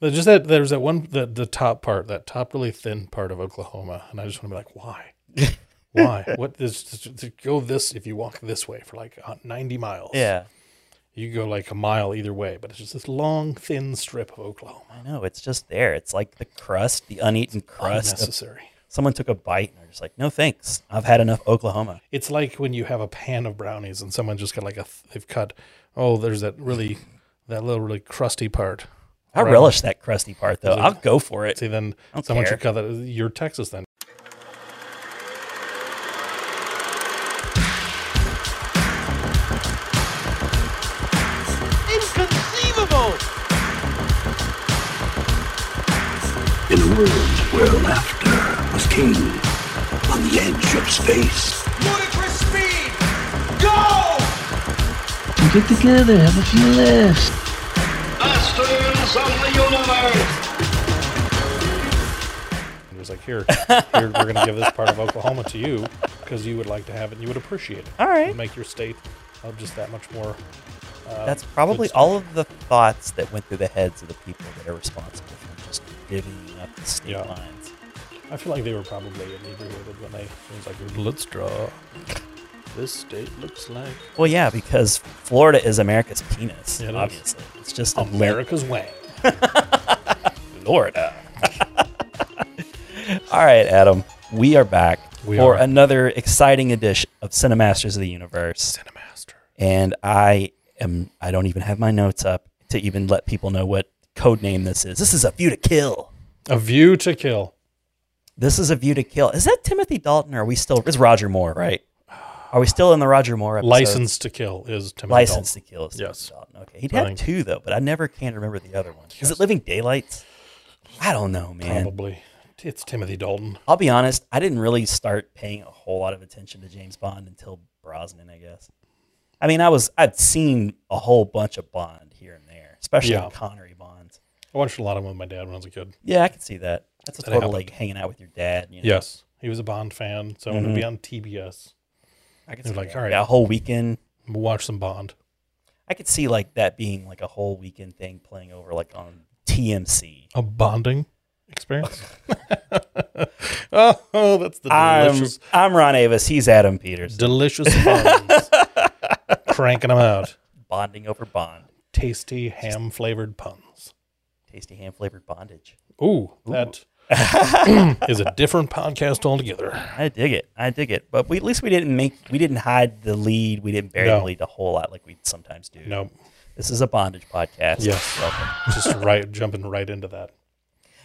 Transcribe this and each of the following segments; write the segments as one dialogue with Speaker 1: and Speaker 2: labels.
Speaker 1: But just that there was that one the the top part, that top really thin part of Oklahoma, and I just want to be like, why, why? What is to- to go this if you walk this way for like uh, ninety miles?
Speaker 2: Yeah.
Speaker 1: you can go like a mile either way, but it's just this long thin strip of Oklahoma.
Speaker 2: I know. It's just there. It's like the crust, the uneaten crust. of-
Speaker 1: Unnecessary.
Speaker 2: someone took a bite and are just like, no thanks. I've had enough Oklahoma.
Speaker 1: It's like when you have a pan of brownies and someone just got like a th- they've cut. Oh, there's that really that little really crusty part.
Speaker 2: I
Speaker 1: Right.
Speaker 2: relish that crusty part though. I'll go for it.
Speaker 1: See, then
Speaker 2: don't
Speaker 1: someone
Speaker 2: care.
Speaker 1: should cut that. You're Texas then.
Speaker 3: Inconceivable!
Speaker 4: In the world where laughter was king, on the edge of space,
Speaker 3: Ludicrous speed! Go!
Speaker 5: Get together, have a few laughs.
Speaker 4: masters of the universe.
Speaker 1: It was like, here, here we're going to give this part of Oklahoma to you because you would like to have it and you would appreciate it.
Speaker 2: All right.
Speaker 1: It'd make your state uh, just that much more.
Speaker 2: That's probably
Speaker 1: good
Speaker 2: all of the thoughts that went through the heads of the people that are responsible for just divvying up the state
Speaker 1: Yeah.
Speaker 2: lines.
Speaker 1: I feel like they were probably inebriated when they. It was like, let's draw. This state looks like
Speaker 2: Well, yeah, because Florida is America's penis,
Speaker 1: Yeah, it is.
Speaker 2: obviously. It's just a lit-
Speaker 1: America's Wang.
Speaker 2: Florida. All right, Adam, we are back
Speaker 1: We
Speaker 2: for
Speaker 1: are.
Speaker 2: another exciting edition of Cinemasters of the Universe,
Speaker 1: Master.
Speaker 2: and I am—I don't even have my notes up to even let people know what code name this is. This is a view to kill.
Speaker 1: A View to Kill.
Speaker 2: This is a view to kill. Is that Timothy Dalton? Or are we still? Is Roger Moore right? Are we still in the Roger Moore episode?
Speaker 1: License to Kill is Timothy
Speaker 2: License to
Speaker 1: Dalton.
Speaker 2: Kill. Is
Speaker 1: Yes.
Speaker 2: Timothy Dalton. Okay. He'd
Speaker 1: I
Speaker 2: had
Speaker 1: think-
Speaker 2: two though, but I never can remember the other one. Is it Living Daylights? I don't know, man.
Speaker 1: Probably. It's Timothy Dalton.
Speaker 2: I'll be honest, I didn't really start paying a whole lot of attention to James Bond until Brosnan, I guess. I mean, I was I'd seen a whole bunch of Bond here and there, especially
Speaker 1: Yeah.
Speaker 2: the Connery Bonds.
Speaker 1: I watched a lot of them with my dad when I was a kid.
Speaker 2: Yeah, I could see that. That's a
Speaker 1: That
Speaker 2: total
Speaker 1: happened.
Speaker 2: like hanging out with your dad. You know? Mm-hmm.
Speaker 1: Yes. He was a Bond fan, so I'm going to be on TBS.
Speaker 2: I could
Speaker 1: They're
Speaker 2: see
Speaker 1: like,
Speaker 2: that.
Speaker 1: all right.
Speaker 2: that whole weekend.
Speaker 1: Watch some Bond.
Speaker 2: I could see like that being like a whole weekend thing playing over like on TMC.
Speaker 1: a bonding experience. oh, oh, that's the
Speaker 2: I'm,
Speaker 1: delicious,
Speaker 2: I'm Ron Avis. He's Adam Peters.
Speaker 1: delicious buns. Cranking them out.
Speaker 2: Bonding over Bond.
Speaker 1: Tasty ham flavored puns.
Speaker 2: Tasty ham flavored bondage.
Speaker 1: Ooh, that is a different podcast altogether.
Speaker 2: I dig it. I dig it. But we, at least we didn't make we didn't hide the lead. We didn't bury the
Speaker 1: No.
Speaker 2: lead a whole lot like we sometimes do.
Speaker 1: No,
Speaker 2: This is a bondage podcast.
Speaker 1: Yes.
Speaker 2: Welcome.
Speaker 1: just right jumping right into that.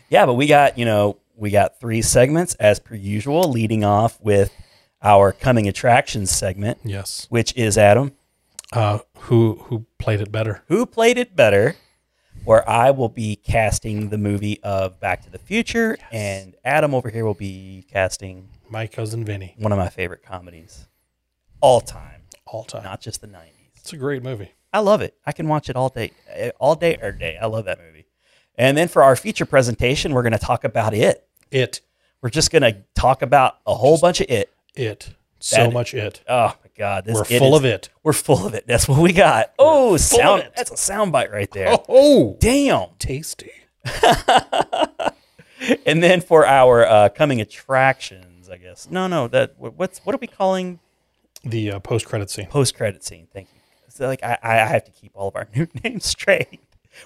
Speaker 2: Yeah, but we got, you know, we got three segments as per usual, leading off with our coming attractions segment,
Speaker 1: Yes.
Speaker 2: which is Adam,
Speaker 1: Uh, who who played it better?
Speaker 2: who played it better? Where I will be casting the movie of Back to the Future, and Adam over here will be casting
Speaker 1: My cousin Vinny,
Speaker 2: one of my favorite comedies all time,
Speaker 1: all time.
Speaker 2: not just the 90s.
Speaker 1: it's a great movie.
Speaker 2: I love it. I can watch it all day, eh, all day or day. I love that movie. And then for our feature presentation, we're going to talk about it.
Speaker 1: It
Speaker 2: We're just going to talk about a whole bunch of it.
Speaker 1: it so
Speaker 2: That-
Speaker 1: much it.
Speaker 2: Oh my God, this
Speaker 1: We're
Speaker 2: it
Speaker 1: full
Speaker 2: is-
Speaker 1: of it.
Speaker 2: We're full of it. That's what we got. oh, sound.
Speaker 1: it.
Speaker 2: That's a sound bite right there.
Speaker 1: oh
Speaker 2: Damn.
Speaker 1: tasty.
Speaker 2: And then for our uh, coming attractions, I guess. No, no. That wh- what's what are we calling
Speaker 1: The uh, post credit scene.
Speaker 2: post credit scene? Thank you. So like I, I have to keep all of our new names straight.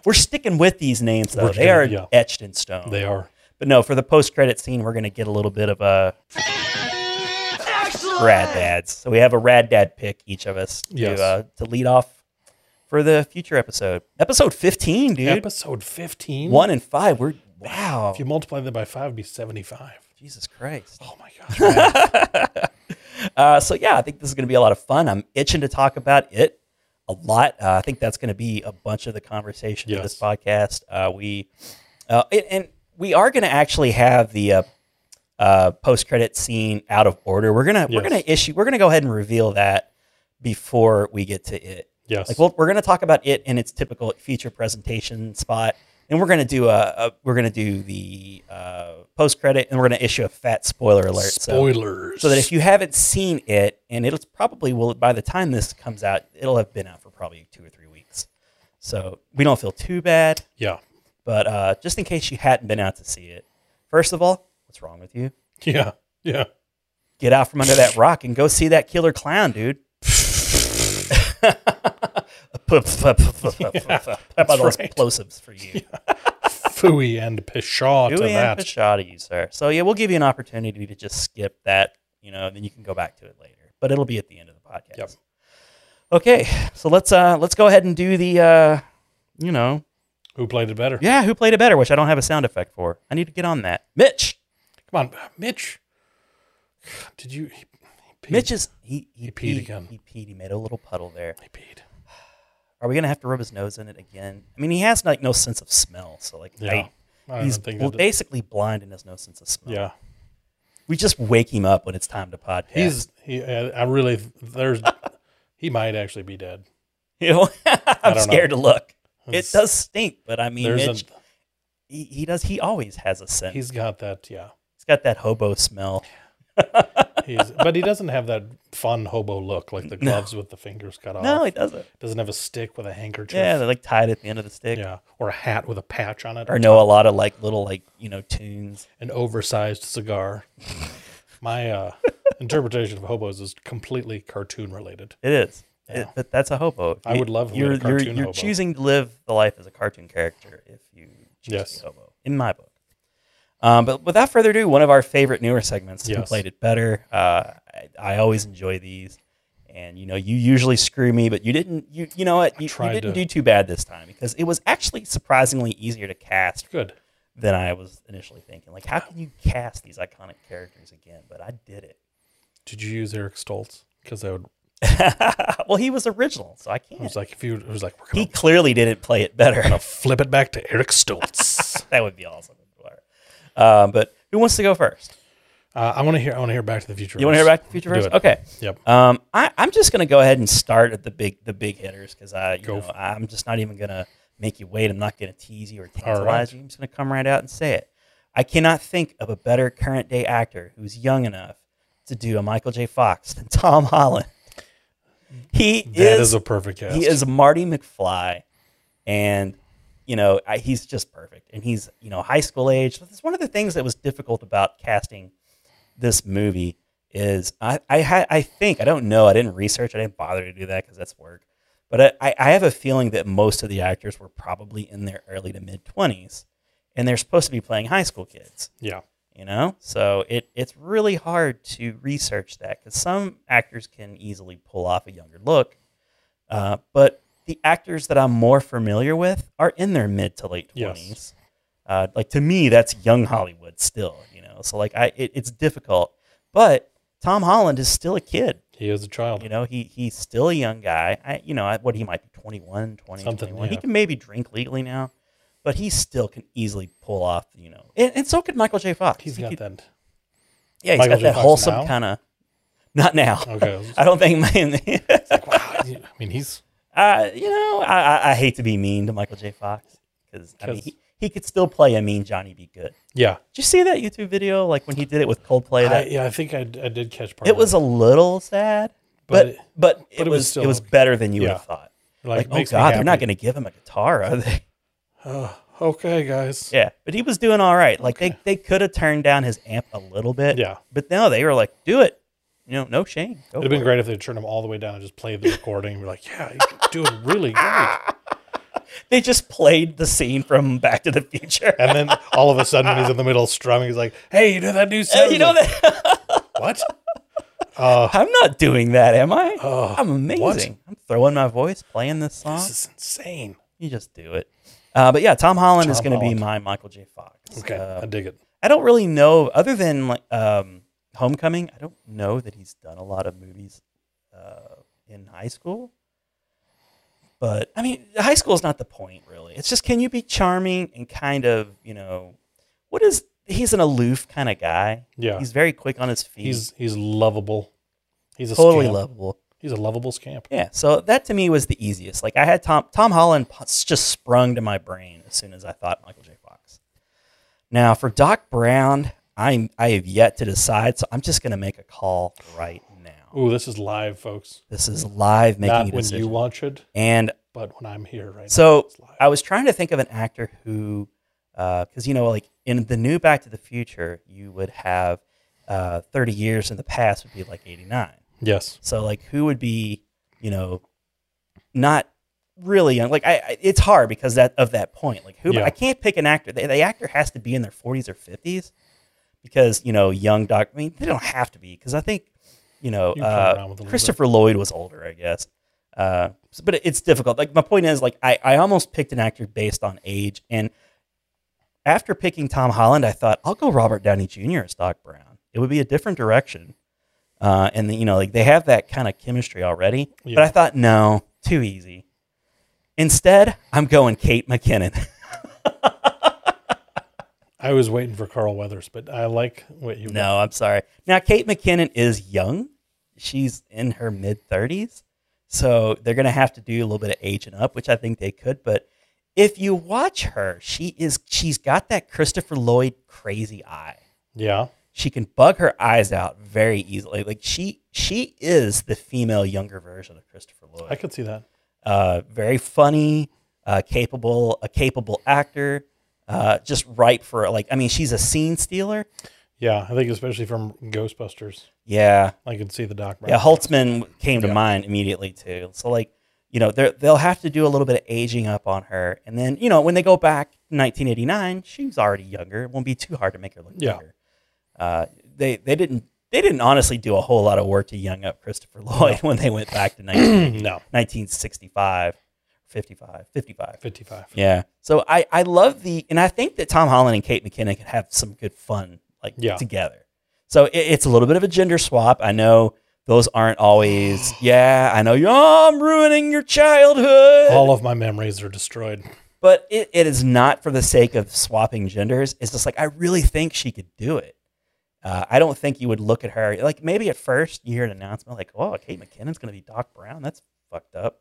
Speaker 2: We're sticking with these names though.
Speaker 1: We're
Speaker 2: they are
Speaker 1: gonna- yeah.
Speaker 2: etched in stone.
Speaker 1: They are.
Speaker 2: But no, for the post credit scene, we're going to get a little bit of a
Speaker 3: Excellent!
Speaker 2: rad dads. So we have a rad dad pick each of us to
Speaker 1: Yes.
Speaker 2: uh, to lead off for the future episode, episode fifteen, dude.
Speaker 1: Episode 15.
Speaker 2: One and five. We're wow.
Speaker 1: If you multiply that by five, it'd be 75.
Speaker 2: Jesus Christ.
Speaker 1: Oh my gosh.
Speaker 2: Uh, so yeah, I think this is going to be a lot of fun. I'm itching to talk about it a lot. Uh, I think that's going to be a bunch of the conversation of this
Speaker 1: Yes.
Speaker 2: podcast. Uh, we uh, and, and we are going to actually have the uh, uh, post credit scene out of order. We're gonna we're
Speaker 1: Yes.
Speaker 2: gonna issue. We're gonna go ahead and reveal that before we get to it.
Speaker 1: yes.
Speaker 2: Like well, we're gonna talk about it in its typical feature presentation spot, and we're gonna do a, a we're gonna do the uh, post credit, and we're gonna issue a fat spoiler alert. so-
Speaker 1: Spoilers.
Speaker 2: so that if you haven't seen it, and it'll probably will by the time this comes out, it'll have been out for probably two or three weeks. So we don't feel too bad.
Speaker 1: yeah.
Speaker 2: But uh, just in case you hadn't been out to see it, first of all, what's wrong with you?
Speaker 1: Yeah. Yeah.
Speaker 2: Get out from under that rock and go see that killer clown, dude. About those
Speaker 1: right.
Speaker 2: plosives for you.
Speaker 1: Fooey and Pshaw to
Speaker 2: Do we have
Speaker 1: that.
Speaker 2: a shot at you, sir? So yeah, we'll give you an opportunity to just skip that, you know, and then you can go back to it later. But it'll be at the end of the podcast.
Speaker 1: Yep.
Speaker 2: Okay, so let's uh let's go ahead and do the uh you know
Speaker 1: Who played it better?
Speaker 2: yeah who played it better, which I don't have a sound effect for. I need to get on that. Mitch,
Speaker 1: Come on, Uh, Mitch. Did you? He, he
Speaker 2: Mitch is he he,
Speaker 1: He peed
Speaker 2: peed,
Speaker 1: again.
Speaker 2: He peed. He made a little puddle there.
Speaker 1: He peed.
Speaker 2: Are we gonna have to rub his nose in it again? I mean, he has like no sense of smell, so like
Speaker 1: Yeah. I
Speaker 2: I,
Speaker 1: don't
Speaker 2: he's
Speaker 1: think
Speaker 2: bl-
Speaker 1: that-
Speaker 2: basically blind and has no sense of smell.
Speaker 1: Yeah.
Speaker 2: we just wake him up when it's time to podcast.
Speaker 1: He's. He. uh, I really. There's. he might actually be dead.
Speaker 2: You know, I'm
Speaker 1: don't know.
Speaker 2: scared to look.
Speaker 1: It's-
Speaker 2: it does stink, but I mean,
Speaker 1: There's
Speaker 2: Mitch,
Speaker 1: a.
Speaker 2: he, he does. He always has a scent.
Speaker 1: He's got that. Yeah.
Speaker 2: he's got that hobo smell.
Speaker 1: He's. but he doesn't have that fun hobo look like the gloves with the fingers cut off.
Speaker 2: No, he doesn't.
Speaker 1: doesn't have a stick with a handkerchief.
Speaker 2: Yeah, they're like tied at the end of the stick,
Speaker 1: Yeah. Or a hat with a patch on it.
Speaker 2: or know a lot of like little like you know tunes.
Speaker 1: an oversized cigar. My uh, interpretation of hobos is completely cartoon related.
Speaker 2: It is, It-
Speaker 1: Yeah.
Speaker 2: but that's a hobo.
Speaker 1: I would love to be a
Speaker 2: you're you're,
Speaker 1: cartoon
Speaker 2: you're
Speaker 1: hobo.
Speaker 2: choosing to live the life as a cartoon character if you choose
Speaker 1: Yes.
Speaker 2: to be a hobo in my book. Um, but without further ado, one of our favorite newer segments, who
Speaker 1: Yes.
Speaker 2: played it better. Uh, I, I always enjoy these, and you know, you usually screw me, but you didn't. You you know what? You, you
Speaker 1: tried
Speaker 2: didn't
Speaker 1: to-
Speaker 2: do too bad this time because it was actually surprisingly easier to cast
Speaker 1: Good.
Speaker 2: than I was initially thinking. Like, how can you cast these iconic characters again? But I did it.
Speaker 1: Did you use Eric Stoltz? Because I would.
Speaker 2: well, he was original, so I
Speaker 1: I was
Speaker 2: can't.
Speaker 1: like, if you, it was like, we're
Speaker 2: He
Speaker 1: gonna
Speaker 2: clearly didn't play it better.
Speaker 1: flip it back to Eric Stoltz.
Speaker 2: that would be awesome. Uh, but who wants to go first?
Speaker 1: uh, I want to hear. I want to hear Back to the Future.
Speaker 2: You want to hear
Speaker 1: first.
Speaker 2: Back to the Future
Speaker 1: Do
Speaker 2: first?
Speaker 1: it.
Speaker 2: Okay.
Speaker 1: Yep.
Speaker 2: Um, I, I'm just gonna go ahead and start at the big the big hitters because I you
Speaker 1: Go
Speaker 2: know,
Speaker 1: for it.
Speaker 2: I'm just not even gonna make you wait. I'm not gonna tease you or
Speaker 1: right.
Speaker 2: tantalize you. I'm just gonna come right out and say it. I cannot think of a better current day actor who's young enough to do a Michael J. Fox than Tom Holland. He
Speaker 1: That is
Speaker 2: is
Speaker 1: a perfect cast.
Speaker 2: he is Marty McFly, and you know I, he's just perfect, and he's you know high school age. That's one of the things that was difficult about casting this movie is I I, ha- I think I don't know I didn't research I didn't bother to do that because that's work, but I, I I have a feeling that most of the actors were probably in their early to mid twenties, and they're supposed to be playing high school kids
Speaker 1: Yeah.
Speaker 2: you know so it it's really hard to research that because some actors can easily pull off a younger look uh, but the actors that i'm more familiar with are in their mid to late 20s
Speaker 1: Yes.
Speaker 2: uh, like to me that's young hollywood still you know so like i it, it's difficult but tom holland is still a kid
Speaker 1: He is a child.
Speaker 2: you know he he's still a young guy I, you know I, what he might be 21 20
Speaker 1: Something,
Speaker 2: 21 he
Speaker 1: yeah.
Speaker 2: can maybe drink legally now but he still can easily pull off, you know, and, and so could Michael J. Fox.
Speaker 1: He's
Speaker 2: He
Speaker 1: got
Speaker 2: could-
Speaker 1: that.
Speaker 2: yeah, he's
Speaker 1: Michael
Speaker 2: got
Speaker 1: J.
Speaker 2: that
Speaker 1: Fox now?
Speaker 2: wholesome kind of. Not now.
Speaker 1: Okay, I was-
Speaker 2: I don't think. Man,
Speaker 1: Wow. I mean, he's
Speaker 2: uh, you know, I, I, I hate to be mean to Michael J. Fox because I mean,
Speaker 1: 'Cause-
Speaker 2: he, he could still play a mean Johnny Be Good.
Speaker 1: yeah.
Speaker 2: Did you see that YouTube video? Like when he did it with Coldplay,
Speaker 1: I,
Speaker 2: that
Speaker 1: yeah, I think I, I did catch part.
Speaker 2: it
Speaker 1: of
Speaker 2: was a little sad,
Speaker 1: But
Speaker 2: but
Speaker 1: it-
Speaker 2: but,
Speaker 1: it
Speaker 2: it,
Speaker 1: was
Speaker 2: was
Speaker 1: still
Speaker 2: it was
Speaker 1: okay.
Speaker 2: better than you would
Speaker 1: Yeah.
Speaker 2: have thought.
Speaker 1: Like,
Speaker 2: Like, oh
Speaker 1: makes me
Speaker 2: god, they're not
Speaker 1: happy.
Speaker 2: going to give him a guitar, are they?
Speaker 1: Okay, guys.
Speaker 2: Yeah, but he was doing all right. Like they, they could have turned down his amp a little bit.
Speaker 1: Yeah.
Speaker 2: but no, they were like, do it. You know, no shame. Go
Speaker 1: It'd
Speaker 2: for
Speaker 1: have
Speaker 2: it.
Speaker 1: been great if they turned him all the way down and just played the recording. We're like, yeah, you're doing really great.
Speaker 2: they just played the scene from Back to the Future.
Speaker 1: And then all of a sudden, when he's in the middle strumming, he's like, hey, you know that new song?
Speaker 2: you know
Speaker 1: Like,
Speaker 2: that
Speaker 1: What?
Speaker 2: I'm not doing that, am I? I'm amazing.
Speaker 1: Oh, what?
Speaker 2: I'm throwing my voice, playing this song.
Speaker 1: This is insane.
Speaker 2: you just do it. Uh, but yeah, Tom Holland is
Speaker 1: Tom
Speaker 2: going to be
Speaker 1: Holland.
Speaker 2: my Michael J. Fox.
Speaker 1: Okay,
Speaker 2: Uh,
Speaker 1: I dig it.
Speaker 2: I don't really know, other than like um, Homecoming. I don't know that he's done a lot of movies uh, in high school. But I mean, high school is not the point, really. It's just can you be charming and kind of, you know, what is? He's an aloof kind of guy.
Speaker 1: Yeah.
Speaker 2: he's very quick on his feet.
Speaker 1: He's he's lovable. He's a
Speaker 2: totally
Speaker 1: scamp.
Speaker 2: lovable.
Speaker 1: He's a lovable scamp.
Speaker 2: Yeah, so that to me was the easiest. Like I had Tom Tom Holland p- just sprung to my brain as soon as I thought Michael J. Fox. Now for Doc Brown, I'm I have yet to decide, so I'm just gonna make a call right now.
Speaker 1: Ooh, this is live, folks.
Speaker 2: This is live making
Speaker 1: Not
Speaker 2: a
Speaker 1: when
Speaker 2: decision,
Speaker 1: you watch it.
Speaker 2: and
Speaker 1: But when I'm here right now,
Speaker 2: So
Speaker 1: it's live.
Speaker 2: I was trying to think of an actor who, because you know, like in the new Back to the Future, you would have uh, 30 years in the past would be like 89.
Speaker 1: yes.
Speaker 2: So like, who would be, you know, not really young? Like, I, I it's hard because that of that point. Like, who
Speaker 1: Yeah.
Speaker 2: I can't pick an actor. The, the actor has to be in their 40s or 50s because you know, young doc. I mean, they don't have to be because I think you know,
Speaker 1: You can play around
Speaker 2: uh,
Speaker 1: with a little bit.
Speaker 2: Christopher Lloyd was older, I guess. Uh, so- but it- it's difficult. Like my point is, like I, I almost picked an actor based on age, and after picking Tom Holland, I thought I'll go Robert Downey Jr. as Doc Brown. It would be a different direction, uh, and then, you know, like they have that kind of chemistry already. But
Speaker 1: Yeah.
Speaker 2: I thought, no, too easy. Instead, I'm going Kate McKinnon.
Speaker 1: I was waiting for Carl Weathers, but I like what you
Speaker 2: No, I'm sorry. Now Kate McKinnon is young. She's in her mid 30s. So they're going to have to do a little bit of aging up, which I think they could, but if you watch her, she is she's got that Christopher Lloyd crazy eye.
Speaker 1: Yeah.
Speaker 2: She can bug her eyes out very easily. Like she she is the female younger version of Christopher Lloyd
Speaker 1: I could see that.
Speaker 2: uh, very funny, uh, capable, a capable actor, uh, just ripe for like. I mean, she's a scene stealer.
Speaker 1: Yeah. I think especially from Ghostbusters,
Speaker 2: Yeah,
Speaker 1: I could see the Doc Brown.
Speaker 2: yeah. Holtzman came to mind immediately too. So like, you know, they they'll have to do a little bit of aging up on her, and then you know when they go back to 1989, she was already younger. It won't be too hard to make her look
Speaker 1: Yeah.
Speaker 2: younger. Uh, they they didn't. They didn't honestly do a whole lot of work to young up Christopher Lloyd when they went back to 19,
Speaker 1: no.
Speaker 2: 1965, 55, 55.
Speaker 1: 55.
Speaker 2: Yeah. So I I love the and I think that Tom Holland and Kate McKinnon could have some good fun like
Speaker 1: Yeah.
Speaker 2: together. So it, it's a little bit of a gender swap. I know those aren't always. Yeah, I know. you Oh, I'm ruining your childhood.
Speaker 1: All of my memories are destroyed.
Speaker 2: but it, it is not for the sake of swapping genders. It's just like I really think she could do it. Uh, I don't think you would look at her like maybe at first you hear an announcement like, "Oh, Kate McKinnon's going to be Doc Brown." That's fucked up.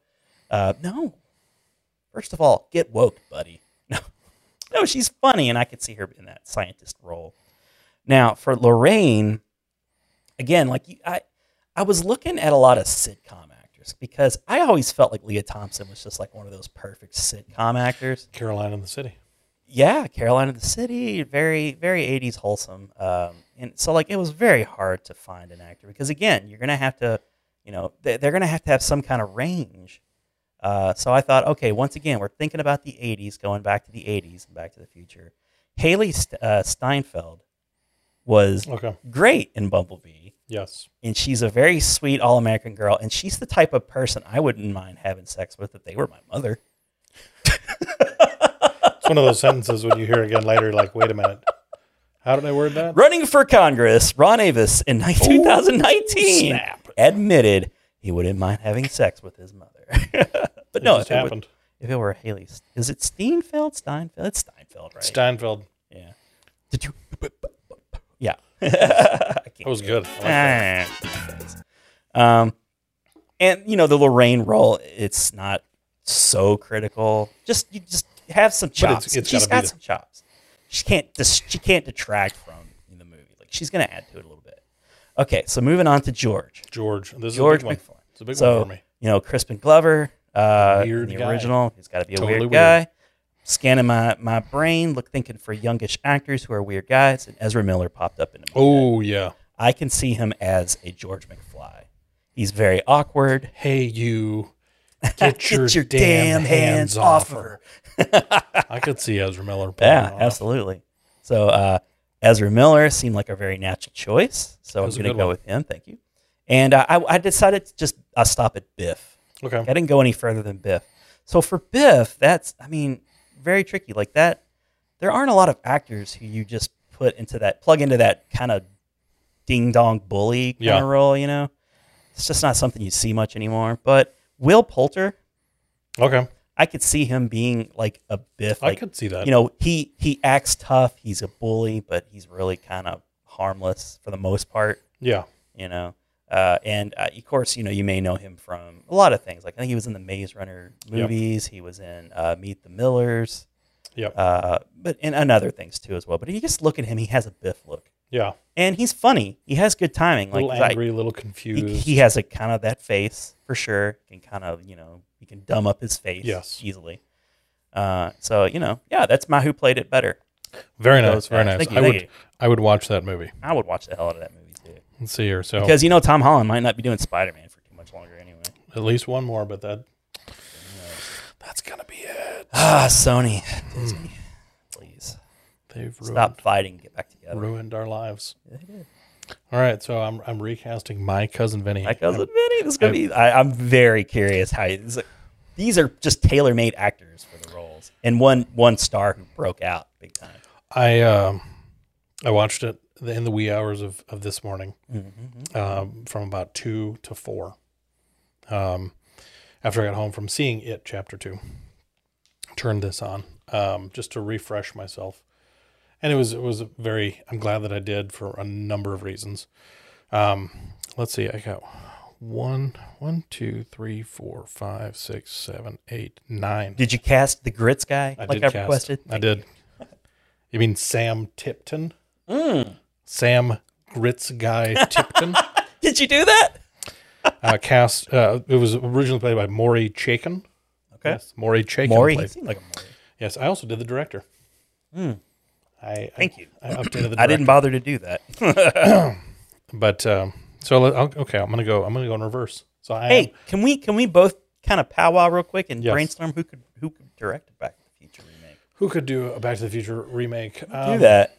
Speaker 2: Uh, no. First of all, get woke, buddy. No, no, she's funny, and I could see her in that scientist role. Now for Lorraine, again, like you, I, I was looking at a lot of sitcom actors because I always felt like Leah Thompson was just like one of those perfect sitcom actors
Speaker 1: Caroline in the City.
Speaker 2: yeah, Carolina the City, very very eighties wholesome. Um, and so like it was very hard to find an actor because again, you're gonna have to, you know, they- they're gonna have to have some kind of range. Uh, so I thought, okay, once again, we're thinking about the '80s, going back to the '80s and back to the future. Haley St- uh, Steinfeld was
Speaker 1: Okay.
Speaker 2: great in Bumblebee,
Speaker 1: Yes.
Speaker 2: and she's a very sweet all-American girl, and she's the type of person I wouldn't mind having sex with if they were my mother.
Speaker 1: It's one of those sentences when you hear again later, like, wait a minute. How did I word that?
Speaker 2: Running for Congress, Ron Avis in 2019 admitted he wouldn't mind having sex with his mother.
Speaker 1: It
Speaker 2: but no,
Speaker 1: just
Speaker 2: if it, were,
Speaker 1: happened.
Speaker 2: if it were Haley, is it Steinfeld? Steinfeld? It's Steinfeld, right?
Speaker 1: Steinfeld.
Speaker 2: yeah. Did you? Yeah. I can't
Speaker 1: That was good. I like that.
Speaker 2: um, and you know the Lorraine role, it's not so critical. Just you just have some chops.
Speaker 1: it's- it's
Speaker 2: she's
Speaker 1: gotta be
Speaker 2: got
Speaker 1: the-
Speaker 2: some chops. She can't dis- she can't detract from the movie. Like she's gonna add to it a little bit. Okay, so moving on to George.
Speaker 1: George. This
Speaker 2: George
Speaker 1: is a big
Speaker 2: McFly.
Speaker 1: one. It's a big
Speaker 2: so
Speaker 1: one for me.
Speaker 2: you know Crispin Glover, uh,
Speaker 1: Weird
Speaker 2: in the
Speaker 1: guy.
Speaker 2: original. He's got to be a
Speaker 1: Totally
Speaker 2: weird
Speaker 1: weird.
Speaker 2: guy. Scanning my, my brain, look thinking for youngish actors who are weird guys, and Ezra Miller popped up in a minute.
Speaker 1: Oh, yeah.
Speaker 2: I can see him as a George McFly. He's very awkward.
Speaker 1: Hey, you. Get your,
Speaker 2: Get your
Speaker 1: damn, hands, off her. I could see Ezra Miller. pulling
Speaker 2: Yeah,
Speaker 1: it off.
Speaker 2: absolutely. So uh, Ezra Miller seemed like a very natural choice. So I'm
Speaker 1: was a
Speaker 2: going to
Speaker 1: good
Speaker 2: go
Speaker 1: one.
Speaker 2: with him. Thank you. And uh, I, I decided to just I stop at Biff.
Speaker 1: Okay.
Speaker 2: I didn't go any further than Biff. So for Biff, that's I mean very tricky. Like that, there aren't a lot of actors who you just put into that plug into that kind of ding dong bully kind
Speaker 1: Yeah.
Speaker 2: of role. You know, it's just not something you see much anymore. But Will Poulter,
Speaker 1: Okay.
Speaker 2: I could see him being like a Biff.
Speaker 1: I
Speaker 2: Like,
Speaker 1: could see that.
Speaker 2: you know, he he acts tough. He's a bully, but he's really kind of harmless for the most part
Speaker 1: yeah.
Speaker 2: you know. Uh, and uh, of course, you know, you may know him from a lot of things. Like I think he was in the Maze Runner
Speaker 1: Yep.
Speaker 2: movies. He was in uh, Meet the Millers,
Speaker 1: Yep.
Speaker 2: uh, but and, and other things too as well. But if you just look at him, he has a Biff look.
Speaker 1: Yeah.
Speaker 2: and he's funny. He has good timing. Like
Speaker 1: little
Speaker 2: like,
Speaker 1: angry, little
Speaker 2: he,
Speaker 1: confused.
Speaker 2: he has a kind of that face for sure. Can kind of you know he can dumb up his face
Speaker 1: Yes.
Speaker 2: easily. Uh, so you know, yeah, that's my who played it better.
Speaker 1: very nice.
Speaker 2: those
Speaker 1: Very
Speaker 2: guys.
Speaker 1: nice.
Speaker 2: Thank you,
Speaker 1: I
Speaker 2: thank
Speaker 1: would
Speaker 2: you.
Speaker 1: I would watch that movie.
Speaker 2: I would watch the hell out of that movie too,
Speaker 1: Let's see here. So
Speaker 2: because you know Tom Holland might not be doing Spider Man for too much longer anyway.
Speaker 1: at least one more, but that that's gonna be it.
Speaker 2: Ah, Sony, Disney, please
Speaker 1: They've Hmm. ruined,
Speaker 2: stop fighting. Get back together.
Speaker 1: ruined our lives. All right, so I'm I'm recasting my cousin Vinny.
Speaker 2: My cousin Vinny. This is gonna be. I, I'm very curious how this is- these are just tailor made actors for the roles, and one one star who broke out big time.
Speaker 1: I um, I watched it in the wee hours of, of this morning, um, from about two to four. Um, after I got home from seeing it, chapter two, turned this on um, just to refresh myself, and it was it was very. I'm glad that I did for a number of reasons. Um, let's see, I got one, one, two, three, four, five, six, seven, eight, nine.
Speaker 2: Did you cast the grits guy
Speaker 1: I
Speaker 2: like
Speaker 1: did
Speaker 2: I
Speaker 1: cast.
Speaker 2: requested?
Speaker 1: I did. You mean Sam Tipton?
Speaker 2: Hmm.
Speaker 1: Sam Grits Guy Tipton.
Speaker 2: Did you do that?
Speaker 1: uh, cast. Uh, it was originally played by Maury Chaikin.
Speaker 2: Okay.
Speaker 1: Yes, Maury Chaikin.
Speaker 2: Maury, he
Speaker 1: played-
Speaker 2: seemed like a Maury.
Speaker 1: yes, I also did the director. I I,
Speaker 2: Thank you.
Speaker 1: I updated the. Director.
Speaker 2: I didn't bother to do that.
Speaker 1: But um, so let- I'll, okay, I'm gonna go. I'm gonna go in reverse. So I am-
Speaker 2: hey, can we can we both kind of powwow real quick and
Speaker 1: Yes.
Speaker 2: brainstorm who could who could direct a Back to the Future remake?
Speaker 1: who could do a Back to the Future remake?
Speaker 2: do
Speaker 1: Um,
Speaker 2: that.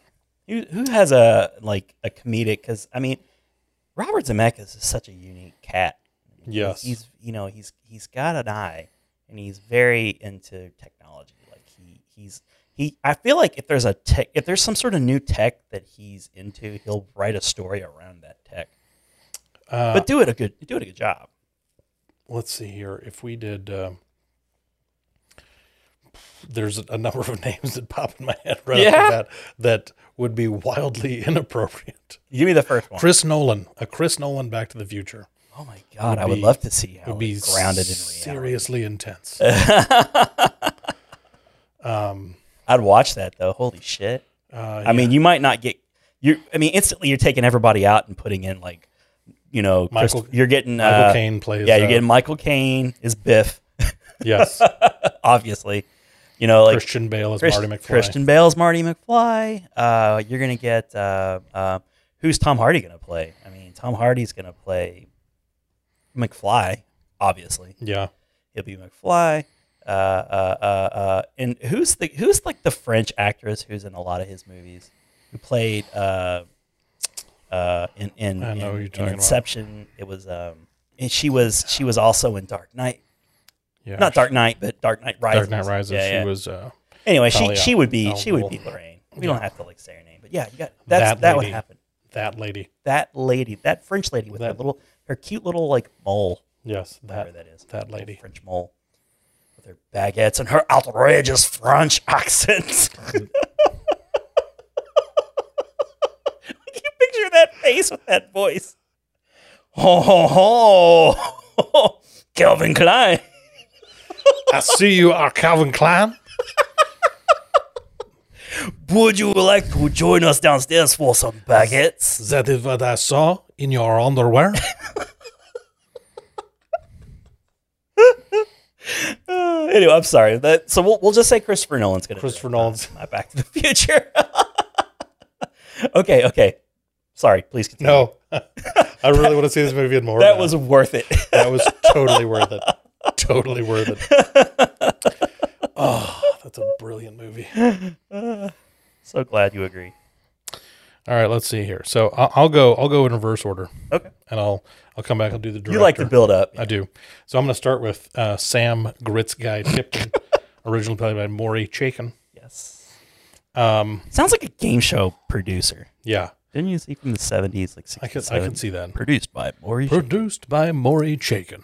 Speaker 2: Who who has a like a comedic? Because I mean, Robert Zemeckis is such a unique cat.
Speaker 1: Yes.
Speaker 2: he's you know he's he's got an eye, and he's very into technology. Like he he's he. I feel like if there's a tech, if there's some sort of new tech that he's into, he'll write a story around that tech.
Speaker 1: Uh,
Speaker 2: but do it a good do it a good job.
Speaker 1: let's see here if we did um, there's a number of names that pop in my head right off the
Speaker 2: Yeah.
Speaker 1: bat that would be wildly inappropriate
Speaker 2: Give me the first one.
Speaker 1: chris nolan a chris nolan back to the future
Speaker 2: oh my god, I would
Speaker 1: be-
Speaker 2: love to see how
Speaker 1: would be
Speaker 2: it's grounded in reality.
Speaker 1: seriously intense
Speaker 2: I'd watch that though. Holy shit.
Speaker 1: uh,
Speaker 2: I mean, you might not get you. I mean, instantly you're taking everybody out and putting in like, you know,
Speaker 1: Michael-
Speaker 2: Michael, you're getting
Speaker 1: michael
Speaker 2: uh,
Speaker 1: caine plays
Speaker 2: Yeah, you're
Speaker 1: uh,
Speaker 2: getting Michael Caine is Biff,
Speaker 1: yes
Speaker 2: obviously. You know, like
Speaker 1: christian bale is
Speaker 2: Chris-
Speaker 1: marty mcfly
Speaker 2: Christian Bale's Marty McFly. Uh, you're gonna get uh, uh, who's Tom Hardy gonna play? I mean, Tom Hardy's gonna play McFly. Obviously,
Speaker 1: yeah
Speaker 2: he'll be McFly. Uh, uh, uh, uh, and who's the who's like the French actress who's in a lot of his movies? Who played uh, uh, in in,
Speaker 1: I know who
Speaker 2: in,
Speaker 1: you're
Speaker 2: in
Speaker 1: talking about.
Speaker 2: Inception? It was um, and she was she was also in Dark Knight.
Speaker 1: yeah
Speaker 2: Not Dark Knight, but Dark Knight Rises.
Speaker 1: dark knight rises
Speaker 2: Yeah, yeah.
Speaker 1: she was uh,
Speaker 2: Anyway, she
Speaker 1: Talia
Speaker 2: she would be
Speaker 1: al
Speaker 2: she would
Speaker 1: Ghul.
Speaker 2: be Lorraine. We don't have to like say her name, but yeah, you got that's,
Speaker 1: That
Speaker 2: that would
Speaker 1: lady.
Speaker 2: happen.
Speaker 1: that lady
Speaker 2: That lady, that French lady with her
Speaker 1: That-
Speaker 2: little her cute little like mole
Speaker 1: yes
Speaker 2: whatever
Speaker 1: that,
Speaker 2: that is.
Speaker 1: that
Speaker 2: Little
Speaker 1: lady.
Speaker 2: French mole with her baguettes and her outrageous French accent. Can you picture that face with that voice? Ho ho ho! Calvin Klein.
Speaker 1: i see you are calvin klein
Speaker 2: Would you like to join us downstairs for some baguettes?
Speaker 1: that is what i saw in your underwear
Speaker 2: Uh, anyway, I'm sorry. That, so we'll, we'll just say Christopher Nolan's going to
Speaker 1: christopher nolan's
Speaker 2: not Back to the Future. okay, okay. Sorry, please continue.
Speaker 1: No, I really want to see this movie in more.
Speaker 2: that
Speaker 1: now.
Speaker 2: was worth it.
Speaker 1: that was totally worth it. Totally worth it. Oh, that's a brilliant movie.
Speaker 2: so glad you agree.
Speaker 1: All right, let's see here. So I'll, I'll go. I'll go in reverse order,
Speaker 2: Okay.
Speaker 1: and I'll I'll come back. I'll do the director.
Speaker 2: You like to build up.
Speaker 1: I do. So I'm going to start with uh, Sam Gritz Guy Tipton, originally played by Maury Chaikin.
Speaker 2: Yes. Um, Sounds like a game show producer.
Speaker 1: Yeah,
Speaker 2: Didn't you see from the 70s, like 60s?
Speaker 1: I could I could see that.
Speaker 2: Produced by Maury.
Speaker 1: Produced by Maury Chaikin.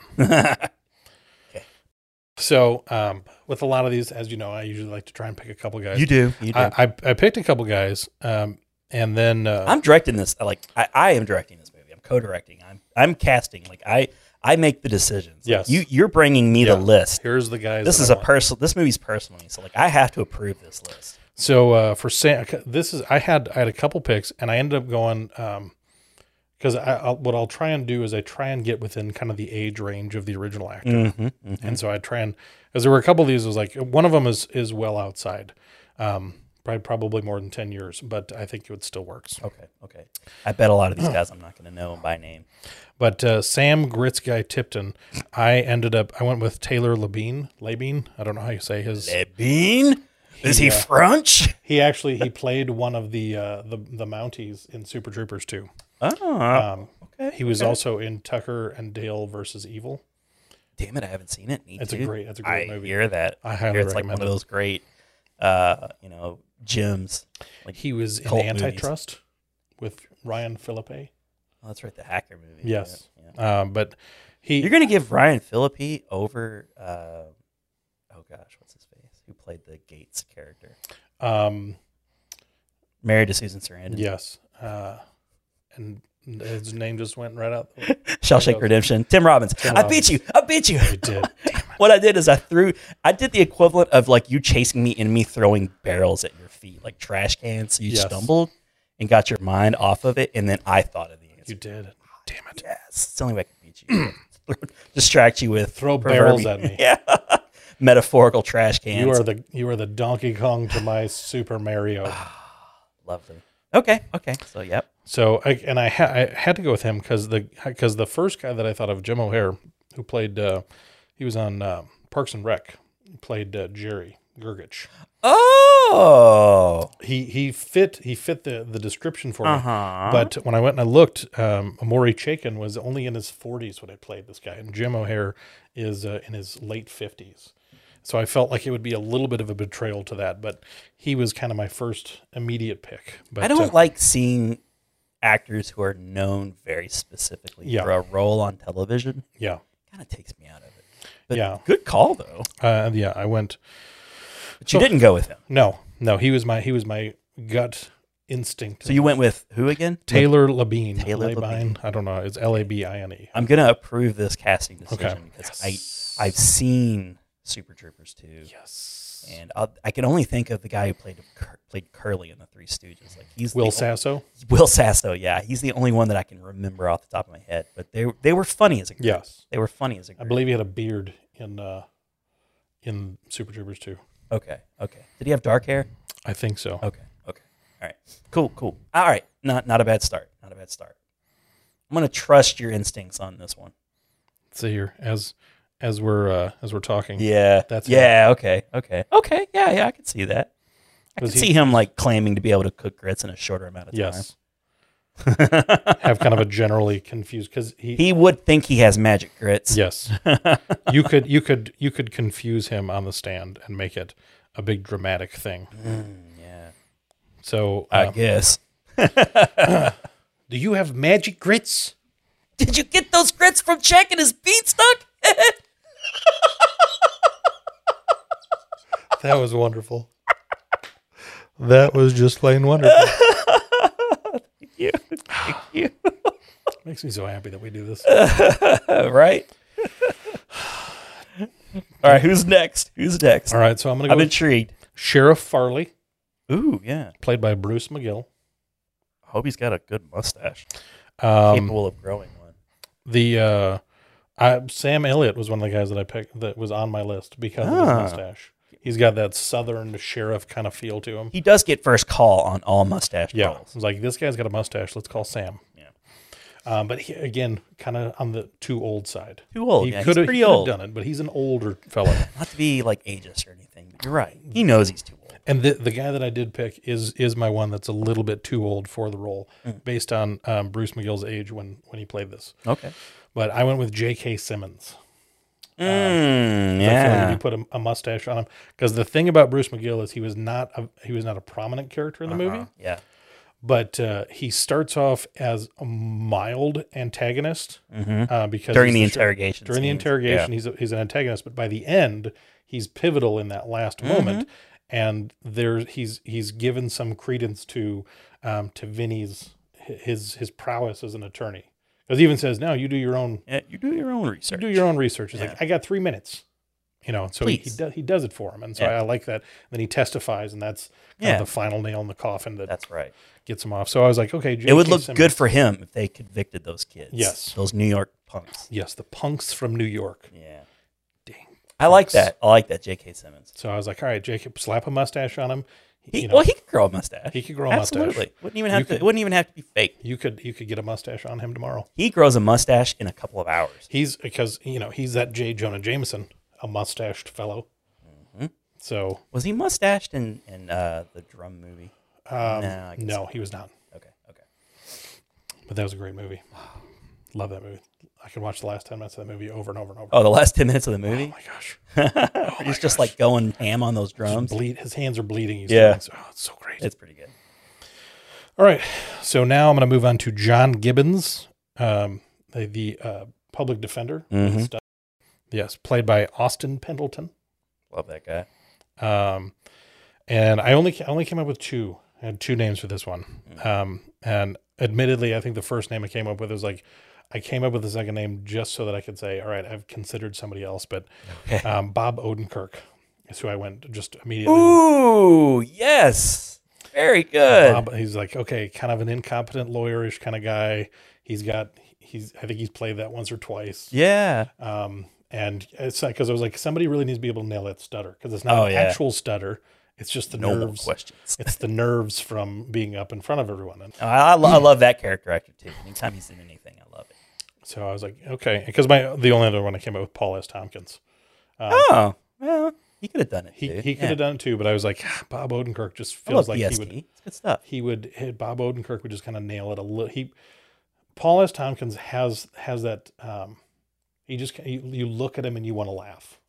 Speaker 1: So um, with a lot of these, as you know, I usually like to try and pick a couple guys.
Speaker 2: you do. You do.
Speaker 1: I, I, I picked a couple guys, um, and then uh,
Speaker 2: I'm directing this. Like I, I am directing this movie. I'm co-directing. I'm I'm casting. Like I I make the decisions. Like,
Speaker 1: Yes.
Speaker 2: you you're bringing me
Speaker 1: Yeah.
Speaker 2: the list.
Speaker 1: here's the guys.
Speaker 2: This
Speaker 1: that
Speaker 2: is
Speaker 1: I
Speaker 2: a
Speaker 1: want.
Speaker 2: personal. This movie's personal. to me, So like I have to approve this list.
Speaker 1: So uh, for Sam, this is I had I had a couple picks, and I ended up going because I I'll, what I'll try and do is I try and get within kind of the age range of the original actor,
Speaker 2: Mm-hmm,
Speaker 1: and so I try and as there were a couple of these, it was like one of them is is well outside, um, probably probably more than ten years, but I think it still works.
Speaker 2: Okay, okay. I bet a lot of these guys I'm not going to know by name.
Speaker 1: But uh, Sam Gritz guy Tipton, I ended up I went with Taylor Labine Labine. I don't know how you say his.
Speaker 2: Bean? Is he French?
Speaker 1: He actually he played one of the uh, the the Mounties in Super Troopers too.
Speaker 2: Oh,
Speaker 1: Um,
Speaker 2: okay.
Speaker 1: He was also in Tucker and Dale versus Evil.
Speaker 2: Damn it, I haven't seen it. Me
Speaker 1: It's a
Speaker 2: too.
Speaker 1: great- it's a great
Speaker 2: I
Speaker 1: movie.
Speaker 2: hear that.
Speaker 1: I highly
Speaker 2: hear it's like one
Speaker 1: recommend
Speaker 2: of
Speaker 1: it.
Speaker 2: those great, uh, you know, gems. Like
Speaker 1: He was in
Speaker 2: Cult movies.
Speaker 1: Antitrust with Ryan Philippe.
Speaker 2: oh, that's right, the hacker movie. yeah,
Speaker 1: Yes,
Speaker 2: yeah.
Speaker 1: Um, but he
Speaker 2: You're gonna give Ryan Philippi over? Uh, oh gosh, what's his face? Who played the Gates character?
Speaker 1: um,
Speaker 2: Married to Susan Sarandon.
Speaker 1: yes, uh, and his name just went right out.
Speaker 2: Shawshank Redemption. Tim Robbins. I
Speaker 1: Robbins.
Speaker 2: beat you. I beat you.
Speaker 1: It did.
Speaker 2: what I did is I threw. I did the equivalent of like you chasing me and me throwing barrels at your feet, like trash cans. So you
Speaker 1: Yes.
Speaker 2: stumbled and got your mind off of it, and then I thought of the answer.
Speaker 1: You did. Damn it.
Speaker 2: Yes, it's the only way I can beat you. Distract you with
Speaker 1: Throw
Speaker 2: proverbial-
Speaker 1: barrels at me.
Speaker 2: Yeah, metaphorical trash cans.
Speaker 1: You are the you are the Donkey Kong to my Super Mario.
Speaker 2: Ah. Lovely. Okay. Okay. So yep.
Speaker 1: So I and I, ha- I had to go with him because the because the first guy that I thought of, Jim O'Hare, who played, uh, he was on uh, Parks and Rec, He played uh, Jerry Gergich.
Speaker 2: Oh.
Speaker 1: He he fit he fit the the description for
Speaker 2: Uh
Speaker 1: me.
Speaker 2: huh.
Speaker 1: But when I went and I looked, um, Amori Chaikin was only in his 40s when I played this guy, and Jim O'Hare is uh, in his late 50s. So I felt like it would be a little bit of a betrayal to that, but he was kind of my first immediate pick. But
Speaker 2: I don't
Speaker 1: uh,
Speaker 2: like seeing actors who are known very specifically
Speaker 1: Yeah.
Speaker 2: for a role on television.
Speaker 1: yeah.
Speaker 2: Kind of takes me out of it. But
Speaker 1: Yeah.
Speaker 2: Good call though.
Speaker 1: Uh, yeah, I went
Speaker 2: But you didn't go with him.
Speaker 1: No, no, he was my he was my gut instinct.
Speaker 2: So you went with who again?
Speaker 1: Taylor Labine.
Speaker 2: Taylor
Speaker 1: Labine. I don't know. It's L A B I N E.
Speaker 2: I'm gonna approve this casting decision
Speaker 1: Okay.
Speaker 2: because I I've seen Super Troopers too.
Speaker 1: Yes.
Speaker 2: And I'll, I can only think of the guy who played Cur- played Curly in the Three Stooges. Like he's the
Speaker 1: Will
Speaker 2: only-
Speaker 1: Sasso.
Speaker 2: Will Sasso, yeah, he's the only one that I can remember off the top of my head. But they they were funny as a group.
Speaker 1: Yes.
Speaker 2: they were funny as a group.
Speaker 1: I believe he had a beard in uh in Super Troopers too.
Speaker 2: Okay, okay. Did he have dark hair?
Speaker 1: I think so.
Speaker 2: Okay, okay. All right, cool, cool. All right, not not a bad start. Not a bad start. I'm gonna trust your instincts on this one.
Speaker 1: Let's see here as as we're uh as we're talking.
Speaker 2: Yeah,
Speaker 1: That's
Speaker 2: yeah. Okay, okay, okay. Yeah, yeah. I can see that. I can
Speaker 1: Was he-
Speaker 2: see him like claiming to be able to cook grits in a shorter amount of time.
Speaker 1: Yes. Have kind of a generally confused because he,
Speaker 2: He would think he has magic grits.
Speaker 1: Yes. you could you could you could confuse him on the stand and make it a big dramatic thing.
Speaker 2: yeah.
Speaker 1: So
Speaker 2: I
Speaker 1: um,
Speaker 2: guess.
Speaker 1: do you have magic grits?
Speaker 2: Did you get those grits from Jack and his beanstalk?
Speaker 1: That was wonderful. That was just plain wonderful.
Speaker 2: you. Thank you.
Speaker 1: Makes me so happy that we do this.
Speaker 2: right? All right, who's next? Who's next?
Speaker 1: All right, so I'm gonna go
Speaker 2: I'm
Speaker 1: with
Speaker 2: intrigued.
Speaker 1: Sheriff Farley,
Speaker 2: Ooh, yeah.
Speaker 1: played by Bruce McGill.
Speaker 2: I hope he's got a good mustache.
Speaker 1: Um,
Speaker 2: Capable of growing one.
Speaker 1: the uh, I, Sam Elliott was one of the guys that I picked that was on my list because of
Speaker 2: Ah.
Speaker 1: his mustache. He's got that southern sheriff kind of feel to him.
Speaker 2: He does get first call on all mustache
Speaker 1: Yeah, I
Speaker 2: roles.
Speaker 1: was like, this guy's got a mustache. Let's call Sam.
Speaker 2: Yeah.
Speaker 1: Um, but he, again, kind of on the too old side.
Speaker 2: Too old,
Speaker 1: He
Speaker 2: yeah, he's
Speaker 1: could have
Speaker 2: pretty old.
Speaker 1: done it, but he's an older fella.
Speaker 2: Not to be like ageist or anything, but you're right. He knows he's too old.
Speaker 1: And the the guy that I did pick is is my one that's a little bit too old for the role,
Speaker 2: Mm.
Speaker 1: based on um, Bruce McGill's age when when he played this.
Speaker 2: Okay.
Speaker 1: But I went with J.K. Simmons.
Speaker 2: Mm,
Speaker 1: I feel like if
Speaker 2: yeah.
Speaker 1: you put a, a mustache on him, because the thing about Bruce McGill is he was not a, he was not a prominent character in the movie,
Speaker 2: Yeah. Uh-huh.
Speaker 1: but uh, he starts off as a mild antagonist uh, because
Speaker 2: Mm-hmm. During the
Speaker 1: he's sheriff.
Speaker 2: interrogation.
Speaker 1: during the
Speaker 2: scenes.
Speaker 1: interrogation he's, a, he's an antagonist but by the end he's pivotal in that last
Speaker 2: Mm-hmm.
Speaker 1: moment and there he's he's given some credence to um, to vinny's his his prowess as an attorney because he even says now you do your own
Speaker 2: Yeah. Yeah, you do your own research.
Speaker 1: do your own research he's like i got three minutes You know, so he, he,
Speaker 2: Please.
Speaker 1: do, he does it for him. And so
Speaker 2: Yeah.
Speaker 1: I like that. And then he testifies, and that's kind
Speaker 2: Yeah.
Speaker 1: of the final nail in the coffin that
Speaker 2: That's right.
Speaker 1: gets him off. So I was like, okay,
Speaker 2: It would
Speaker 1: J.K.
Speaker 2: look
Speaker 1: Simmons-
Speaker 2: good for him if they convicted those kids.
Speaker 1: Yes.
Speaker 2: Those New York punks.
Speaker 1: Yes, the punks from New York.
Speaker 2: Yeah. Dang. I like that. I like that J.K. Simmons.
Speaker 1: So I was like, all right, Jacob, slap a mustache on him.
Speaker 2: He,
Speaker 1: you know,
Speaker 2: well, he could grow a mustache.
Speaker 1: He could grow a mustache.
Speaker 2: Absolutely. Wouldn't even have
Speaker 1: You
Speaker 2: to.
Speaker 1: could-
Speaker 2: it wouldn't even have to be fake.
Speaker 1: you could you could get a mustache on him tomorrow.
Speaker 2: He grows a mustache in a couple of hours.
Speaker 1: He's because you know he's that J. Jonah Jameson, a mustached fellow.
Speaker 2: Mm-hmm.
Speaker 1: So
Speaker 2: Was he mustached in in uh, the drum movie?
Speaker 1: um,
Speaker 2: No, I guess
Speaker 1: no, he was not.
Speaker 2: Okay. Okay.
Speaker 1: But that was a great movie. Love that movie. I could watch the last ten minutes of that movie over and over and over.
Speaker 2: Oh, the last ten minutes of the movie.
Speaker 1: Oh my gosh,
Speaker 2: He's just like going ham on those drums.
Speaker 1: bleed! His hands are bleeding. He's
Speaker 2: Yeah.
Speaker 1: doing- oh, it's so great.
Speaker 2: It's pretty good.
Speaker 1: All right. So now I'm going to move on to John Gibbons, um, the, the uh, public defender.
Speaker 2: Mhm.
Speaker 1: Stuff. Yes, played by Austin Pendleton.
Speaker 2: Love that guy.
Speaker 1: Um, and I only I only came up with two. I had two names for this one.
Speaker 2: Mm.
Speaker 1: Um, and admittedly, I think the first name I came up with was like I came up with the second name just so that I could say, all right, I've considered somebody else, but um, Bob Odenkirk is who I went just immediately.
Speaker 2: Ooh, yes. Very good.
Speaker 1: Bob, he's like, okay, kind of an incompetent lawyerish kind of guy. He's got, he's, I think he's played that once or twice.
Speaker 2: yeah.
Speaker 1: Um, and it's like, cause I was like, somebody really needs to be able to nail that stutter. Cause it's not
Speaker 2: Oh,
Speaker 1: an
Speaker 2: yeah.
Speaker 1: actual stutter. It's just the
Speaker 2: No more
Speaker 1: nerves.
Speaker 2: questions.
Speaker 1: it's the nerves from being up in front of everyone. And
Speaker 2: I, I, lo- I love that character actor too. Anytime he's in anything, I love it.
Speaker 1: so I was like, okay. Cause my, the only other one I came up with Paul S. Tompkins.
Speaker 2: Oh, well, he could have done it.
Speaker 1: Uh, He,
Speaker 2: dude.
Speaker 1: he could
Speaker 2: Yeah.
Speaker 1: have done it too, but I was like, "Ah, Bob Odenkirk just
Speaker 2: I love
Speaker 1: feels like
Speaker 2: PSP.
Speaker 1: he would,
Speaker 2: It's good stuff.
Speaker 1: he would hit Bob Odenkirk would just kind of nail it a little. He Paul S. Tompkins has has that. Um, he just you, you look at him and you want to laugh.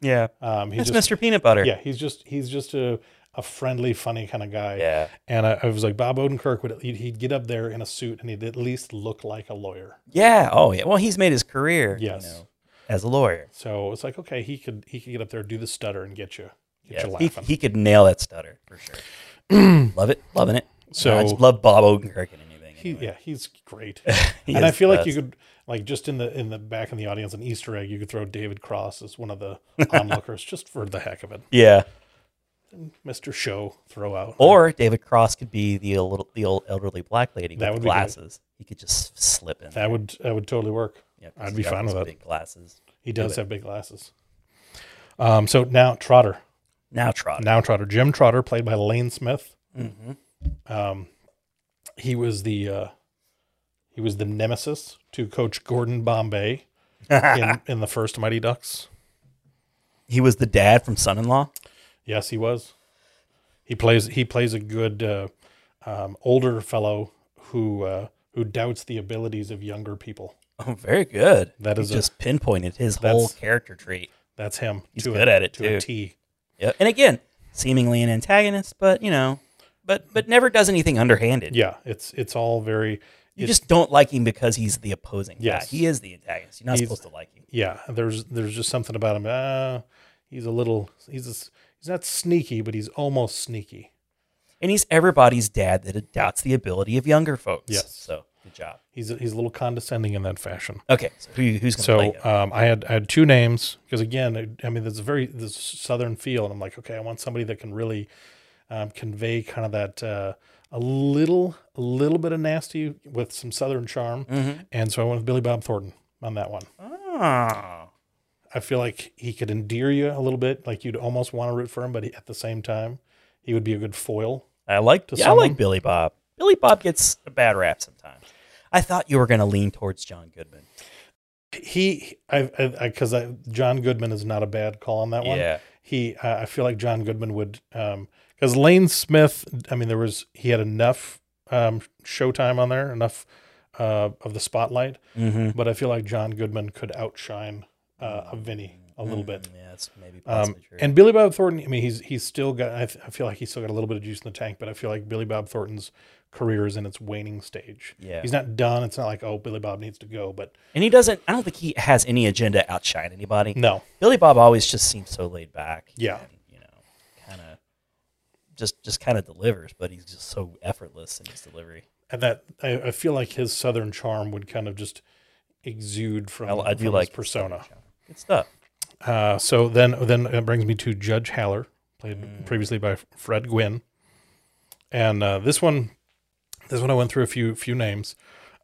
Speaker 2: Yeah,
Speaker 1: Um, he
Speaker 2: it's
Speaker 1: just
Speaker 2: Mr. Peanut Butter.
Speaker 1: yeah, he's just he's just a a friendly, funny kind of guy.
Speaker 2: yeah,
Speaker 1: And I, I was like, Bob Odenkirk would he'd, he'd get up there in a suit and he'd at least look like a lawyer.
Speaker 2: yeah. Oh, yeah. Well, he's made his career.
Speaker 1: Yes.
Speaker 2: you know, as a lawyer.
Speaker 1: So it's like okay, he could he could get up there, do the stutter, and get you get
Speaker 2: Yeah,
Speaker 1: you
Speaker 2: he,
Speaker 1: laughing.
Speaker 2: he could nail that stutter for sure. love it, loving it.
Speaker 1: So-
Speaker 2: I just love Bob Odenkirk in anything.
Speaker 1: He-
Speaker 2: anyway.
Speaker 1: yeah, he's great.
Speaker 2: He
Speaker 1: and I
Speaker 2: is
Speaker 1: feel
Speaker 2: the
Speaker 1: like you
Speaker 2: best.
Speaker 1: could like just in the in the back in the audience an Easter egg you could throw David Cross as one of the onlookers just for the heck of it.
Speaker 2: Yeah,
Speaker 1: Mr. Show throw out
Speaker 2: or David Cross could be the little the old elderly black lady
Speaker 1: That would
Speaker 2: with the
Speaker 1: be great.
Speaker 2: glasses. He could just slip in.
Speaker 1: that would that would totally work.
Speaker 2: Yeah, 'cause
Speaker 1: I'd
Speaker 2: he's
Speaker 1: be
Speaker 2: got
Speaker 1: fine
Speaker 2: those
Speaker 1: with it.
Speaker 2: Big glasses.
Speaker 1: He does have big glasses. Um, so now Trotter,
Speaker 2: Now Trot.
Speaker 1: now Trotter, Jim Trotter, played by Lane Smith.
Speaker 2: Mm-hmm.
Speaker 1: Um, he was the uh, he was the nemesis to Coach Gordon Bombay in, in the first Mighty Ducks.
Speaker 2: He was the dad from Son-in-Law.
Speaker 1: Yes, he was. He plays he plays a good uh, um, older fellow who uh, who doubts the abilities of younger people.
Speaker 2: Oh, very good.
Speaker 1: That
Speaker 2: He
Speaker 1: is a-
Speaker 2: just pinpointed his
Speaker 1: that's-
Speaker 2: whole character trait.
Speaker 1: That's him.
Speaker 2: He's
Speaker 1: to a-
Speaker 2: good at it,
Speaker 1: to
Speaker 2: too.
Speaker 1: a T.
Speaker 2: Yep. And again, seemingly an antagonist, but you know, but but never does anything underhanded.
Speaker 1: Yeah, it's it's all very
Speaker 2: You
Speaker 1: it-
Speaker 2: just don't like him because he's the opposing
Speaker 1: Yes.
Speaker 2: guy. He is the antagonist. You're not
Speaker 1: He's-
Speaker 2: supposed to like him.
Speaker 1: yeah. There's there's just something about him. Uh, he's a little he's a s he's not sneaky, but he's almost sneaky.
Speaker 2: And he's everybody's dad that doubts the ability of younger folks.
Speaker 1: Yes.
Speaker 2: So good job.
Speaker 1: He's a, he's a little condescending in that fashion.
Speaker 2: Okay. So who, who's going to play
Speaker 1: So
Speaker 2: him?
Speaker 1: um, I had I had two names because again, I, I mean, there's a very this southern feel, and I'm like, okay, I want somebody that can really um, convey kind of that uh, a little a little bit of nasty with some southern charm, and so I went with Billy Bob Thornton on that one.
Speaker 2: Oh,
Speaker 1: Ah. I feel like he could endear you a little bit, like you'd almost want to root for him, but at the same time, he would be a good foil.
Speaker 2: I like
Speaker 1: To
Speaker 2: yeah, I like
Speaker 1: someone?
Speaker 2: Billy Bob. Billy Bob gets a bad rap sometimes. I thought you were going to lean towards John Goodman.
Speaker 1: He, I, I, because I, John Goodman is not a bad call on that one.
Speaker 2: Yeah.
Speaker 1: he uh, i feel like john goodman would um because lane smith i mean there was he had enough um showtime on there enough uh of the spotlight
Speaker 2: Mm-hmm.
Speaker 1: but i feel like john goodman could outshine uh a vinny a little bit
Speaker 2: Yeah, Mm-hmm. that's maybe
Speaker 1: um
Speaker 2: possibly true.
Speaker 1: and billy bob thornton i mean he's he's still got I, th- I feel like he's still got a little bit of juice in the tank but i feel like billy bob thornton's career is in its waning stage
Speaker 2: Yeah.
Speaker 1: he's not done it's not like oh billy bob needs to go but
Speaker 2: And he doesn't. I don't think he has any agenda to outshine anybody.
Speaker 1: no
Speaker 2: Billy Bob always just seems so laid back.
Speaker 1: Yeah.
Speaker 2: and, you know, kind of just just kind of delivers, but he's just so effortless in his delivery.
Speaker 1: and that I, I feel like his southern charm would kind of just exude from,
Speaker 2: I, I do
Speaker 1: from
Speaker 2: like
Speaker 1: his persona.
Speaker 2: Good stuff.
Speaker 1: Uh, so then, then it brings me to Judge Haller, played
Speaker 2: Hmm.
Speaker 1: previously by Fred Gwynn, and uh, this one, this one I went through a few few names,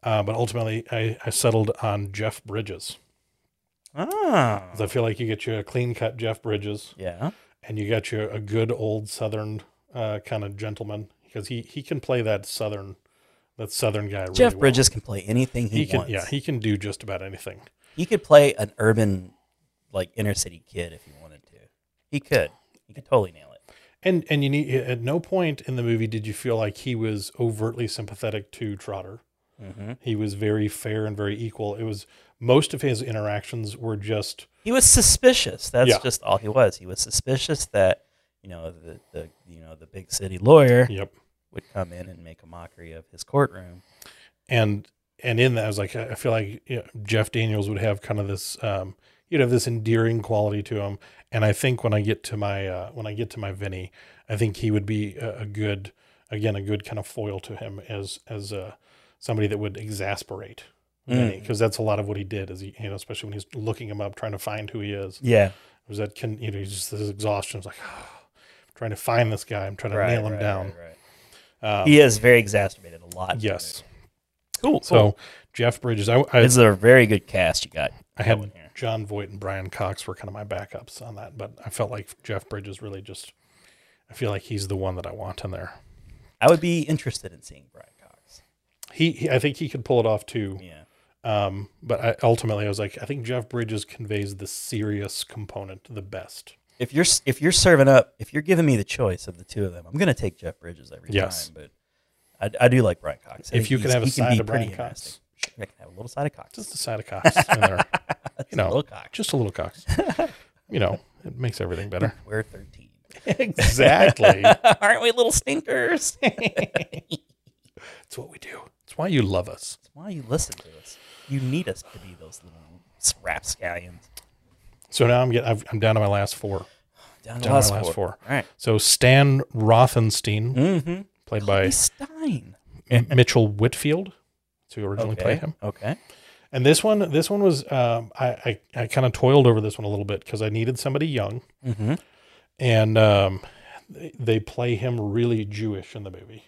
Speaker 1: uh, but ultimately I, I settled on Jeff Bridges
Speaker 2: Ah.
Speaker 1: 'Cause I feel like you get you a clean cut Jeff Bridges,
Speaker 2: Yeah.
Speaker 1: and you got you a good old Southern uh, kind of gentleman because he he can play that Southern that Southern guy. Really
Speaker 2: Jeff
Speaker 1: well.
Speaker 2: Bridges can play anything he,
Speaker 1: he can
Speaker 2: wants.
Speaker 1: yeah he can do just about anything.
Speaker 2: He could play an urban, like inner city kid if he wanted to. He could. He could totally nail it.
Speaker 1: And and you need at no point in the movie did you feel like he was overtly sympathetic to Trotter.
Speaker 2: Mm-hmm.
Speaker 1: He was very fair and very equal. It was most of his interactions were just
Speaker 2: He was suspicious. That's
Speaker 1: Yeah.
Speaker 2: just all he was. He was suspicious that you know the, the you know the big city lawyer
Speaker 1: yep.
Speaker 2: would come in and make a mockery of his courtroom.
Speaker 1: And and in that I was like I I feel like you know, Jeff Daniels would have kind of this um you'd have this endearing quality to him. And I think when I get to my uh, when I get to my Vinny, I think he would be a, a good again a good kind of foil to him as as uh, somebody that would exasperate Vinny
Speaker 2: Mm.
Speaker 1: because that's a lot of what he did is he you know especially when he's looking him up trying to find who he is.
Speaker 2: Yeah.
Speaker 1: It was that can you know he's just this exhaustion. It's like I'm trying to find this guy. I'm trying to nail him down. Um,
Speaker 2: he is very exacerbated a lot. in the
Speaker 1: Yes.
Speaker 2: Cool.
Speaker 1: So Jeff Bridges, I, I
Speaker 2: This is a very good cast you got.
Speaker 1: I had John Voight and Brian Cox were kind of my backups on that, but I felt like Jeff Bridges really just, I feel like he's the one that I want in there.
Speaker 2: I would be interested in seeing Brian Cox.
Speaker 1: He, he I think he could pull it off too.
Speaker 2: Yeah.
Speaker 1: Um, but I, ultimately, I was like, I think Jeff Bridges conveys the serious component the best.
Speaker 2: If you're if you're serving up, if you're giving me the choice of the two of them, I'm going to take Jeff Bridges every
Speaker 1: Yes.
Speaker 2: time. But I, I do like Brian Cox. I
Speaker 1: If
Speaker 2: think
Speaker 1: you can
Speaker 2: he's-
Speaker 1: have a
Speaker 2: he can
Speaker 1: side
Speaker 2: be
Speaker 1: of Brian
Speaker 2: pretty
Speaker 1: Cox.
Speaker 2: interesting. I can have a little side of Cox.
Speaker 1: Just a side of Cox in there, you know,
Speaker 2: little Cox.
Speaker 1: just a little Cox. you know, it makes everything better.
Speaker 2: We're 13.
Speaker 1: Exactly. That's
Speaker 2: Aren't we little stinkers?
Speaker 1: what we do. It's why you love us.
Speaker 2: Why you listen to us? You need us to be those little rapscallions.
Speaker 1: So now I'm getting, I've, I'm down to my last four.
Speaker 2: Down
Speaker 1: Down to my last four.
Speaker 2: All right.
Speaker 1: So Stan Rothenstein, played by
Speaker 2: Stein.
Speaker 1: M- Mitchell Whitfield, to originally play him.
Speaker 2: Okay.
Speaker 1: And this one, this one was, um, I, I, I kind of toiled over this one a little bit because I needed somebody young,
Speaker 2: Mm-hmm.
Speaker 1: and um, they, they play him really Jewish in the movie.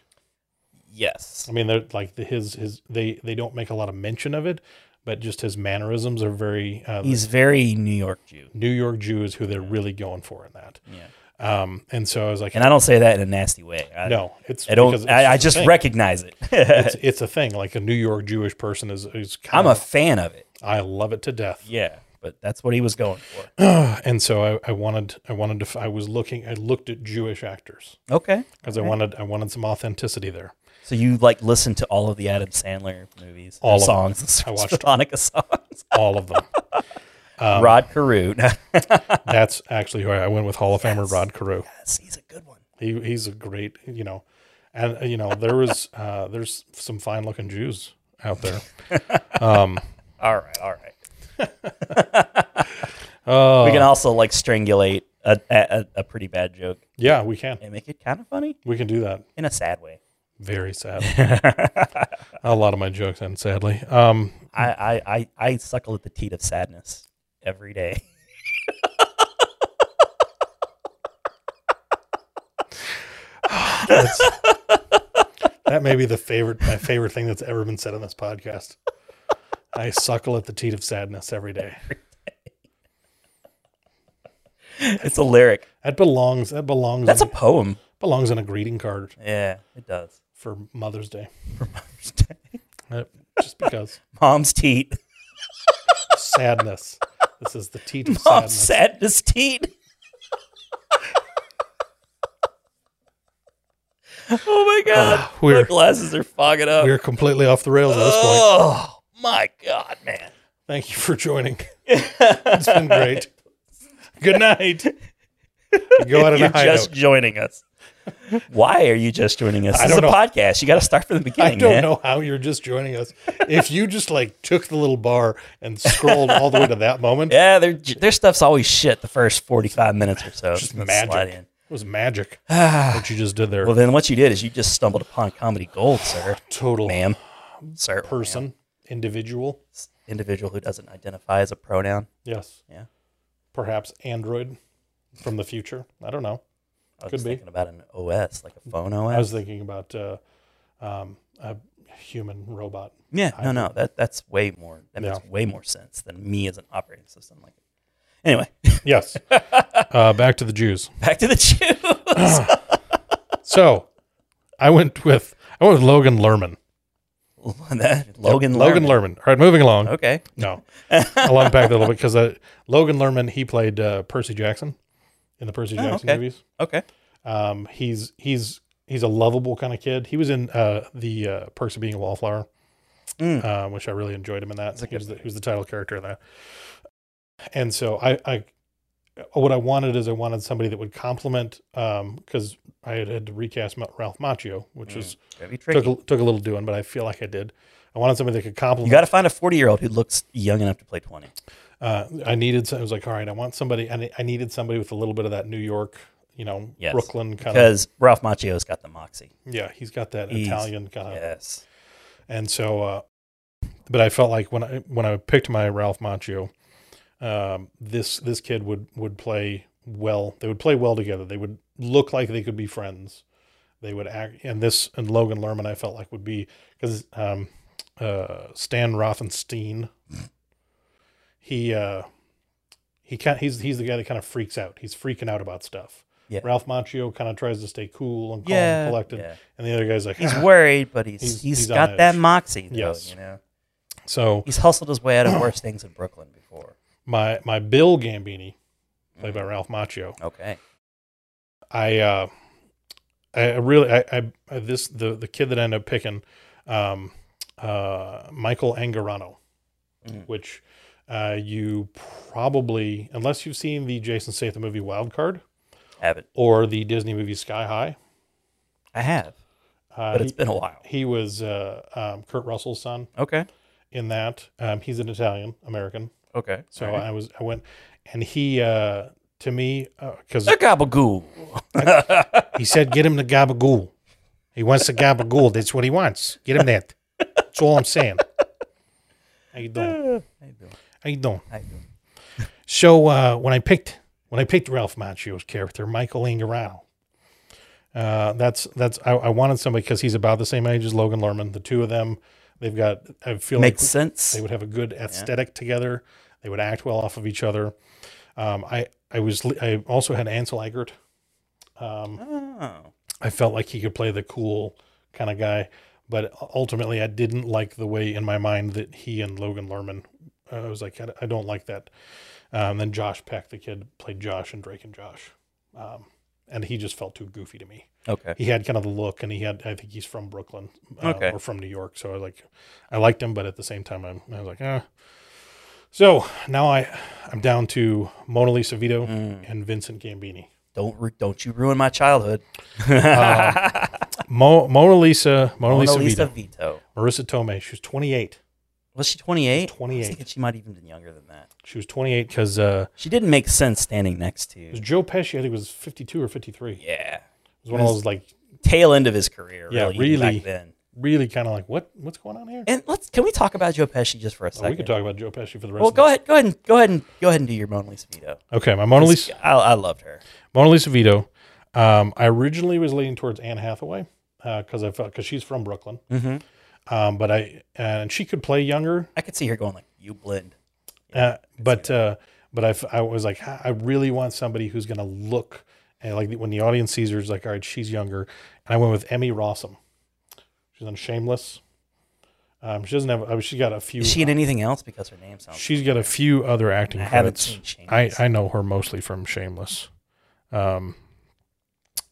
Speaker 2: Yes.
Speaker 1: I mean, they're like the, his his they they don't make a lot of mention of it, but just his mannerisms are very uh,
Speaker 2: He's very New York Jew.
Speaker 1: New York Jew is who they're really going for in that. Yeah. Um, and so I was like,
Speaker 2: And I don't say that in a nasty way. I,
Speaker 1: no, it's
Speaker 2: I don't.
Speaker 1: because it's
Speaker 2: I, I
Speaker 1: a
Speaker 2: just
Speaker 1: thing.
Speaker 2: recognize it.
Speaker 1: it's, it's a thing. Like a New York Jewish person is, is
Speaker 2: I'm
Speaker 1: kind
Speaker 2: a
Speaker 1: of,
Speaker 2: fan of it.
Speaker 1: I love it to death.
Speaker 2: Yeah, but that's what he was going for.
Speaker 1: And so I, I wanted, I wanted to, f- I was looking, I looked at Jewish actors
Speaker 2: Okay.
Speaker 1: because I wanted, I wanted some authenticity there.
Speaker 2: So you like listen to all of the Adam Sandler movies,
Speaker 1: All of them. Um,
Speaker 2: songs,
Speaker 1: I
Speaker 2: I
Speaker 1: watched-
Speaker 2: watched Sonica songs,
Speaker 1: All of them.
Speaker 2: Rod Carew.
Speaker 1: That's actually who I, I went with Hall of Famer Rod Carew.
Speaker 2: Yes, he's a good one.
Speaker 1: He, he's a great, you know, and uh, you know, there was, uh, there's some fine looking Jews out there.
Speaker 2: All right, all right.
Speaker 1: Oh,
Speaker 2: we can also like strangulate a, a, a- a pretty bad joke
Speaker 1: yeah, we can,
Speaker 2: and make it kind of funny
Speaker 1: we can do that.
Speaker 2: in a sad way.
Speaker 1: Very sad. a lot of my jokes end sadly. Um,
Speaker 2: I I I, I suckle at the teat of sadness every day.
Speaker 1: That may be the favorite my favorite thing that's ever been said on this podcast. I suckle at the teat of sadness every day.
Speaker 2: it's a lyric.
Speaker 1: That belongs that belongs
Speaker 2: That's a
Speaker 1: in,
Speaker 2: poem.
Speaker 1: belongs on a greeting card
Speaker 2: Yeah, it does.
Speaker 1: for Mother's Day.
Speaker 2: For Mother's Day.
Speaker 1: Uh, Just because
Speaker 2: Mom's teat.
Speaker 1: sadness. This is the teat of
Speaker 2: Mom's
Speaker 1: sadness.
Speaker 2: sadness teat. oh my god. my
Speaker 1: Uh, we're-
Speaker 2: glasses are fogging up.
Speaker 1: We're completely off the rails at this point.
Speaker 2: Oh my god, man.
Speaker 1: Thank you for joining. It's been great. Good night. Go out on
Speaker 2: You're
Speaker 1: a high
Speaker 2: just
Speaker 1: note.
Speaker 2: joining us. Why are you just joining us?
Speaker 1: I
Speaker 2: This is a
Speaker 1: don't know.
Speaker 2: podcast. You got to start from the beginning.
Speaker 1: I don't
Speaker 2: man.
Speaker 1: know how you're just joining us. If you just like took the little bar and scrolled all the way to that moment,
Speaker 2: Yeah, their their stuff's always shit the first forty five minutes or so.
Speaker 1: just
Speaker 2: Let's
Speaker 1: magic.
Speaker 2: slide in.
Speaker 1: It was magic what you just did there.
Speaker 2: Well, then what you did is you just stumbled upon comedy gold, sir,
Speaker 1: Total
Speaker 2: ma'am, sir,
Speaker 1: person, individual.
Speaker 2: ma'am. individual who doesn't identify as a pronoun.
Speaker 1: Yes.
Speaker 2: Yeah.
Speaker 1: perhaps Android from the future. I don't know.
Speaker 2: I was
Speaker 1: Could
Speaker 2: just
Speaker 1: be.
Speaker 2: thinking about an OS, like a phone OS.
Speaker 1: I was thinking about uh, um, a human robot.
Speaker 2: yeah, no, no, that that's way more. That makes
Speaker 1: Yeah.
Speaker 2: way more sense than me as an operating system. Like, anyway,
Speaker 1: Yes. uh, back to the Jews.
Speaker 2: back to the Jew.
Speaker 1: So I went with I went with Logan Lerman.
Speaker 2: That- Logan,
Speaker 1: Logan
Speaker 2: Lerman.
Speaker 1: Lerman. All right, moving along.
Speaker 2: Okay,
Speaker 1: No, I'll unpack that a little bit because uh, Logan Lerman he played uh, Percy Jackson in the Percy
Speaker 2: Oh,
Speaker 1: Jackson
Speaker 2: okay.
Speaker 1: movies.
Speaker 2: okay.
Speaker 1: Um, he's he's he's a lovable kind of kid. He was in uh, the uh, Perks of Being a Wallflower,
Speaker 2: Mm.
Speaker 1: uh, which I really enjoyed him in that.
Speaker 2: a
Speaker 1: He
Speaker 2: good
Speaker 1: was, the, he was the title character in that. And so I, I what I wanted is I wanted somebody that would complement because I had had to recast Ma- Ralph Macchio, which was
Speaker 2: That'd be Mm. tricky.
Speaker 1: took a, took a little doing, but I feel like I did. I wanted somebody that could
Speaker 2: You
Speaker 1: complement.
Speaker 2: got to find a forty-year-old who looks young enough to play twenty.
Speaker 1: uh, I needed. Some, I was like, all right, I want somebody. I, ne- I needed somebody with a little bit of that New York, you know,
Speaker 2: Yes,
Speaker 1: Brooklyn kind of.
Speaker 2: Because Ralph Macchio's got the moxie.
Speaker 1: Yeah, he's got that
Speaker 2: He's-
Speaker 1: Italian kind of.
Speaker 2: Yes.
Speaker 1: And so, uh, but I felt like when I when I picked my Ralph Macchio, um, this this kid would would play well. They would play well together. They would look like they could be friends. They would act, and this and Logan Lerman, I felt like would be because um, uh, Stan Rothenstein, he uh, he kind he's he's the guy that kind of freaks out. He's freaking out about stuff.
Speaker 2: Yeah.
Speaker 1: Ralph Macchio kind of tries to stay cool and calm
Speaker 2: Yeah.
Speaker 1: and collected,
Speaker 2: yeah.
Speaker 1: and the other guy's like,
Speaker 2: He's
Speaker 1: "Ah."
Speaker 2: worried, but he's
Speaker 1: He's-
Speaker 2: he's
Speaker 1: he's on
Speaker 2: got that
Speaker 1: edge.
Speaker 2: moxie. Though,
Speaker 1: Yes.
Speaker 2: You know,
Speaker 1: so
Speaker 2: he's hustled his way out of worse things in Brooklyn before.
Speaker 1: my my Bill Gambini, played
Speaker 2: Mm.
Speaker 1: by Ralph Macchio.
Speaker 2: Okay.
Speaker 1: I uh, I I really I, I, I this the the kid that I ended up picking, um, uh, Michael Angarano,
Speaker 2: Mhm.
Speaker 1: which uh, you probably unless you've seen the Jason Statham movie Wild Card
Speaker 2: Have it.
Speaker 1: or the Disney movie Sky High.
Speaker 2: I have,
Speaker 1: Uh,
Speaker 2: but it's
Speaker 1: he,
Speaker 2: been a while.
Speaker 1: he was uh, um, Kurt Russell's son
Speaker 2: Okay.
Speaker 1: in that. Um, he's an Italian American,
Speaker 2: Okay.
Speaker 1: so
Speaker 2: All right.
Speaker 1: I was I went and he uh, to me because
Speaker 2: a gabagool.
Speaker 1: He said, "Get him the gabagool. He wants the gabagool. That's what he wants. Get him that. That's all I'm saying." How you doing?
Speaker 2: Uh, How you doing?
Speaker 1: How you doing?
Speaker 2: How you doing?
Speaker 1: So uh, when I picked when I picked Ralph Macchio's character, Michael Ingerano, uh, that's that's I, I wanted somebody because he's about the same age as Logan Lerman. The two of them, they've got. I feel
Speaker 2: Makes
Speaker 1: like
Speaker 2: sense.
Speaker 1: they would have a good aesthetic together. They would act well off of each other. Um, I I was I also had Ansel Eggert.
Speaker 2: Oh.
Speaker 1: I felt like he could play the cool kind of guy, but ultimately I didn't like the way in my mind that he and Logan Lerman. uh, I was like, I I don't like that. Um, then Josh Peck, the kid, played Josh and Drake and Josh, um, and he just felt too goofy to me.
Speaker 2: Okay.
Speaker 1: He had kind of the look, and he had. I think he's from Brooklyn uh,
Speaker 2: Okay.
Speaker 1: or from New York, so I like, I liked him, but at the same time, I'm, I was like, ah. So now I, I'm down to Mona Lisa Vito
Speaker 2: Mm.
Speaker 1: and Vincent Gambini.
Speaker 2: Don't ru- don't you ruin my childhood.
Speaker 1: Mo, Mona Lisa, Mona,
Speaker 2: Mona
Speaker 1: Lisa,
Speaker 2: Lisa
Speaker 1: Vito.
Speaker 2: Vito.
Speaker 1: Marissa Tomei. She was 28.
Speaker 2: Was she 28?
Speaker 1: 28.
Speaker 2: She might have even been younger than that.
Speaker 1: She was 28 because uh,
Speaker 2: She didn't make sense standing next
Speaker 1: it was
Speaker 2: to.
Speaker 1: Joe Pesci. I think was 52 or 53. It
Speaker 2: Yeah.
Speaker 1: was one of those like
Speaker 2: Tail end of his career.
Speaker 1: Yeah,
Speaker 2: Really, even
Speaker 1: really.
Speaker 2: Back then.
Speaker 1: really kind of like what what's going on here.
Speaker 2: And let's can we talk about Joe Pesci just for a
Speaker 1: Oh,
Speaker 2: second?
Speaker 1: we could talk about Joe Pesci for the rest.
Speaker 2: Well,
Speaker 1: of
Speaker 2: go
Speaker 1: this.
Speaker 2: ahead, go ahead, and, go ahead and go ahead and do your Mona Lisa Vito.
Speaker 1: Okay, my Mona Lisa,
Speaker 2: I, I loved her.
Speaker 1: Mona Lisa Vito. Um, I originally was leaning towards Anne Hathaway because I felt because she's from Brooklyn. Um, but I and she could play younger,
Speaker 2: Mm-hmm. I could see her going like, "You blend."
Speaker 1: uh, but uh, but I, f- I was like "Ah, I really want somebody who's going to look and like when the audience sees her, it's like all right, she's younger. And I went with Emmy Rossum. She's on Shameless. Um, she doesn't have. I mean, she's got a few.
Speaker 2: Is she in anything else? Because her name sounds.
Speaker 1: She's got a few other acting
Speaker 2: I haven't
Speaker 1: credits.
Speaker 2: seen
Speaker 1: I,
Speaker 2: Shameless.
Speaker 1: I know her mostly from Shameless. Um,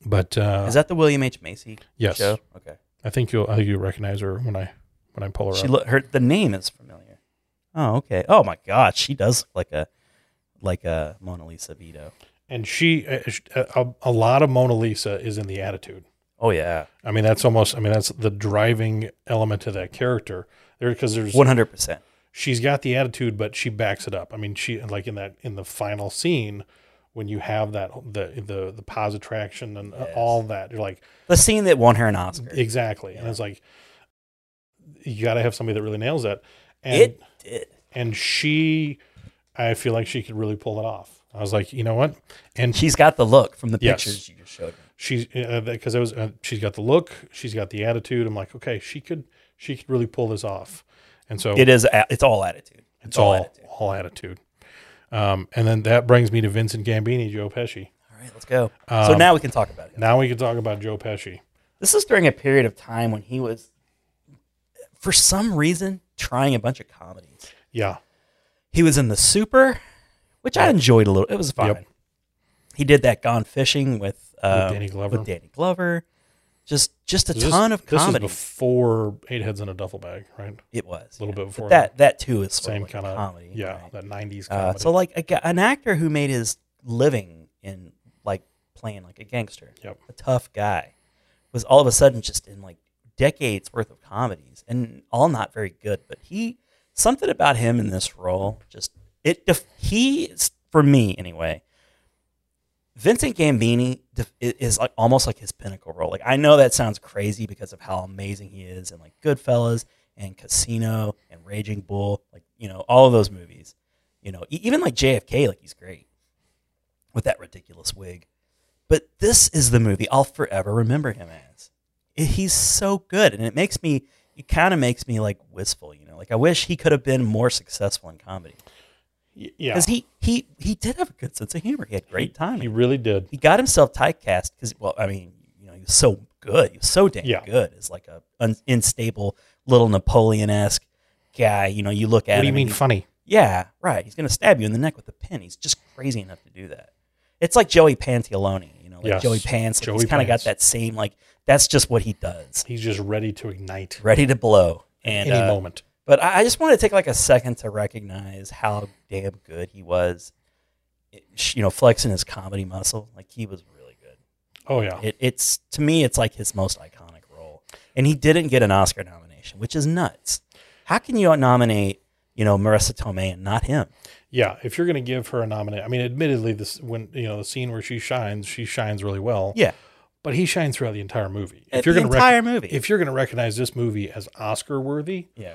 Speaker 1: but uh,
Speaker 2: Is that the William H Macy
Speaker 1: yes,
Speaker 2: show? Okay.
Speaker 1: I think you'll I think you recognize her when I when I pull her
Speaker 2: She
Speaker 1: up.
Speaker 2: lo- her the name is familiar. Oh, okay. Oh my God, she does look like a like a Mona Lisa Vito.
Speaker 1: and she uh, sh- a, a lot of Mona Lisa is in the attitude.
Speaker 2: Oh yeah,
Speaker 1: I mean, that's almost. I mean, that's the driving element to that character there because there's
Speaker 2: one hundred percent.
Speaker 1: she's got the attitude, but she backs it up. I mean, she like in that in the final scene when you have that the the the pause attraction and uh,
Speaker 2: Yes.
Speaker 1: all that you're like
Speaker 2: The scene that won her an Oscar. It,
Speaker 1: exactly, and it's like you got to have somebody that really nails that. And
Speaker 2: did.
Speaker 1: and she, I feel like she could really pull it off. I was like, you know what? And
Speaker 2: She's got the look from the
Speaker 1: Yes.
Speaker 2: pictures you just showed me.
Speaker 1: she's because I was uh, she's got the look, she's got the attitude. I'm like, okay, she could she could really pull this off. And so
Speaker 2: It is. a- It's all attitude. It's,
Speaker 1: it's all all attitude.
Speaker 2: attitude.
Speaker 1: Um, and then that brings me to Vincent Gambini, Joe Pesci.
Speaker 2: All right, let's go. so now we can talk about it.
Speaker 1: Um, Now we can talk about Joe Pesci.
Speaker 2: This is during a period of time when he was, for some reason, trying a bunch of comedies.
Speaker 1: Yeah,
Speaker 2: He was in The Super, which I enjoyed a little. It was fine.
Speaker 1: Yep.
Speaker 2: He did that Gone Fishing with, uh,
Speaker 1: Danny Glover.
Speaker 2: With Danny Glover. Just, just a
Speaker 1: This-
Speaker 2: ton of
Speaker 1: this is
Speaker 2: comedy.
Speaker 1: before Eight Heads in a Duffel Bag, right?
Speaker 2: it was
Speaker 1: a little bit
Speaker 2: But
Speaker 1: before
Speaker 2: that. That too is sort
Speaker 1: Same
Speaker 2: of like
Speaker 1: kind of
Speaker 2: comedy.
Speaker 1: Yeah,
Speaker 2: right?
Speaker 1: that '90s
Speaker 2: Uh,
Speaker 1: comedy.
Speaker 2: so like a, gu- an actor who made his living in like playing like a gangster,
Speaker 1: Yep.
Speaker 2: a tough guy, was all of a sudden just in like decades worth of comedies and all not very good. But he something about him in this role just it def- he for me anyway. Vincent Gambini def- i- is like almost like his pinnacle role. Like I know that sounds crazy because of how amazing he is in like Goodfellas and Casino and Raging Bull, like you know all of those movies. You know, e- even like JFK, like he's great with that ridiculous wig. But this is the movie I'll forever remember him as. I- He's so good, and it makes me. It kind of makes me like wistful, you know. Like I wish he could have been more successful in comedy
Speaker 1: Y- yeah,
Speaker 2: because he he he did have a good sense of humor. He had great timing
Speaker 1: he really did.
Speaker 2: he got himself typecast because well i mean you know he was so good he was so damn
Speaker 1: Yeah.
Speaker 2: good as like a un- unstable little napoleon-esque guy you know you look at
Speaker 1: What do you
Speaker 2: him
Speaker 1: mean
Speaker 2: and he-
Speaker 1: funny?
Speaker 2: yeah right he's gonna stab you in the neck with a pin he's just crazy enough to do that it's like joey pantalone you know like
Speaker 1: Yes.
Speaker 2: joey pants like
Speaker 1: Joey
Speaker 2: he's kind of got
Speaker 1: Pants.
Speaker 2: that same like that's just what he does
Speaker 1: He's just ready to ignite
Speaker 2: ready to blow and
Speaker 1: any
Speaker 2: uh,
Speaker 1: moment.
Speaker 2: but I, I just want to take like a second to recognize how damn good he was It- sh- you know flexing his comedy muscle like he was really good
Speaker 1: Oh yeah,
Speaker 2: it, it's to me, it's like his most iconic role, and he didn't get an Oscar nomination, which is nuts. How can you nominate, you know, Marissa Tomei and not him?
Speaker 1: yeah. If you're gonna give her a nomination, I mean, admittedly, this when you know the scene where she shines, she shines really well.
Speaker 2: Yeah,
Speaker 1: but he shines throughout the entire movie.
Speaker 2: if
Speaker 1: If you're
Speaker 2: the
Speaker 1: going to
Speaker 2: entire movie.
Speaker 1: if you're going to recognize this movie as Oscar worthy,
Speaker 2: yeah,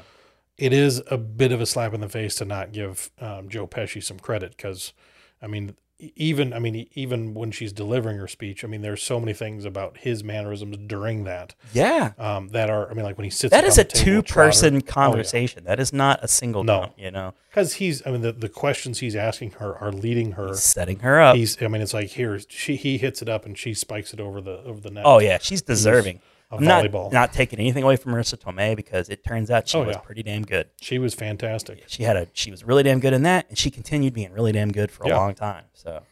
Speaker 1: it is a bit of a slap in the face to not give um, Joe Pesci some credit because, I mean, e- even I mean even when she's delivering her speech, I mean, there's so many things about his mannerisms during that
Speaker 2: yeah,
Speaker 1: um, that are I mean, like when he sits.
Speaker 2: that is a two-person conversation. That is not a single.
Speaker 1: Oh, No.
Speaker 2: com- you know,
Speaker 1: because he's I mean the, the questions he's asking her are leading her.
Speaker 2: setting her up.
Speaker 1: He's I mean it's like here she he hits it up and she spikes it over the over the net.
Speaker 2: oh yeah, she's deserving.
Speaker 1: a
Speaker 2: I'm not
Speaker 1: volleyball.
Speaker 2: not taking anything away from Marissa Tomei because it turns out she
Speaker 1: Oh,
Speaker 2: was
Speaker 1: yeah.
Speaker 2: pretty damn good.
Speaker 1: she was fantastic.
Speaker 2: she had a she was really damn good in that, and she continued being really damn good for a
Speaker 1: Yeah.
Speaker 2: long time. So,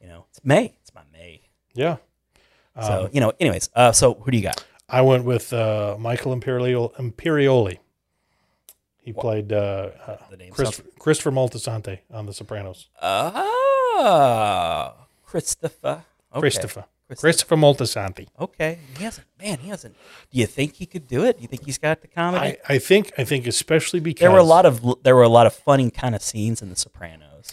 Speaker 2: you know, it's May. It's my May.
Speaker 1: Yeah. Um,
Speaker 2: So you know, anyways, uh, so who do you got?
Speaker 1: I went with uh, Michael Imperioli. Imperioli. He played uh, uh,
Speaker 2: The name
Speaker 1: Christ- Christopher Moltisanti on The Sopranos.
Speaker 2: Oh, Christopher. Okay.
Speaker 1: uh, Christopher.
Speaker 2: Christopher.
Speaker 1: Christopher Moltisanti.
Speaker 2: Okay, he hasn't. Man, he hasn't. Do you think he could do it? Do you think he's got the comedy?
Speaker 1: I, I think I think especially because
Speaker 2: there were a lot of there were a lot of funny kind of scenes in The Sopranos.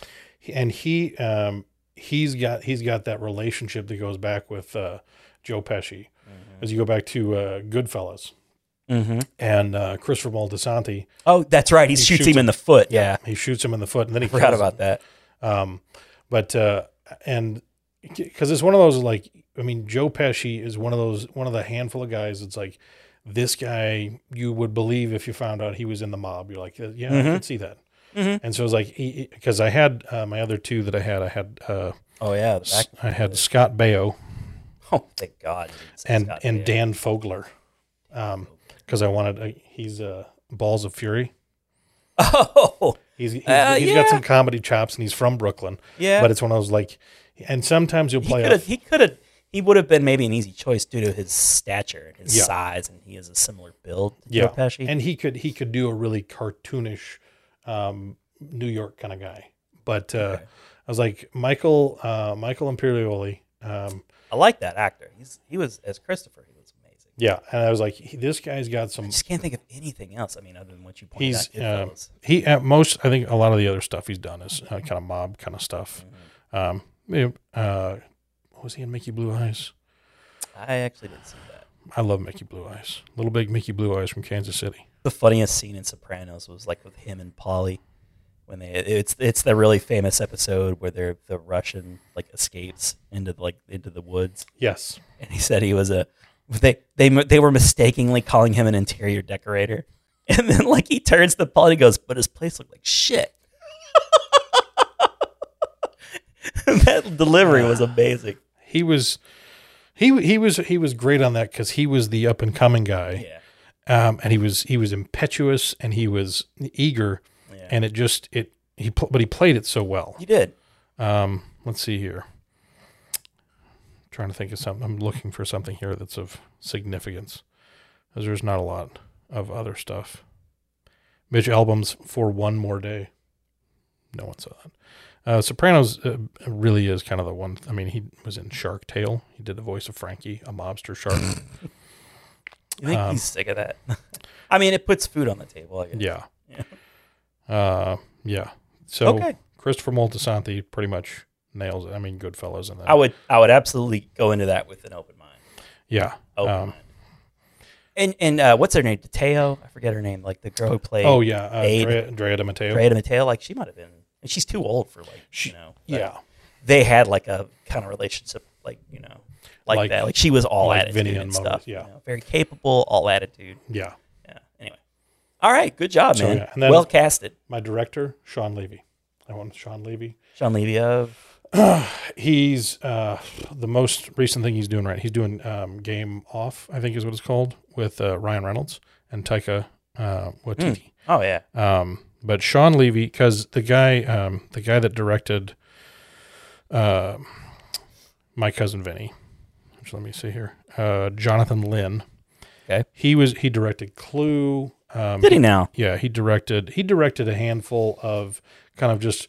Speaker 1: and he um, he's got he's got that relationship that goes back with uh, Joe Pesci as you go back to uh, Goodfellas
Speaker 2: Mm-hmm.
Speaker 1: and uh, Christopher Moltisanti.
Speaker 2: Oh, that's right. He, shoots,
Speaker 1: shoots
Speaker 2: him in the foot. Yeah,
Speaker 1: He shoots him in the foot and then he
Speaker 2: I forgot
Speaker 1: kills him.
Speaker 2: about that.
Speaker 1: Um, but uh, and because it's one of those like I mean Joe Pesci is one of those one of the handful of guys that's like this guy you would believe if you found out he was in the mob you're like yeah
Speaker 2: Mm-hmm.
Speaker 1: I could see that
Speaker 2: Mhm.
Speaker 1: and so it's like because I had uh, my other two that I had I had uh,
Speaker 2: Oh yeah, the
Speaker 1: s-
Speaker 2: back-
Speaker 1: I had Scott Baio
Speaker 2: oh thank God. you didn't say
Speaker 1: and
Speaker 2: Scott
Speaker 1: and
Speaker 2: Baio.
Speaker 1: Dan Fogler because I wanted uh, he's uh, Balls of Fury
Speaker 2: Oh
Speaker 1: he's he's,
Speaker 2: Uh,
Speaker 1: he's got
Speaker 2: yeah.
Speaker 1: some comedy chops and he's from Brooklyn
Speaker 2: yeah,
Speaker 1: but it's one of those like and sometimes you'll
Speaker 2: he
Speaker 1: play
Speaker 2: could
Speaker 1: off-
Speaker 2: have. He could have. He would have been maybe an easy choice due to his stature, and his
Speaker 1: Yeah.
Speaker 2: size, and he has a similar build to
Speaker 1: yeah.
Speaker 2: Joe Pesci.
Speaker 1: And he could he could do a really cartoonish um, New York kind of guy. But uh, I was like Michael uh, Michael Imperioli. Um,
Speaker 2: I like that actor. He's he was as Christopher. He was amazing.
Speaker 1: yeah, and I was like he, this guy's got some.
Speaker 2: Just can't think of anything else. I mean, other than what you pointed
Speaker 1: He's
Speaker 2: out.
Speaker 1: um,
Speaker 2: Goodfellas.
Speaker 1: he at most I think a lot of the other stuff he's done is uh, kind of mob kind of stuff.
Speaker 2: Mm-hmm.
Speaker 1: Um, yeah, uh, what was he in Mickey Blue Eyes?
Speaker 2: I actually didn't see that.
Speaker 1: I love Mickey Blue Eyes. Little Big Mickey Blue Eyes from Kansas City.
Speaker 2: The funniest scene in Sopranos was like with him and Polly, when they it's it's the really famous episode where they're the Russian like escapes into like into the woods,
Speaker 1: Yes.
Speaker 2: and he said he was a they they they were mistakenly calling him an interior decorator, and then like he turns to Paul and he goes, but his place looked like shit. that delivery was amazing.
Speaker 1: He was he he was he was great on that cuz he was the up and coming guy.
Speaker 2: Yeah,
Speaker 1: Um and he was he was impetuous and he was eager
Speaker 2: Yeah.
Speaker 1: and it just it he pl- but he played it so well.
Speaker 2: you did.
Speaker 1: Um let's see here. trying to think of something. I'm looking for something here that's of significance. 'Cause there's not a lot of other stuff. Mitch albums for one more day. No one saw that. Uh, Sopranos uh, really is kind of the one. I mean, he was in Shark Tale. He did the voice of Frankie, a mobster shark.
Speaker 2: You think
Speaker 1: Um,
Speaker 2: he's sick of that? I mean, it puts food on the table. I guess.
Speaker 1: yeah.
Speaker 2: Yeah.
Speaker 1: Uh, yeah. So
Speaker 2: Okay.
Speaker 1: Christopher Moltisanti pretty much nails it. I mean, Goodfellas and that.
Speaker 2: I would I would absolutely go into that with an open mind.
Speaker 1: yeah.
Speaker 2: Open
Speaker 1: Um,
Speaker 2: mind. And and uh, what's her name? Mateo? I forget her name. Like the girl who played
Speaker 1: oh yeah. Uh,
Speaker 2: Aid.
Speaker 1: Drea, Drea De Uh, Matteo.
Speaker 2: Freya Mateo. Like she might have been. And she's too old for like
Speaker 1: She-
Speaker 2: you know. but
Speaker 1: yeah.
Speaker 2: They had like a kind of relationship like you know like,
Speaker 1: Like-
Speaker 2: that. Like she was all
Speaker 1: like
Speaker 2: attitude
Speaker 1: Vinny
Speaker 2: and,
Speaker 1: and Mo-
Speaker 2: stuff.
Speaker 1: yeah.
Speaker 2: you know, very capable, all attitude.
Speaker 1: Yeah.
Speaker 2: Yeah. Anyway. All right. Good job,
Speaker 1: So,
Speaker 2: man.
Speaker 1: yeah, and then-
Speaker 2: well casted.
Speaker 1: my director, Sean Levy. I want Sean Levy.
Speaker 2: Sean Levy of
Speaker 1: He's uh, the most recent thing he's doing right. He's doing um, Game Off, I think is what it's called, with uh, Ryan Reynolds and Taika uh, Waititi.
Speaker 2: oh yeah
Speaker 1: Um, but Sean Levy, because the guy, um, the guy that directed uh, my cousin Vinny, which let me see here, uh, Jonathan Lynn.
Speaker 2: Okay.
Speaker 1: He was he directed Clue. Um,
Speaker 2: did he now
Speaker 1: yeah he directed he directed a handful of kind of just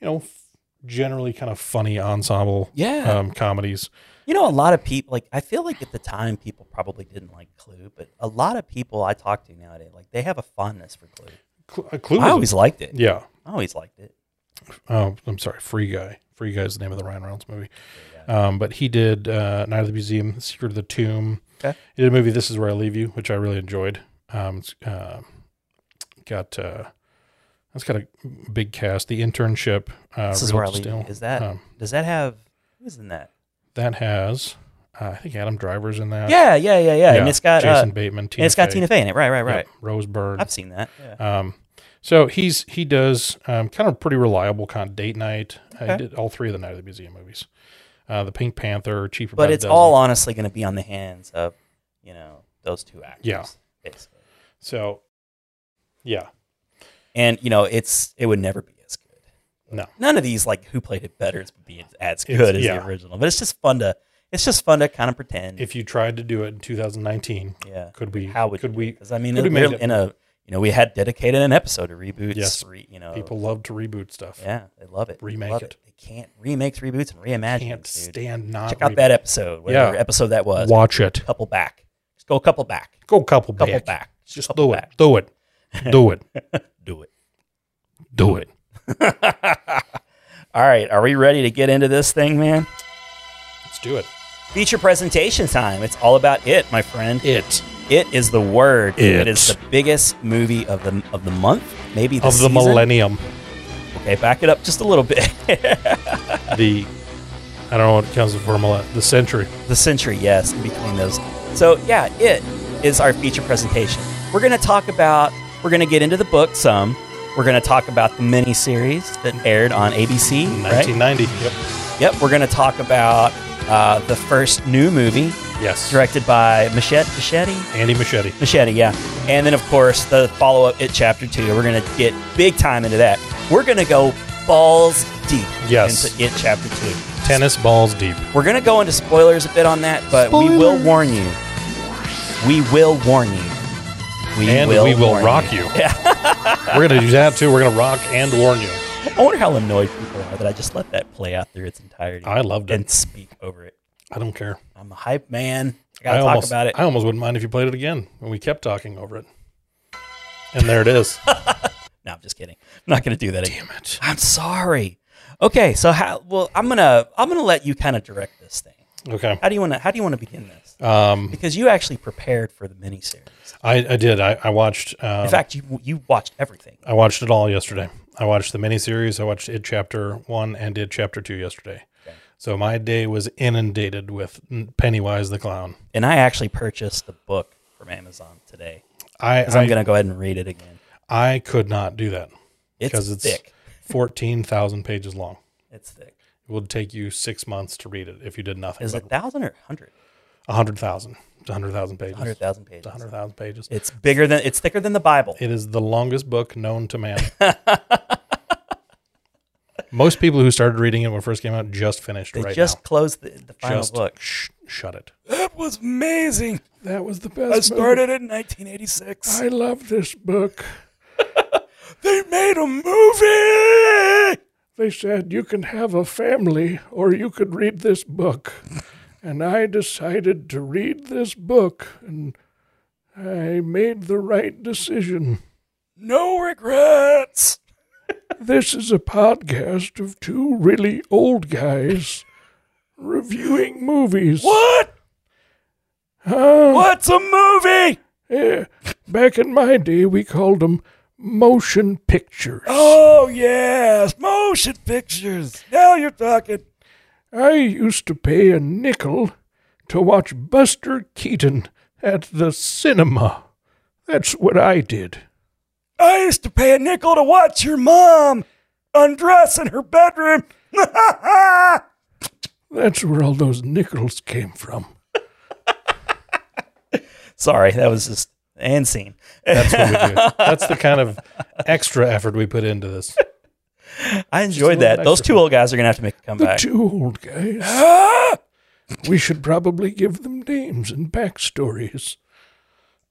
Speaker 1: you know f- generally kind of funny ensemble
Speaker 2: yeah
Speaker 1: um, comedies
Speaker 2: You know, a lot of people like I feel like at the time people probably didn't like Clue, but a lot of people I talk to nowadays like they have a fondness for Clue.
Speaker 1: Cl- uh, clue
Speaker 2: I
Speaker 1: was-
Speaker 2: always liked it.
Speaker 1: yeah
Speaker 2: I always liked it.
Speaker 1: oh i'm sorry free guy free guy is the name of the ryan reynolds movie um, but he did uh, night of the museum secret of the tomb
Speaker 2: Okay.
Speaker 1: he did a movie this is where i leave you which i really enjoyed um, it's, uh, got uh, that's got a big cast the internship uh,
Speaker 2: this is
Speaker 1: Real
Speaker 2: where I leave.
Speaker 1: Steel,
Speaker 2: you. Is that
Speaker 1: um,
Speaker 2: does that have who's in that?
Speaker 1: that has uh, i think adam driver's in that
Speaker 2: Yeah, yeah, yeah, yeah. And it's got
Speaker 1: Uh, Jason
Speaker 2: uh,
Speaker 1: Bateman, Tina
Speaker 2: and it's got
Speaker 1: Fey,
Speaker 2: Tina Fey in it. Right, right,
Speaker 1: yep,
Speaker 2: right.
Speaker 1: Rose Byrne.
Speaker 2: I've seen that. Yeah.
Speaker 1: Um, so he's he does um, kind of pretty reliable kind of date night. I
Speaker 2: Okay.
Speaker 1: did all three of the Night of the Museum movies, uh, the Pink Panther, Cheaper,
Speaker 2: but it's all honestly going to be on the hands of you know those two actors.
Speaker 1: Yeah.
Speaker 2: basically.
Speaker 1: So, yeah,
Speaker 2: And you know, it's it would never be as good.
Speaker 1: No.
Speaker 2: none of these like who played it better would be
Speaker 1: It's-
Speaker 2: as good as
Speaker 1: yeah.
Speaker 2: the original. But it's just fun to it's just fun to kind of pretend.
Speaker 1: if you tried to do it in 2019,
Speaker 2: yeah,
Speaker 1: could we?
Speaker 2: how would
Speaker 1: could we?
Speaker 2: Because I mean,
Speaker 1: could we
Speaker 2: it,
Speaker 1: made
Speaker 2: we're
Speaker 1: it-
Speaker 2: in a you know we had dedicated an episode to reboots.
Speaker 1: Yes.
Speaker 2: re- you know
Speaker 1: People love to reboot stuff.
Speaker 2: Yeah, they love it. They
Speaker 1: Remake
Speaker 2: love
Speaker 1: it.
Speaker 2: They can't remakes, reboots, and reimagine.
Speaker 1: Can't stand not.
Speaker 2: Check out
Speaker 1: reboot.
Speaker 2: that episode. Whatever
Speaker 1: Yeah.
Speaker 2: episode that was.
Speaker 1: Watch it.
Speaker 2: Couple back. Just go a couple back.
Speaker 1: Go couple
Speaker 2: Couple
Speaker 1: back.
Speaker 2: back.
Speaker 1: Just
Speaker 2: Couple
Speaker 1: do it.
Speaker 2: back.
Speaker 1: Do it. Do it. Do
Speaker 2: Do it.
Speaker 1: it.
Speaker 2: All right, are we ready to get into this thing, man?
Speaker 1: Let's do it.
Speaker 2: Feature presentation time. It's all about it, my friend.
Speaker 1: It
Speaker 2: It is the word.
Speaker 1: It.
Speaker 2: it is the biggest movie of the of the month, maybe the
Speaker 1: of the
Speaker 2: season.
Speaker 1: millennium.
Speaker 2: Okay, back it up just a little bit.
Speaker 1: the I don't know what counts as formula, the century.
Speaker 2: the century, yes, in between those. So yeah, it is our feature presentation. We're gonna talk about. We're gonna get into the book some. We're gonna talk about the miniseries that aired on ABC. Right?
Speaker 1: 1990. Yep.
Speaker 2: Yep. We're gonna talk about uh, the first new movie
Speaker 1: Yes.
Speaker 2: directed by Machete. Machete.
Speaker 1: Andy Machete.
Speaker 2: Machete, yeah. And then, of course, the follow up, It Chapter 2. We're going to get big time into that. We're going to go balls deep
Speaker 1: Yes.
Speaker 2: into It Chapter 2.
Speaker 1: Tennis balls deep.
Speaker 2: We're going to go into spoilers a bit on that, but we will warn you. We will warn you. We
Speaker 1: and we will
Speaker 2: warn
Speaker 1: rock you. We're going to do that too. We're going to rock and warn you.
Speaker 2: I wonder how annoyed people are that I just let that play out through its entirety.
Speaker 1: I loved it.
Speaker 2: And speak over it.
Speaker 1: I don't care.
Speaker 2: I'm a hype man. I got
Speaker 1: I
Speaker 2: to talk
Speaker 1: almost,
Speaker 2: about it.
Speaker 1: I almost wouldn't mind if you played it again when we kept talking over it. And there it is.
Speaker 2: no, I'm just kidding. I'm not going to do that again.
Speaker 1: Damn it.
Speaker 2: I'm sorry. Okay, so how? Well, I'm gonna I'm gonna let you kind of direct this thing.
Speaker 1: Okay.
Speaker 2: How do you want to? How do you want to begin this?
Speaker 1: Um,
Speaker 2: Because you actually prepared for the miniseries.
Speaker 1: I, I did. I, I watched. Um,
Speaker 2: In fact, you you watched everything.
Speaker 1: I watched it all yesterday. I watched the miniseries. I watched it chapter one and it chapter two yesterday. So my day was inundated with Pennywise the clown.
Speaker 2: and I actually purchased the book from Amazon today
Speaker 1: I
Speaker 2: because I'm
Speaker 1: I,
Speaker 2: going to go ahead and read it again.
Speaker 1: I could not do that
Speaker 2: It's,
Speaker 1: because it's
Speaker 2: thick.
Speaker 1: fourteen thousand pages long.
Speaker 2: It's thick.
Speaker 1: It would take you six months to read it if you did nothing.
Speaker 2: Is
Speaker 1: but
Speaker 2: it thousand or hundred?
Speaker 1: a hundred thousand? It's a hundred thousand pages.
Speaker 2: Hundred thousand pages.
Speaker 1: It's a hundred thousand pages.
Speaker 2: It's bigger than it's thicker than the Bible.
Speaker 1: It is the longest book known to man. Most people who started reading it when it first came out just finished
Speaker 2: They
Speaker 1: right
Speaker 2: just
Speaker 1: now.
Speaker 2: closed the, the final
Speaker 1: just
Speaker 2: book.
Speaker 1: Sh- shut it.
Speaker 2: That was amazing.
Speaker 1: That was the best.
Speaker 2: in 1986.
Speaker 1: I love this book.
Speaker 2: They made a movie.
Speaker 1: They said you can have a family or you could read this book. And I decided to read this book and I made the right decision.
Speaker 2: No regrets.
Speaker 1: This is a podcast of two really old guys reviewing movies.
Speaker 2: What?
Speaker 1: Huh?
Speaker 2: What's a movie?
Speaker 1: Eh, back in my day, we called them motion pictures.
Speaker 2: Oh yes, motion pictures. Now you're talking.
Speaker 1: I used to pay a nickel to watch Buster Keaton at the cinema. That's what I did.
Speaker 2: I used to pay a nickel to watch your mom undress in her bedroom.
Speaker 1: That's where all those nickels came from.
Speaker 2: Sorry, that was just and scene.
Speaker 1: That's what we do. That's the kind of extra effort we put into this.
Speaker 2: I enjoyed
Speaker 1: little
Speaker 2: that. Those
Speaker 1: extra
Speaker 2: two old guys are gonna have to make a
Speaker 1: The
Speaker 2: comeback.
Speaker 1: two old guys. we should probably give them names and backstories.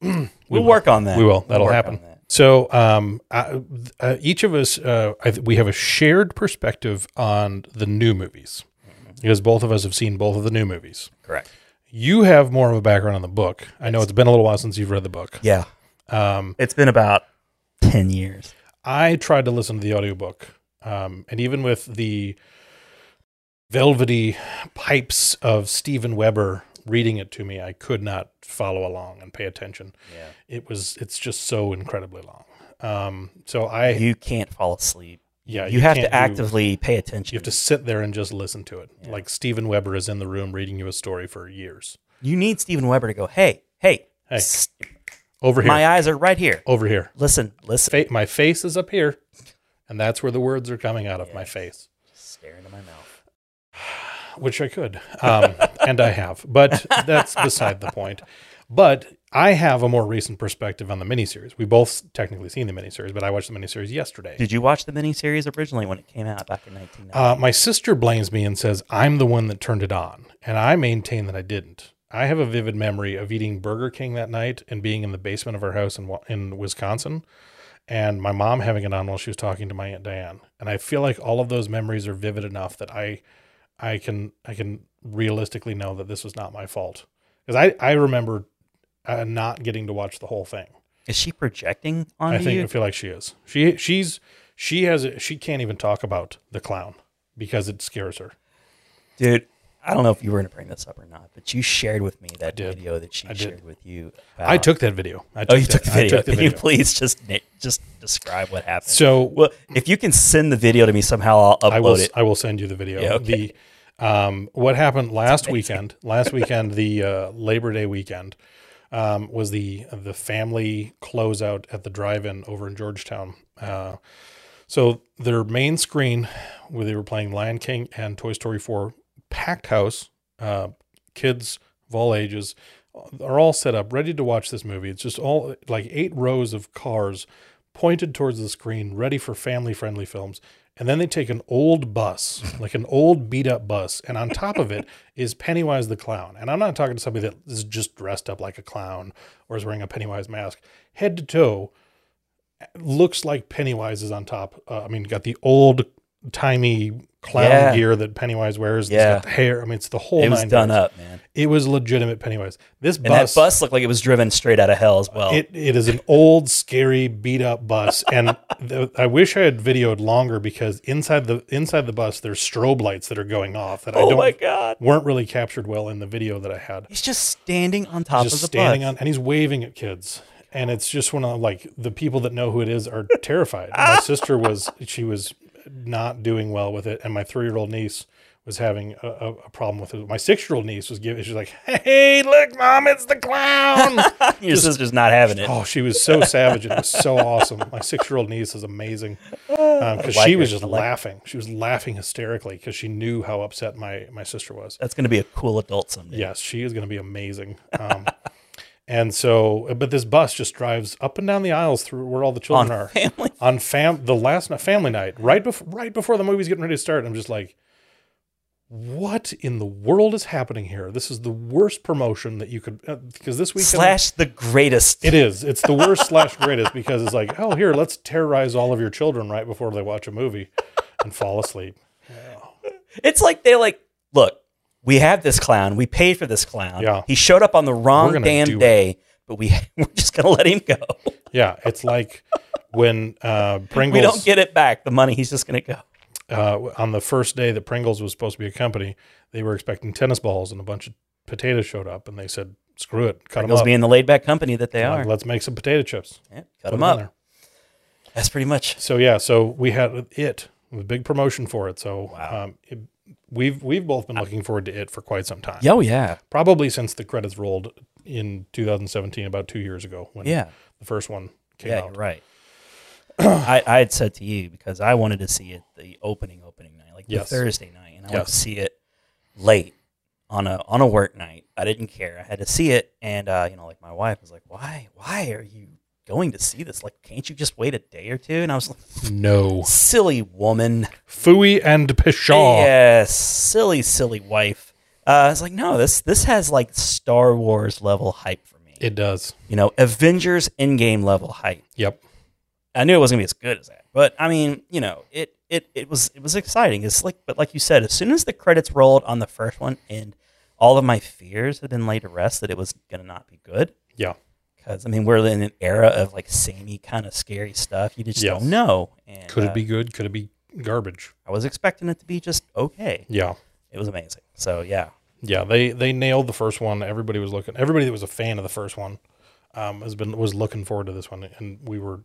Speaker 2: we'll work on that.
Speaker 1: We will. That'll
Speaker 2: We'll work
Speaker 1: happen.
Speaker 2: on that.
Speaker 1: So, um, I, th- uh, each of us, uh, I th- we have a shared perspective on the new movies because both of us have seen both of the new movies.
Speaker 2: Correct.
Speaker 1: You have more of a background on the book. I know it's been a little while since you've read the book.
Speaker 2: Yeah.
Speaker 1: Um,
Speaker 2: It's been about ten years.
Speaker 1: I tried to listen to the audiobook, um, and even with the velvety pipes of Steven Weber reading it to me, I could not follow along and pay attention.
Speaker 2: Yeah.
Speaker 1: It was it's just so incredibly long. Um, so I
Speaker 2: You can't fall asleep.
Speaker 1: yeah
Speaker 2: You, have
Speaker 1: can't
Speaker 2: to
Speaker 1: do-
Speaker 2: actively pay attention.
Speaker 1: you have to sit there and just listen to it. Like Steven Weber is in the room reading you a story for years.
Speaker 2: You need Steven Weber to go, hey, hey,
Speaker 1: Hey,
Speaker 2: s-
Speaker 1: Over here,
Speaker 2: my eyes are right here.
Speaker 1: over here.
Speaker 2: Listen, listen.
Speaker 1: Fa- my face is up here, and that's where the words are coming out of my face,
Speaker 2: Stare into my mouth.
Speaker 1: which I could, um, and I have, but that's beside the point. But I have a more recent perspective on the miniseries. We both technically seen the miniseries, but I watched the miniseries yesterday.
Speaker 2: Did you watch the miniseries originally when it came out back in 1990?
Speaker 1: Uh, my sister blames me and says I'm the one that turned it on, and I maintain that I didn't. I have a vivid memory of eating Burger King that night and being in the basement of our house in Wa- in Wisconsin, and my mom having it on while she was talking to my aunt Diane. And I feel like all of those memories are vivid enough that I, I can I can realistically know that this was not my fault because I I remember uh, not getting to watch the whole thing.
Speaker 2: Is she projecting
Speaker 1: I
Speaker 2: on
Speaker 1: think I
Speaker 2: you?
Speaker 1: feel like she is. She she's she has she can't even talk about the clown because it scares her.
Speaker 2: Dude, I don't know if you were going to bring this up or not, but you shared with me that
Speaker 1: did.
Speaker 2: video that she
Speaker 1: I did.
Speaker 2: shared with you.
Speaker 1: I
Speaker 2: about-
Speaker 1: took that video. I
Speaker 2: Oh, you
Speaker 1: that-
Speaker 2: took the
Speaker 1: I
Speaker 2: video.
Speaker 1: took the
Speaker 2: Can you
Speaker 1: video.
Speaker 2: please just na- just describe what happened?
Speaker 1: So
Speaker 2: well, if you can send the video to me somehow, I'll upload
Speaker 1: I will.
Speaker 2: it.
Speaker 1: I will send you the video.
Speaker 2: Yeah, okay.
Speaker 1: The um, what happened last weekend? Last weekend, the uh, Labor Day weekend, um, was the the family closeout at the drive-in over in Georgetown. Uh, so their main screen, where they were playing Lion King and Toy Story Four, packed house, uh, kids of all ages are all set up ready to watch this movie. It's just all like eight rows of cars pointed towards the screen, ready for family friendly films. And then they take an old bus, like an old beat up bus, and on top of it is Pennywise the clown. And I'm not talking to somebody that is just dressed up like a clown or is wearing a Pennywise mask. Head to toe, looks like Pennywise is on top. Uh, I mean, got the old timey clown
Speaker 2: Yeah.
Speaker 1: gear that Pennywise wears. He's
Speaker 2: Yeah.
Speaker 1: got the hair. I mean, it's the whole.
Speaker 2: It was
Speaker 1: nine
Speaker 2: done
Speaker 1: yards.
Speaker 2: up, man.
Speaker 1: It was legitimate Pennywise. This
Speaker 2: And
Speaker 1: bus,
Speaker 2: that bus looked like it was driven straight out of hell as well.
Speaker 1: it, it is an old, scary, beat up bus, and the, I wish I had videoed longer because inside the inside the bus there's strobe lights that are going off that I
Speaker 2: oh
Speaker 1: don't
Speaker 2: my god!
Speaker 1: weren't really captured well in the video that I had.
Speaker 2: He's just standing on top
Speaker 1: just
Speaker 2: of the
Speaker 1: standing
Speaker 2: bus.
Speaker 1: on and he's waving at kids and it's just one of like the people that know who it is are terrified my sister was she was not doing well with it and my three-year-old niece was having a, a, a problem with it my six-year-old niece was giving she's like hey look mom it's the clown
Speaker 2: Your sister's not having it.
Speaker 1: oh she was so savage it was so awesome my six-year-old niece is amazing because
Speaker 2: like
Speaker 1: she
Speaker 2: her.
Speaker 1: was just
Speaker 2: I like her.
Speaker 1: laughing she was laughing hysterically because she knew how upset my my sister was
Speaker 2: That's going to be a cool adult someday.
Speaker 1: Yes, she is going to be amazing. Um, and so, but this bus just drives up and down the aisles through where all the
Speaker 2: On
Speaker 1: children are
Speaker 2: family.
Speaker 1: on fam the last night, family night right before right before the movie's getting ready to start. I'm just like, what in the world is happening here? This is the worst promotion that you could because this weekend
Speaker 2: Slash the greatest.
Speaker 1: it is. It's the worst slash greatest because it's like, oh, here, let's terrorize all of your children right before they watch a movie and fall asleep.
Speaker 2: It's like they're like, look, we have this clown. We paid for this clown.
Speaker 1: Yeah.
Speaker 2: He showed up on the
Speaker 1: We're
Speaker 2: wrong
Speaker 1: gonna do
Speaker 2: damn
Speaker 1: it.
Speaker 2: day, but we we're just going to let him go.
Speaker 1: Yeah, it's like when uh, Pringles
Speaker 2: We don't get it back. The money. He's just going to go.
Speaker 1: uh, on the first day that Pringles was supposed to be a company, they were expecting tennis balls and a bunch of potatoes showed up, and they said, "Screw it, cut
Speaker 2: Pringles
Speaker 1: them
Speaker 2: being the laid back company that they
Speaker 1: up.
Speaker 2: are.
Speaker 1: Like, let's make some potato chips."
Speaker 2: Yeah, cut,
Speaker 1: Put 'em
Speaker 2: them
Speaker 1: in
Speaker 2: up.
Speaker 1: there.
Speaker 2: That's pretty much.
Speaker 1: So yeah, so we had it, a big promotion for it. So um, it, we've we've both been looking forward to it for quite some time.
Speaker 2: Oh Uh, yeah,
Speaker 1: probably since the credits rolled in 2017, about two years ago when
Speaker 2: yeah,
Speaker 1: the first one came
Speaker 2: yeah.
Speaker 1: out.
Speaker 2: You're right. I, I had said to you because I wanted to see it the opening opening night, like
Speaker 1: Yes.
Speaker 2: the Thursday night, and I wanted to
Speaker 1: Yes.
Speaker 2: see it late on a on a work night. I didn't care. I had to see it, and uh, you know, like my wife was like, "Why? Why are you going to see this? Like, can't you just wait a day or two? And I was like,
Speaker 1: No,
Speaker 2: "Silly woman."
Speaker 1: Fooey and Pshaw.
Speaker 2: Yes, silly, silly wife. Uh, I was like, no, this this has like Star Wars level hype for me.
Speaker 1: It does.
Speaker 2: you know, Avengers Endgame level hype.
Speaker 1: Yep.
Speaker 2: I knew it wasn't gonna be as good as that, but I mean, you know, it it it was it was exciting. It's like, but like you said, as soon as the credits rolled on the first one, and all of my fears had been laid to rest that it was gonna not be good.
Speaker 1: Yeah.
Speaker 2: Because I mean, we're in an era of like samey kind of scary stuff. You just
Speaker 1: Yes.
Speaker 2: don't know. And,
Speaker 1: Could
Speaker 2: uh,
Speaker 1: it be good? Could it be garbage?
Speaker 2: I was expecting it to be just okay.
Speaker 1: Yeah.
Speaker 2: It was amazing. So yeah,
Speaker 1: Yeah, they they nailed the first one. Everybody was looking. Everybody that was a fan of the first one um, has been was looking forward to this one, and we were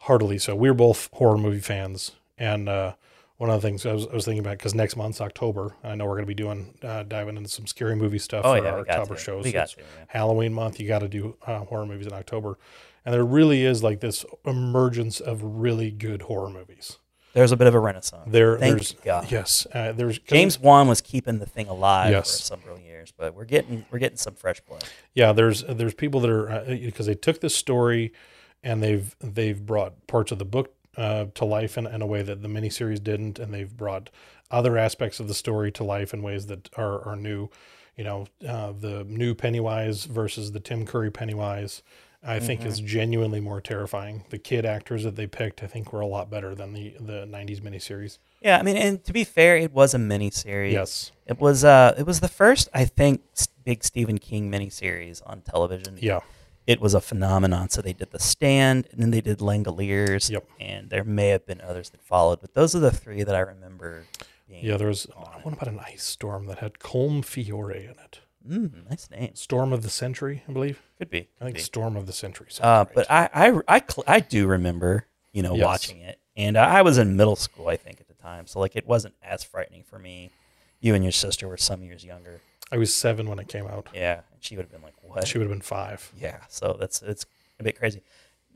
Speaker 1: heartily so. We were both horror movie fans, and uh, one of the things I was, I was thinking about because next month's October, and I know we're going to be doing uh, diving into some scary movie stuff
Speaker 2: Oh,
Speaker 1: for
Speaker 2: yeah, we
Speaker 1: our
Speaker 2: got
Speaker 1: October
Speaker 2: to.
Speaker 1: shows.
Speaker 2: We got
Speaker 1: It's
Speaker 2: to, yeah.
Speaker 1: Halloween month, you got to do uh, horror movies in October, and there really is like this emergence of really good horror movies.
Speaker 2: there's a bit of a renaissance.
Speaker 1: There,
Speaker 2: Thank
Speaker 1: there's
Speaker 2: God.
Speaker 1: yes, uh, there's 'cause
Speaker 2: James Wan was keeping the thing alive
Speaker 1: Yes.
Speaker 2: for several years, but we're getting we're getting some fresh blood.
Speaker 1: Yeah, there's there's people that are because they took this story and they've they've brought parts of the book uh, to life in, in a way that the miniseries didn't, and they've brought other aspects of the story to life in ways that are are new. You know, uh, the new Pennywise versus the Tim Curry Pennywise, I think is genuinely more terrifying. The kid actors that they picked, I think, were a lot better than the the '90s miniseries.
Speaker 2: Yeah, I mean, and to be fair, it was a miniseries.
Speaker 1: Yes,
Speaker 2: it was. Uh, it was the first, I think, s- big Stephen King miniseries on television.
Speaker 1: yeah,
Speaker 2: it was a phenomenon. So they did The Stand, and then they did Langoliers.
Speaker 1: Yep.
Speaker 2: and there may have been others that followed, but those are the three that I remember. Being,
Speaker 1: yeah. There was one about an ice storm that had Colm Fiore in it.
Speaker 2: Mm, nice names.
Speaker 1: Storm of the Century, I believe.
Speaker 2: Could be.
Speaker 1: I think
Speaker 2: could be.
Speaker 1: Storm of the Century. sounds
Speaker 2: Uh,
Speaker 1: right.
Speaker 2: but I, I, I, cl- I do remember, you know,
Speaker 1: Yes.
Speaker 2: watching it, and I was in middle school, I think, at the time. So like, it wasn't as frightening for me. You and your sister were some years younger.
Speaker 1: I was seven when it came out.
Speaker 2: Yeah, and she would have been like, "What?"
Speaker 1: She would have been five.
Speaker 2: yeah, so that's it's a bit crazy.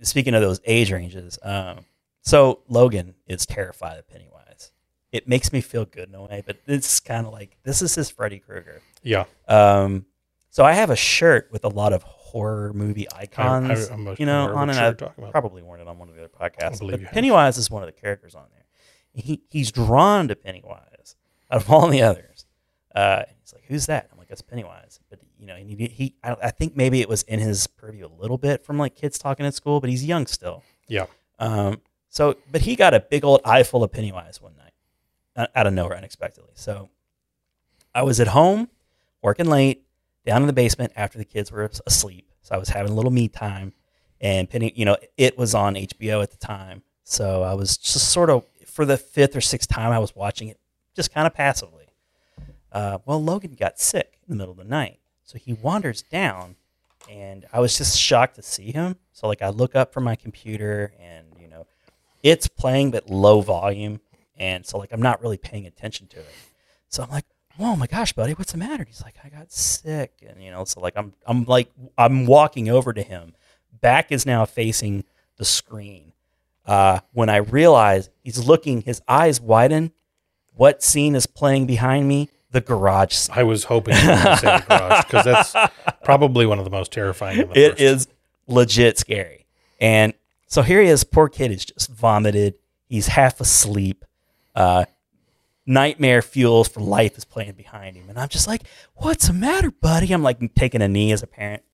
Speaker 2: Speaking of those age ranges, um, so Logan is terrified of Pennywise. It makes me feel good in a way, but it's kind of like this is his Freddy Krueger.
Speaker 1: Yeah,
Speaker 2: Um, so I have a shirt with a lot of horror movie icons,
Speaker 1: I'm a-
Speaker 2: you know,
Speaker 1: aware of what
Speaker 2: on and
Speaker 1: you're
Speaker 2: I've
Speaker 1: talking about.
Speaker 2: probably worn it on one of the other podcasts.
Speaker 1: believe
Speaker 2: But
Speaker 1: you have.
Speaker 2: Pennywise is one of the characters on there. He he's drawn to Pennywise out of all the others. Uh, and he's like, "Who's that?" I'm like, "That's Pennywise." But you know, and he, he I, I think maybe it was in his purview a little bit from like kids talking at school, but he's young still.
Speaker 1: yeah,
Speaker 2: Um, so, but he got a big old eyeful of Pennywise one night, uh, out of nowhere unexpectedly. So I was at home working late down in the basement after the kids were as- asleep. So I was having a little me time and Penny, you know, it was on HBO at the time. So I was just sort of for the fifth or sixth time I was watching it just kind of passively. Uh, well, Logan got sick in the middle of the night. So he wanders down and I was just shocked to see him. So like I look up from my computer and you know it's playing but low volume and so like I'm not really paying attention to it. So I'm like, "Whoa, my gosh, buddy, what's the matter?" And he's like, "I got sick." And you know, so like I'm I'm like I'm walking over to him. Back is now facing the screen. Uh, when I realize he's looking, his eyes widen. What scene is playing behind me? The garage scene.
Speaker 1: I was hoping you were going to say the garage because that's probably one of the most terrifying. And the
Speaker 2: It
Speaker 1: first.
Speaker 2: is legit scary. And so here he is, poor kid is just vomited. He's half asleep. Uh, nightmare fuels for life is playing behind him. And I'm just like, what's the matter, buddy? I'm like taking a knee as a parent.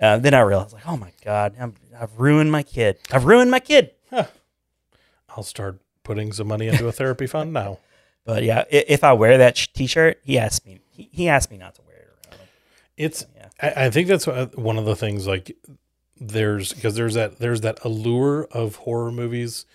Speaker 2: Uh, then I realized, like, oh my God, I'm, I've ruined my kid. I've ruined my kid.
Speaker 1: I'll start putting some money into a therapy fund now.
Speaker 2: But yeah, i- if I wear that sh- t shirt, he asked me, he, he asked me not to wear it around him.
Speaker 1: It's
Speaker 2: Yeah.
Speaker 1: I, I think that's uh, one of the things like there's because there's that there's that allure of horror movies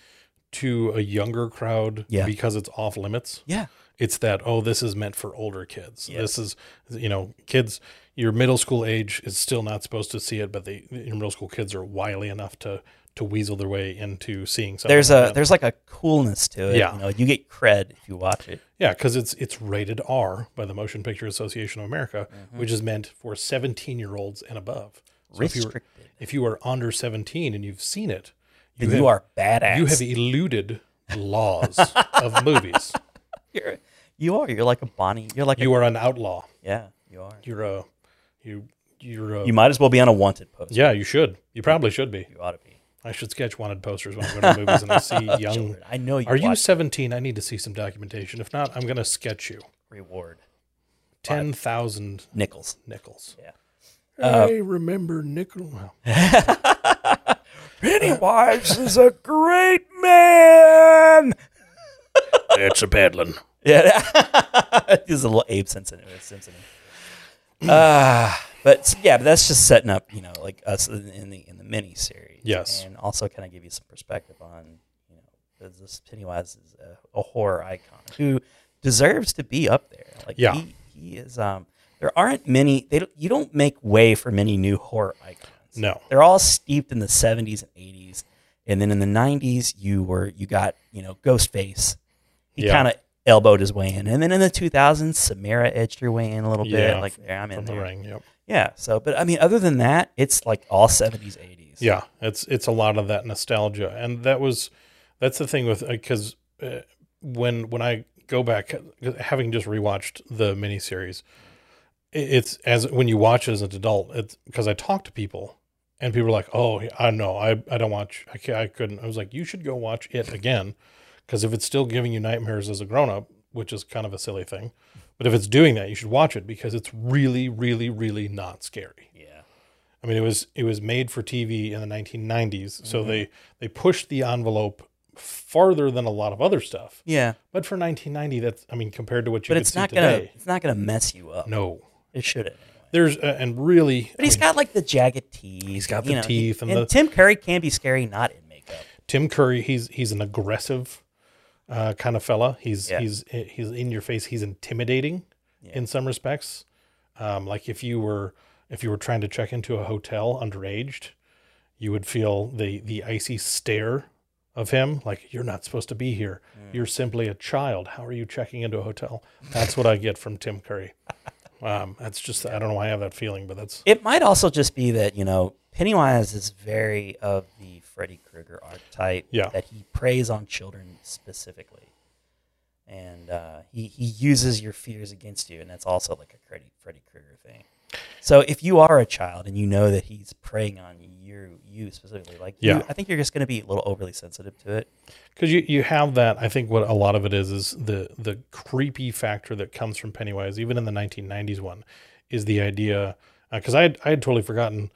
Speaker 1: to a younger crowd
Speaker 2: Yeah.
Speaker 1: because it's off limits.
Speaker 2: Yeah.
Speaker 1: It's that oh this is meant for older kids.
Speaker 2: Yeah.
Speaker 1: This is you know kids your middle school age is still not supposed to see it, but they your middle school kids are wily enough to to weasel their way into seeing something.
Speaker 2: There's
Speaker 1: like
Speaker 2: a
Speaker 1: that.
Speaker 2: there's like a coolness to it.
Speaker 1: Yeah.
Speaker 2: You know, you get cred if you watch it.
Speaker 1: Yeah, because it's it's rated R by the Motion Picture Association of America,
Speaker 2: Mm-hmm.
Speaker 1: which is meant for 17 year olds and above. So if you were,
Speaker 2: Restricted.
Speaker 1: if you are under 17 and you've seen it,
Speaker 2: You, you are badass.
Speaker 1: you have eluded laws of movies.
Speaker 2: You're, you are. You're like a Bonnie. You're like
Speaker 1: You
Speaker 2: a,
Speaker 1: are an outlaw.
Speaker 2: yeah. You are.
Speaker 1: You're a you you're a
Speaker 2: You might as well be on a wanted post.
Speaker 1: yeah. You should. You probably should be.
Speaker 2: You ought to be.
Speaker 1: I should sketch wanted posters when I go to the movies and I see young.
Speaker 2: Um, I know you.
Speaker 1: Are you
Speaker 2: watch
Speaker 1: 17? I need to see some documentation. If not, I'm going to sketch you.
Speaker 2: reward
Speaker 1: Ten thousand
Speaker 2: nickels?
Speaker 1: nickels.
Speaker 2: Yeah.
Speaker 1: I remember nickel. Well,
Speaker 2: Pennywise is a great man.
Speaker 1: It's a peddling.
Speaker 2: Yeah, there's a little Abe Simpson. Simpson. Uh, but s- yeah, but that's just setting up, you know, like us in in the in the mini series.
Speaker 1: Yes.
Speaker 2: and also kind of give you some perspective on, you know, is this Pennywise is a, a horror icon who deserves to be up there. Like,
Speaker 1: Yeah.
Speaker 2: he, he is. Um, there aren't many. They don't, you don't make way for many new horror icons.
Speaker 1: No.
Speaker 2: they're all steeped in the 70s and 80s, and then in the 90s, you were you got you know Ghostface he
Speaker 1: Yeah.
Speaker 2: kind of elbowed his way in. And then in the 2000s, Samara edged her way in a little bit.
Speaker 1: Yeah,
Speaker 2: like, yeah, I'm in
Speaker 1: From the
Speaker 2: there.
Speaker 1: ring. Yep.
Speaker 2: Yeah. So, but I mean, other than that, it's like all 70s, 80s.
Speaker 1: Yeah, it's it's a lot of that nostalgia, and that was that's the thing with because uh, when when I go back, having just rewatched the miniseries, i- it's as when you watch it as an adult, it's because I talk to people. And people are like, "Oh, I know, I, I don't watch, I, can't, I couldn't." I was like, "You should go watch it again, because if it's still giving you nightmares as a grown up, which is kind of a silly thing, but if it's doing that, you should watch it because it's really, really, really not scary."
Speaker 2: Yeah.
Speaker 1: I mean, it was it was made for TV in the 1990s,
Speaker 2: Mm-hmm.
Speaker 1: so they they pushed the envelope farther than a lot of other stuff.
Speaker 2: Yeah.
Speaker 1: But for 1990, that's I mean, compared to what you
Speaker 2: But
Speaker 1: could
Speaker 2: it's
Speaker 1: see
Speaker 2: not going
Speaker 1: today,
Speaker 2: to, it's not going to mess you up.
Speaker 1: no,
Speaker 2: It shouldn't.
Speaker 1: there's uh, and really,
Speaker 2: But he's got like the jagged teeth. He's
Speaker 1: got the teeth and
Speaker 2: and
Speaker 1: the-
Speaker 2: Tim Curry can be scary not in makeup.
Speaker 1: Tim Curry, he's he's an aggressive uh, kind of fella. He's
Speaker 2: Yeah.
Speaker 1: he's he's in your face. He's intimidating in some respects. Um, like if you were if you were trying to check into a hotel underaged, you would feel the the icy stare of him. Like you're not supposed to be here. You're simply a child. How are you checking into a hotel? That's what I get from Tim Curry. Um, that's just I don't know why I have that feeling, but that's
Speaker 2: It might also just be that, you know, Pennywise is very of the Freddy Krueger archetype
Speaker 1: Yeah.
Speaker 2: that he preys on children specifically. And uh, he, he uses your fears against you. And that's also like a Freddy, Freddy Krueger thing. So if you are a child and you know that he's preying on you, you specifically, like
Speaker 1: Yeah.
Speaker 2: you, I think you're just going to be a little overly sensitive to it.
Speaker 1: because you, you have that i think what a lot of it is is the the creepy factor that comes from pennywise even in the 1990s one is the idea because I, had, I had totally forgotten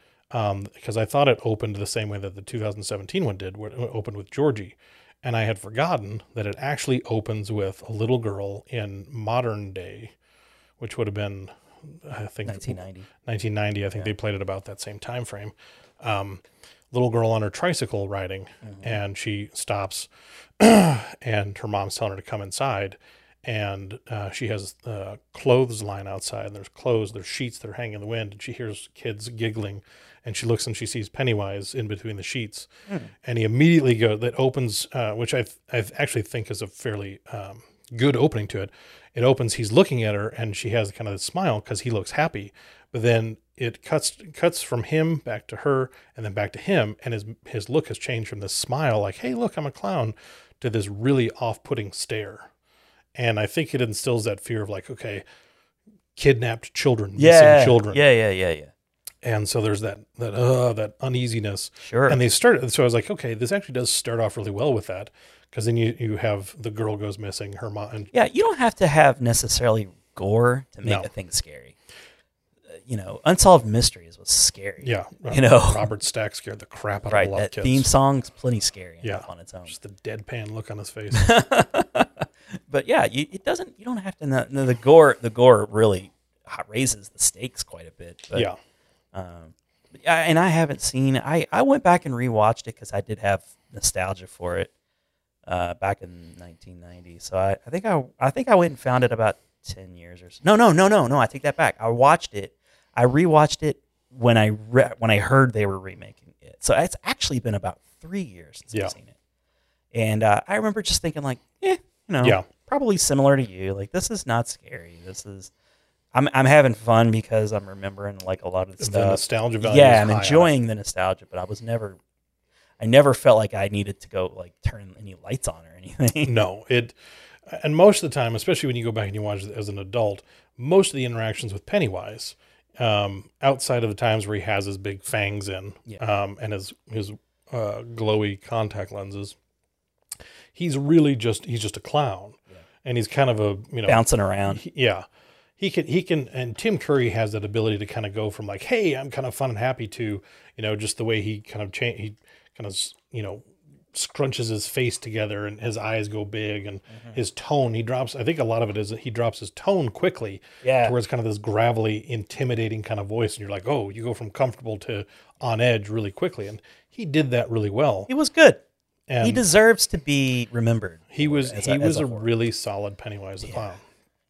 Speaker 1: because i thought it opened the same way that the 2017 one did where it opened with georgie and i had forgotten that it actually opens with a little girl in modern day which would have been i think
Speaker 2: 1990.
Speaker 1: 1990. I think they played it about that same time frame. Um, little girl on her tricycle riding, and she stops, and her mom's telling her to come inside, and uh, she has a clothesline outside, and there's clothes, there's sheets that are hanging in the wind, and she hears kids giggling, and she looks and she sees Pennywise in between the sheets, and he immediately goes that opens, uh, which I th- I actually think is a fairly um, good opening to it. It opens. He's looking at her, and she has kind of this smile because he looks happy. But then it cuts cuts from him back to her, and then back to him, and his his look has changed from this smile, like "Hey, look, I'm a clown," to this really off-putting stare. And I think it instills that fear of like, okay, kidnapped children, missing children,
Speaker 2: Yeah, yeah, yeah, yeah.
Speaker 1: and so there's that that uh, that uneasiness.
Speaker 2: Sure.
Speaker 1: And they started. So I was like, okay, this actually does start off really well with that, because then you you have the girl goes missing, her mom, and
Speaker 2: yeah, you don't have to have necessarily gore to make
Speaker 1: No.
Speaker 2: a thing scary. Uh, You know, Unsolved Mysteries was scary.
Speaker 1: yeah, uh,
Speaker 2: You know.
Speaker 1: Robert Stack scared the crap out
Speaker 2: Right.
Speaker 1: of a lot
Speaker 2: That
Speaker 1: of kids.
Speaker 2: theme song's plenty scary
Speaker 1: Yeah.
Speaker 2: enough on its own.
Speaker 1: Just the deadpan look on his face.
Speaker 2: but yeah, you, it doesn't. You don't have to. Know, the gore, the gore really h- raises the stakes quite a bit. But,
Speaker 1: yeah,
Speaker 2: Um, but yeah, and I haven't seen. I I went back and rewatched it because I did have nostalgia for it uh, back in 1990. So I, I think I I think I went and found it about 10 years or so. No, no, no, no, no. I take that back. I watched it. I rewatched it when I re- when I heard they were remaking it. So it's actually been about three years since
Speaker 1: Yeah.
Speaker 2: I've seen it. And uh, I remember just thinking like, eh, you know,
Speaker 1: Yeah.
Speaker 2: probably similar to you. Like this is not scary. This is I'm I'm having fun because I'm remembering like a lot of
Speaker 1: the
Speaker 2: the stuff.
Speaker 1: nostalgia value. is
Speaker 2: yeah, I'm
Speaker 1: high on it.
Speaker 2: enjoying the nostalgia, but I was never I never felt like I needed to go like turn any lights on or anything.
Speaker 1: No, it, and most of the time, especially when you go back and you watch it as an adult, most of the interactions with Pennywise, um, outside of the times where he has his big fangs in,
Speaker 2: Yeah.
Speaker 1: um, and his his uh, glowy contact lenses, he's really just he's just a clown, and he's kind of a you know
Speaker 2: Bouncing around.
Speaker 1: he- yeah. He can, he can, and Tim Curry has that ability to kind of go from like, hey, I'm kind of fun and happy to, you know, just the way he kind of change, he kind of, you know, scrunches his face together and his eyes go big and
Speaker 2: Mm-hmm.
Speaker 1: his tone, he drops, I think a lot of it is that he drops his tone quickly.
Speaker 2: Yeah.
Speaker 1: To where it's kind of this gravelly, intimidating kind of voice. And you're like, oh, you go from comfortable to on edge really quickly. And he did that really well.
Speaker 2: He was good.
Speaker 1: And
Speaker 2: he
Speaker 1: he,
Speaker 2: deserves to be remembered.
Speaker 1: was,
Speaker 2: as
Speaker 1: he
Speaker 2: a- as
Speaker 1: was
Speaker 2: a
Speaker 1: a,
Speaker 2: horror.
Speaker 1: really solid Pennywise the clown.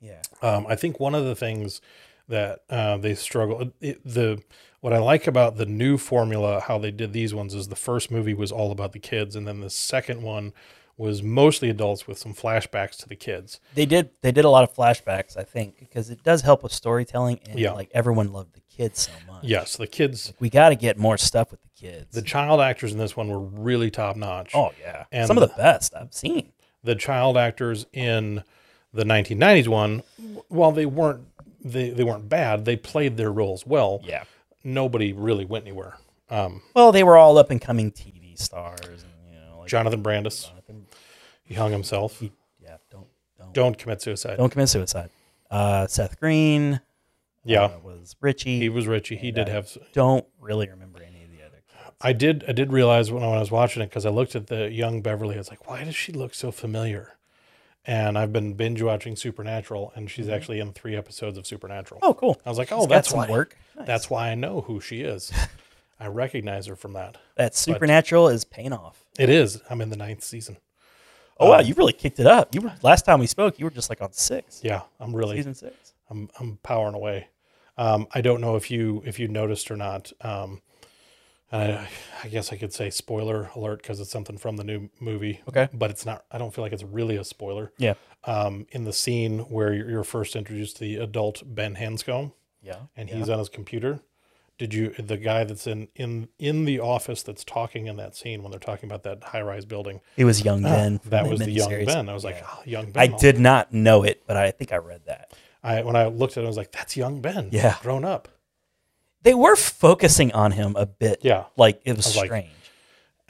Speaker 2: Yeah.
Speaker 1: Um, I think one of the things that uh, they struggle it, the what I like about the new formula, how they did these ones, is the first movie was all about the kids, and then the second one was mostly adults with some flashbacks to the kids.
Speaker 2: They did they did a lot of flashbacks, I think, because it does help with storytelling and
Speaker 1: Yeah.
Speaker 2: like everyone loved the kids so much.
Speaker 1: Yes, the kids,
Speaker 2: We gotta get more stuff with the kids.
Speaker 1: the child actors in this one were really top notch.
Speaker 2: oh yeah.
Speaker 1: and
Speaker 2: Some of the best I've seen.
Speaker 1: the child actors in the 1990s one, while they weren't they, they weren't bad, they played their roles well.
Speaker 2: Yeah.
Speaker 1: nobody really went anywhere. Um,
Speaker 2: Well, they were all up and coming TV stars and you know like
Speaker 1: Jonathan Brandis, he hung himself.
Speaker 2: yeah, don't don't
Speaker 1: Don't commit suicide.
Speaker 2: don't commit suicide. Uh, Seth Green
Speaker 1: yeah,
Speaker 2: uh, was Richie.
Speaker 1: he was Richie. He did have.
Speaker 2: don't really remember any of the other.
Speaker 1: I did. I did realize when, when I was watching it because I looked at the young Beverly. I was like, why does she look so familiar? And I've been binge watching Supernatural, and she's actually in three episodes of Supernatural.
Speaker 2: Mm-hmm. Oh, cool.
Speaker 1: I was like,
Speaker 2: She's
Speaker 1: oh,
Speaker 2: got
Speaker 1: that's
Speaker 2: some
Speaker 1: why.
Speaker 2: work.
Speaker 1: That's why I know who she is. I recognize her from that.
Speaker 2: That Supernatural is paying off.
Speaker 1: It is. I'm in the ninth season.
Speaker 2: Oh wow, you really kicked it up. You were last time we spoke, you were just like on six,
Speaker 1: Yeah, I'm really.
Speaker 2: season six.
Speaker 1: I'm I'm powering away. Um, I don't know if you if you noticed or not. Um, and I, I guess I could say spoiler alert because it's something from the new movie.
Speaker 2: Okay.
Speaker 1: but it's not. I don't feel like it's really a spoiler.
Speaker 2: Yeah,
Speaker 1: Um, in the scene where you're you're first introduced to the adult Ben Hanscom,
Speaker 2: yeah.
Speaker 1: and he's on his computer. Did you the guy that's in in in the office that's talking in that scene when they're talking about that high rise building?
Speaker 2: It was young Ben. from
Speaker 1: Ah, That was the young
Speaker 2: miniseries.
Speaker 1: Ben. I was like, oh, young Ben.
Speaker 2: I
Speaker 1: all
Speaker 2: did not know it, but I think I read that.
Speaker 1: I when I looked at it, I was like, "That's young Ben.
Speaker 2: Yeah.
Speaker 1: grown up."
Speaker 2: they were focusing on him a bit.
Speaker 1: Yeah.
Speaker 2: Like it was
Speaker 1: I was like-
Speaker 2: strange.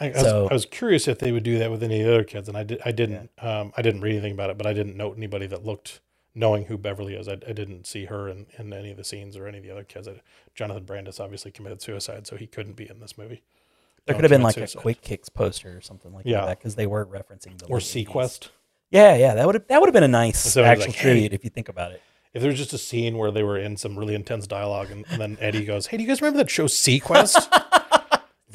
Speaker 1: I, I was,
Speaker 2: So-
Speaker 1: I was curious if they would do that with any of the other kids, and I did. I didn't. Um, I didn't read anything about it, but I didn't know anybody that looked knowing who Beverly is. I, I didn't see her in, in any of the scenes or any of the other kids. I, Jonathan Brandis obviously committed suicide, so he couldn't be in this movie.
Speaker 2: there
Speaker 1: no,
Speaker 2: could have been
Speaker 1: commit
Speaker 2: like
Speaker 1: suicide.
Speaker 2: a quick kicks poster or something like
Speaker 1: Yeah.
Speaker 2: that because they were referencing the
Speaker 1: Or
Speaker 2: late 80s.
Speaker 1: Sequest.
Speaker 2: Yeah, yeah, that would have that would have been a nice
Speaker 1: So it's
Speaker 2: actual
Speaker 1: like, hey.
Speaker 2: tribute if you think about it.
Speaker 1: If there was just a scene where they were in some really intense dialogue, and, and then Eddie goes, "Hey, do you guys remember that show Sequest?" you were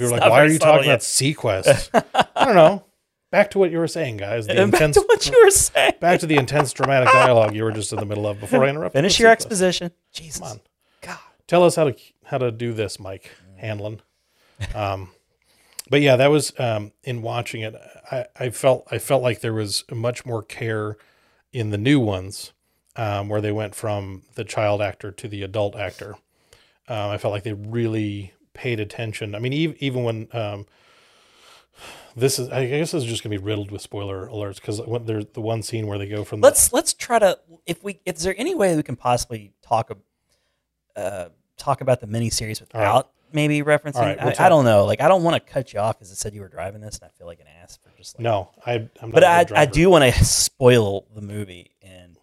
Speaker 2: It's
Speaker 1: like,
Speaker 2: not
Speaker 1: "Why are
Speaker 2: very
Speaker 1: you
Speaker 2: subtle
Speaker 1: talking about Sequest?" I don't know. Back to what you were saying, guys. The
Speaker 2: And back
Speaker 1: intense.
Speaker 2: to what you were saying.
Speaker 1: Back to the intense dramatic dialogue you were just in the middle of before I interrupted.
Speaker 2: Finish
Speaker 1: with
Speaker 2: your
Speaker 1: Sequest.
Speaker 2: exposition. Jesus.
Speaker 1: on.
Speaker 2: God.
Speaker 1: tell us how to how to do this, Mike Hanlon. Um, but yeah, that was um, in watching it. I, I felt I felt like there was much more care in the new ones, um, where they went from the child actor to the adult actor. Um, I felt like they really paid attention. I mean, ev- even when um, this is, I guess this is just gonna be riddled with spoiler alerts because there's the one scene where they go from the,
Speaker 2: Let's let's try to if we if there any way we can possibly talk ab- uh talk about the miniseries without maybe referencing
Speaker 1: All right, we'll
Speaker 2: I, I
Speaker 1: talk.
Speaker 2: don't know. Like I don't want to cut you off because it said you were driving this and I feel like an ass for just like
Speaker 1: no, I, I'm not.
Speaker 2: But
Speaker 1: a good
Speaker 2: I, I
Speaker 1: driver.
Speaker 2: do want to spoil the movie and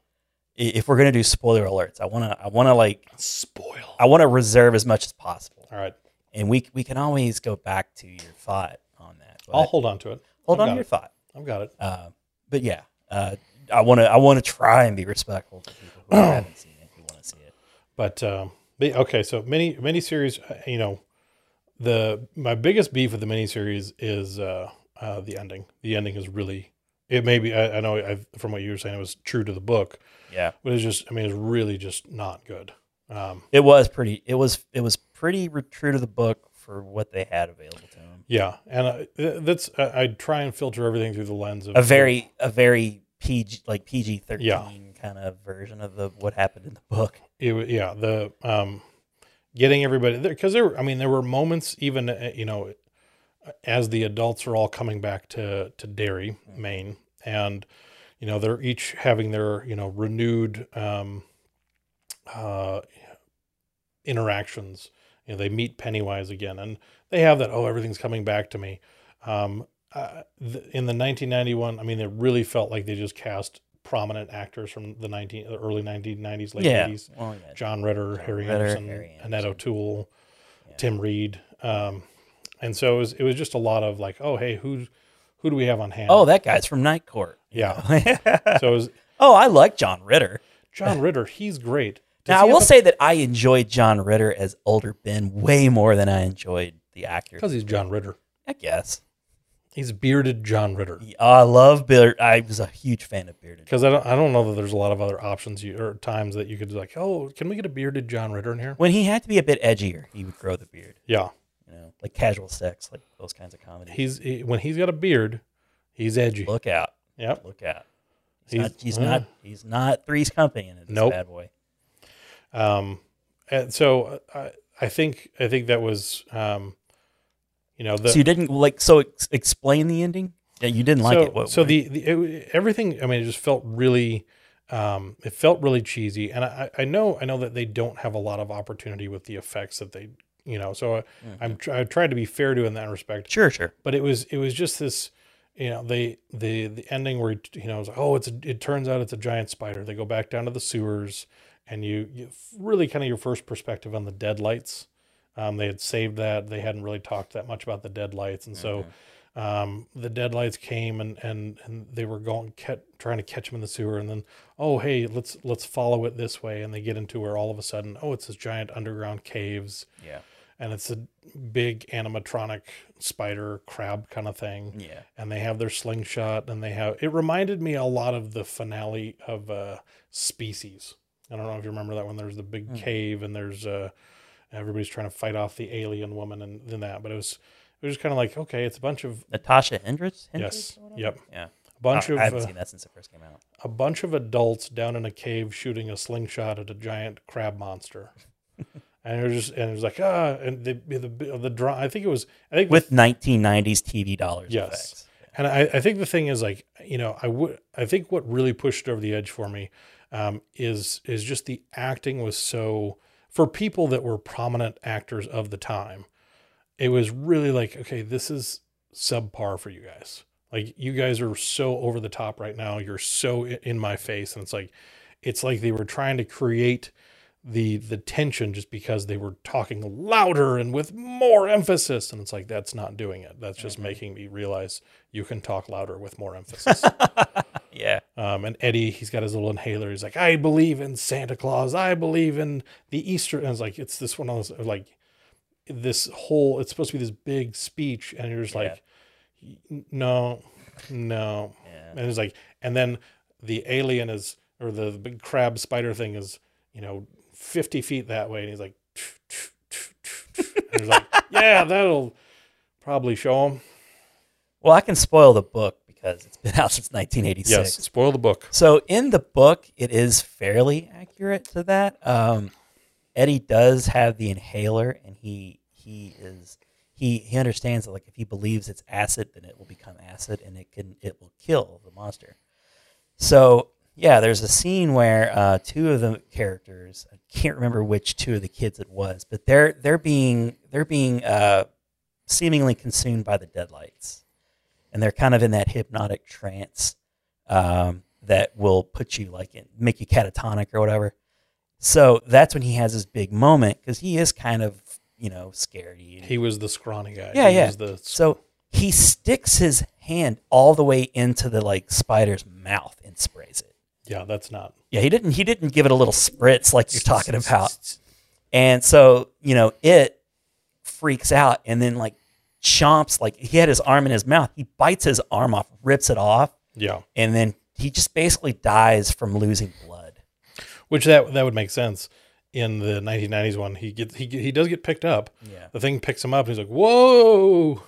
Speaker 2: i- if we're gonna do spoiler alerts, I wanna I wanna like
Speaker 1: spoil.
Speaker 2: I wanna reserve as much as possible.
Speaker 1: All right,
Speaker 2: And we we can always go back to your thought on that. but
Speaker 1: I'll hold on to it.
Speaker 2: hold
Speaker 1: I've
Speaker 2: on
Speaker 1: got
Speaker 2: to your
Speaker 1: it.
Speaker 2: thought.
Speaker 1: I've got it.
Speaker 2: Uh, but yeah, uh, I want to I want to try and be respectful to people who haven't seen it. Who want to see it?
Speaker 1: But um, but- okay, so mini miniseries. uh, You know, the my biggest beef with the miniseries is uh, uh, the ending. The ending is really it. may be I, I know I've, from what you were saying, it was true to the book,
Speaker 2: Yeah,
Speaker 1: but it's just I mean, it's really just not good. Um,
Speaker 2: it was pretty. It was it was pretty re- true to the book for what they had available to them.
Speaker 1: yeah, and I, th- that's I, I try and filter everything through the lens of
Speaker 2: A very a very PG like PG thirteen
Speaker 1: Yeah.
Speaker 2: kind of version of the what happened in the book.
Speaker 1: it, wa- yeah the um getting everybody there because there were, i mean there were moments even uh, you know as the adults are all coming back to to dairy maine and you know they're each having their you know renewed um uh interactions you know they meet pennywise again and they have that oh everything's coming back to me um uh, th- in the 1991 i mean it really felt like they just cast prominent actors from the 19 the early 1990s late
Speaker 2: yeah,
Speaker 1: 80s
Speaker 2: well, yeah.
Speaker 1: John Ritter,
Speaker 2: John
Speaker 1: Harry
Speaker 2: Ritter,
Speaker 1: Anderson,
Speaker 2: Harry
Speaker 1: Annette
Speaker 2: Anderson.
Speaker 1: O'Toole,
Speaker 2: Yeah.
Speaker 1: Tim Reed, um, and so it was. It was just a lot of like, oh hey, who who do we have on hand?
Speaker 2: Oh, that guy's from Night Court.
Speaker 1: yeah.
Speaker 2: oh,
Speaker 1: so it was
Speaker 2: I like John Ritter.
Speaker 1: John Ritter. He's great. Does
Speaker 2: Now I
Speaker 1: he
Speaker 2: will
Speaker 1: have a-
Speaker 2: say that I enjoyed John Ritter as older Ben way more than I enjoyed the actor.
Speaker 1: because he's John Ritter.
Speaker 2: I guess.
Speaker 1: He's bearded John Ritter.
Speaker 2: Yeah, I love Beard. I was a huge fan of Bearded.
Speaker 1: Because I don't, I don't know that there's a lot of other options you, or times that you could like, oh, can we get a bearded John Ritter in here?
Speaker 2: When he had to be a bit edgier, he would grow the beard.
Speaker 1: Yeah,
Speaker 2: You know, like casual sex, like those kinds of comedies.
Speaker 1: he's he, when he's got a beard, he's edgy.
Speaker 2: look out,
Speaker 1: Yep.
Speaker 2: look out. He's,
Speaker 1: He's-
Speaker 2: not. He's
Speaker 1: uh.
Speaker 2: not. He's not Three's Company in this
Speaker 1: Nope.
Speaker 2: bad boy.
Speaker 1: Um, and so uh, I, I think I think that was, um, you know, the
Speaker 2: so you didn't like. So ex- explain the ending. Yeah, you didn't like
Speaker 1: so,
Speaker 2: it. What,
Speaker 1: so the, the it, everything. I mean, it just felt really, um, it felt really cheesy. And I, I know, I know that they don't have a lot of opportunity with the effects that they, you know. So I, I'm tr- I tried to be fair to in that respect.
Speaker 2: sure, sure.
Speaker 1: But it was it was just this, you know, they the the ending where you know it's like, oh, it's a, it turns out it's a giant spider. They go back down to the sewers, and you, you really kind of your first perspective on the deadlights. Um, they had saved that. They hadn't really talked that much about the deadlights, and so um, the deadlights came and and and they were going kept trying to catch him in the sewer, and then oh hey let's let's follow it this way, and they get into where all of a sudden oh it's this giant underground caves,
Speaker 2: Yeah.
Speaker 1: and it's a big animatronic spider crab kind of thing,
Speaker 2: Yeah.
Speaker 1: and they have their slingshot and they have it reminded me a lot of the finale of uh species i don't know if you remember that one there's the big cave and there's uh everybody's trying to fight off the alien woman and then that but it was it was just kind of like okay it's a bunch of
Speaker 2: Natasha Hendricks. Hendricks
Speaker 1: yes
Speaker 2: or whatever?
Speaker 1: yep
Speaker 2: Yeah.
Speaker 1: a bunch
Speaker 2: I, I
Speaker 1: of
Speaker 2: haven't
Speaker 1: uh,
Speaker 2: seen that since it first came out.
Speaker 1: a bunch of adults down in a cave shooting a slingshot at a giant crab monster and it was just and it was like ah and the the the dra- i think it was i think the
Speaker 2: With 1990s TV dollars.
Speaker 1: Yes.
Speaker 2: effects.
Speaker 1: And I, I think the thing is like, you know, I would I think what really pushed it over the edge for me um, is is just the acting was so for people that were prominent actors of the time, it was really like, okay, this is subpar for you guys. Like you guys are so over the top right now. You're so i- in my face, and it's like, it's like they were trying to create the the tension just because they were talking louder and with more emphasis. And it's like that's not doing it. That's just making me realize you can talk louder with more emphasis.
Speaker 2: Yeah.
Speaker 1: Um, and Eddie, he's got his little inhaler. He's like, I believe in Santa Claus. I believe in the Easter. And it's like, it's this one of those, like, this whole, it's supposed to be this big speech. And you're just like, "N- no, no.
Speaker 2: Yeah.
Speaker 1: And it's like, and then the alien is, or the, the big crab spider thing is, you know, 50 feet that way. And he's like, "Tch, tch, tch, tch, tch." and he's like, yeah, that'll probably show him.
Speaker 2: Well, I can spoil the book because it's been out since 1986.
Speaker 1: Yes. Spoil the book.
Speaker 2: So in the book, it is fairly accurate to that. Um, Eddie does have the inhaler, and he he is he he understands that like if he believes it's acid, then it will become acid, and it can it will kill the monster. So yeah, there's a scene where uh, two of the characters I can't remember which two of the kids it was, but they're they're being they're being uh, seemingly consumed by the deadlights, and they're kind of in that hypnotic trance um, that will put you like in, make you catatonic or whatever. So that's when he has his big moment because he is kind of you know scaredy.
Speaker 1: He was the scrawny guy.
Speaker 2: Yeah,
Speaker 1: He
Speaker 2: yeah.
Speaker 1: was the
Speaker 2: so he sticks his hand all the way into the like spider's mouth and sprays it.
Speaker 1: Yeah, that's not.
Speaker 2: Yeah, he didn't. He didn't give it a little spritz like you're talking about. And so you know, it freaks out and then like chomps. Like he had his arm in his mouth. He bites his arm off, rips it off,
Speaker 1: Yeah,
Speaker 2: and then he just basically dies from losing blood.
Speaker 1: which that that would make sense in the 1990s one. He gets he he does get picked up.
Speaker 2: Yeah.
Speaker 1: The thing picks him up. and He's like, whoa,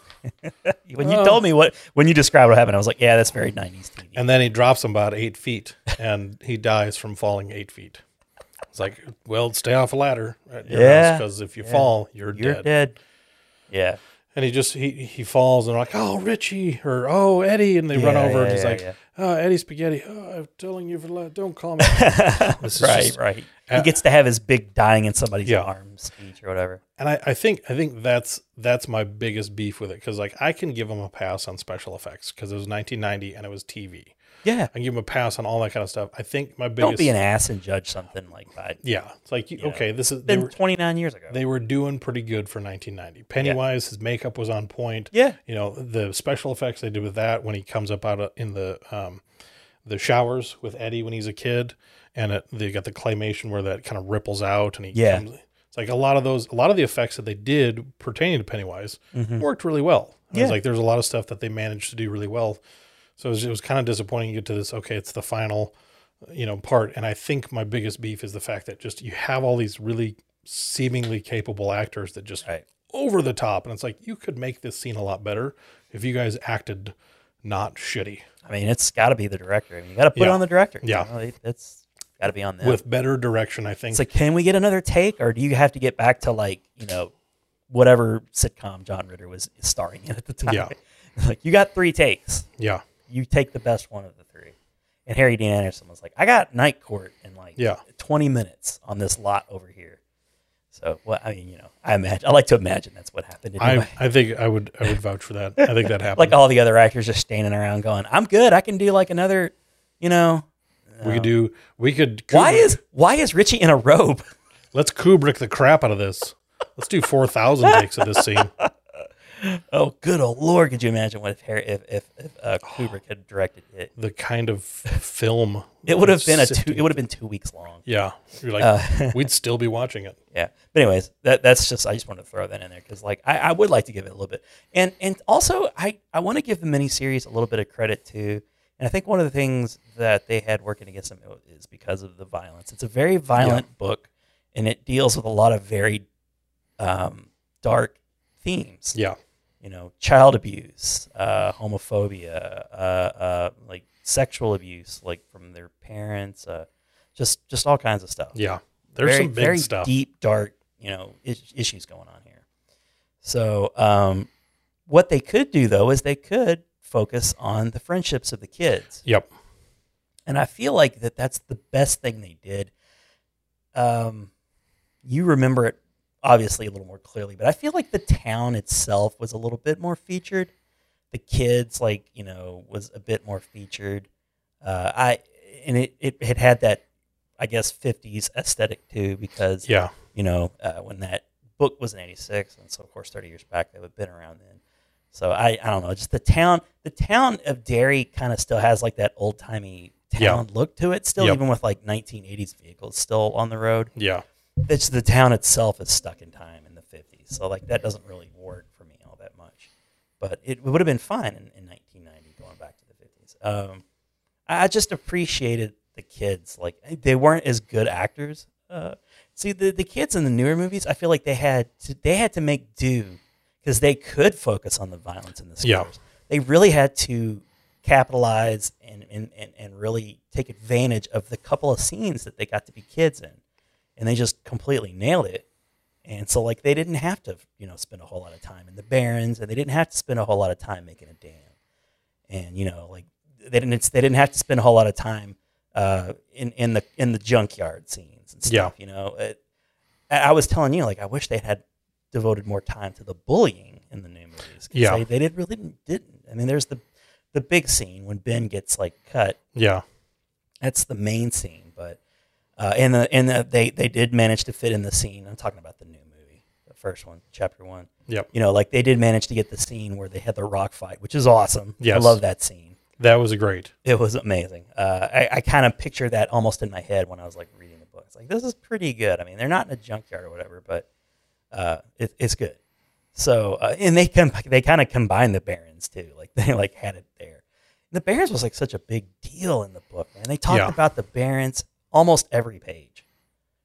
Speaker 2: When you
Speaker 1: Oh.
Speaker 2: told me what when you described what happened, I was like, yeah, that's very '90s TV.
Speaker 1: Mm-hmm. and then he drops him about eight feet, and he dies from falling eight feet. It's like, well, stay off a ladder.
Speaker 2: Yeah.
Speaker 1: because if you fall, you're,
Speaker 2: you're
Speaker 1: dead.
Speaker 2: dead. Yeah.
Speaker 1: And he just he he falls, and they're like, oh, Richie, or oh, Eddie, and they run
Speaker 2: Yeah,
Speaker 1: over,
Speaker 2: yeah,
Speaker 1: and he's
Speaker 2: yeah,
Speaker 1: like,
Speaker 2: yeah.
Speaker 1: oh, Eddie Spaghetti. Oh, I'm telling you for the la- don't call me. This is
Speaker 2: right.
Speaker 1: just-
Speaker 2: right.
Speaker 1: uh,
Speaker 2: he gets to have his big dying in somebody's
Speaker 1: Yeah.
Speaker 2: arm speech or whatever.
Speaker 1: and I, I think I think that's that's my biggest beef with it because like I can give them a pass on special effects because it was 1990 and it was TV.
Speaker 2: Yeah.
Speaker 1: I can give them a pass on all that kind of stuff. I think my biggest
Speaker 2: Don't be an ass and judge something like that.
Speaker 1: yeah, it's like you,
Speaker 2: Yeah.
Speaker 1: okay, this is they
Speaker 2: Been
Speaker 1: were,
Speaker 2: 29 years ago.
Speaker 1: they were doing pretty good for 1990. Pennywise, his makeup was on point.
Speaker 2: yeah.
Speaker 1: You know the special effects they did with that when he comes up out of, in the um, the showers with Eddie when he's a kid, and it, they got the claymation where that kind of ripples out and he
Speaker 2: Yeah.
Speaker 1: comes- it's like a lot of those, a lot of the effects that they did pertaining to Pennywise
Speaker 2: Mhm.
Speaker 1: worked really well. It was
Speaker 2: Yeah.
Speaker 1: like there's a lot of stuff that they managed to do really well. So it was, it was kind of disappointing to get to this. Okay, it's the final, you know, part. And I think my biggest beef is the fact that just you have all these really seemingly capable actors that just
Speaker 2: Right.
Speaker 1: over the top, and it's like you could make this scene a lot better if you guys acted not shitty
Speaker 2: I mean, it's got to be the director. I mean, you got to put it
Speaker 1: Yeah.
Speaker 2: on the director.
Speaker 1: Yeah.
Speaker 2: You know, it- it's got to be on them.
Speaker 1: with better direction. I think.
Speaker 2: it's like, can we get another take or do you have to get back to like, you know, whatever sitcom John Ritter was starring in at the time?
Speaker 1: Yeah.
Speaker 2: like, you got three takes.
Speaker 1: yeah,
Speaker 2: you take the best one of the three. And Harry Dean Anderson was like, I got night court in like
Speaker 1: Yeah.
Speaker 2: 20 minutes on this lot over here. So, well, I mean, you know, I imagine, I like to imagine that's what happened. Anyway.
Speaker 1: I I think I would I would vouch for that. I think that happened.
Speaker 2: like all the other actors just standing around going, I'm good. I can do like another, you know.
Speaker 1: we could do. We could.
Speaker 2: uh, Why
Speaker 1: Kubrick-
Speaker 2: is why is Richie in a robe?
Speaker 1: Let's Kubrick the crap out of this. Let's do four thousand takes of this scene.
Speaker 2: Oh, good old lord! Could you imagine what if Harry, if if, if uh, Kubrick had directed it?
Speaker 1: The kind of film
Speaker 2: It would have been a two.
Speaker 1: sifting-
Speaker 2: It would have been two weeks long.
Speaker 1: Yeah, you're like
Speaker 2: Uh,
Speaker 1: we'd still be watching it.
Speaker 2: Yeah. But anyways, that that's just I just wanted to throw that in there because like I, I would like to give it a little bit, and and also I I want to give the miniseries a little bit of credit too. And I think one of the things that they had working against them is because of the violence. It's a very violent book, and it deals with a lot of very um, dark themes.
Speaker 1: Yeah,
Speaker 2: You know, child abuse, uh, homophobia, uh, uh, like sexual abuse, like from their parents, uh, just just all kinds of stuff
Speaker 1: yeah. There's
Speaker 2: very,
Speaker 1: some big
Speaker 2: very
Speaker 1: stuff.
Speaker 2: deep, dark, you know, is- issues going on here. So, um, what they could do though is they could focus on the friendships of the kids,
Speaker 1: Yep.
Speaker 2: and I feel like that that's the best thing they did. Um, you remember it obviously a little more clearly, but I feel like the town itself was a little bit more featured. The kids, like you know, was a bit more featured. Uh, I and it it had had that, I guess, '50s aesthetic too, because
Speaker 1: Yeah.
Speaker 2: you know, uh, when that book was in '86, and so of course, 30 years back, they would have been around then. So I, I don't know, just the town, the town of Derry kind of still has like that old timey
Speaker 1: Yeah.
Speaker 2: town look to it, still
Speaker 1: Yep.
Speaker 2: even with like 1980s vehicles still on the road.
Speaker 1: Yeah.
Speaker 2: It's the town itself is stuck in time in the 50s, so like that doesn't really work for me all that much. But it would have been fine in, in 1990 going back to the 50s. Um, I I just appreciated the kids. Like eh, they weren't as good actors. Uh, see the, the kids in the newer movies, I feel like they had to, they had to make do because they could focus on the violence in the
Speaker 1: Yeah.
Speaker 2: scores. They really had to capitalize and, and, and, and really take advantage of the couple of scenes that they got to be kids in, and they just completely nailed it. And so like they didn't have to you know spend a whole lot of time in the barrens, and they didn't have to spend a whole lot of time making a dam and you know like they didn't they didn't have to spend a whole lot of time uh, in in the in the junkyard scenes and stuff. You know, it, I I was telling you like I wish they had devoted more time to the bullying in the new movies. 'cause
Speaker 1: Yeah.
Speaker 2: they, they did really didn't- didn't. I mean, there's the the big scene when Ben gets like cut.
Speaker 1: Yeah.
Speaker 2: That's the main scene, but uh, and the and the, they they did manage to fit in the scene. I'm talking about the new movie, the first one, chapter one
Speaker 1: Yep.
Speaker 2: you know, like they did manage to get the scene where they had the rock fight, which is awesome. I
Speaker 1: Yes.
Speaker 2: love that scene.
Speaker 1: That was great.
Speaker 2: It was amazing. Uh, I, I kind of pictured that almost in my head when I was like reading the book. It's like, this is pretty good. I mean, they're not in a junkyard or whatever, but uh, it, it's good. So, uh, and they com- they kind of combined the Barons too. Like they like had it there. The Barons was like such a big deal in the book, man. They talked
Speaker 1: Yeah.
Speaker 2: about the Barons almost every page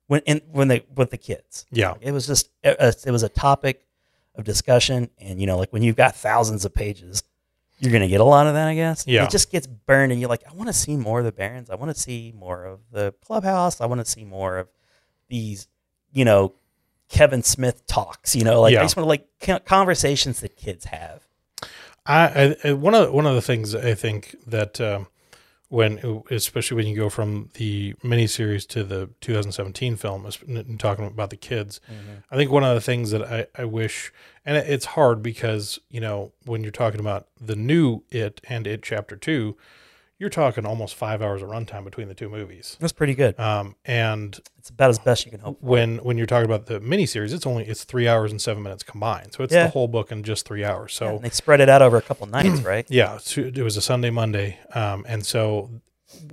Speaker 2: when in, when they with the kids.
Speaker 1: Yeah.
Speaker 2: Like, it was just a- a- it was a topic of discussion, and you know, like when you've got thousands of pages, you're gonna get a lot of that, I guess.
Speaker 1: Yeah.
Speaker 2: it just gets burned, and you're like, I want to see more of the Barons. I want to see more of the clubhouse. I want to see more of these, you know, Kevin Smith talks. You know, like
Speaker 1: Yeah.
Speaker 2: I just want to like con- conversations that kids have.
Speaker 1: I, I I- one of one of the things I think that um, when especially when you go from the miniseries to the 2017 film, es- n- n- talking about the kids,
Speaker 2: Mm-hmm.
Speaker 1: I think one of the things that I, I wish, and it- it's hard because you know when you're talking about the new It and It Chapter Two, you're talking almost five hours of runtime between the two movies.
Speaker 2: That's pretty good.
Speaker 1: Um, and
Speaker 2: It's about as best you can hope.
Speaker 1: when when you're talking about the miniseries, it's only it's three hours and seven minutes combined, so it's
Speaker 2: Yeah.
Speaker 1: the whole book in just three hours. So
Speaker 2: And they spread it out over a couple nights, right?
Speaker 1: yeah, so it was a Sunday, Monday, um, and so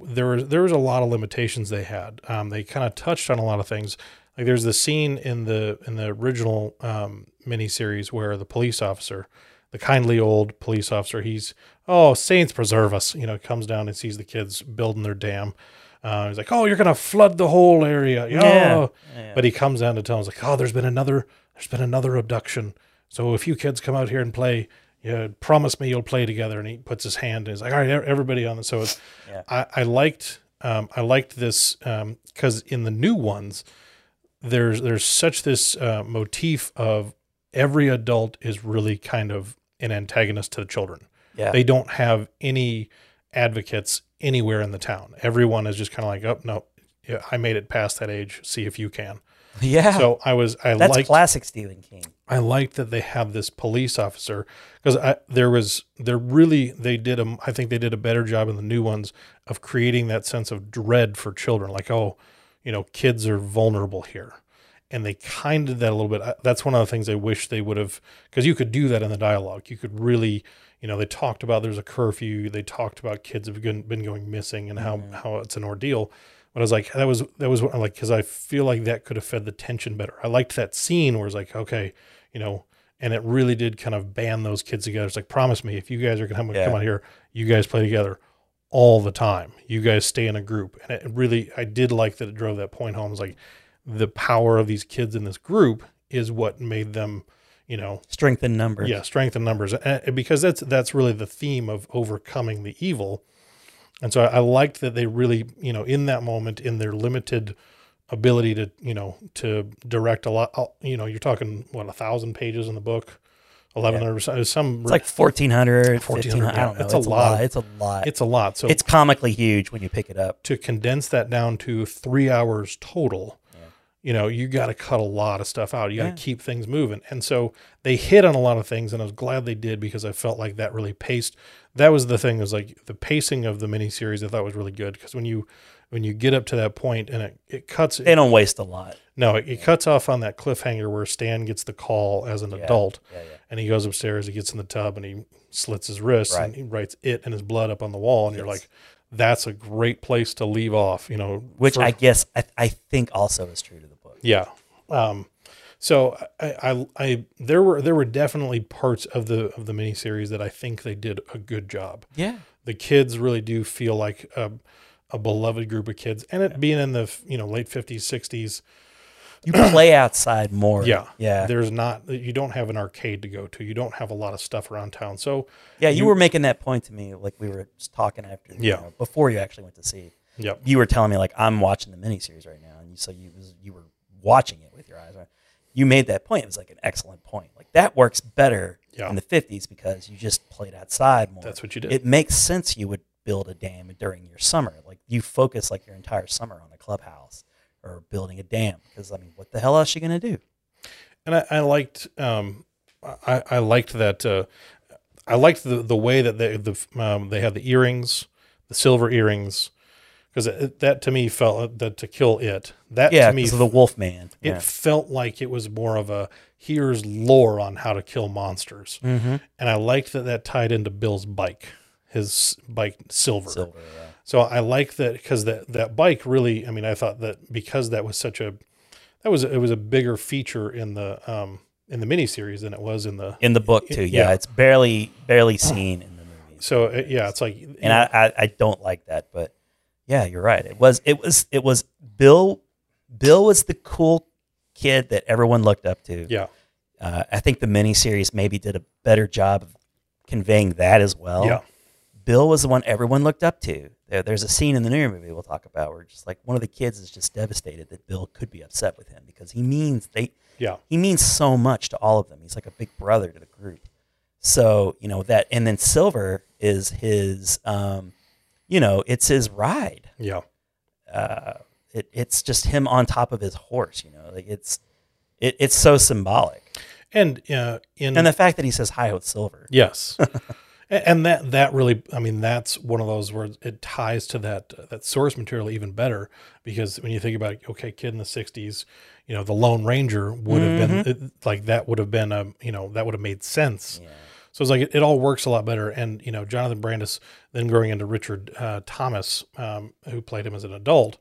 Speaker 1: there was there was a lot of limitations they had. Um, they kind of touched on a lot of things. Like there's the scene in the in the original um, miniseries where the police officer, the kindly old police officer, he's oh saints preserve us, you know, comes down and sees the kids building their dam. Uh, he's like, oh, you're gonna flood the whole area.
Speaker 2: Yeah.
Speaker 1: Oh. But he comes down to tell us like, oh, there's been another, there's been another abduction. So if you kids come out here and play, you promise me you'll play together. And he puts his hand and he's like, all right, e- everybody on the. So it's,
Speaker 2: Yeah.
Speaker 1: I, I liked, um, I liked this because in the new ones, there's there's such this uh, motif of every adult is really kind of an antagonist to the children.
Speaker 2: Yeah.
Speaker 1: They don't have any advocates anywhere in the town. Everyone is just kind of like, oh no, yeah, I made it past that age. See if you can.
Speaker 2: yeah.
Speaker 1: So I was I
Speaker 2: That's
Speaker 1: liked
Speaker 2: classic Stephen King.
Speaker 1: I liked that they had this police officer because there was there really they did a I think they did a better job in the new ones of creating that sense of dread for children like oh you know kids are vulnerable here and they kind of did that a little bit I, that's one of the things I wish they would have because you could do that in the dialogue you could really you know they talked about there's a curfew they talked about kids have been, been going missing and how how it's an ordeal but I was like that was that was what I like because I feel like that could have fed the tension better I liked that scene where it's like okay you know and it really did kind of band those kids together it's like promise me if you guys are gonna come,
Speaker 2: Yeah.
Speaker 1: come out here you guys play together all the time you guys stay in a group and it really I did like that it drove that point home it's like the power of these kids in this group is what made them you know
Speaker 2: Strength in numbers.
Speaker 1: yeah, strength in numbers, and, and because that's that's really the theme of overcoming the evil. And so I, I liked that they really, you know, in that moment, in their limited ability to, you know, to direct a lot. I'll- You know, you're talking what a thousand pages in the book, eleven or so- some.
Speaker 2: It's like 1400,
Speaker 1: 1400,
Speaker 2: 1500. I don't
Speaker 1: yeah.
Speaker 2: know.
Speaker 1: It's a lot.
Speaker 2: It's a lot. It's,
Speaker 1: it's a lot. So
Speaker 2: comically huge when you pick it up.
Speaker 1: to condense that down to three hours total you know, you got to cut a lot of stuff out. You got to
Speaker 2: Yeah.
Speaker 1: keep things moving. And so they hit on a lot of things, and I was glad they did because I felt like that really paced. That was the thing is like the pacing of the miniseries. I thought was really good because when you when you get up to that point and it, it cuts
Speaker 2: They don't waste a lot.
Speaker 1: no it, it cuts off on that cliffhanger where Stan gets the call as an
Speaker 2: Yeah.
Speaker 1: adult
Speaker 2: Yeah, yeah.
Speaker 1: and he goes upstairs he gets in the tub and he slits his wrist and
Speaker 2: Right.
Speaker 1: he writes it and his blood up on the wall and you're
Speaker 2: Yes.
Speaker 1: like that's a great place to leave off you know
Speaker 2: Which
Speaker 1: for-
Speaker 2: I guess I, I think also is true to the book.
Speaker 1: yeah. Um, so I, I, I, there were there were definitely parts of the of the miniseries that I think they did a good job.
Speaker 2: Yeah.
Speaker 1: The kids really do feel like a, a beloved group of kids, and it being in the you know late fifties sixties,
Speaker 2: You play outside more.
Speaker 1: yeah,
Speaker 2: Yeah.
Speaker 1: There's not you don't have an arcade to go to. You don't have a lot of stuff around town. So
Speaker 2: yeah, you,
Speaker 1: you-
Speaker 2: were making that point to me like we were just talking after you
Speaker 1: Yeah.
Speaker 2: know, before you actually went to see.
Speaker 1: yeah,
Speaker 2: You were telling me like I'm watching the miniseries right now and you so you was, you were watching it with your eyes on. You made that point. It was like an excellent point. Like that works better
Speaker 1: Yeah.
Speaker 2: in the 50s because you just played outside more.
Speaker 1: That's what you did.
Speaker 2: It makes sense you would build a dam during your summer. Like you focus like your entire summer on a clubhouse or building a dam because I mean, what the hell else you going to do?
Speaker 1: and I, I liked um, I, I liked that uh, I liked the the way that they the um, they had the earrings, the silver earrings, because that to me felt that to kill it that
Speaker 2: Yeah,
Speaker 1: to me
Speaker 2: because of the uh, wolf man.
Speaker 1: it
Speaker 2: Yeah.
Speaker 1: felt like it was more of a here's lore on how to kill monsters,
Speaker 2: Mm-hmm.
Speaker 1: and I liked that that tied into Bill's bike, his bike silver.
Speaker 2: Silver, yeah.
Speaker 1: So I like that because that that bike really. I mean, I thought that because that was such a that was it was a bigger feature in the um in the miniseries than it was in the.
Speaker 2: in the book too. Yeah,
Speaker 1: yeah.
Speaker 2: it's barely barely seen in the movie.
Speaker 1: So uh, yeah, it's like
Speaker 2: and I, I I don't like that, but yeah, you're right. It was it was it was Bill Bill was the cool kid that everyone looked up to.
Speaker 1: yeah
Speaker 2: Uh, I think the miniseries maybe did a better job of conveying that as well.
Speaker 1: yeah
Speaker 2: Bill was the one everyone looked up to. There, there's a scene in the new movie we'll talk about where just like one of the kids is just devastated that Bill could be upset with him because he means they
Speaker 1: yeah
Speaker 2: he means so much to all of them. He's like a big brother to the group. So you know that, and then Silver is his, um, you know, it's his ride.
Speaker 1: yeah
Speaker 2: Uh, it, it's just him on top of his horse. You know, like it's it, it's so symbolic,
Speaker 1: and uh, in
Speaker 2: and the fact that he says "Hi ho, Silver."
Speaker 1: yes. A- And that that really, I mean, that's one of those where it ties to that that source material even better because when you think about it, okay, kid in the '60s, you know, the Lone Ranger would have been it- like that would have been a you know that would have made sense. So it's like it, it all works a lot better. And you know, Jonathan Brandis then growing into Richard uh, Thomas, um, who played him as an adult.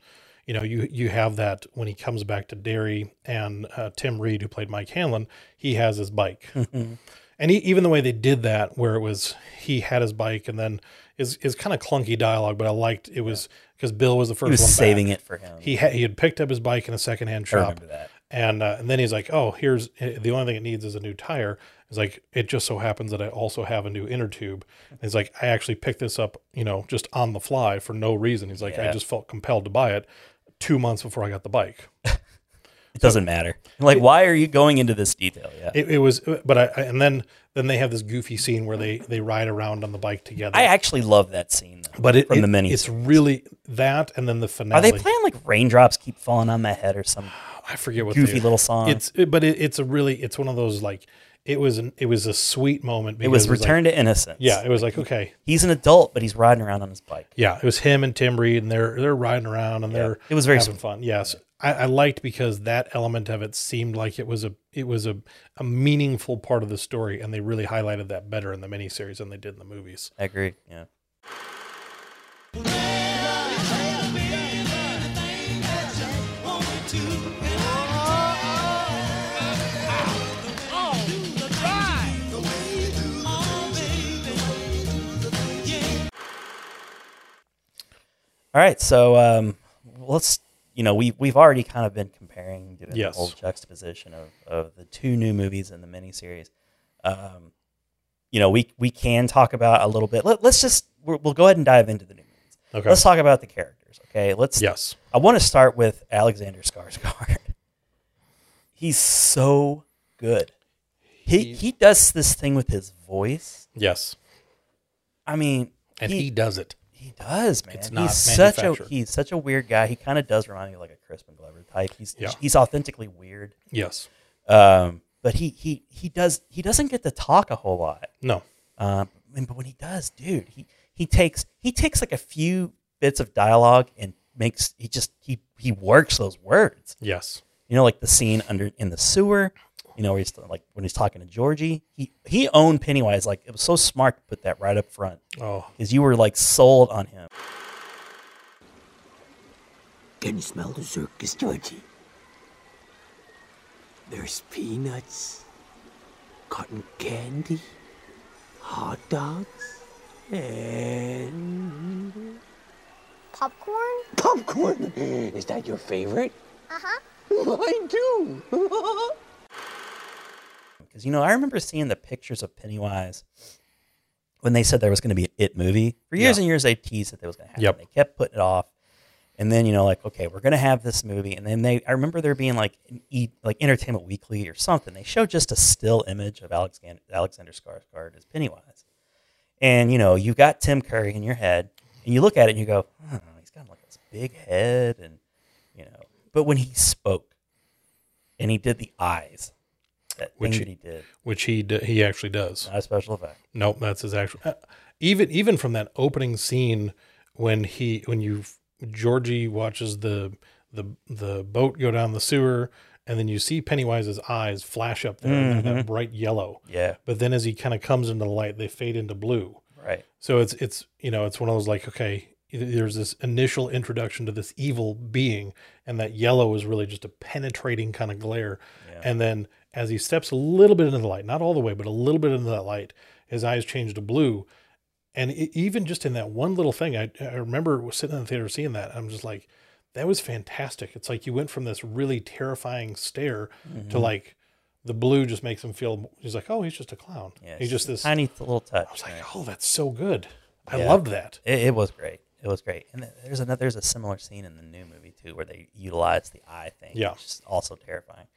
Speaker 1: You know, you you have that when he comes back to Derry and uh, Tim Reed, who played Mike Hanlon, he has his bike, and he, even the way they did that, where it was he had his bike, and then is is kind of clunky dialogue, but I liked it was because Bill was the first
Speaker 2: He was
Speaker 1: one
Speaker 2: saving
Speaker 1: back.
Speaker 2: it for him.
Speaker 1: He had he had picked up his bike in a secondhand
Speaker 2: I
Speaker 1: shop,
Speaker 2: remember that.
Speaker 1: and uh, and then he's like, "Oh, here's the only thing it needs is a new tire." It's like it just so happens that I also have a new inner tube. And he's like, "I actually picked this up, you know, just on the fly for no reason." He's like, "I
Speaker 2: Yeah.
Speaker 1: just felt compelled to buy it." Two months before I got the bike,
Speaker 2: It doesn't matter. Like, why are you going into this detail? Yeah,
Speaker 1: it, it was. But I, I and then then they have this goofy scene where they they ride around on the bike together.
Speaker 2: I actually love that scene. Though,
Speaker 1: but it,
Speaker 2: from
Speaker 1: it-
Speaker 2: the mini,
Speaker 1: it's really that, and then the
Speaker 2: are
Speaker 1: finale.
Speaker 2: they playing like raindrops keep falling on my head or some
Speaker 1: I forget what
Speaker 2: goofy
Speaker 1: they-
Speaker 2: little song?
Speaker 1: It's but it, it's a really it's one of those like it was an, it was a sweet moment.
Speaker 2: it was
Speaker 1: because like-
Speaker 2: Return to Innocence.
Speaker 1: yeah, it was like okay,
Speaker 2: he's an adult, but he's riding around on his bike.
Speaker 1: Yeah, it was him and Tim Reed, and they're they're riding around and they're
Speaker 2: It was very
Speaker 1: having fun. Yes, I, I liked because that element of it seemed like it was a it was a, a meaningful part of the story, and they really highlighted that better in the miniseries than they did in the movies.
Speaker 2: I agree. Yeah. All right, so um, let's you know we we've already kind of been comparing doing
Speaker 1: Yes.
Speaker 2: the whole juxtaposition of, of the two new movies and the miniseries. Um, you know we we can talk about a little bit. Let, let's just we're, we'll go ahead and dive into the new movies.
Speaker 1: Okay.
Speaker 2: Let's talk about the characters. Okay, let's.
Speaker 1: Yes,
Speaker 2: I want to start with Alexander Skarsgård. He's so good. He he does this thing with his voice.
Speaker 1: yes,
Speaker 2: I mean,
Speaker 1: and he, does it.
Speaker 2: He does, man.
Speaker 1: It's
Speaker 2: he's
Speaker 1: not
Speaker 2: such a
Speaker 1: manufactured.
Speaker 2: he's such a weird guy. He kind of does remind me of like a Crispin Glover type. He's
Speaker 1: Yeah.
Speaker 2: he's authentically weird.
Speaker 1: Yes.
Speaker 2: Um, but he he he does he doesn't get to talk a whole lot.
Speaker 1: No.
Speaker 2: Um, and, but when he does, dude, he he takes he takes like a few bits of dialogue and makes he just he he works those words.
Speaker 1: Yes.
Speaker 2: You know, like the scene under in the sewer. You know, where he's like when he's talking to Georgie, he he owned Pennywise. Like it was so smart to put that right up front
Speaker 1: Oh,
Speaker 2: because you were like sold on him.
Speaker 6: Can you smell the circus, Georgie? There's peanuts, cotton candy, hot dogs, and
Speaker 7: Popcorn?
Speaker 6: popcorn. Is that your favorite? Uh huh. Mine too.
Speaker 2: because you know I remember seeing the pictures of Pennywise when they said there was going to be an It movie for years
Speaker 1: Yeah.
Speaker 2: and years. They teased that there was going to happen.
Speaker 1: Yep.
Speaker 2: They kept putting it off, and then you know like okay, we're going to have this movie, and then they I remember there being like an e, like Entertainment Weekly or something. They showed just a still image of Alexander Alexander Skarsgård as Pennywise, and you know you've got Tim Curry in your head, and you look at it and you go, hmm, he's got like this big head, and you know, but when he spoke, and he did the eyes. That
Speaker 1: Which
Speaker 2: thing
Speaker 1: he-
Speaker 2: that he did.
Speaker 1: which he d- he actually does.
Speaker 2: Not a special effect.
Speaker 1: Nope, that's his actual. uh, even even from that opening scene when he when you Georgie watches the the the boat go down the sewer, and then you see Pennywise's eyes flash up there, and they're that bright yellow.
Speaker 2: Yeah.
Speaker 1: But then as he kind of comes into the light, they fade into blue.
Speaker 2: Right.
Speaker 1: So it's it's you know it's one of those like okay, there's this initial introduction to this evil being, and that yellow is really just a penetrating kind of glare.
Speaker 2: Yeah.
Speaker 1: And then as he steps a little bit into the light, not all the way, but a little bit into that light, his eyes change to blue. And e- even just in that one little thing, I, I remember sitting in the theater seeing that. I'm just like, that was fantastic. It's like you went from this really terrifying stare to like the blue just makes him feel. He's like, oh, he's just a clown.
Speaker 2: Yeah,
Speaker 1: he's just
Speaker 2: a
Speaker 1: this.
Speaker 2: tiny little touch.
Speaker 1: I was
Speaker 2: right?
Speaker 1: like, oh, that's so good. I
Speaker 2: Yeah.
Speaker 1: loved that.
Speaker 2: it, it was great. It was great. And th- there's another there's a similar scene in the new movie too where they utilize the eye thing.
Speaker 1: Yeah.
Speaker 2: Which is also terrifying.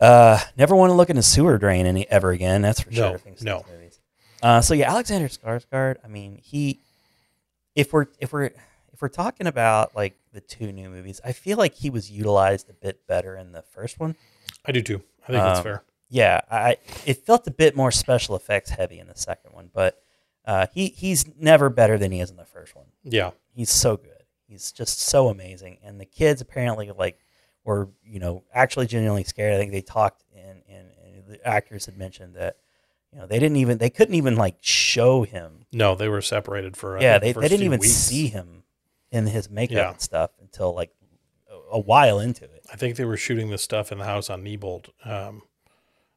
Speaker 2: Uh, never want to look in a sewer drain any ever again. That's for
Speaker 1: No,
Speaker 2: sure. thanks to
Speaker 1: no.
Speaker 2: these movies. Uh, so yeah, Alexander Skarsgård. I mean, he. If we're if we're if we're talking about like the two new movies, I feel like he was utilized a bit better in the first one.
Speaker 1: I do too. I think that's
Speaker 2: Um,
Speaker 1: fair.
Speaker 2: yeah, I it felt a bit more special effects heavy in the second one, but uh, he he's never better than he is in the first one.
Speaker 1: Yeah.
Speaker 2: He's so good. He's just so amazing, and the kids apparently like were you know actually genuinely scared. I think they talked and and, and the actors had mentioned that you know they didn't even they couldn't even like show him.
Speaker 1: No, they were separated for. I
Speaker 2: yeah,
Speaker 1: think, the
Speaker 2: they, they
Speaker 1: first
Speaker 2: didn't
Speaker 1: few
Speaker 2: even
Speaker 1: weeks.
Speaker 2: see him in his makeup
Speaker 1: Yeah.
Speaker 2: and stuff until like a- a while into it.
Speaker 1: I think they were shooting this stuff in the house on Niebold. Um,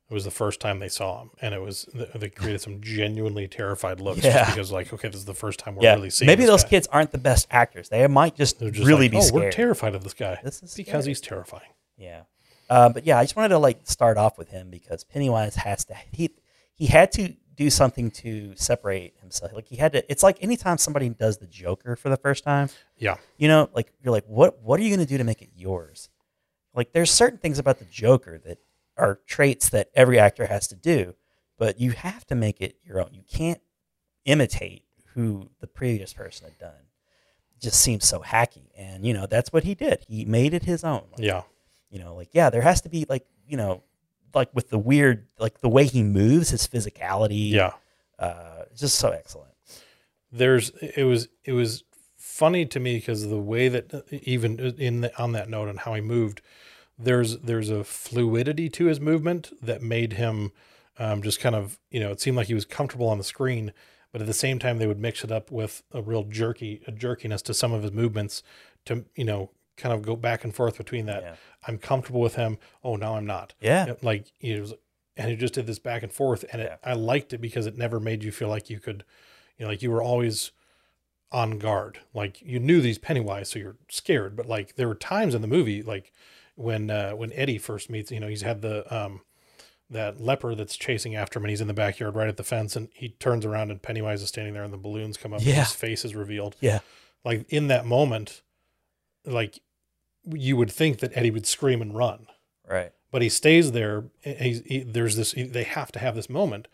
Speaker 1: it was the first time they saw him, and it was th- they created some genuinely terrified looks just
Speaker 2: Yeah.
Speaker 1: because, like, okay, this is the first time we're
Speaker 2: Yeah,
Speaker 1: really seeing.
Speaker 2: maybe
Speaker 1: this
Speaker 2: those
Speaker 1: guy.
Speaker 2: kids aren't the best actors. They might just,
Speaker 1: They're just
Speaker 2: really
Speaker 1: like,
Speaker 2: be
Speaker 1: oh,
Speaker 2: scared.
Speaker 1: we're terrified of this guy.
Speaker 2: This is
Speaker 1: because
Speaker 2: scary.
Speaker 1: he's terrifying.
Speaker 2: Yeah. Uh, but yeah, I just wanted to like start off with him because Pennywise has to he he had to do something to separate himself. Like he had to. It's like anytime somebody does the Joker for the first time,
Speaker 1: Yeah,
Speaker 2: you know, like you're like, what what are you going to do to make it yours? Like there's certain things about the Joker that are traits that every actor has to do, but you have to make it your own. You can't imitate who the previous person had done. It just seems so hacky, and you know that's what he did. He made it his own. Like,
Speaker 1: yeah,
Speaker 2: you know like yeah there has to be like you know like with the weird like the way he moves his physicality
Speaker 1: yeah.
Speaker 2: uh it's just so excellent
Speaker 1: There's it was it was funny to me because the way that even in the, on that note and how he moved, there's there's a fluidity to his movement that made him um, just kind of you know it seemed like he was comfortable on the screen but at the same time they would mix it up with a real jerky a jerkiness to some of his movements to you know kind of go back and forth between that
Speaker 2: Yeah.
Speaker 1: i'm comfortable with him oh now i'm not
Speaker 2: Yeah.
Speaker 1: like he was and he just did this back and forth and it, i liked it because it never made you feel like you could you know like you were always on guard like you knew these pennywise so you're scared but like there were times in the movie like when uh when eddie first meets you know he's had the um that leper that's chasing after him and he's in the backyard right at the fence and he turns around and Pennywise is standing there and the balloons come up and
Speaker 2: Yeah.
Speaker 1: his face is revealed.
Speaker 2: Yeah.
Speaker 1: Like in that moment, like you would think that Eddie would scream and run,
Speaker 2: right
Speaker 1: but he stays there. and He's, he, eh, there's this, they have to have this moment.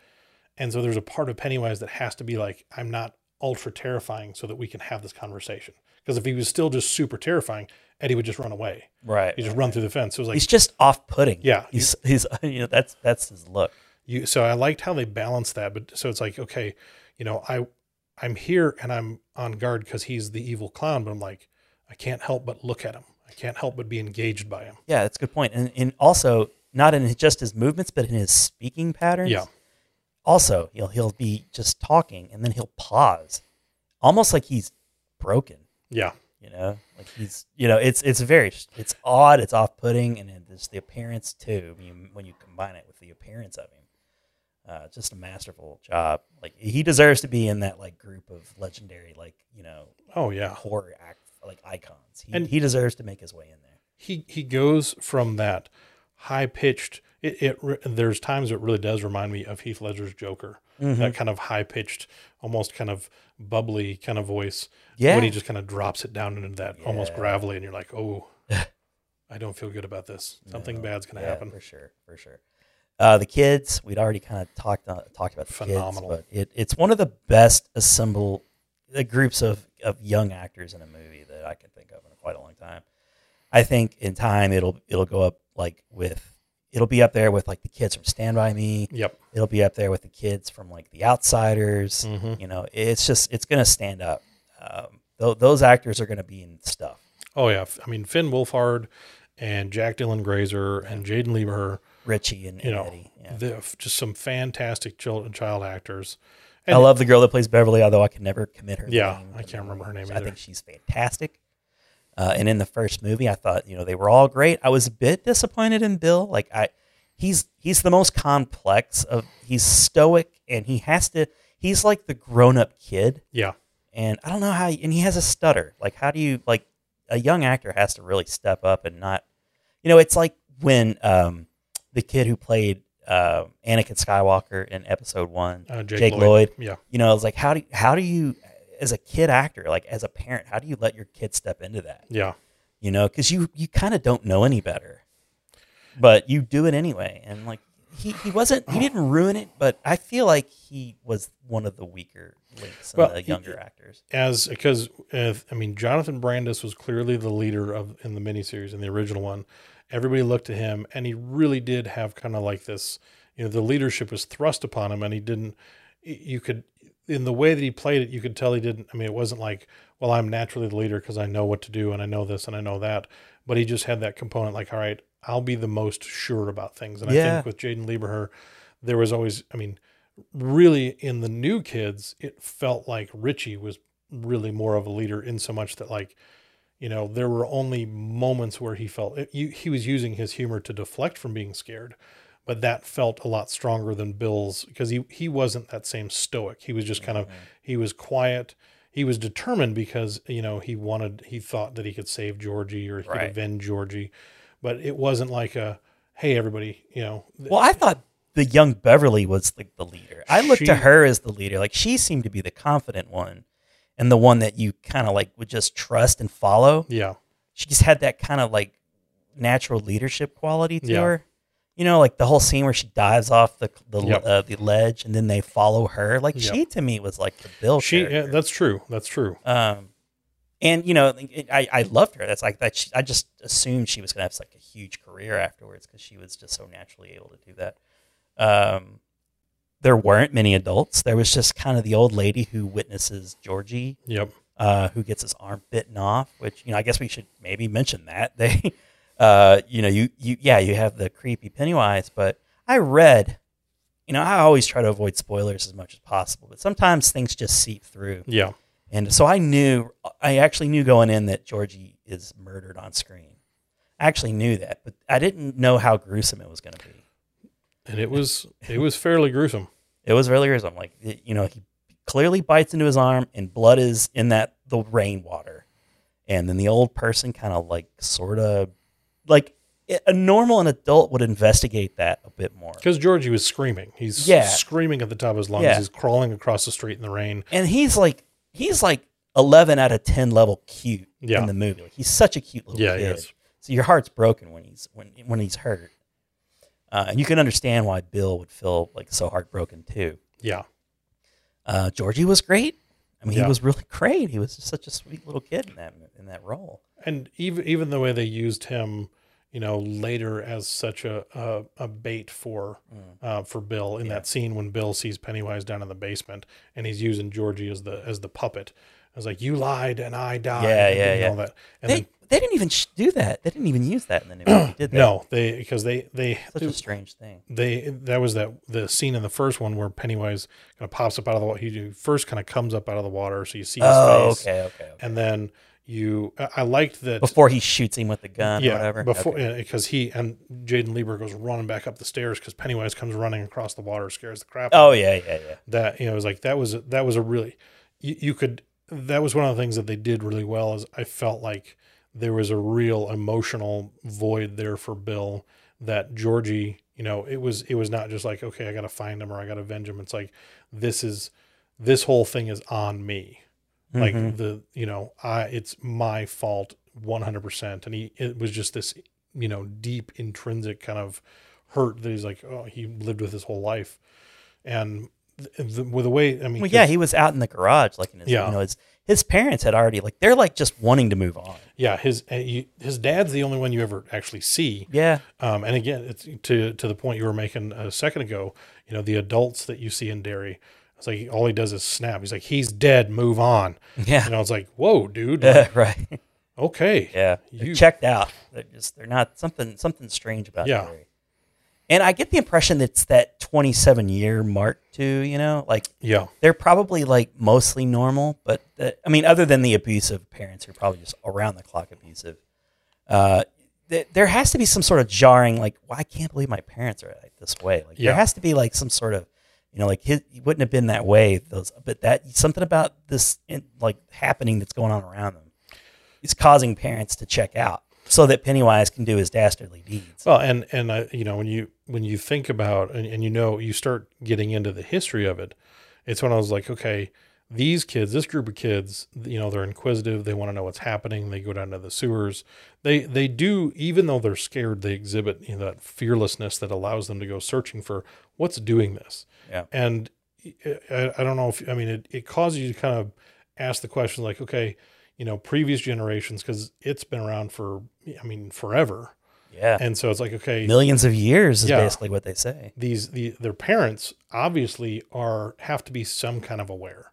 Speaker 1: And so there's a part of Pennywise that has to be like, I'm not ultra terrifying so that we can have this conversation. Because if he was still just super terrifying, Eddie would just run away.
Speaker 2: Right.
Speaker 1: He just run through the fence. It was like
Speaker 2: He's just off putting.
Speaker 1: Yeah.
Speaker 2: He's, he's, you know, that's, that's his look.
Speaker 1: you so i liked how they balanced that but so it's like okay you know i i'm here and i'm on guard because he's the evil clown but i'm like i can't help but look at him i can't help but be engaged by him
Speaker 2: Yeah, that's a good point. And, and also, not in just his movements, but in his speaking patterns.
Speaker 1: Yeah.
Speaker 2: Also, he'll, he'll be just talking and then he'll pause, almost like he's broken,
Speaker 1: yeah
Speaker 2: you know? Like he's, you know, it's it's very, it's odd, it's off putting, and then there's the appearance too, when you, when you combine it with the appearance of him. Uh, just a masterful job. Like he deserves to be in that like group of legendary, like, you know,
Speaker 1: oh yeah
Speaker 2: horror act, like icons. He,
Speaker 1: And-
Speaker 2: he deserves to make his way in there.
Speaker 1: he he goes from that high pitched it, it re- there's times it really does remind me of Heath Ledger's Joker
Speaker 2: Mm-hmm.
Speaker 1: that kind of high pitched almost kind of bubbly kind of voice
Speaker 2: Yeah.
Speaker 1: when he just kind of drops it down into that almost gravelly and you're like oh I don't feel good about this something bad's gonna
Speaker 2: Yeah,
Speaker 1: happen
Speaker 2: for sure, for sure. Uh, the kids, we'd already kind of talked uh, talked about the
Speaker 1: Phenomenal.
Speaker 2: kids, but it, it's one of the best assemble uh, groups of of young actors in a movie that I can think of in quite a long time. I think in time it'll it'll go up like with it'll be up there with like the kids from Stand by Me.
Speaker 1: Yep.
Speaker 2: It'll be up there with the kids from like The Outsiders.
Speaker 1: Mm-hmm.
Speaker 2: You know, it's just it's gonna stand up. Um, th- those actors are gonna be in stuff.
Speaker 1: Oh yeah. F- I mean Finn Wolfhard and Jack Dylan Grazer and Jaden Lieber,
Speaker 2: Richie and,
Speaker 1: you
Speaker 2: and
Speaker 1: know,
Speaker 2: Eddie. Yeah.
Speaker 1: the, f- just some fantastic child, child actors.
Speaker 2: I love the girl that plays Beverly, although I can never commit her.
Speaker 1: Yeah,
Speaker 2: name.
Speaker 1: I can't remember her name
Speaker 2: I
Speaker 1: either.
Speaker 2: think she's fantastic. Uh, and in the first movie, I thought you know they were all great. I was a bit disappointed in Bill. Like I, he's he's the most complex of. He's stoic and he has to. He's like the grown up kid,
Speaker 1: Yeah.
Speaker 2: and I don't know how. And he has a stutter. Like how do you like a young actor has to really step up and not. You know, it's like when um, the kid who played uh, Anakin Skywalker in Episode One,
Speaker 1: Uh,
Speaker 2: Jake Lloyd
Speaker 1: Yeah.
Speaker 2: you know, it's like how do how do you as a kid actor, like as a parent, how do you let your kid step into that?
Speaker 1: Yeah.
Speaker 2: You know, because you you kind of don't know any better, but you do it anyway. And like he he wasn't he didn't ruin it, but I feel like he was one of the weaker links in
Speaker 1: Well,
Speaker 2: the
Speaker 1: he-
Speaker 2: younger actors.
Speaker 1: As because if, I mean Jonathan Brandis was clearly the leader of in the miniseries in the original one. Everybody looked to him, and he really did have kind of like this. You know, the leadership was thrust upon him, and he didn't. y- You could, in the way that he played it, you could tell he didn't. I mean, it wasn't like, well, I'm naturally the leader because I know what to do and I know this and I know that. But he just had that component, like, all right, I'll be the most sure about things. And
Speaker 2: Yeah.
Speaker 1: I think with Jaden Lieberher, there was always, I mean, really in the new kids, it felt like Richie was really more of a leader in so much that like you know there were only moments where he felt it, you, he was using his humor to deflect from being scared but that felt a lot stronger than bill's because he, he wasn't that same stoic he was just kind of he was quiet he was determined because you know he wanted he thought that he could save georgie or he
Speaker 2: Right.
Speaker 1: could avenge georgie but it wasn't like a hey everybody you know th-
Speaker 2: Well, I thought the young Beverly was like the leader. I looked
Speaker 1: She-
Speaker 2: to her as the leader. Like she seemed to be the confident one, and the one that you kind of like would just trust and follow.
Speaker 1: yeah
Speaker 2: she just had that kind of like natural leadership quality to
Speaker 1: Yeah.
Speaker 2: her. You know, like the whole scene where she dives off the the,
Speaker 1: Yep.
Speaker 2: uh, the ledge and then they follow her. Like
Speaker 1: Yep.
Speaker 2: she to me was like the Bill.
Speaker 1: she yeah,
Speaker 2: character.
Speaker 1: that's true that's true
Speaker 2: um, and you know, like, it- I I loved her. That's like that. She, I just assumed she was gonna have like a huge career afterwards because she was just so naturally able to do that. Um, there weren't many adults. There was just kind of the old lady who witnesses Georgie
Speaker 1: yep
Speaker 2: uh, who gets his arm bitten off, which you know I guess we should maybe mention that they, uh, you know, you you yeah you have the creepy Pennywise, but I read, you know, I always try to avoid spoilers as much as possible, but sometimes things just seep through,
Speaker 1: yeah
Speaker 2: and so I knew I actually knew going in that Georgie is murdered on screen. I actually knew that, but I didn't know how gruesome it was going to be.
Speaker 1: and it was it was fairly gruesome
Speaker 2: It was really gruesome. Like it- you know, he clearly bites into his arm, and blood is in that the rainwater, and then the old person kind of like sort of like i- a normal an adult would investigate that a bit more.
Speaker 1: Because Georgie was screaming. He's
Speaker 2: Yeah.
Speaker 1: screaming at the top of his lungs.
Speaker 2: Yeah.
Speaker 1: He's crawling across the street in the rain.
Speaker 2: And he's like he's like eleven out of ten level cute
Speaker 1: Yeah.
Speaker 2: in the movie. Like, he's such a cute little
Speaker 1: Yeah, he
Speaker 2: kid.
Speaker 1: is.
Speaker 2: So your heart's broken when he's when when he's hurt, uh, and you can understand why Bill would feel like so heartbroken too.
Speaker 1: Yeah.
Speaker 2: Uh, Georgie was great. I mean,
Speaker 1: Yeah.
Speaker 2: he was really great. He was just such a sweet little kid in that in that role.
Speaker 1: and even even the way they used him, you know, later as such a a, a bait for
Speaker 2: Mm.
Speaker 1: uh, for Bill in that scene when Bill sees Pennywise down in the basement and he's using Georgie as the as the puppet. I was like, you lied and I died.
Speaker 2: Yeah,
Speaker 1: and,
Speaker 2: yeah,
Speaker 1: and
Speaker 2: yeah.
Speaker 1: All that. And
Speaker 2: they
Speaker 1: then,
Speaker 2: they didn't even sh- do that. They didn't even use that in the new movie, did they?
Speaker 1: no, they because they they
Speaker 2: Such a strange thing.
Speaker 1: they that was that the scene in the first one where Pennywise kind of pops up out of the water. He first kind of comes up out of the water, so you see his
Speaker 2: Oh,
Speaker 1: face,
Speaker 2: okay, okay. okay.
Speaker 1: and then you. I, I liked that
Speaker 2: Before he shoots him with the gun or whatever.
Speaker 1: Before,
Speaker 2: Okay.
Speaker 1: because he and Jaden Lieber goes running back up the stairs because Pennywise comes running across the water, scares the crap. out
Speaker 2: Oh
Speaker 1: of him.
Speaker 2: yeah, yeah, yeah.
Speaker 1: that you know, it was like that was that was a really you, you could that was one of the things that they did really well is I felt like there was a real emotional void there for Bill that Georgie, you know, it was it was not just like okay, I got to find him or I got to avenge him. It's like this is this whole thing is on me
Speaker 2: Mm-hmm.
Speaker 1: like the you know i it's my fault 100% and he it was just this you know deep intrinsic kind of hurt that he's like oh he lived with his whole life and th- the, with the way i mean
Speaker 2: Well,
Speaker 1: 'cause-
Speaker 2: yeah, he was out in the garage, like in his,
Speaker 1: Yeah.
Speaker 2: you know, his his parents had already like they're like just wanting to move on.
Speaker 1: yeah his uh, you, his dad's the only one you ever actually see
Speaker 2: Yeah,
Speaker 1: um, and again it's to to the point you were making a second ago you know the adults that you see in dairy it's like all he does is snap he's like he's dead move on
Speaker 2: yeah,
Speaker 1: and i was like whoa dude
Speaker 2: yeah, right.
Speaker 1: okay
Speaker 2: Yeah, they're
Speaker 1: You-
Speaker 2: checked out. They're just they're not something something strange about
Speaker 1: Yeah.
Speaker 2: Barry. And I get the impression that it's that 27 year mark too. You know, like
Speaker 1: yeah
Speaker 2: they're probably like mostly normal, but the, I mean, other than the abusive parents who are probably just around the clock abusive, uh, th- there has to be some sort of jarring, like, well, I can't believe my parents are like this way. Like,
Speaker 1: Yeah.
Speaker 2: there has to be like some sort of, you know, like his, he wouldn't have been that way. Those, but that something about this in, like happening that's going on around them is causing parents to check out so that Pennywise can do his dastardly deeds.
Speaker 1: Well, and and I, you know, when you when you think about and, and you know, you start getting into the history of it. It's when I was like, okay, these kids, this group of kids, you know, they're inquisitive. They want to know what's happening. They go down to the sewers. They they do, even though they're scared, they exhibit you know, that fearlessness that allows them to go searching for what's doing this.
Speaker 2: Yeah.
Speaker 1: And I- I, I don't know if I mean it. It causes you to kind of ask the question, like, okay, you know, previous generations, because it's been around for, I mean, forever.
Speaker 2: Yeah,
Speaker 1: And so it's like, okay,
Speaker 2: millions of years is
Speaker 1: Yeah.
Speaker 2: basically what they say.
Speaker 1: these the their parents obviously are have to be some kind of aware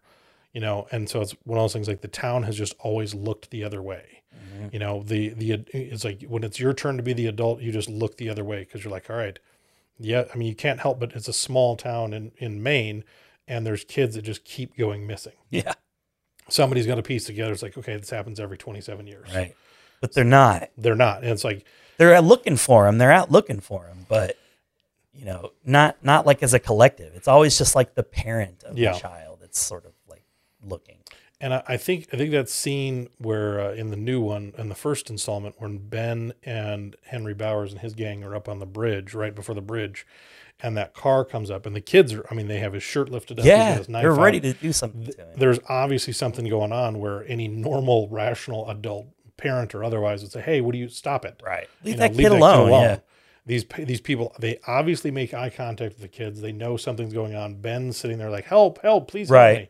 Speaker 1: you know and so it's one of those things like the town has just always looked the other way you know the the it's like when it's your turn to be the adult you just look the other way because you're like all right yeah i mean you can't help but it's a small town in in maine and there's kids that just keep going missing
Speaker 2: Yeah,
Speaker 1: somebody's got a piece together it's like okay this happens every 27 years
Speaker 2: right. But they're not.
Speaker 1: they're not and it's like
Speaker 2: they're out looking for him. They're out looking for him, but you know, not not like as a collective. It's always just like the parent of
Speaker 1: Yeah.
Speaker 2: the child that's sort of like looking.
Speaker 1: and I, I think I think that scene where uh, in the new one in the first installment when Ben and Henry Bowers and his gang are up on the bridge right before the bridge, and that car comes up and the kids are I mean they have his shirt lifted up he's got
Speaker 2: yeah,
Speaker 1: his knife
Speaker 2: they're ready
Speaker 1: out.
Speaker 2: to do something to him.
Speaker 1: There's obviously something going on where any normal rational adult parent or otherwise would say hey what do you stop it
Speaker 2: Right.
Speaker 1: You
Speaker 2: Leave
Speaker 1: know,
Speaker 2: that kid alone. Yeah.
Speaker 1: These, pe- these people they obviously make eye contact with the kids they know something's going on ben's sitting there like help help please help
Speaker 2: Right.
Speaker 1: me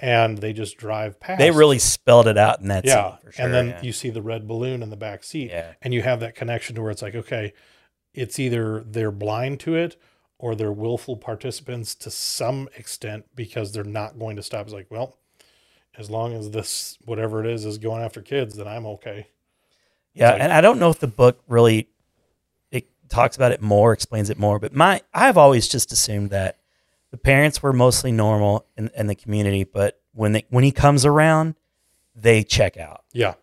Speaker 1: and they just drive past
Speaker 2: They really spelled it out in that
Speaker 1: yeah.
Speaker 2: scene for sure.
Speaker 1: and then
Speaker 2: yeah.
Speaker 1: you see the red balloon in the back seat,
Speaker 2: Yeah.
Speaker 1: and you have that connection to where it's like, okay, it's either they're blind to it or they're willful participants to some extent because they're not going to stop. It's like, well, as long as this whatever it is is going after kids, then I'm okay.
Speaker 2: Yeah,
Speaker 1: like-
Speaker 2: and I don't know if the book really it talks about it more, explains it more, but my I've always just assumed that the parents were mostly normal in, in the community, but when they when he comes around, they check out.
Speaker 1: Yeah,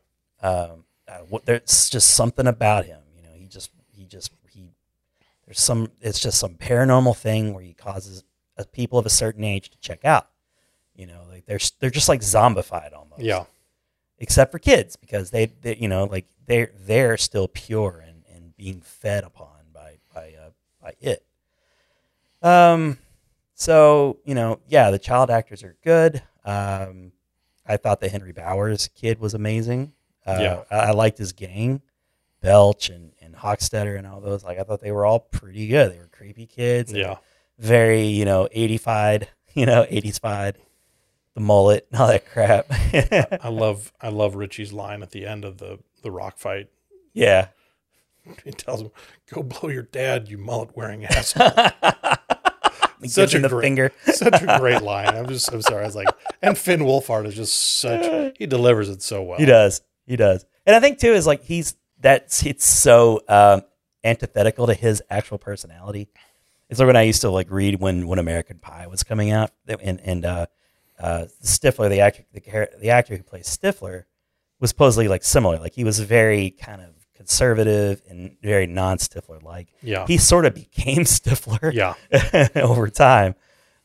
Speaker 2: um, uh, what, there's just something about him. You know, he just he just he there's some it's just some paranormal thing where he causes uh, people of a certain age to check out. You know, like they're s- they're just like zombified almost.
Speaker 1: yeah,
Speaker 2: Except for kids because they, they you know like they're they're still pure and, and being fed upon by by uh, by it. Um, so you know, yeah, the child actors are good. Um, I thought the Henry Bowers kid was amazing. Uh,
Speaker 1: Yeah.
Speaker 2: I, I liked his gang, Belch and and Hockstetter and all those. Like I thought they were all pretty good. They were creepy kids. and
Speaker 1: yeah,
Speaker 2: Very you know eighty fied. You know eighties fied. the mullet and all that crap.
Speaker 1: I love I love Richie's line at the end of the the rock fight.
Speaker 2: yeah.
Speaker 1: He tells him, "Go blow your dad, you mullet wearing asshole."
Speaker 2: Gives him the
Speaker 1: great,
Speaker 2: finger.
Speaker 1: such a great line. I'm just I'm sorry. I was like, and Finn Wolfhard is just such he delivers it so well.
Speaker 2: He does. He does. And I think too is like he's that's it's so um, antithetical to his actual personality. It's like when I used to like read when when American Pie was coming out, that- and and uh, uh, Stifler, the actor, the, char- the actor who plays Stifler, was supposedly like similar. Like he was very kind of conservative and very non-Stifler like.
Speaker 1: Yeah.
Speaker 2: He sort of became Stifler.
Speaker 1: Yeah.
Speaker 2: over time.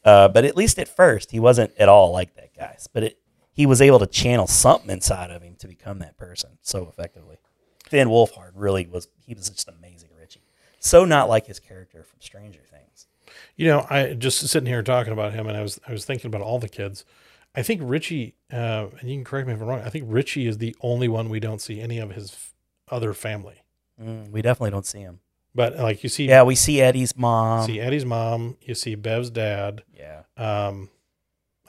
Speaker 2: Uh, but at least at first, he wasn't at all like that, guys. But it, he was able to channel something inside of him to become that person so effectively. Finn Wolfhard really was, he was just amazing, Richie. So not like his character from Stranger Things.
Speaker 1: You know, I just sitting here talking about him, and I was I was thinking about all the kids. I think Richie, uh, and you can correct me if I'm wrong. I think Richie is the only one we don't see any of his f- other family.
Speaker 2: Mm, we definitely don't see him.
Speaker 1: But like you see,
Speaker 2: Yeah, we see Eddie's mom.
Speaker 1: see Eddie's mom, you see Bev's dad.
Speaker 2: Yeah.
Speaker 1: Um,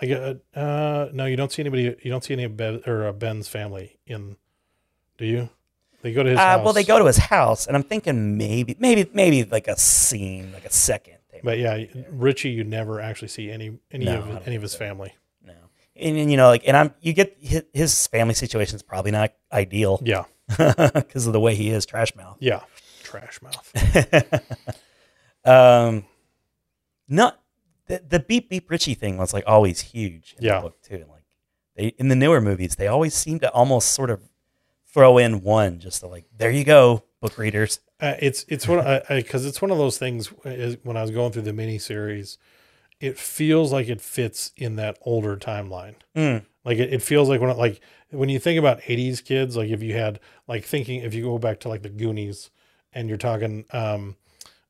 Speaker 1: I get, uh, no, you don't see anybody. You don't see any of Bev, or uh, Ben's family in. Do you? They go to his.
Speaker 2: Uh,
Speaker 1: house.
Speaker 2: well, they go to his house, and I'm thinking maybe, maybe, maybe like a scene, like a second. They
Speaker 1: But yeah, Richie, you never actually see any any
Speaker 2: No, I don't
Speaker 1: of any of his family.
Speaker 2: No. And, and you know, like, and I'm you get his, his family situation is probably not ideal
Speaker 1: Yeah,
Speaker 2: because of the way he is, trash mouth.
Speaker 1: yeah, trash mouth.
Speaker 2: Um, not the, the beep beep Richie thing was like always huge. In
Speaker 1: Yeah.
Speaker 2: the book too. And like they in the newer movies, they always seem to almost sort of throw in one just to like, there you go, book readers.
Speaker 1: Uh, it's it's one because I, 'cause it's one of those things. Is when I was going through the miniseries, it feels like it fits in that older timeline.
Speaker 2: Mm.
Speaker 1: Like it, it feels like when it- like when you think about '80s kids, like if you had like thinking if you go back to like the Goonies, and you're talking um,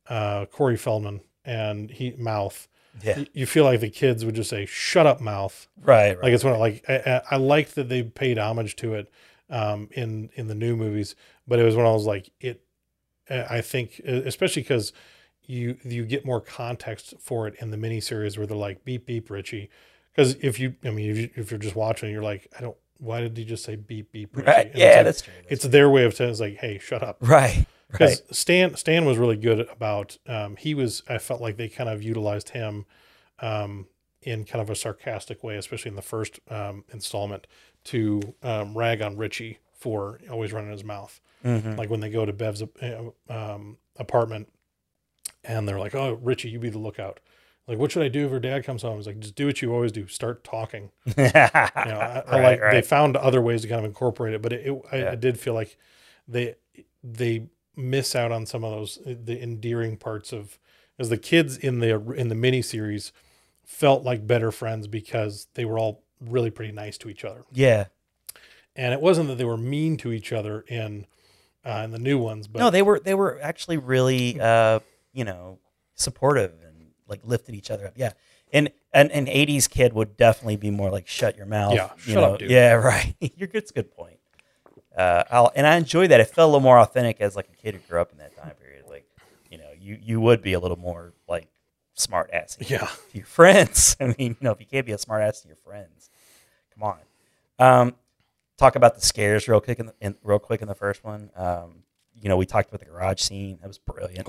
Speaker 1: uh, Corey Feldman and he Mouth,
Speaker 2: Yeah,
Speaker 1: y- you feel like the kids would just say "Shut up, Mouth."
Speaker 2: right, right.
Speaker 1: Like it's one of like I, I- I liked that they paid homage to it um, in in the new movies, but it was when I was like it. I I think uh, especially because you you get more context for it in the miniseries where they're like beep beep Richie, because if you I mean if, you, if you're just watching you're like I don't why did he just say beep beep Richie?
Speaker 2: right.
Speaker 1: And it's
Speaker 2: Yeah,
Speaker 1: like-
Speaker 2: that's true.
Speaker 1: it's their way of saying it's like hey shut up
Speaker 2: right,
Speaker 1: because
Speaker 2: right.
Speaker 1: Stan Stan was really good about um, he was I felt like they kind of utilized him um, in kind of a sarcastic way, especially in the first um, installment, to um, rag on Richie for always running his mouth.
Speaker 2: Mhm.
Speaker 1: Like when they go to Bev's uh, um, apartment, and they're like, "Oh, Richie, you be the lookout." Like, what should I do if her dad comes home? He's like, "Just do what you always do. Start talking." you know, I, I
Speaker 2: Right,
Speaker 1: like they
Speaker 2: right.
Speaker 1: found other ways to kind of incorporate it, but it, it, I, I
Speaker 2: Yeah.
Speaker 1: did feel like they they miss out on some of those uh, the endearing parts of as the kids in the in the miniseries felt like better friends because they were all really pretty nice to each other,
Speaker 2: Yeah.
Speaker 1: and it wasn't that they were mean to each other in uh, in the new ones, but
Speaker 2: no, they were they were actually really uh, you know supportive and like lifted each other up. Yeah, and an an eighties kid would definitely be more like shut your mouth.
Speaker 1: Yeah,
Speaker 2: you
Speaker 1: shut up,
Speaker 2: know.
Speaker 1: dude.
Speaker 2: Yeah, right. You're good. It's a good point. Uh, I'll, and I enjoy that. It felt a little more authentic as like a kid who grew up in that time period. Like, you know, you you would be a little more like smart assy
Speaker 1: yeah,
Speaker 2: to your friends. I mean, you know, if you can't be a smart ass to your friends, come on. Um, talk about the scares real quick in, the, in real quick in the first one. Um, you know, we talked about the garage scene. That was brilliant.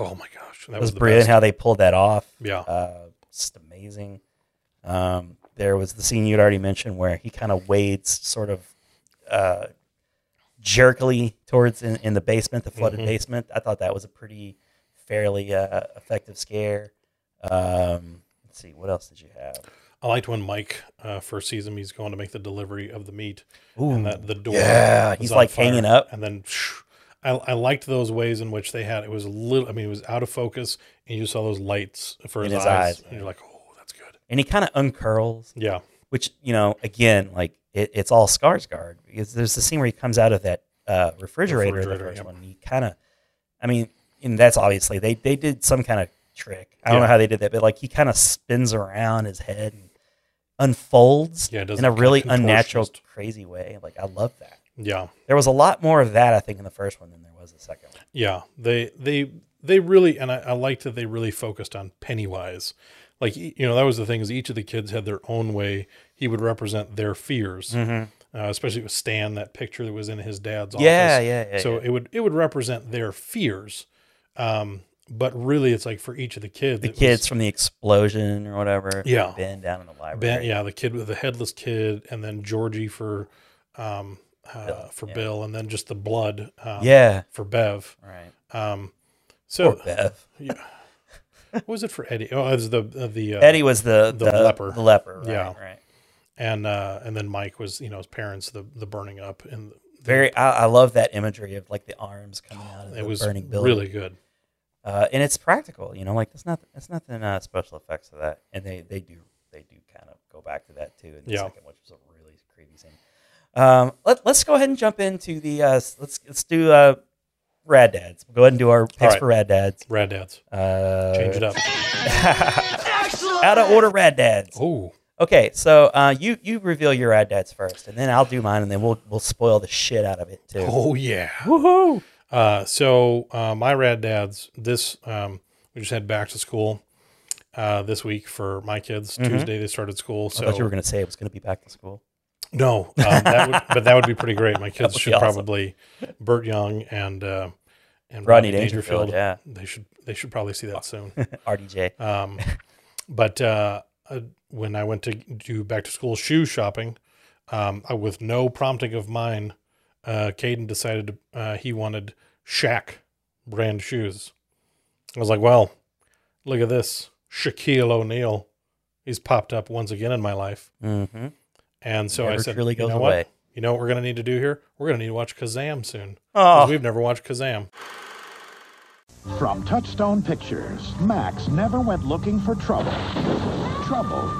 Speaker 1: oh my gosh, that
Speaker 2: that was
Speaker 1: the
Speaker 2: brilliant
Speaker 1: best.
Speaker 2: how they pulled that off.
Speaker 1: Yeah.
Speaker 2: uh, just amazing. Um, there was the scene you'd already mentioned where he kind of wades sort of uh, jerkily towards in, in the basement, the
Speaker 1: Mm-hmm.
Speaker 2: flooded basement. I thought that was a pretty fairly uh, effective scare. Um, let's see, what else did you have?
Speaker 1: I liked when Mike uh, first sees him. He's going to make the delivery of the meat,
Speaker 2: Ooh.
Speaker 1: and that the door.
Speaker 2: Yeah,
Speaker 1: was
Speaker 2: he's
Speaker 1: on
Speaker 2: like
Speaker 1: fire,
Speaker 2: hanging up.
Speaker 1: and then. Shh, I, I liked those ways in which they had it was a little. I mean, it was out of focus, and you saw those lights for
Speaker 2: In
Speaker 1: his,
Speaker 2: his
Speaker 1: eyes,
Speaker 2: eyes,
Speaker 1: and you're like, "Oh, that's good."
Speaker 2: and he kind of uncurls,
Speaker 1: Yeah,
Speaker 2: which you know, again, like it, it's all Skarsgård because there's the scene where he comes out of that uh, refrigerator, in the
Speaker 1: Refrigerator,
Speaker 2: first
Speaker 1: yep.
Speaker 2: one. And he kind of, I mean, and that's obviously they they did some kind of trick. I don't
Speaker 1: Yeah.
Speaker 2: know how they did that, but like he kind of spins around his head and unfolds
Speaker 1: Yeah, it does
Speaker 2: in a
Speaker 1: like a
Speaker 2: really unnatural,
Speaker 1: contortionist.
Speaker 2: crazy way. Like I love that.
Speaker 1: yeah,
Speaker 2: There was a lot more of that, I think, in the first one than there was the second one.
Speaker 1: yeah. They they they really and I, I liked that they really focused on Pennywise. Like e- you know, that was the thing is each of the kids had their own way. He would represent their fears, uh, especially with Stan. That picture that was in his dad's
Speaker 2: Mm-hmm. Yeah,
Speaker 1: office.
Speaker 2: yeah, yeah,
Speaker 1: So it would it would represent their fears, um, but really it's like for each of the kids,
Speaker 2: The
Speaker 1: it was
Speaker 2: kids from the explosion or whatever.
Speaker 1: Yeah.
Speaker 2: Ben down in the library.
Speaker 1: Ben, yeah, the kid with the headless kid, and then Georgie for um, uh, for Bill, and then just the blood um,
Speaker 2: Yeah.
Speaker 1: for Bev.
Speaker 2: Right.
Speaker 1: Um,
Speaker 2: Poor
Speaker 1: so
Speaker 2: Bev.
Speaker 1: what was it for Eddie? Oh, it was the uh, the uh,
Speaker 2: Eddie was the,
Speaker 1: the leper.
Speaker 2: The leper. Right,
Speaker 1: Yeah.
Speaker 2: Right.
Speaker 1: and uh, and then Mike was you know his parents the the burning up and
Speaker 2: Very. I, I love that imagery of like the arms coming out of
Speaker 1: it
Speaker 2: the
Speaker 1: was
Speaker 2: burning building.
Speaker 1: really good.
Speaker 2: Uh, and it's practical. You know, like that's not that's nothing uh, special effects of that. And they they do they do kind of go back to that too in the
Speaker 1: Yeah.
Speaker 2: second, which was a really creepy scene. Um, let, let's go ahead and jump into the uh, s- let's let's do uh, Rad Dads. We'll go ahead and do our picks
Speaker 1: right.
Speaker 2: for Rad Dads.
Speaker 1: Rad dads,
Speaker 2: Uh,
Speaker 1: change it up.
Speaker 2: Out of order, Rad Dads.
Speaker 1: Oh,
Speaker 2: Okay, so uh, you you reveal your Rad Dads first, and then I'll do mine, and then we'll we'll spoil the shit out of it too.
Speaker 1: oh yeah.
Speaker 2: Woohoo!
Speaker 1: Uh, so uh, my rad dads. This um, we just had back to school uh, this week for my kids. Tuesday they started school. So
Speaker 2: Mm-hmm. I thought you were gonna say it was gonna be back to school.
Speaker 1: No, um, that would, but that would be pretty great. My kids
Speaker 2: would
Speaker 1: should
Speaker 2: be awesome.
Speaker 1: probably Burt Young and uh, and
Speaker 2: Rodney Dangerfield, yeah.
Speaker 1: they should they should probably see that soon.
Speaker 2: RDJ.
Speaker 1: Um, but uh, uh, when I went to do back to school shoe shopping, um, I, with no prompting of mine, uh, Caden decided to, uh, he wanted Shaq brand shoes. I was like, well, look at this, Shaquille O'Neal. He's popped up once again in my life,
Speaker 2: Mm-hmm.
Speaker 1: and so I
Speaker 2: Never
Speaker 1: said,
Speaker 2: truly
Speaker 1: you
Speaker 2: goes
Speaker 1: know what?
Speaker 2: away."
Speaker 1: You know what we're gonna need to do here? We're gonna need to watch Kazam soon. 'Cause
Speaker 2: Oh,
Speaker 1: We've never watched Kazam.
Speaker 8: From Touchstone Pictures, Max never went looking for trouble. Trouble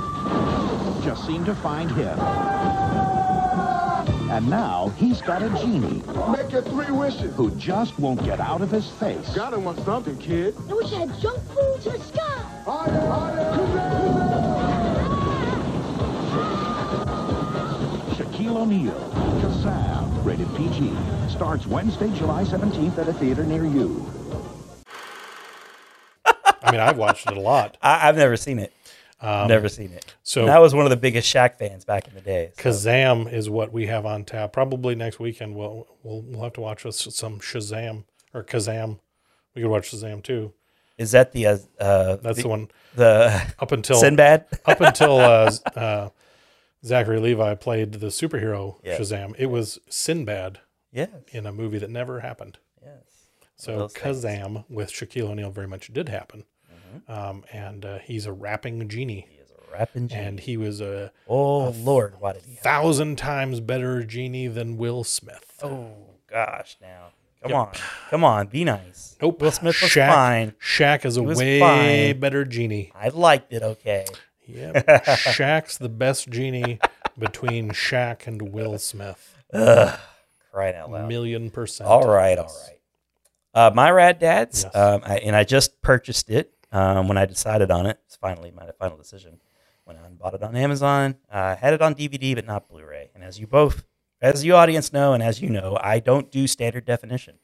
Speaker 8: just seemed to find him. And now he's got a genie
Speaker 9: Make it three wishes.
Speaker 8: who just won't get out of his face.
Speaker 9: Gotta want something, kid.
Speaker 7: I wish I had junk food to the sky.
Speaker 9: Higher, higher, hooray,
Speaker 8: Shaquille O'Neal, Kazam, rated PG, starts Wednesday, July 17th at a theater near you.
Speaker 1: I mean, I've watched it a lot.
Speaker 2: I, I've never seen it. never seen it.
Speaker 1: Um, so-
Speaker 2: And I was one of the biggest Shaq fans back in the day. so-
Speaker 1: Kazam is what we have on tap. Probably next weekend we'll we'll, we'll have to watch us some Shazam or Kazam. We could watch Shazam too.
Speaker 2: Is that the uh, uh,
Speaker 1: That's the, one
Speaker 2: the
Speaker 1: up until
Speaker 2: Sinbad?
Speaker 1: up until uh, Z- uh, Zachary Levi played the superhero
Speaker 2: Yeah.
Speaker 1: Shazam. It was Sinbad
Speaker 2: yes.
Speaker 1: in a movie that never happened.
Speaker 2: Yes.
Speaker 1: So
Speaker 2: Those things. Mm-hmm.
Speaker 1: Kazam with Shaquille O'Neal very much did happen, um, and uh, he's a rapping genie,
Speaker 2: He is a rapping genie.
Speaker 1: and he was a
Speaker 2: oh Lord, why did he? Have,
Speaker 1: thousand times better genie than Will Smith.
Speaker 2: oh gosh, now come on, come on, be nice.
Speaker 1: Nope.
Speaker 2: Will Smith was
Speaker 1: Shaq,
Speaker 2: fine.
Speaker 1: Shaq is a
Speaker 2: was
Speaker 1: way
Speaker 2: fine.
Speaker 1: better genie.
Speaker 2: I liked it. Okay.
Speaker 1: Yep. Shaq's the best genie between Shaq and Will Smith.
Speaker 2: Crying out loud.
Speaker 1: Million percent.
Speaker 2: All right, all right. Uh, my rad dads,
Speaker 1: Yes.
Speaker 2: um, I, and I just purchased it um, when I decided on it. It's finally my final decision. Went out and bought it on Amazon. I had it on DVD, but not Blu-ray. And as you both, as you audience know, and as you know, I don't do standard definition.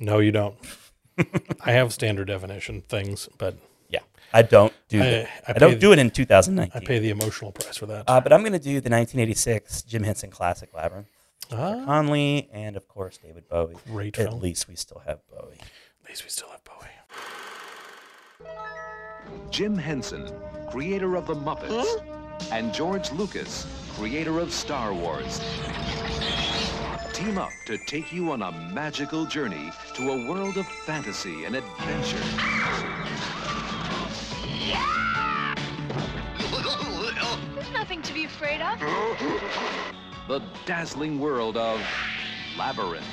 Speaker 1: No, you don't. I have standard definition things, but
Speaker 2: Yeah, I don't do.
Speaker 1: I-
Speaker 2: that.
Speaker 1: I
Speaker 2: I, don't
Speaker 1: pay-
Speaker 2: do it in
Speaker 1: I
Speaker 2: 2019.
Speaker 1: pay the emotional price for that.
Speaker 2: uh, but I'm going to do the 1986 Jim Henson Classic Labyrinth.
Speaker 1: Ah.
Speaker 2: Conley and of course David Bowie.
Speaker 1: Great
Speaker 2: At
Speaker 1: film.
Speaker 2: least we still have Bowie.
Speaker 1: At least we still have Bowie.
Speaker 10: Jim Henson, creator of The Muppets, and George Lucas, creator of Star Wars, team up to take you on a magical journey to a world of fantasy and adventure.
Speaker 7: There's nothing to be afraid of.
Speaker 10: The dazzling world of Labyrinth.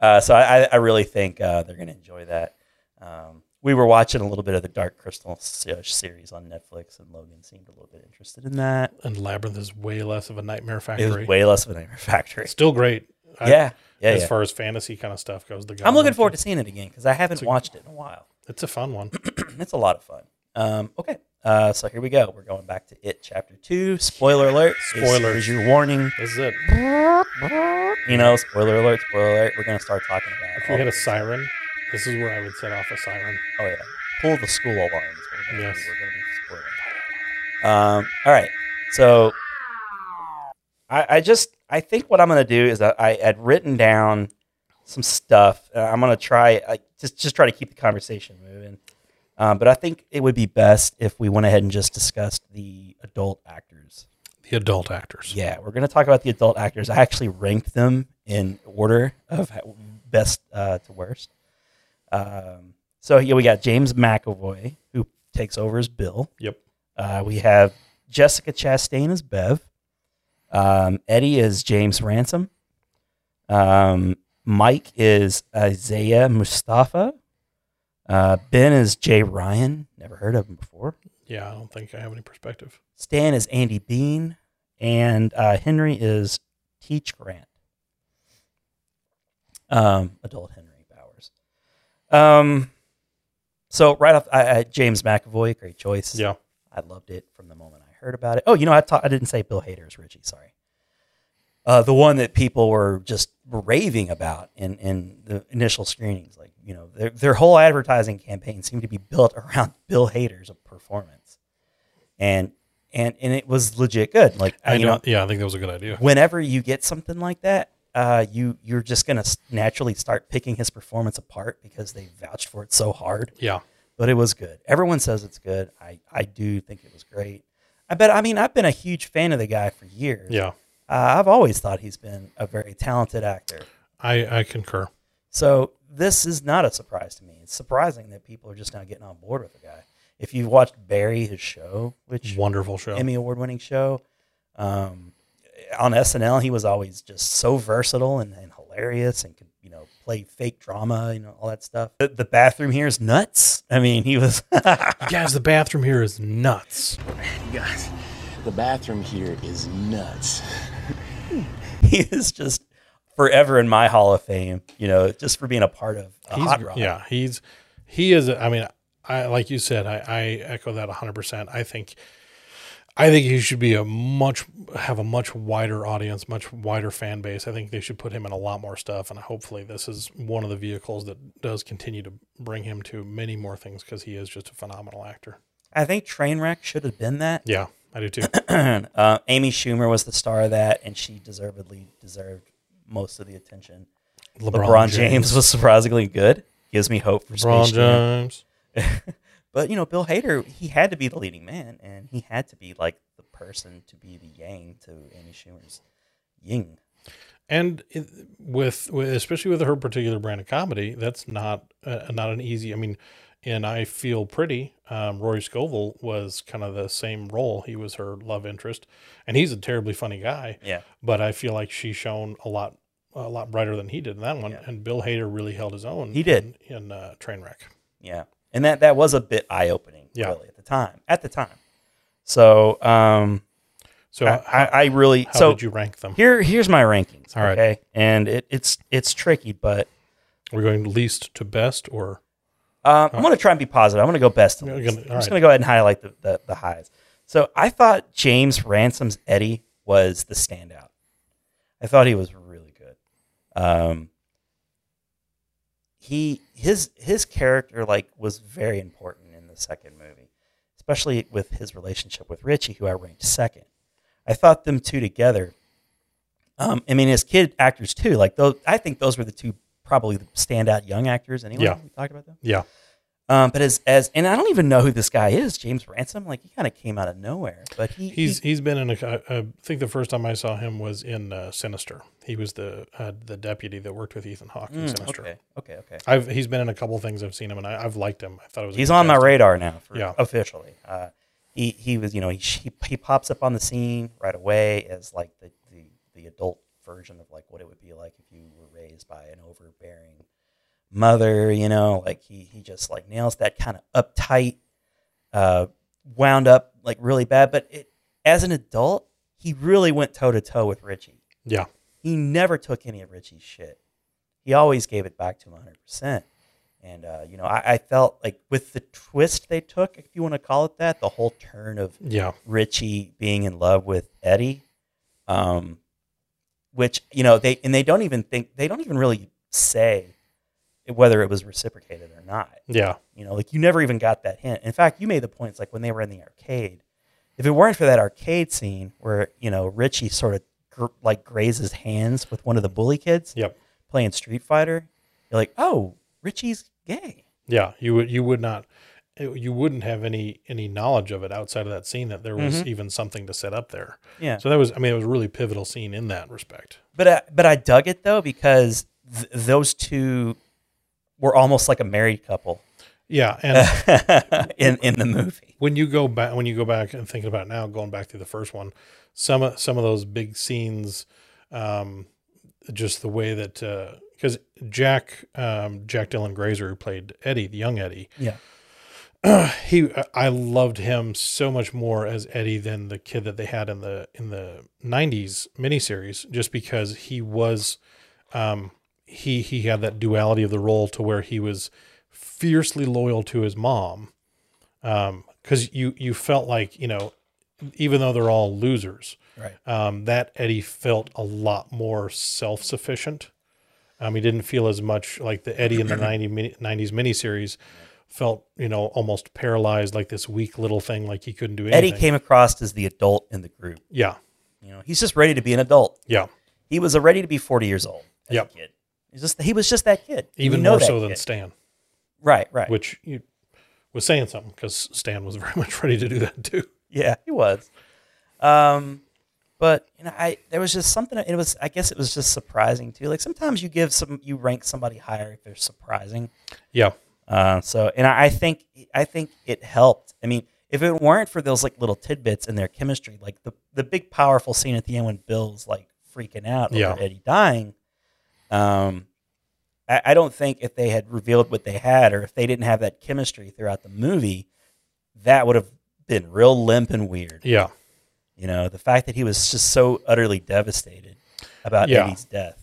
Speaker 2: Uh, so I, I- I really think uh, they're going to enjoy that. Um, we were watching a little bit of the Dark Crystal se- series on Netflix, and Logan seemed a little bit interested in that.
Speaker 1: And Labyrinth is way less of a nightmare
Speaker 2: It
Speaker 1: factory.
Speaker 2: was way less of a Nightmare Factory.
Speaker 1: still great. I-
Speaker 2: yeah, yeah.
Speaker 1: as
Speaker 2: yeah.
Speaker 1: far as fantasy kind of stuff goes, the
Speaker 2: I'm looking
Speaker 1: Goblin-
Speaker 2: forward to seeing it again because I haven't watched it in a while.
Speaker 1: It's a fun one.
Speaker 2: it's a lot of fun. Um, okay, Uh, so here we go. We're going back to it, chapter two. Spoiler alert.
Speaker 1: Spoilers.
Speaker 2: Here's your warning.
Speaker 1: This is it.
Speaker 2: You know, spoiler alert, spoiler alert. We're going to start talking about.
Speaker 1: If we
Speaker 2: all
Speaker 1: had a
Speaker 2: the-
Speaker 1: siren, this is where I would set off a siren.
Speaker 2: Oh yeah, pull the school alarm. Is what we're gonna
Speaker 1: Yes.
Speaker 2: do. We're gonna be spoiling. Um. All right. So, I, I just I think what I'm gonna do is I, I had written down some stuff. and I'm gonna try I, just just try to keep the conversation moving. Um, but I think it would be best if we went ahead and just discussed the adult actors.
Speaker 1: The adult actors.
Speaker 2: Yeah, we're going to talk about the adult actors. I actually ranked them in order of ho- best uh, to worst. Um, so yeah, we got James McAvoy who takes over as Bill.
Speaker 1: Yep.
Speaker 2: Uh, we have Jessica Chastain as Bev. Um, Eddie is James Ransom. Um, Mike is Isaiah Mustafa. Uh, ben is Jay Ryan. Never heard of him before.
Speaker 1: Yeah, I don't think I have any perspective.
Speaker 2: Stan is Andy Bean, and uh, Henry is Teach Grant. Um, adult Henry Bowers. Um, so right off, I, I, James McAvoy, great choice.
Speaker 1: Yeah.
Speaker 2: I loved it from the moment I heard about it. Oh, you know, I ta- I didn't say Bill Hader is Richie. Sorry. Uh, the one that people were just raving about in, in the initial screenings, like you know, their their whole advertising campaign seemed to be built around Bill Hader's performance, and and and it was legit good. Like
Speaker 1: I,
Speaker 2: I, you know,
Speaker 1: don't. yeah, I think that was a good idea.
Speaker 2: whenever you get something like that, uh, you you're just gonna s- naturally start picking his performance apart because they vouched for it so hard
Speaker 1: Yeah.
Speaker 2: but it was good. Everyone says it's good. I, I do think it was great. I bet. I mean, I've been a huge fan of the guy for years.
Speaker 1: Yeah.
Speaker 2: Uh, I've always thought he's been a very talented actor.
Speaker 1: I, I concur.
Speaker 2: So this is not a surprise to me. It's surprising that people are just now getting on board with the guy. If you've watched Barry, his show, which
Speaker 1: Wonderful show.
Speaker 2: Emmy award winning show, um, on SNL, he was always just so versatile and, and hilarious and could, you know, play fake drama, you know, all that stuff. The, the bathroom here is nuts. I mean, he was.
Speaker 1: Guys, the bathroom here is nuts.
Speaker 6: Guys, the bathroom here is nuts.
Speaker 2: he is just forever in my Hall of Fame. You know, just for being a part of a
Speaker 1: He's,
Speaker 2: hot rod.
Speaker 1: Yeah, he's he is. I mean, I like you said, I, I echo that 100. percent I think, I think he should be a much have a much wider audience, much wider fan base. I think they should put him in a lot more stuff, and hopefully, this is one of the vehicles that does continue to bring him to many more things because he is just a phenomenal actor.
Speaker 2: I think Trainwreck should have been that.
Speaker 1: Yeah, I do too.
Speaker 2: uh, Amy Schumer was the star of that, and she deservedly deserved most of the attention. LeBron, James. was surprisingly good. Gives me hope for
Speaker 1: LeBron
Speaker 2: Space Jam.
Speaker 1: James.
Speaker 2: But you know, Bill Hader, he had to be the leading man, and he had to be like the person to be the yang to Amy Schumer's ying.
Speaker 1: and it, with, with especially with her particular brand of comedy, that's not uh, not an easy. I mean, and I feel pretty. Um, Rory Scovel was kind of the same role. He was her love interest, and he's a terribly funny guy.
Speaker 2: Yeah.
Speaker 1: But I feel like she shone a lot a lot brighter than he did in that one.
Speaker 2: Yeah.
Speaker 1: And Bill Hader really held his own.
Speaker 2: He did.
Speaker 1: in, in uh, Trainwreck.
Speaker 2: Yeah, and that that was a bit eye opening,
Speaker 1: Yeah.
Speaker 2: really, at the time. At the time, so um,
Speaker 1: So
Speaker 2: I, I, I really
Speaker 1: how
Speaker 2: so
Speaker 1: did you rank them?
Speaker 2: here here's my rankings.
Speaker 1: All right.
Speaker 2: okay, and it, it's it's tricky, but
Speaker 1: We're going least to best, or
Speaker 2: um, I'm going to try and be positive. I'm going to go best. To
Speaker 1: You're
Speaker 2: least.
Speaker 1: gonna-
Speaker 2: I'm
Speaker 1: all
Speaker 2: just
Speaker 1: right.
Speaker 2: going to go ahead and highlight the, the the highs. So I thought James Ransom's Eddie was the standout. I thought he was really good. Um, he his his character like was very important in the second movie, especially with his relationship with Richie, who I ranked second. I thought them two together. Um, I mean, as kid actors too. Like those, I think those were the two probably the standout young actors. Anyway,
Speaker 1: Yeah.
Speaker 2: we talked about them.
Speaker 1: yeah,
Speaker 2: Um, but as as and I don't even know who this guy is, James Ransom. Like he kind of came out of nowhere, but he
Speaker 1: he's
Speaker 2: he-
Speaker 1: he's been in a. I I think the first time I saw him was in uh, Sinister. He was the uh, the deputy that worked with Ethan Hawke in
Speaker 2: Mm,
Speaker 1: Sinister.
Speaker 2: okay, okay, okay.
Speaker 1: I've he's been in a couple things I've seen him and I, I've liked him. I thought it was a
Speaker 2: He's
Speaker 1: good
Speaker 2: on my
Speaker 1: casting.
Speaker 2: radar now, for,
Speaker 1: Yeah.
Speaker 2: officially. Uh, he he was you know he, he he pops up on the scene right away as like the, the the adult version of like what it would be like if you were raised by an overbearing mother. You know, like he he just like nails that kind of uptight, uh, wound up like really bad. But it, as an adult, he really went toe to toe with Richie.
Speaker 1: Yeah,
Speaker 2: He never took any of Richie's shit. He always gave it back to him 100%. And uh, you know, I, I felt like with the twist they took, if you want to call it that, the whole turn of
Speaker 1: Yeah.
Speaker 2: Richie being in love with Eddie, um, which you know they and they don't even think they don't even really say whether it was reciprocated or not.
Speaker 1: Yeah.
Speaker 2: You know, like you never even got that hint. In fact, you made the points like when they were in the arcade. If it weren't for that arcade scene where you know Richie sort of gr- like grazes hands with one of the bully kids
Speaker 1: Yep.
Speaker 2: playing Street Fighter, you're like, oh, Richie's gay.
Speaker 1: Yeah. You would you would not eh, you wouldn't have any any knowledge of it outside of that scene that there was even something to set up there.
Speaker 2: Mm-hmm. Yeah.
Speaker 1: So that was I mean it was a really pivotal scene in that respect.
Speaker 2: But I, but I dug it though because th- those two were almost like a married couple
Speaker 1: Yeah, and
Speaker 2: in in the movie.
Speaker 1: when you go back when you go back and thinking about it now going back to the first one some of some of those big scenes um just the way that because jack um jack dylan grazer who played eddie the young eddie
Speaker 2: Yeah.
Speaker 1: he uh, I- i loved him so much more as eddie than the kid that they had in the in the 90s miniseries just because he was um he he had that duality of the role to where he was fiercely loyal to his mom um because you you felt like you know even though they're all losers
Speaker 2: Right.
Speaker 1: um that eddie felt a lot more self-sufficient um he didn't feel as much like the eddie in the 90 mini, 90s miniseries felt you know almost paralyzed like this weak little thing like he couldn't do anything
Speaker 2: Eddie came across as the adult in the group.
Speaker 1: yeah
Speaker 2: You know, he's just ready to be an adult.
Speaker 1: yeah
Speaker 2: He was uh, ready to be forty years old. as a
Speaker 1: Yep.
Speaker 2: kid. He's just he was just that kid. You
Speaker 1: even
Speaker 2: know
Speaker 1: more
Speaker 2: that
Speaker 1: so than
Speaker 2: kid.
Speaker 1: stan
Speaker 2: Right, right.
Speaker 1: which you was saying something because stan was very much ready to do that too
Speaker 2: Yeah, he was. Um, but you know, I there was just something. It was, I guess, it was just surprising too. Like sometimes you give some, you rank somebody higher if they're surprising.
Speaker 1: yeah
Speaker 2: Uh, so, and I I think, I think it helped. I mean, if it weren't for those like little tidbits in their chemistry, like the the big powerful scene at the end when Bill's like freaking out over
Speaker 1: Yeah.
Speaker 2: Eddie dying, um, I, I don't think if they had revealed what they had or if they didn't have that chemistry throughout the movie, that would have been real limp and weird.
Speaker 1: yeah
Speaker 2: You know, the fact that he was just so utterly devastated about
Speaker 1: Yeah.
Speaker 2: Eddie's death.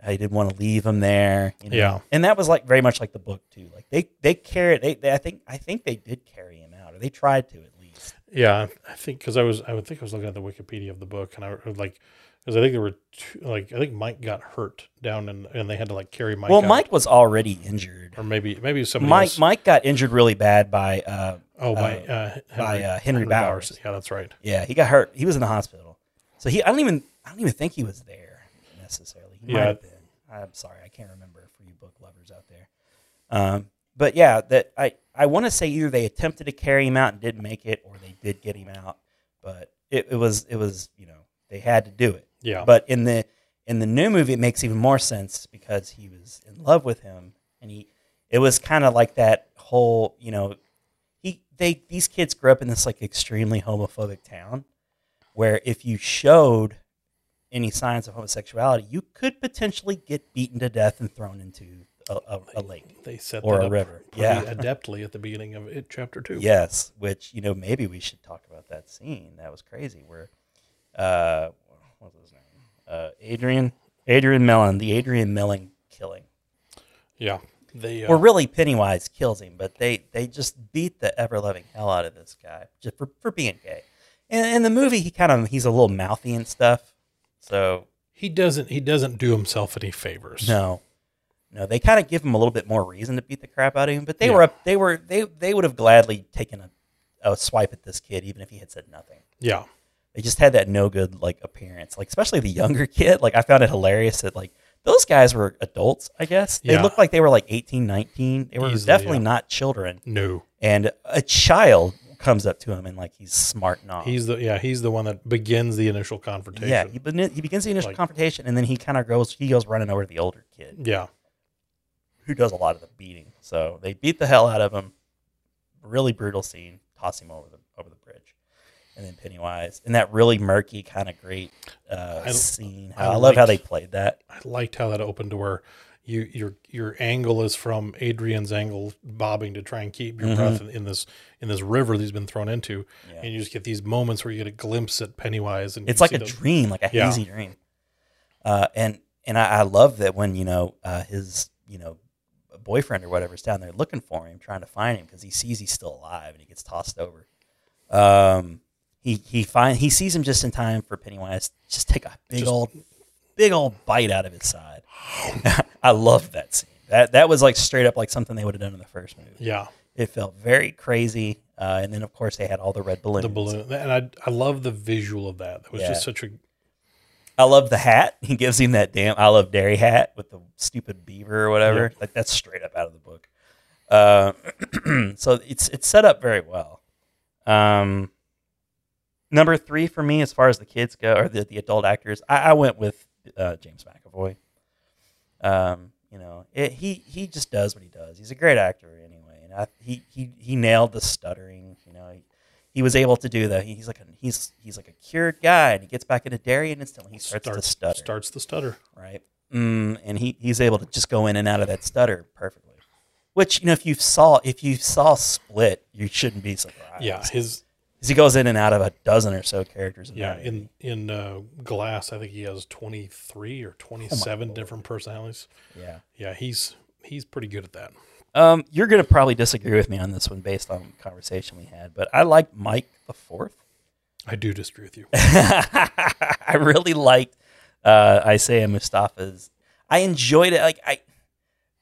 Speaker 2: How he didn't want to leave him there. you know.
Speaker 1: Yeah.
Speaker 2: And that was like very much like the book too. Like they they carried they, they I think I think they did carry him out, or they tried to at least.
Speaker 1: Yeah, I think because I was, I would think I was looking at the Wikipedia of the book, and I was like, because I think there were two, like, I think Mike got hurt down, and and they had to like carry Mike.
Speaker 2: well,
Speaker 1: out.
Speaker 2: Mike was already injured.
Speaker 1: or maybe maybe somebody
Speaker 2: Mike
Speaker 1: else-
Speaker 2: Mike got injured really bad by uh
Speaker 1: Oh, by
Speaker 2: uh,
Speaker 1: uh, Henry,
Speaker 2: by, uh, Henry Bowers.
Speaker 1: Yeah, that's right.
Speaker 2: yeah, he got hurt. He was in the hospital. So he I don't even I don't even think he was there necessarily. He might
Speaker 1: Yeah.
Speaker 2: have been. I'm sorry, I can't remember for you book lovers out there. Um, but yeah, that I I want to say either they attempted to carry him out and didn't make it, or they did get him out. But it, it was it was you know they had to do it.
Speaker 1: Yeah.
Speaker 2: But in the in the new movie, it makes even more sense because he was in love with him, and he it was kind of like that whole you know he they these kids grew up in this like extremely homophobic town where if you showed any signs of homosexuality, you could potentially get beaten to death and thrown into a, a, a lake.
Speaker 1: They set
Speaker 2: Or
Speaker 1: that
Speaker 2: a
Speaker 1: up
Speaker 2: river.
Speaker 1: pretty
Speaker 2: Yeah.
Speaker 1: adeptly at the beginning of it, chapter two.
Speaker 2: Yes, which you know maybe we should talk about that scene. That was crazy. Where, uh, what was his name? Uh, Adrian, Adrian Mellon, the Adrian Mellon killing.
Speaker 1: yeah, they uh,
Speaker 2: Well, really Pennywise kills him, but they they just beat the ever loving hell out of this guy just for, for being gay. And in the movie, he kind of he's a little mouthy and stuff. So
Speaker 1: he doesn't he doesn't do himself any favors.
Speaker 2: No, no, they kind of give him a little bit more reason to beat the crap out of him. But they
Speaker 1: Yeah.
Speaker 2: were up, they were they they would have gladly taken a, a swipe at this kid even if he had said nothing.
Speaker 1: Yeah,
Speaker 2: They just had that no good like appearance, like especially the younger kid. Like I found it hilarious that like those guys were adults. I guess they
Speaker 1: Yeah.
Speaker 2: looked like they were like 18, 19. They were
Speaker 1: Easily,
Speaker 2: definitely
Speaker 1: yeah.
Speaker 2: not children.
Speaker 1: no,
Speaker 2: And a child comes up to him and like he's smart and all.
Speaker 1: he's the yeah he's the one that begins the initial confrontation.
Speaker 2: yeah, he, begin- he begins the initial
Speaker 1: Like-
Speaker 2: confrontation and then he kind of goes he goes running over to the older kid.
Speaker 1: yeah,
Speaker 2: who does a lot of the beating. So they beat the hell out of him. Really brutal scene. Toss him over the over the bridge, and then Pennywise and that really murky kind of great uh,
Speaker 1: I-
Speaker 2: scene.
Speaker 1: I
Speaker 2: How- I, love how they
Speaker 1: liked-
Speaker 2: played that.
Speaker 1: I liked how that opened to where you your your angle is from Adrian's angle bobbing to try and keep your breath in, in this in this river that he's been thrown into,
Speaker 2: Mm-hmm. Yeah.
Speaker 1: and you just get these moments where you get a glimpse at Pennywise, and
Speaker 2: It's
Speaker 1: you
Speaker 2: like
Speaker 1: see
Speaker 2: a
Speaker 1: those-
Speaker 2: dream, like a
Speaker 1: Yeah.
Speaker 2: hazy dream. Uh, and and I, I love that when you know uh, his you know boyfriend or whatever is down there looking for him, trying to find him because he sees he's still alive and he gets tossed over. Um, he he find he sees him just in time for Pennywise to just take a big old big old bite out of his side. I love that scene. That that was like straight up like something they would have done in the first movie.
Speaker 1: Yeah.
Speaker 2: It felt very crazy. Uh, and then of course they had all the red balloons.
Speaker 1: The balloon, and I I love the visual of that. That was
Speaker 2: Yeah.
Speaker 1: just such a
Speaker 2: I love the hat. He gives him that damn I love dairy hat with the stupid beaver or whatever. Like that's straight up out of the book. Uh, so it's it's set up very well. Um, number three for me, as far as the kids go or the, the adult actors, I, I went with uh, James McAvoy. Um, you know, it, he he just does what he does. He's a great actor anyway, and I, he he he nailed the stuttering. You know, he, he was able to do that. He- He's like a he's he's like a cured guy, and he gets back into dairy and instantly he starts, to stutter,
Speaker 1: starts the stutter.
Speaker 2: right? Mm, and he he's able to just go in and out of that stutter perfectly. Which you know, if you saw if you saw Split, you shouldn't be surprised.
Speaker 1: Yeah, his
Speaker 2: 'Cause he goes in and out of a dozen or so characters. In
Speaker 1: yeah
Speaker 2: that
Speaker 1: in in uh, Glass, I think he has twenty three
Speaker 2: Oh
Speaker 1: or twenty seven different personalities.
Speaker 2: movie. yeah.
Speaker 1: Yeah, he's he's pretty good at that.
Speaker 2: Um, you're gonna probably disagree with me on this one based on the conversation we had, but I like Mike the Fourth.
Speaker 1: I do disagree with you.
Speaker 2: I really liked uh, Isaiah Mustafa's. I enjoyed it. Like I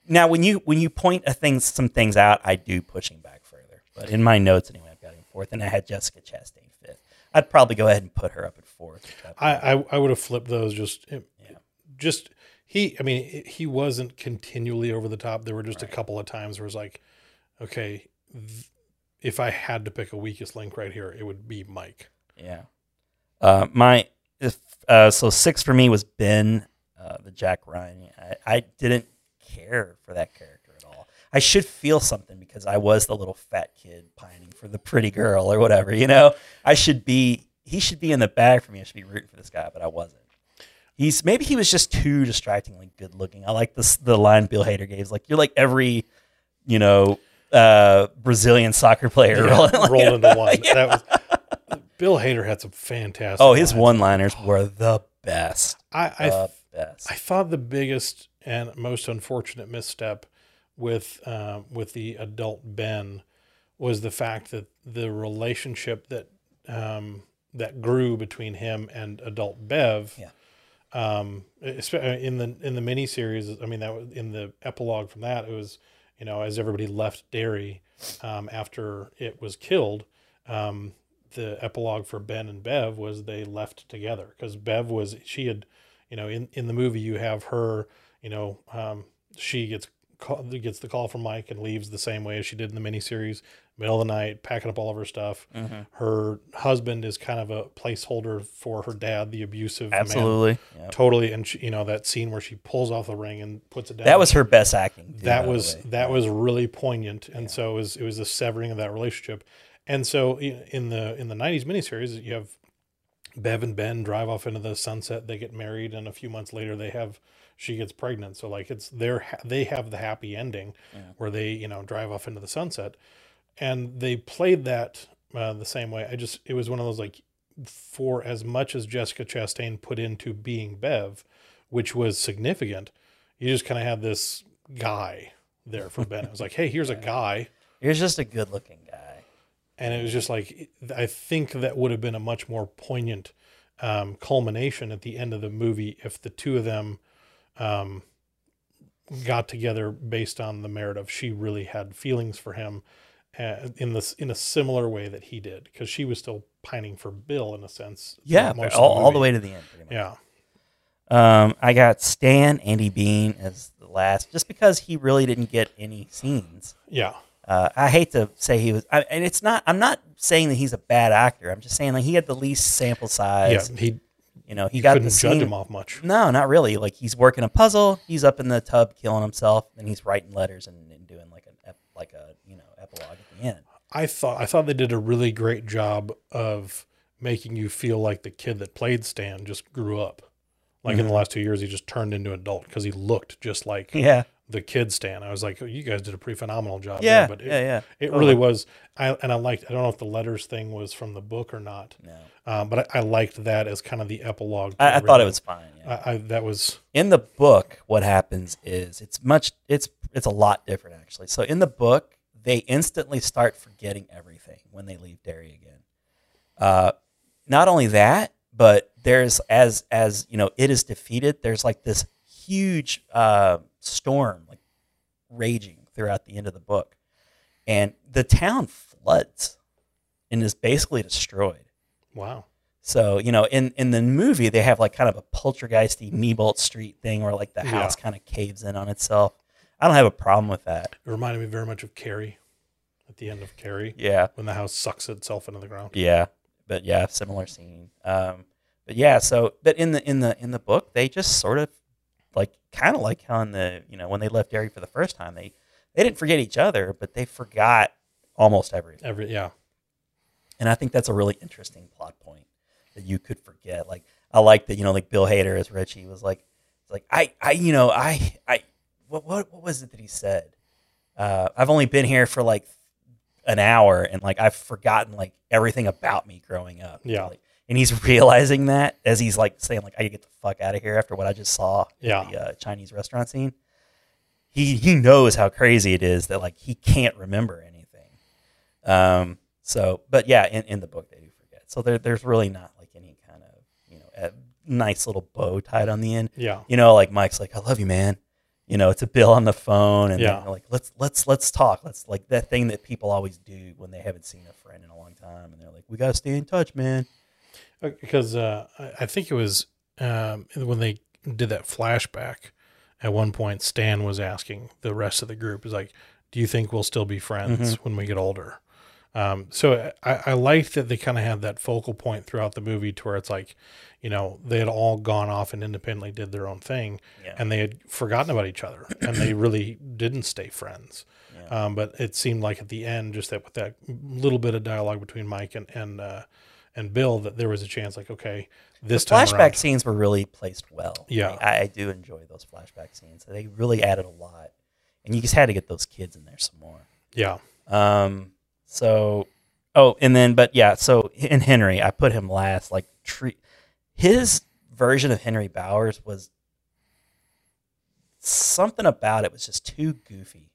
Speaker 2: now when you when you point a thing some things out, I do pushing back further. But in my notes anyway, I've got him fourth, and I had Jessica Chastain fifth. I'd probably go ahead and put her up at fourth.
Speaker 1: I I, I would have flipped those just it- just he. I mean, eh, he wasn't continually over the top. There were just a couple of times where it's like, okay, th- if I had to pick a weakest link right here, it would be Mike.
Speaker 2: yeah. Uh, my if, uh, so six for me was Ben, uh, the Jack Ryan. I, I didn't care for that character at all. I should feel something because I was the little fat kid pining for the pretty girl or whatever. You know, I should be. He should be in the bag for me. I should be rooting for this guy, but I wasn't. He's maybe he was just too distractingly good looking. I like this the line Bill Hader gave. It's like you're like every, you know, uh, Brazilian soccer player.
Speaker 1: Yeah,
Speaker 2: rolling-
Speaker 1: rolled into one. That was Bill Hader had some fantastic.
Speaker 2: Oh, his
Speaker 1: lines.
Speaker 2: one uh, liners were the best.
Speaker 1: I I,
Speaker 2: the best.
Speaker 1: I thought the biggest and most unfortunate misstep with uh, with the adult Ben was the fact that the relationship that um, that grew between him and adult Bev.
Speaker 2: Yeah.
Speaker 1: Um, espe- uh, in the in the miniseries, I mean that was in the epilogue from that. It was you know as everybody left Derry um, after it was killed. Um, the epilogue for Ben and Bev was they left together because Bev was she had you know in in the movie you have her you know um, she gets call, gets the call from Mike and leaves the same way as she did in the miniseries middle of the night packing up all of her stuff
Speaker 2: Mm-hmm.
Speaker 1: her husband is kind of a placeholder for her dad the abusive man.
Speaker 2: Absolutely. Yep.
Speaker 1: totally and she, you know that scene where she pulls off the ring and puts it down
Speaker 2: That was her best acting. too, by
Speaker 1: that
Speaker 2: the
Speaker 1: was
Speaker 2: way.
Speaker 1: that was really poignant and so it was it was the severing of that relationship and so i- in the in the 90s miniseries you have bev and ben drive off into the sunset they get married and a few months later they have she gets pregnant so like it's their ha- they have the happy ending where they you know drive off into the sunset and they played that uh, the same way i just it was one of those like for as much as jessica chastain put into being bev which was significant you just kind of had this guy there for Ben. It was like, hey, here's a guy.
Speaker 2: He was just a good looking guy.
Speaker 1: And it was just like, I think that would have been a much more poignant um, culmination at the end of the movie if the two of them um, got together based on the merit of she really had feelings for him uh, in this in a similar way that he did because she was still pining for Bill in a sense.
Speaker 2: Yeah,
Speaker 1: throughout most of
Speaker 2: all, all the
Speaker 1: movie.
Speaker 2: way to the end. Pretty much.
Speaker 1: Yeah,
Speaker 2: Um, I got Stan Andy Bean as the last, just because he really didn't get any scenes.
Speaker 1: yeah,
Speaker 2: Uh, I hate to say he was, I, and it's not. I'm not saying that he's a bad actor. I'm just saying like he had the least sample
Speaker 1: yeah.
Speaker 2: size.
Speaker 1: He
Speaker 2: You know, he
Speaker 1: you
Speaker 2: got
Speaker 1: couldn't
Speaker 2: the
Speaker 1: judge
Speaker 2: scene.
Speaker 1: him off much.
Speaker 2: No, not really. Like he's working a puzzle. He's up in the tub killing himself, and he's writing letters and, and doing like an ep, like a you know epilogue at the end.
Speaker 1: I thought I thought they did a really great job of making you feel like the kid that played Stan just grew up. Like
Speaker 2: Mm-hmm.
Speaker 1: in the last two years, he just turned into an adult because he looked just like
Speaker 2: Yeah,
Speaker 1: the kid Stan. I was like, oh, you guys did a pretty phenomenal job. there,"
Speaker 2: yeah,
Speaker 1: but it,
Speaker 2: yeah, Uh-huh. yeah.
Speaker 1: it
Speaker 2: Totally.
Speaker 1: really was. I and I liked. I don't know if the letters thing was from the book or not,
Speaker 2: No,
Speaker 1: um, but I, I liked that as kind of the epilogue. to
Speaker 2: I, I thought it
Speaker 1: everything.
Speaker 2: was fine. yeah.
Speaker 1: I, I that was
Speaker 2: in the book, what happens is it's much it's It's a lot different, actually. So in the book, they instantly start forgetting everything when they leave Derry again. Uh, not only that, but there's as as you know, it is defeated. There's like this huge uh, storm, like raging throughout the end of the book, and the town floods and is basically destroyed.
Speaker 1: Wow.
Speaker 2: So you know, in in the movie, they have like kind of a poltergeisty Niebolt Street thing, where like the house kind of caves in on itself. I don't have a problem with that.
Speaker 1: It reminded me very much of Carrie at the end of Carrie.
Speaker 2: Yeah.
Speaker 1: When the house sucks itself into the ground.
Speaker 2: Yeah, but yeah, similar scene. Um, but yeah, so but in the in the in the book, they just sort of like kind of like how in the you know when they left Derry for the first time, they they didn't forget each other, but they forgot almost everything.
Speaker 1: Every yeah.
Speaker 2: And I think that's a really interesting plot point that you could forget. Like I like that, you know, like Bill Hader as Richie was like, it's like I, I, you know, I, I, what, what, what was it that he said? Uh, I've only been here for like an hour, and like I've forgotten like everything about me growing up.
Speaker 1: Yeah.
Speaker 2: Like, and he's realizing that as he's like saying like I gotta get the fuck out of here after what I just saw. at
Speaker 1: Yeah.
Speaker 2: The uh, Chinese restaurant scene. He he knows how crazy it is that like he can't remember anything. Um. So, but yeah, in, in the book they do forget. So there, there's really not like any kind of you know a nice little bow tied on the end.
Speaker 1: Yeah.
Speaker 2: You know, like Mike's like, "I love you, man." You know, it's a Bill on the phone, and
Speaker 1: Yeah.
Speaker 2: they're like let's let's let's talk. Let's like that thing that people always do when they haven't seen a friend in a long time, and they're like, "We gotta stay in touch, man."
Speaker 1: because uh, I I think it was um, when they did that flashback. At one point, Stan was asking the rest of the group, "Is like, do you think we'll still be friends when we get older?" Um, so I, I liked that they kind of had that focal point throughout the movie, to where it's like, you know, they had all gone off and independently did their own thing,
Speaker 2: Yeah.
Speaker 1: and they had forgotten about each other, and they really didn't stay friends.
Speaker 2: Yeah.
Speaker 1: Um, but it seemed like at the end, just that with that little bit of dialogue between Mike and and uh, and Bill, that there was a chance, like, okay, this time
Speaker 2: flashback
Speaker 1: around,
Speaker 2: scenes were really placed well.
Speaker 1: Yeah.
Speaker 2: Like, I, I do enjoy those flashback scenes. They really added a lot, and you just had to get those kids in there some more.
Speaker 1: yeah,
Speaker 2: Um, so, oh, and then, but yeah, so in Henry, I put him last. Like, tre- his version of Henry Bowers was something about it was just too goofy.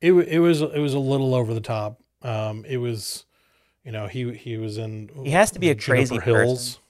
Speaker 1: it wa- it was it was a little over the top. Um, it was, you know, he he was in.
Speaker 2: He has to be a crazy person.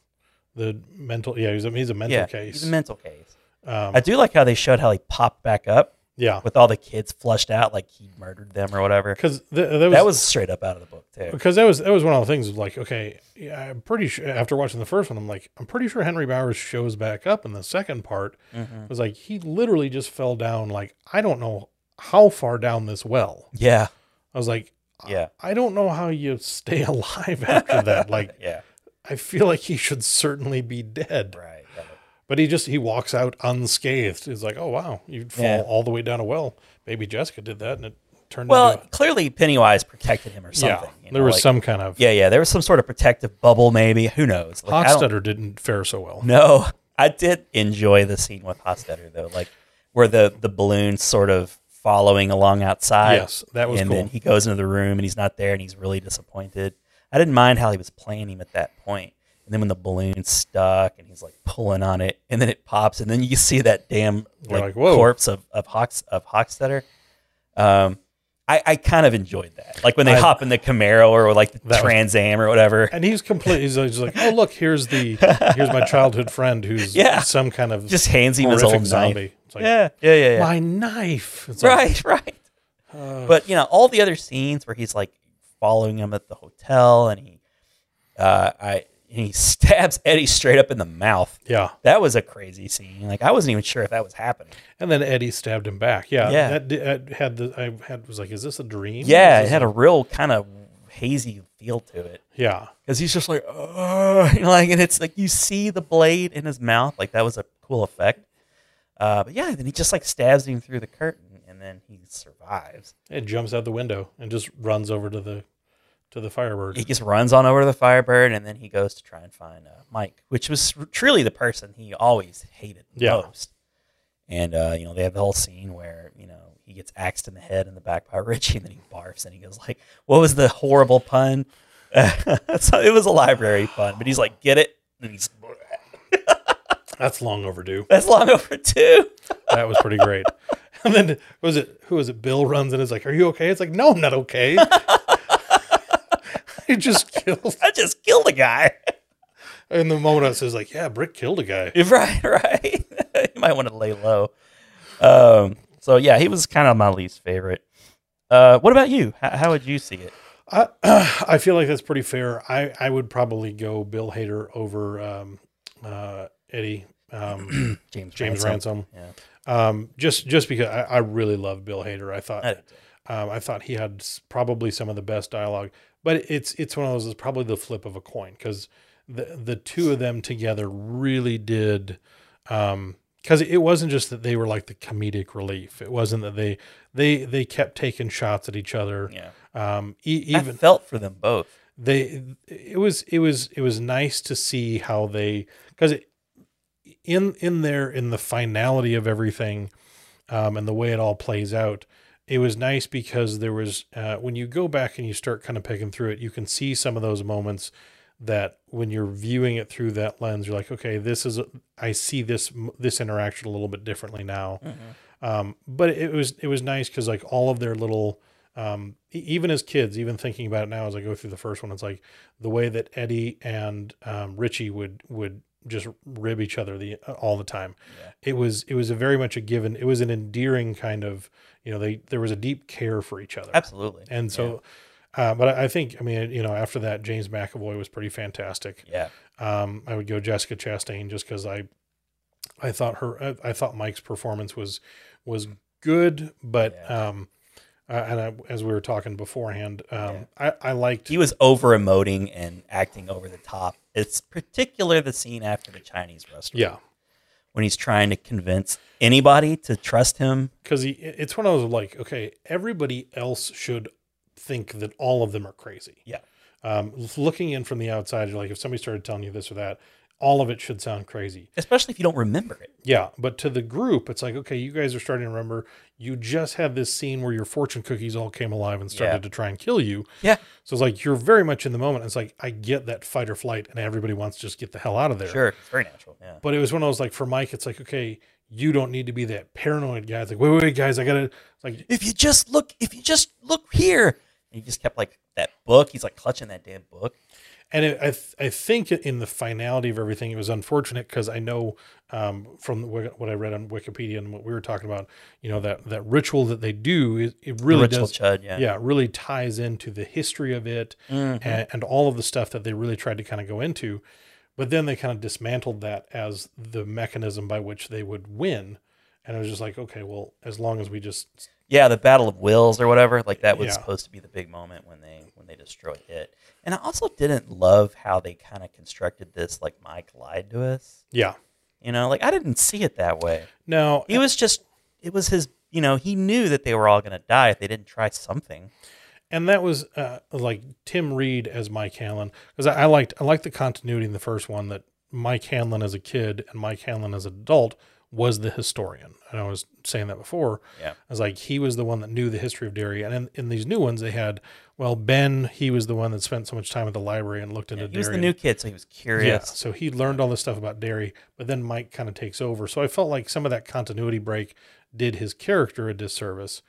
Speaker 1: The mental, yeah, he's a, he's a mental
Speaker 2: yeah,
Speaker 1: case.
Speaker 2: he's a mental case.
Speaker 1: um,
Speaker 2: I do like how they showed how he popped back up
Speaker 1: yeah,
Speaker 2: with all the kids flushed out, like he murdered them or whatever.
Speaker 1: because
Speaker 2: That was straight up out of the book too.
Speaker 1: because that was that was one of the things. of Like, okay, yeah, I'm pretty sure after watching the first one, I'm like, I'm pretty sure Henry Bowers shows back up in the second part.
Speaker 2: Mm-hmm.
Speaker 1: It was like he literally just fell down. Like, I don't know how far down this well.
Speaker 2: Yeah,
Speaker 1: I was like, I-
Speaker 2: Yeah.
Speaker 1: I don't know how you stay alive after that. Like,
Speaker 2: yeah,
Speaker 1: I feel like he should certainly be dead.
Speaker 2: right. right.
Speaker 1: But he just he walks out unscathed. He's like, oh wow, you'd fall
Speaker 2: Yeah.
Speaker 1: all the way down a well. Maybe Jessica did that, and it turned
Speaker 2: Well,
Speaker 1: into
Speaker 2: clearly Pennywise protected him or
Speaker 1: a, yeah.
Speaker 2: something. you
Speaker 1: there
Speaker 2: know,
Speaker 1: was
Speaker 2: like-
Speaker 1: some kind of
Speaker 2: Yeah, yeah. There was some sort of protective bubble, maybe. Who knows? Like, I don't
Speaker 1: Hofstadter didn't fare so well.
Speaker 2: No, I did enjoy the scene with Hostetter though, like where the the balloon sort of following along outside.
Speaker 1: Yes, that was
Speaker 2: and
Speaker 1: cool.
Speaker 2: then he goes into the room and he's not there and he's really disappointed. I didn't mind how he was playing him at that point. And then when the balloon stuck and he's like pulling on it and then it pops and then you see that damn
Speaker 1: You're
Speaker 2: like,
Speaker 1: like, whoa.
Speaker 2: corpse of of Hawks of Hostetter. Um I, I kind of enjoyed that. Like when they
Speaker 1: I-
Speaker 2: hop in the Camaro or like the
Speaker 1: That was-
Speaker 2: Trans Am or whatever.
Speaker 1: And he's complete. He's, he's like, oh look, here's the here's my childhood friend who's
Speaker 2: Yeah.
Speaker 1: some kind of
Speaker 2: Just hands him his
Speaker 1: horrific
Speaker 2: old
Speaker 1: zombie.
Speaker 2: knife.
Speaker 1: It's like,
Speaker 2: yeah, yeah, yeah. yeah.
Speaker 1: my knife. It's like,
Speaker 2: right, right. but you know, all the other scenes where he's like following him at the hotel, and he, uh, I, and he stabs Eddie straight up in the mouth.
Speaker 1: yeah.
Speaker 2: That was a crazy scene. Like I wasn't even sure if that was happening.
Speaker 1: And then Eddie stabbed him back. Yeah,
Speaker 2: Yeah.
Speaker 1: That, di- that had the I had was like, is this a dream?
Speaker 2: Yeah,
Speaker 1: Is
Speaker 2: it
Speaker 1: this
Speaker 2: had
Speaker 1: a-
Speaker 2: a real kind of hazy feel to it
Speaker 1: yeah.
Speaker 2: because he's just like, oh, you know, like, and it's like you see the blade in his mouth. Like that was a cool effect. Uh, but yeah, then he just like stabs him through the curtain, and then he survives.
Speaker 1: It jumps out the window and just runs over to the to the
Speaker 2: he
Speaker 1: firebird.
Speaker 2: just runs on over to the Firebird, and then he goes to try and find uh, Mike, which was truly the person he always hated
Speaker 1: Yeah.
Speaker 2: most. And uh, you know they have the whole scene where you know he gets axed in the head in the back by Richie, and then he barfs, and he goes like, "What was the horrible pun?" so it was a library pun, but he's like, "Get it?" And he's
Speaker 1: That's long overdue.
Speaker 2: that's long overdue.
Speaker 1: That was pretty great. And then was it who was it? Bill runs and is like, "Are you okay?" It's like, "No, I'm not okay." he just killed.
Speaker 2: I just killed a guy.
Speaker 1: And the moment I was like, "Yeah, Brick killed a guy."
Speaker 2: Right, right. you might want to lay low. Um, so yeah, he was kind of my least favorite. Uh, what about you? How, how would you see it?
Speaker 1: I I feel like that's pretty fair. I I would probably go Bill Hader over um, uh, Eddie um,
Speaker 2: James
Speaker 1: James Ransom.
Speaker 2: Yeah.
Speaker 1: Um, just just because I, I really love Bill Hader. I thought
Speaker 2: I do
Speaker 1: um, I thought he had s- probably some of the best dialogue. But it's it's one of those. It's probably the flip of a coin because the the two of them together really did. Because it wasn't just that they were like the comedic relief. It wasn't that they they they kept taking shots at each other.
Speaker 2: Yeah.
Speaker 1: Um, e-
Speaker 2: Even, I
Speaker 1: even
Speaker 2: felt for them both.
Speaker 1: they it was it was it was nice to see how they because in in there in the finality of everything um, and the way it all plays out it was nice because there was uh, when you go back and you start kind of picking through it you can see some of those moments that when you're viewing it through that lens you're like okay this is i see this m- this interaction a little bit differently now um, but it was it was nice because like all of their little um, e- even as kids, even thinking about it now as I go through the first one, it's like the way that Eddie and um, Richie would would just rib each other the uh, all the time. It was it was a very much a given. It was an endearing kind of you know they there was a deep care for each other.
Speaker 2: Absolutely.
Speaker 1: And so, uh, but I I think I mean you know after that James McAvoy was pretty fantastic.
Speaker 2: yeah.
Speaker 1: Um, I would go Jessica Chastain just because I, I thought her, I, I thought Mike's performance was, was good, but um, uh, and I, as we were talking beforehand, um, I, I liked
Speaker 2: He was over emoting and acting over the top. It's particular the scene after the Chinese restaurant
Speaker 1: yeah
Speaker 2: when he's trying to convince anybody to trust him.
Speaker 1: because he it's one of those like okay everybody else should think that all of them are crazy.
Speaker 2: Yeah.
Speaker 1: Um, looking in from the outside, you're like if somebody started telling you this or that, all of it should sound crazy.
Speaker 2: Especially if you don't remember it.
Speaker 1: Yeah, but to the group, it's like, okay, you guys are starting to remember. You just had this scene where your fortune cookies all came alive and started
Speaker 2: Yeah.
Speaker 1: to try and kill you.
Speaker 2: Yeah.
Speaker 1: So it's like you're very much in the moment. It's like I get that fight or flight, and everybody wants to just get the hell out of there.
Speaker 2: Sure. It's very natural. Yeah.
Speaker 1: But it was one of those like for Mike, it's like, okay, you don't need to be that paranoid guy. It's like, wait, wait, wait, guys, I gotta like,
Speaker 2: if you just look, if you just look here, and he just kept like that book. He's like clutching that damn book.
Speaker 1: and it, I th- I think in the finality of everything, it was unfortunate because I know um, from the wi- what I read on Wikipedia and what we were talking about, you know that that ritual that they do, it, it really
Speaker 2: Ritual
Speaker 1: does.
Speaker 2: Chud. Yeah. Mm-hmm.
Speaker 1: yeah, it really ties into the history of it and, and all of the stuff that they really tried to kind of go into. But then they kind of dismantled that as the mechanism by which they would win. And I was just like, okay, well, as long as we just
Speaker 2: Yeah, the Battle of Wills or whatever, like that was
Speaker 1: Yeah.
Speaker 2: supposed to be the big moment when they when they destroyed it. And I also didn't love how they kind of constructed this, like Mike lied to us.
Speaker 1: yeah.
Speaker 2: You know, like I didn't see it that way.
Speaker 1: No,
Speaker 2: He was just, it was his. You know, he knew that they were all going to die if they didn't try something.
Speaker 1: and that was uh, like Tim Reed as Mike Hanlon because I, I liked I liked the continuity in the first one that Mike Hanlon as a kid and Mike Hanlon as an adult was the historian. And I was saying that before.
Speaker 2: Yeah.
Speaker 1: I was like he was the one that knew the history of Derry, and in, in these new ones they had well Ben he was the one that spent so much time at the library and looked into
Speaker 2: He
Speaker 1: Derry.
Speaker 2: was the
Speaker 1: and-
Speaker 2: new kid, so he was
Speaker 1: yeah,
Speaker 2: curious.
Speaker 1: so he learned all this stuff about Derry, but then Mike kind of takes over. So I felt like some of that continuity break did his character a disservice.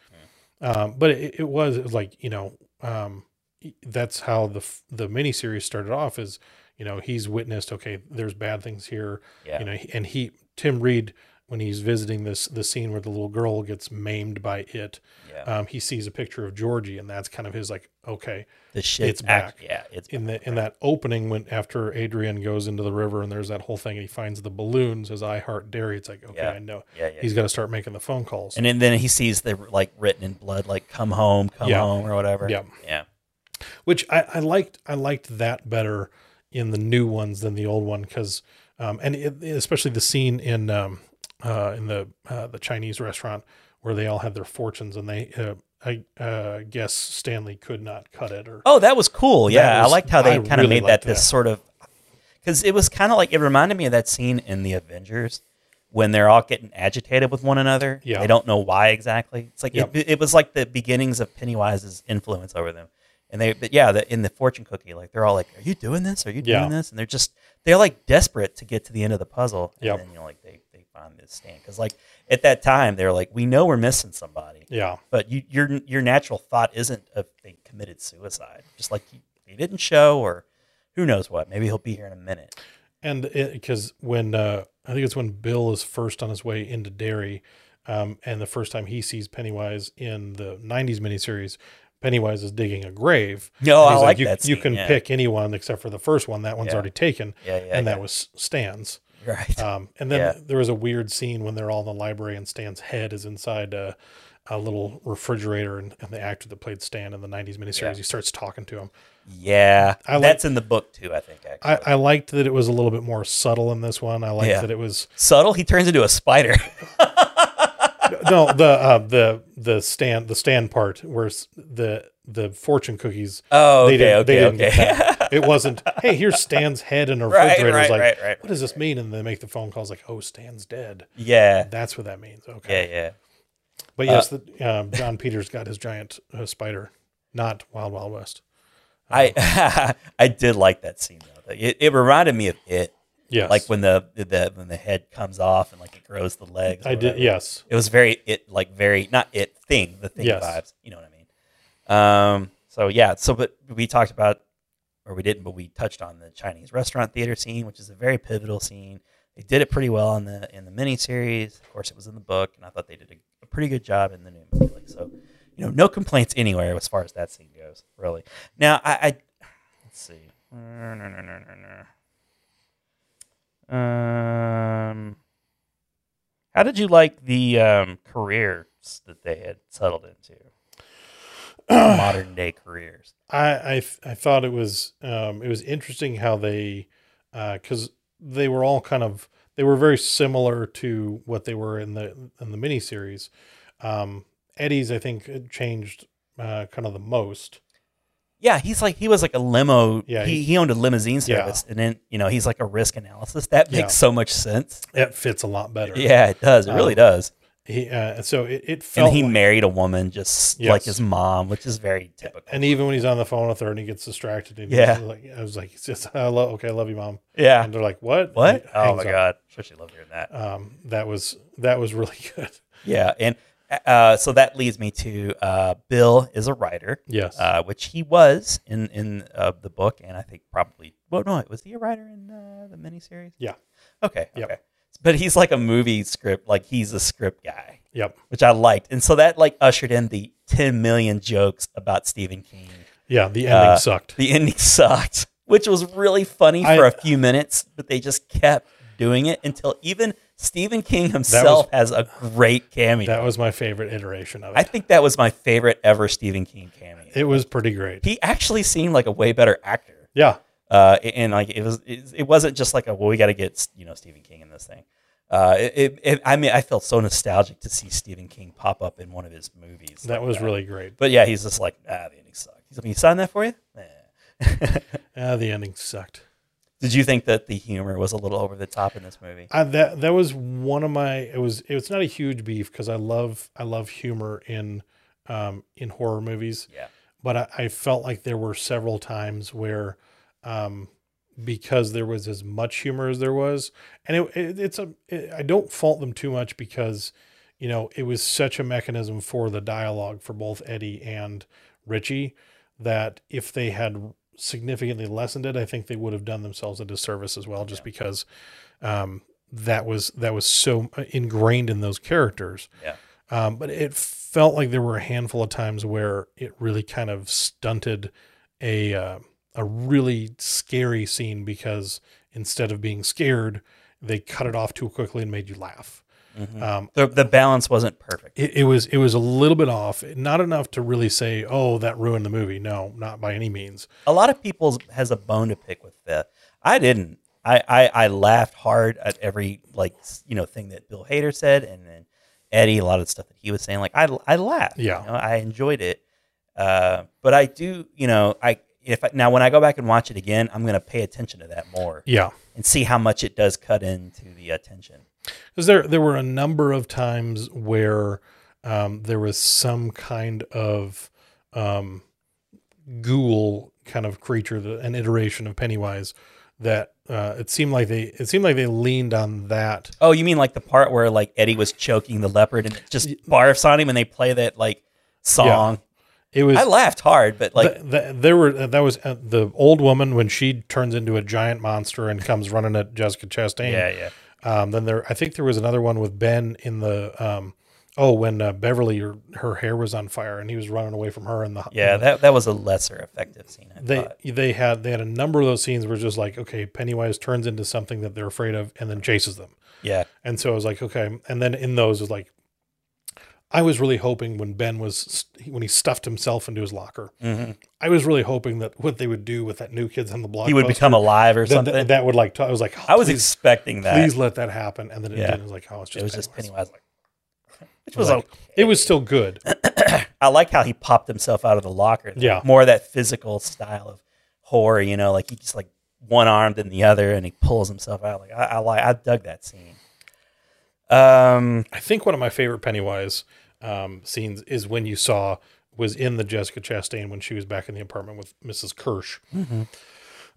Speaker 1: Um, but it, it was it was like you know um, y- that's how the f- the miniseries started off is you know he's witnessed okay there's bad things here
Speaker 2: Yeah.
Speaker 1: you know he- and he Tim Reed when he's visiting this the scene where the little girl gets maimed by it
Speaker 2: Yeah.
Speaker 1: um, he sees a picture of Georgie and that's kind of his like okay
Speaker 2: the shit.
Speaker 1: it's back.
Speaker 2: yeah, it's
Speaker 1: in the in that opening when after Adrian goes into the river and there's that whole thing and he finds the balloons as I heart dairy. It's like okay,
Speaker 2: Yeah.
Speaker 1: I know
Speaker 2: Yeah, yeah,
Speaker 1: he's got to start making the phone calls.
Speaker 2: And then, then he sees the like written in blood, like "Come home, come
Speaker 1: Yeah.
Speaker 2: home" or whatever.
Speaker 1: Yeah.
Speaker 2: yeah,
Speaker 1: Which I, I liked I liked that better in the new ones than the old one because um, and it, especially the scene in um, uh, in the uh, the Chinese restaurant where they all had their fortunes and they uh, I uh, guess Stanley could not cut it or
Speaker 2: Oh, that was cool. Yeah, I
Speaker 1: was-
Speaker 2: liked how they
Speaker 1: I
Speaker 2: kind of
Speaker 1: really
Speaker 2: made that
Speaker 1: liked
Speaker 2: this
Speaker 1: that.
Speaker 2: sort of because it was kind of like it reminded me of that scene in the Avengers when they're all getting agitated with one another.
Speaker 1: Yeah.
Speaker 2: they don't know why exactly. It's like
Speaker 1: Yep.
Speaker 2: it, it was like the beginnings of Pennywise's influence over them. And they, but yeah, the, in the fortune cookie, like they're all like, "Are you doing this? Are you doing
Speaker 1: Yeah.
Speaker 2: this?" And they're just they're like desperate to get to the end of the puzzle. And
Speaker 1: Yep.
Speaker 2: then you know, like they they on this stand because like at that time they're like we know we're missing somebody
Speaker 1: Yeah.
Speaker 2: but you, your your natural thought isn't of they committed suicide just like he, they didn't show or who knows what maybe he'll be here in a minute
Speaker 1: And because when uh, I think it's when Bill is first on his way into Derry, um, and the first time he sees Pennywise in the '90s miniseries, Pennywise is digging a grave.
Speaker 2: No,
Speaker 1: And
Speaker 2: I
Speaker 1: he's
Speaker 2: like
Speaker 1: you,
Speaker 2: that
Speaker 1: You
Speaker 2: scene,
Speaker 1: can
Speaker 2: yeah.
Speaker 1: pick anyone except for the first one. That one's
Speaker 2: Yeah.
Speaker 1: already taken,
Speaker 2: yeah yeah
Speaker 1: and
Speaker 2: yeah.
Speaker 1: that was Stan's.
Speaker 2: right
Speaker 1: Um, and then
Speaker 2: Yeah.
Speaker 1: there was a weird scene when they're all in the library and Stan's head is inside a, a little refrigerator, and, and the actor that played Stan in the '90s miniseries,
Speaker 2: Yeah.
Speaker 1: he starts talking to him.
Speaker 2: yeah
Speaker 1: I like-
Speaker 2: that's in the book too i think actually
Speaker 1: I, I liked that it was a little bit more subtle in this one. I liked
Speaker 2: Yeah.
Speaker 1: that it was.
Speaker 2: subtle he turns into a spider
Speaker 1: no the uh, the the stand the stand part where s- the the fortune cookies
Speaker 2: oh okay
Speaker 1: didn't-
Speaker 2: okay
Speaker 1: get
Speaker 2: okay
Speaker 1: that. it wasn't hey here's stan's head in a
Speaker 2: Right,
Speaker 1: refrigerator
Speaker 2: right,
Speaker 1: It's like
Speaker 2: right, right,
Speaker 1: what does this mean and they make the phone calls like oh stan's dead
Speaker 2: yeah
Speaker 1: that's what that means okay
Speaker 2: yeah yeah
Speaker 1: but yes the, uh, john peters got his giant uh, spider not wild wild west
Speaker 2: I I did like that scene though. Like, It, it reminded me of it,
Speaker 1: yes
Speaker 2: like when the, the when the head comes off and like it grows the legs. or
Speaker 1: i did
Speaker 2: whatever.
Speaker 1: yes
Speaker 2: It was very it like very not it thing the thing
Speaker 1: Yes.
Speaker 2: vibes. You know what I mean? Um. So yeah. So but we talked about or we didn't, but we touched on the Chinese restaurant theater scene, which is a very pivotal scene. They did it pretty well in the in the miniseries. Of course, it was in the book, and I thought they did a, a pretty good job in the new movie. Like, so, you know, no complaints anywhere as far as that scene goes. Really. Now, I, I let's see. Uh, No, no, no, no, no, no. Um, how did you like the um, careers that they had settled into? Modern day careers.
Speaker 1: I I, th- I thought it was um, it was interesting how they because they were all kind of they were very similar to what they were in the in the miniseries. Um, Eddie's I think it changed uh, kind of the most.
Speaker 2: Yeah, he's like he was like a limo.
Speaker 1: Yeah,
Speaker 2: he,
Speaker 1: he-
Speaker 2: he owned a limousine
Speaker 1: Yeah.
Speaker 2: service, and then you know he's like a risk analysis. That
Speaker 1: Yeah.
Speaker 2: makes so much sense.
Speaker 1: It fits a lot better.
Speaker 2: Yeah, it does. It really
Speaker 1: Um,
Speaker 2: does.
Speaker 1: He uh, so it, it felt
Speaker 2: And he
Speaker 1: like-
Speaker 2: married a woman just like
Speaker 1: Yes.
Speaker 2: his mom, which is very typical.
Speaker 1: and even when he's on the phone with her and he gets distracted, and
Speaker 2: Yeah.
Speaker 1: he's like I was like, it's just, I love okay, I love you, mom.
Speaker 2: yeah.
Speaker 1: And they're like, what?
Speaker 2: What?
Speaker 1: He
Speaker 2: Oh
Speaker 1: hangs
Speaker 2: my
Speaker 1: up.
Speaker 2: god! I she loved hearing that.
Speaker 1: Um, that was that was really good.
Speaker 2: Yeah, and uh, so that leads me to uh, Bill is a writer,
Speaker 1: Yes.
Speaker 2: uh, which he was in in uh, the book, and I think probably. Well, no, was he a writer in uh, the miniseries?
Speaker 1: Yeah.
Speaker 2: Okay.
Speaker 1: Yep.
Speaker 2: Okay. But he's like a movie script, like he's a script guy,
Speaker 1: yep.
Speaker 2: which I liked, and so that like ushered in the ten million jokes about Stephen King.
Speaker 1: Yeah. The ending
Speaker 2: Uh,
Speaker 1: sucked.
Speaker 2: The ending sucked, which was really funny for
Speaker 1: I-
Speaker 2: a few minutes, but they just kept doing it until even Stephen King himself has a great cameo.
Speaker 1: That was my favorite iteration of it.
Speaker 2: I think that was my favorite ever Stephen King cameo.
Speaker 1: it was pretty great.
Speaker 2: he actually seemed like a way better actor.
Speaker 1: yeah.
Speaker 2: Uh, and, and, like it was, it, it wasn't just like a well, we got to get you know Stephen King in this thing. Uh, it, it, it- I mean, I felt so nostalgic to see Stephen King pop up in one of his movies.
Speaker 1: That
Speaker 2: like
Speaker 1: was really great.
Speaker 2: but yeah, he's just like, ah, the ending sucked. He's like, you sign that for you? Nah.
Speaker 1: Ah, the ending sucked.
Speaker 2: Did you think that the humor was a little over the top in this movie?
Speaker 1: I, that that was one of my. It was it was not a huge beef because I love I love humor in um, in horror movies.
Speaker 2: Yeah.
Speaker 1: But I, I felt like there were several times where, um, because there was as much humor as there was, and it, it it's a it, I don't fault them too much because, you know, it was such a mechanism for the dialogue for both Eddie and Richie that if they had significantly lessened it, I think they would have done themselves a disservice as well, just because um, that was that was so ingrained in those characters.
Speaker 2: Yeah.
Speaker 1: Um, but it felt like there were a handful of times where it really kind of stunted a uh, a really scary scene because instead of being scared, they cut it off too quickly and made you laugh. Um,
Speaker 2: The, the balance wasn't perfect.
Speaker 1: it, it was it was a little bit off, not enough to really say, "Oh, that ruined the movie." No, not by any means.
Speaker 2: A lot of people has a bone to pick with that. I didn't. I, I, I laughed hard at every like s- you know thing that Bill Hader said, and then Eddie, a lot of the stuff that he was saying. Like I, I laughed.
Speaker 1: Yeah.
Speaker 2: you know, I enjoyed it. Uh, but I do, you know, I if I, now when I go back and watch it again, I'm going to pay attention to that more
Speaker 1: Yeah.
Speaker 2: and see how much it does cut into the attention.
Speaker 1: because there there were a number of times where um, there was some kind of um, ghoul kind of creature, the, an iteration of Pennywise that uh, it seemed like they it seemed like they leaned on that.
Speaker 2: Oh, you mean like the part where like Eddie was choking the leopard and it just barfs on him, and they play that like song.
Speaker 1: It was
Speaker 2: I laughed hard, but like
Speaker 1: th- th- there were that was uh, the old woman when she turns into a giant monster and comes running at Jessica Chastain.
Speaker 2: yeah, yeah,
Speaker 1: Um, then there, I think there was another one with Ben in the um, oh when uh, Beverly her, her hair was on fire and he was running away from her in the
Speaker 2: yeah. That that was a lesser effective scene. I
Speaker 1: Mm-hmm. they
Speaker 2: thought.
Speaker 1: they had they had a number of those scenes where it's just like okay Pennywise turns into something that they're afraid of and then chases them
Speaker 2: Yeah,
Speaker 1: and so I was like okay and then in those is like I was really hoping when Ben was when he stuffed himself into his locker
Speaker 2: Mm-hmm.
Speaker 1: I was really hoping that what they would do with that new kids on the block
Speaker 2: he would become alive or
Speaker 1: that,
Speaker 2: something.
Speaker 1: that, that would like t- I was like
Speaker 2: I was
Speaker 1: please,
Speaker 2: expecting that.
Speaker 1: please let that happen and then it
Speaker 2: Yeah.
Speaker 1: didn't it was like oh it's just
Speaker 2: it
Speaker 1: Pennywise.
Speaker 2: was just Pennywise, like, which was
Speaker 1: Like,
Speaker 2: like,
Speaker 1: it was still good
Speaker 2: I like how he popped himself out of the locker.
Speaker 1: Yeah.
Speaker 2: more of that physical style of horror. You know, like he just like one arm than the other, and he pulls himself out. Like I, I like I dug that scene. Um,
Speaker 1: I think one of my favorite Pennywise um, scenes is when you saw was in the Jessica Chastain when she was back in the apartment with Mrs. Kirsch,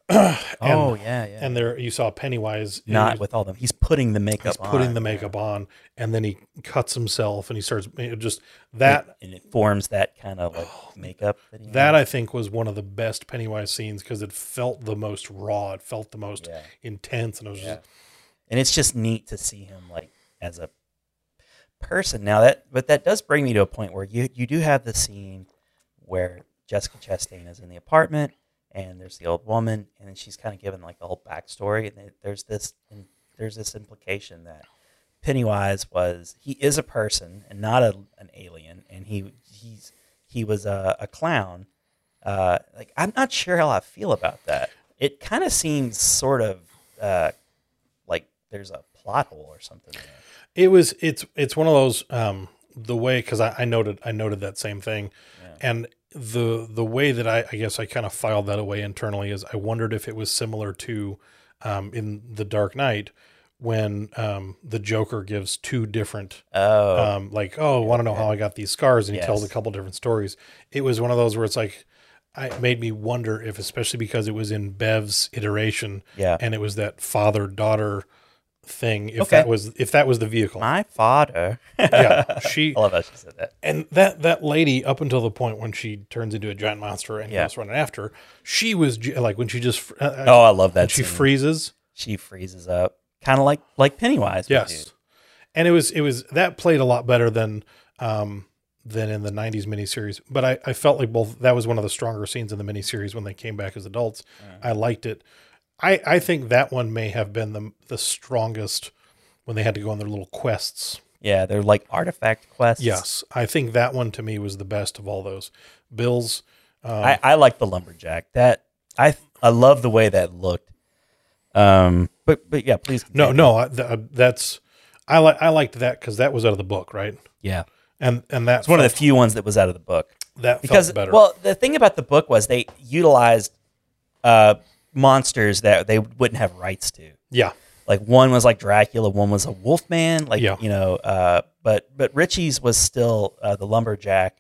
Speaker 1: And-
Speaker 2: oh yeah, yeah.
Speaker 1: and there you saw Pennywise he
Speaker 2: not
Speaker 1: was-
Speaker 2: with all them. He's putting the
Speaker 1: he's
Speaker 2: makeup.
Speaker 1: putting
Speaker 2: on,
Speaker 1: the makeup on, and then he cuts himself and he starts it just that
Speaker 2: and it forms that kind of like makeup. That, he
Speaker 1: that
Speaker 2: has.
Speaker 1: I think was one of the best Pennywise scenes because it felt the most raw, it felt the most
Speaker 2: Yeah.
Speaker 1: intense, and it was just
Speaker 2: and it's just neat to see him like as a person now. That but that does bring me to a point where you you do have the scene where Jessica Chastain is in the apartment and there's the old woman and then she's kind of given like the whole backstory and there- there's this and there's this implication that Pennywise was he is a person and not a, an alien and he he's he was a, a clown. Uh, like I'm not sure how I feel about that. It kind of seems sort of uh, like there's a plot hole or something. There.
Speaker 1: it was it's it's one of those um the way because I, I noted I noted that same thing, and the the way that I, I guess I kind of filed that away internally is I wondered if it was similar to um, in the Dark Knight when um, the Joker gives two different
Speaker 2: Oh,
Speaker 1: um, like oh want to know how I got these scars and he tells a
Speaker 2: Yes.
Speaker 1: couple different stories. It was one of those where it's like. I it made me wonder if, especially because it was in Bev's iteration,
Speaker 2: Yeah.
Speaker 1: and it was that father daughter thing. If
Speaker 2: Okay.
Speaker 1: that was if that was the vehicle,
Speaker 2: my Oh. father.
Speaker 1: yeah, she
Speaker 2: I love how she said that.
Speaker 1: and that that lady up until the point when she turns into a giant monster and
Speaker 2: Yeah.
Speaker 1: goes running after, her, she was j- like when she just fr- uh, uh,
Speaker 2: Oh, I love
Speaker 1: when
Speaker 2: that.
Speaker 1: she
Speaker 2: scene.
Speaker 1: freezes,
Speaker 2: She freezes up, kind of like like Pennywise. would
Speaker 1: yes,
Speaker 2: do.
Speaker 1: and it was it was that played a lot better than um than in the '90s miniseries. But I I felt like both that was one of the stronger scenes in the miniseries when they came back as adults. I liked it. I I think that one may have been the the strongest when they had to go on their little quests.
Speaker 2: Yeah, they're like artifact quests.
Speaker 1: Yes, I think that one to me was the best of all those. Bill's
Speaker 2: I, I like the lumberjack. That I I love the way that looked. Um, but but yeah, please.
Speaker 1: no,
Speaker 2: continue.
Speaker 1: no, I, th- uh, that's I like I liked that because that was out of the book, right?
Speaker 2: Yeah,
Speaker 1: And and that's
Speaker 2: it's one of the few ones that was out of the book.
Speaker 1: that
Speaker 2: because
Speaker 1: felt better.
Speaker 2: well the thing about the book was they utilized uh, monsters that they wouldn't have rights to
Speaker 1: yeah,
Speaker 2: like one was like dracula one was a wolfman like
Speaker 1: Yeah.
Speaker 2: you know uh, but but richie's was still uh, the lumberjack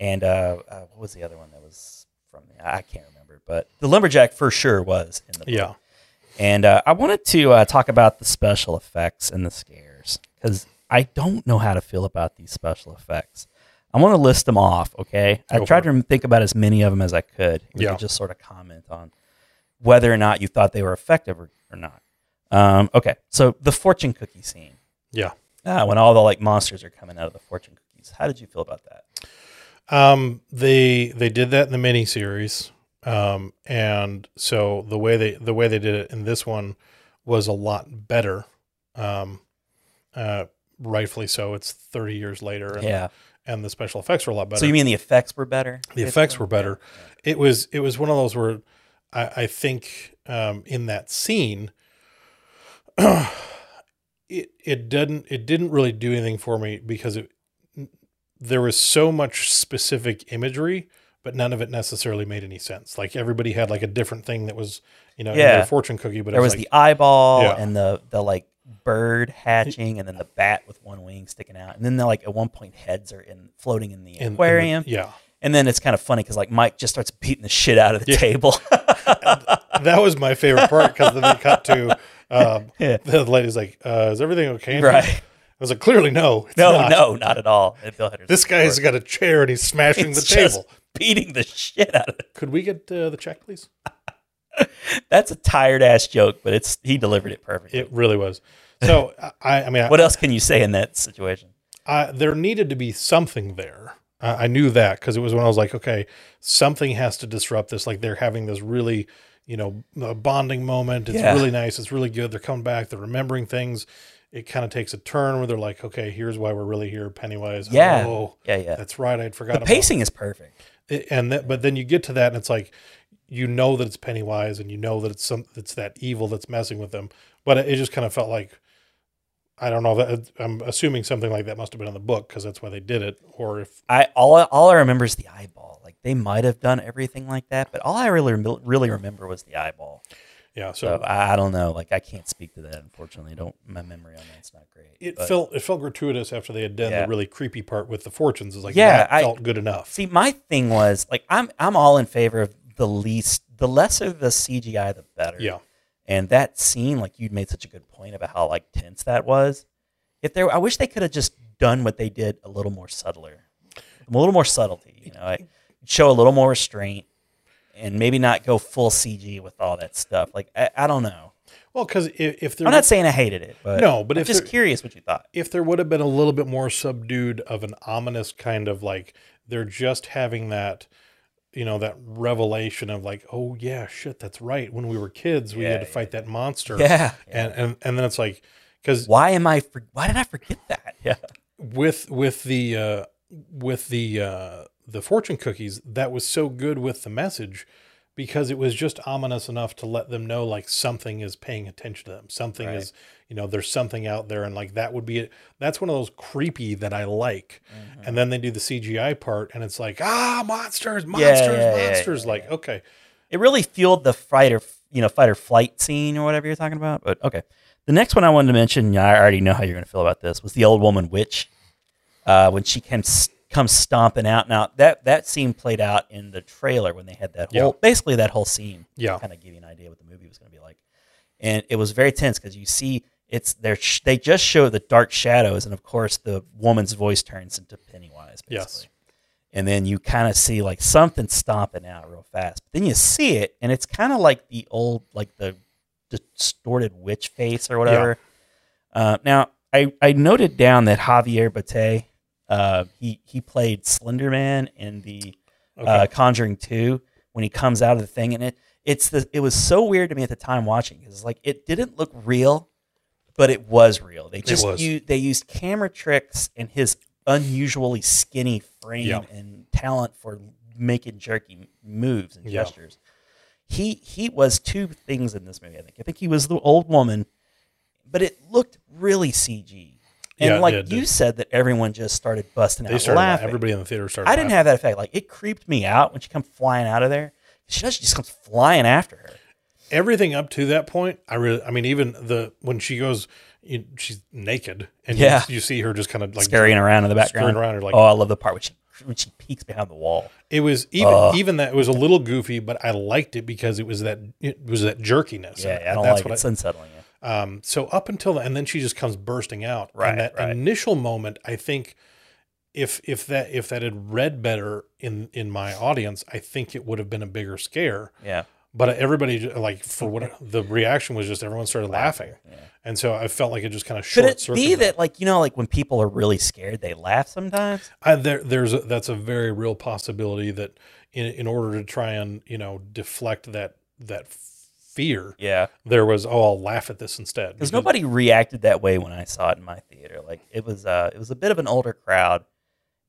Speaker 2: and uh, uh, what was the other one that was from the, i can't remember but the lumberjack for sure was in the book.
Speaker 1: yeah,
Speaker 2: and uh, i wanted to uh, talk about the special effects and the scares because i don't know how to feel about these special effects i want to list them off okay i
Speaker 1: Go
Speaker 2: tried
Speaker 1: for
Speaker 2: to think about as many of them as i could we
Speaker 1: Yeah.
Speaker 2: could just sort of comment on whether or not you thought they were effective or, or not um, okay so the fortune cookie scene
Speaker 1: yeah.
Speaker 2: uh, when all the like monsters are coming out of the fortune cookies how did you feel about that
Speaker 1: Um, they they did that in the miniseries, um, and so the way they the way they did it in this one was a lot better. Um, uh, rightfully so. It's thirty years later, and, and the special effects were a lot better.
Speaker 2: so you mean the effects were better
Speaker 1: the effects were better. It was it was one of those where I, I think um, in that scene, it it didn't it didn't really do anything for me because it there was so much specific imagery, but none of it necessarily made any sense. Like everybody had like a different thing that was you know
Speaker 2: Yeah.
Speaker 1: their fortune cookie, but
Speaker 2: there
Speaker 1: it
Speaker 2: was
Speaker 1: was, like,
Speaker 2: the eyeball
Speaker 1: Yeah.
Speaker 2: and the the like bird hatching and then the bat with one wing sticking out and then the like at one point heads are in floating in the
Speaker 1: in- in the-
Speaker 2: aquarium
Speaker 1: yeah,
Speaker 2: And then it's kind of funny because like Mike just starts beating the shit out of the table.
Speaker 1: that was my favorite part because then they cut to um, the lady's like, uh, "Is everything okay?"
Speaker 2: Right.
Speaker 1: I was like, "Clearly, no, it's
Speaker 2: no,
Speaker 1: not.
Speaker 2: no, not at all. And Bill Hader's
Speaker 1: This
Speaker 2: like,
Speaker 1: guy's got a chair and he's smashing
Speaker 2: It's
Speaker 1: the table."
Speaker 2: just beating the shit out of it.
Speaker 1: Could we get uh, the check, please?
Speaker 2: That's a tired ass joke, but it's he delivered it perfectly.
Speaker 1: It really was. So I, I mean, I,
Speaker 2: what else can you say in that situation?
Speaker 1: I, there needed to be something there. I, I knew that because it was when I was like, okay, something has to disrupt this. Like they're having this really, you know, uh, bonding moment. It's
Speaker 2: Yeah.
Speaker 1: really nice. It's really good. They're coming back. They're remembering things. It kind of takes a turn where they're like, okay, here's why we're really here. Pennywise.
Speaker 2: Yeah.
Speaker 1: Oh,
Speaker 2: Yeah, yeah.
Speaker 1: That's right. I'd forgotten.
Speaker 2: The
Speaker 1: about
Speaker 2: pacing is perfect.
Speaker 1: it, and that, but then you get to that and it's like you know that it's pennywise and you know that it's some it's that evil that's messing with them but it, it just kind of felt like i don't know that i'm assuming something like that must have been in the book because that's why they did it or if
Speaker 2: I all all I remember is the eyeball. Like they might have done everything like that, but all I really rem- really remember was the eyeball.
Speaker 1: yeah so,
Speaker 2: So I, I don't know. Like I can't speak to that. Unfortunately, I don't my memory on that's not great.
Speaker 1: it
Speaker 2: But-
Speaker 1: felt it felt gratuitous after they had done
Speaker 2: Yeah.
Speaker 1: the really creepy part with the fortunes is like
Speaker 2: Yeah,
Speaker 1: that
Speaker 2: I-
Speaker 1: felt good enough
Speaker 2: See, my thing was like I'm I'm all in favor of the least, the lesser the CGI, the better.
Speaker 1: yeah
Speaker 2: And that scene, like you made such a good point about how like tense that was. If there, I wish they could have just done what they did a little more subtler, a little more subtlety. You know, like, show a little more restraint, and maybe not go full CG with all that stuff. Like I, I don't know.
Speaker 1: well because if, if there
Speaker 2: I'm not saying I hated it, but
Speaker 1: No, but
Speaker 2: I'm
Speaker 1: if
Speaker 2: just
Speaker 1: there-
Speaker 2: curious what you thought.
Speaker 1: if there would have been a little bit more subdued of an ominous kind of like they're just having that you know that revelation of like oh yeah shit that's right when we were kids we
Speaker 2: Yeah,
Speaker 1: had to
Speaker 2: yeah,
Speaker 1: fight that monster
Speaker 2: Yeah.
Speaker 1: and and, and then it's like because
Speaker 2: Why am I? For, why did I forget that? Yeah.
Speaker 1: with with the uh with the uh the fortune cookies that was so good with the message because it was just ominous enough to let them know like something is paying attention to them something
Speaker 2: Right.
Speaker 1: is you know there's something out there and like that would be it that's one of those creepy that i like
Speaker 2: Mm-hmm.
Speaker 1: and then they do the cgi part and it's like ah monsters monsters
Speaker 2: yeah, yeah,
Speaker 1: monsters
Speaker 2: yeah,
Speaker 1: like okay
Speaker 2: it really fueled the fight or you know fight or flight scene or whatever you're talking about. But okay, the next one I wanted to mention, and I already know how you're going to feel about this, was the old woman witch uh, when she came comes stomping out. Now that that scene played out in the trailer when they had that whole
Speaker 1: Yeah.
Speaker 2: basically that whole scene.
Speaker 1: Yeah.
Speaker 2: kind of give you an idea what the movie was going to be like, and it was very tense because you see. It's they're sh- they just show the dark shadows, and of course the woman's voice turns into Pennywise. Basically
Speaker 1: Yes.
Speaker 2: and then you kind of see like something stomping out real fast. But then you see it, and it's kind of like the old, like the distorted witch face or whatever. Uh, now, I, I noted down that Javier Bate, uh, he he played Slender Man in the uh, Conjuring Two when he comes out of the thing, and it it's the it was so weird to me at the time watching because like it didn't look real, but it was real. They just
Speaker 1: was.
Speaker 2: u- they used camera tricks and his unusually skinny frame
Speaker 1: Yeah.
Speaker 2: and talent for making jerky moves and
Speaker 1: Yeah.
Speaker 2: gestures. He he was two things in this movie. I think I think he was the old woman, but it looked really CG. And
Speaker 1: Yeah, it
Speaker 2: like
Speaker 1: did,
Speaker 2: you
Speaker 1: did.
Speaker 2: said that everyone just started busting
Speaker 1: they
Speaker 2: out
Speaker 1: started
Speaker 2: laughing.
Speaker 1: everybody in the theater started
Speaker 2: I didn't have that effect. Like it creeped me out when she come flying out of there. She does. She just comes flying after her.
Speaker 1: everything up to that point i really i mean even the when she goes you, she's naked and you-
Speaker 2: Yeah.
Speaker 1: you, see her just kind of like
Speaker 2: scurrying around in the
Speaker 1: scurrying
Speaker 2: background.
Speaker 1: around, or like-
Speaker 2: oh, I love the part when she when she peeks behind the wall.
Speaker 1: It was even even that it was a little goofy, but I liked it because it was that it was that jerkiness.
Speaker 2: Yeah,
Speaker 1: And
Speaker 2: I don't
Speaker 1: that's
Speaker 2: like it.
Speaker 1: what
Speaker 2: It's unsettling. yeah.
Speaker 1: I, um, so up until the, and then she just comes bursting out.
Speaker 2: Right,
Speaker 1: And that
Speaker 2: right.
Speaker 1: initial moment, I think, if if that if that had read better in in my audience, I think it would have been a bigger scare.
Speaker 2: Yeah.
Speaker 1: But everybody ju- like for what the reaction was, just everyone started laughing, and so I felt like it just kind of
Speaker 2: Could
Speaker 1: short
Speaker 2: it be
Speaker 1: circuited.
Speaker 2: that like you know like when people are really scared they laugh sometimes?
Speaker 1: I, there, there's a, that's a very real possibility that in, in order to try and you know deflect that that fear,
Speaker 2: Yeah.
Speaker 1: there was oh I'll laugh at this instead.
Speaker 2: because nobody reacted that way when I saw it in my theater. Like it was, uh, it was a bit of an older crowd,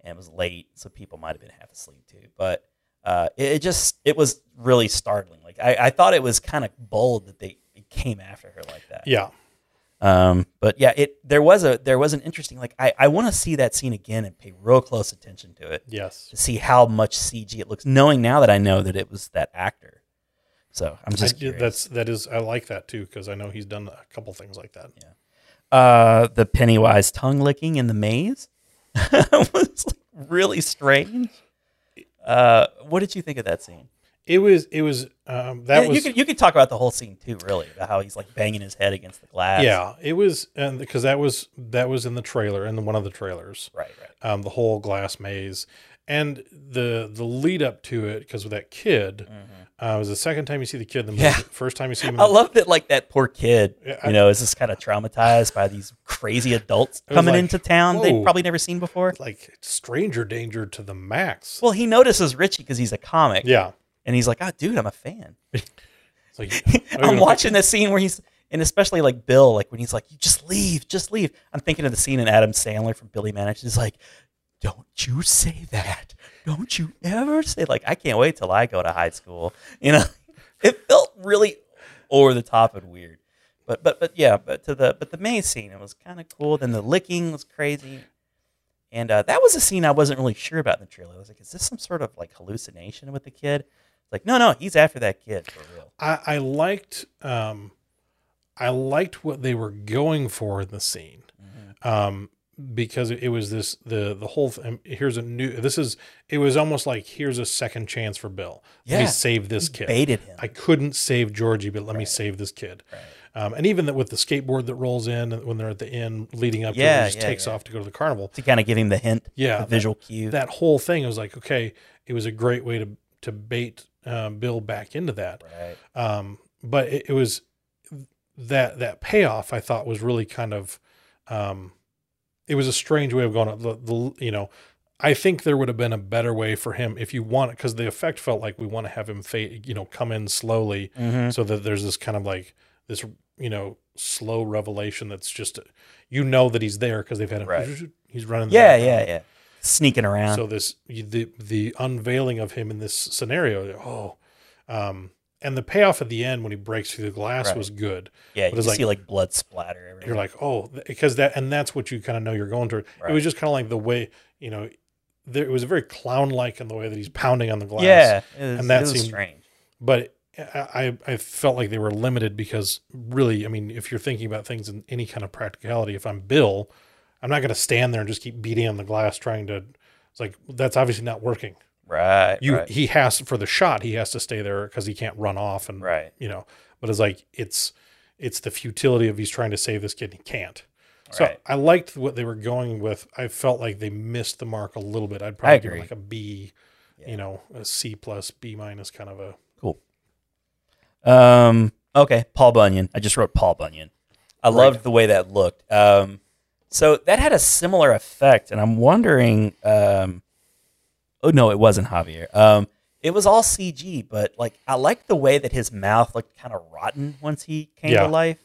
Speaker 2: and it was late, so people might have been half asleep too. But uh, it, it just, it was really startling. Like I, I thought it was kind of bold that they it came after her like that.
Speaker 1: yeah,
Speaker 2: Um, but yeah, it there was a there was an interesting like I I want to see that scene again and pay real close attention to it
Speaker 1: yes.
Speaker 2: to see how much CG it looks. Knowing now that I know that it was that actor, so I'm
Speaker 1: I,
Speaker 2: just curious.
Speaker 1: that's that is I like that too because I know he's done a couple things like that.
Speaker 2: uh, the Pennywise tongue licking in the maze was like really strange. Uh, what did you think of that scene?
Speaker 1: It was it was um, that
Speaker 2: And
Speaker 1: was
Speaker 2: you could you could talk about the whole scene too, really, about how he's like banging his head against the glass.
Speaker 1: yeah it was and because that was that was in the trailer in one of the trailers
Speaker 2: Right, right.
Speaker 1: um, the whole glass maze and the the lead up to it because with that kid uh, it was the second time you see the kid in the movie
Speaker 2: Yeah.
Speaker 1: first time you see him in
Speaker 2: I
Speaker 1: the-
Speaker 2: love that, like that poor kid.
Speaker 1: Yeah, I-
Speaker 2: you know, is just kind of traumatized by these crazy adults
Speaker 1: was
Speaker 2: coming
Speaker 1: like,
Speaker 2: into town
Speaker 1: whoa.
Speaker 2: they've probably never seen before.
Speaker 1: like stranger danger to the max
Speaker 2: Well, he notices Richie because he's a comic,
Speaker 1: yeah
Speaker 2: and he's like, "Ah, dude, I'm a fan."
Speaker 1: It's like, are you
Speaker 2: I'm
Speaker 1: gonna-
Speaker 2: watching that scene where he's, and especially like Bill, like when he's like, "You just leave, just leave." I'm thinking of the scene in Adam Sandler from Billy Manage. He's like, "Don't you say that? Don't you ever say like I can't wait till I go to high school." You know, it felt really over the top and weird. But but but yeah, but to the but the main scene it was kind of cool. Then the licking was crazy. And uh, that was a scene I wasn't really sure about in the trailer. I was like, is this some sort of like hallucination with the kid? Like, no, no, he's after that kid for real.
Speaker 1: I, I liked um, I liked what they were going for in the scene,
Speaker 2: Mm-hmm.
Speaker 1: um, because it was this the the whole th- um, here's a new this is it was almost like here's a second chance for Bill. Let
Speaker 2: Yeah.
Speaker 1: me save this kid.
Speaker 2: baited him.
Speaker 1: I couldn't save Georgie, but let me save this kid. Um, and even that with the skateboard that rolls in when they're at the end leading up, to it,
Speaker 2: Yeah,
Speaker 1: he just
Speaker 2: yeah,
Speaker 1: takes
Speaker 2: yeah.
Speaker 1: off to go to the carnival.
Speaker 2: to kind of give him the hint,
Speaker 1: Yeah,
Speaker 2: the
Speaker 1: that-
Speaker 2: visual cue.
Speaker 1: That whole thing it was like okay, it was a great way to to bait um, Bill back into that
Speaker 2: right.
Speaker 1: um, but it, it was that that payoff I thought was really kind of um, it was a strange way of going. The, the you know I think there would have been a better way for him if you want because the effect felt like we want to have him fade you know come in slowly
Speaker 2: Mm-hmm.
Speaker 1: so that there's this kind of like this you know slow revelation that's just you know that he's there because they've had him
Speaker 2: Right.
Speaker 1: he's running the
Speaker 2: Yeah,
Speaker 1: background.
Speaker 2: yeah, yeah. Sneaking around.
Speaker 1: So this you- the the unveiling of him in this scenario. Oh, um, and the payoff at the end when he breaks through the glass
Speaker 2: Right.
Speaker 1: was good.
Speaker 2: yeah,
Speaker 1: but
Speaker 2: you
Speaker 1: it's like-
Speaker 2: see like blood splatter everywhere.
Speaker 1: You're like, oh, because that and that's what you kind of know you're going to. It
Speaker 2: Right.
Speaker 1: was just kind of like the way you know, there, it was very clown like in the way that he's pounding on the glass.
Speaker 2: yeah, it was,
Speaker 1: and that
Speaker 2: it was
Speaker 1: seemed-
Speaker 2: strange.
Speaker 1: but. uh, I, I I felt like they were limited because really, I mean, if you're thinking about things in any kind of practicality, if I'm Bill, I'm not going to stand there and just keep beating on the glass trying to. It's like that's obviously not working.
Speaker 2: Right,
Speaker 1: you
Speaker 2: right,
Speaker 1: he has for the shot he has to stay there because he can't run off and
Speaker 2: right.
Speaker 1: you know but it's like it's it's the futility of he's trying to save this kid and he can't so
Speaker 2: Right.
Speaker 1: i liked what they were going with i felt like they missed the mark a little bit i'd probably give it
Speaker 2: agree.
Speaker 1: like a b you know a c plus b minus kind of a
Speaker 2: Cool. Um. Okay, Paul Bunyan. I just wrote Paul Bunyan. I loved the way that looked. Um. So that had a similar effect, and I'm wondering. Um. Oh no, it wasn't Javier. Um. It was all CG, but like I liked the way that his mouth looked kind of rotten once he came
Speaker 1: Yeah.
Speaker 2: to life.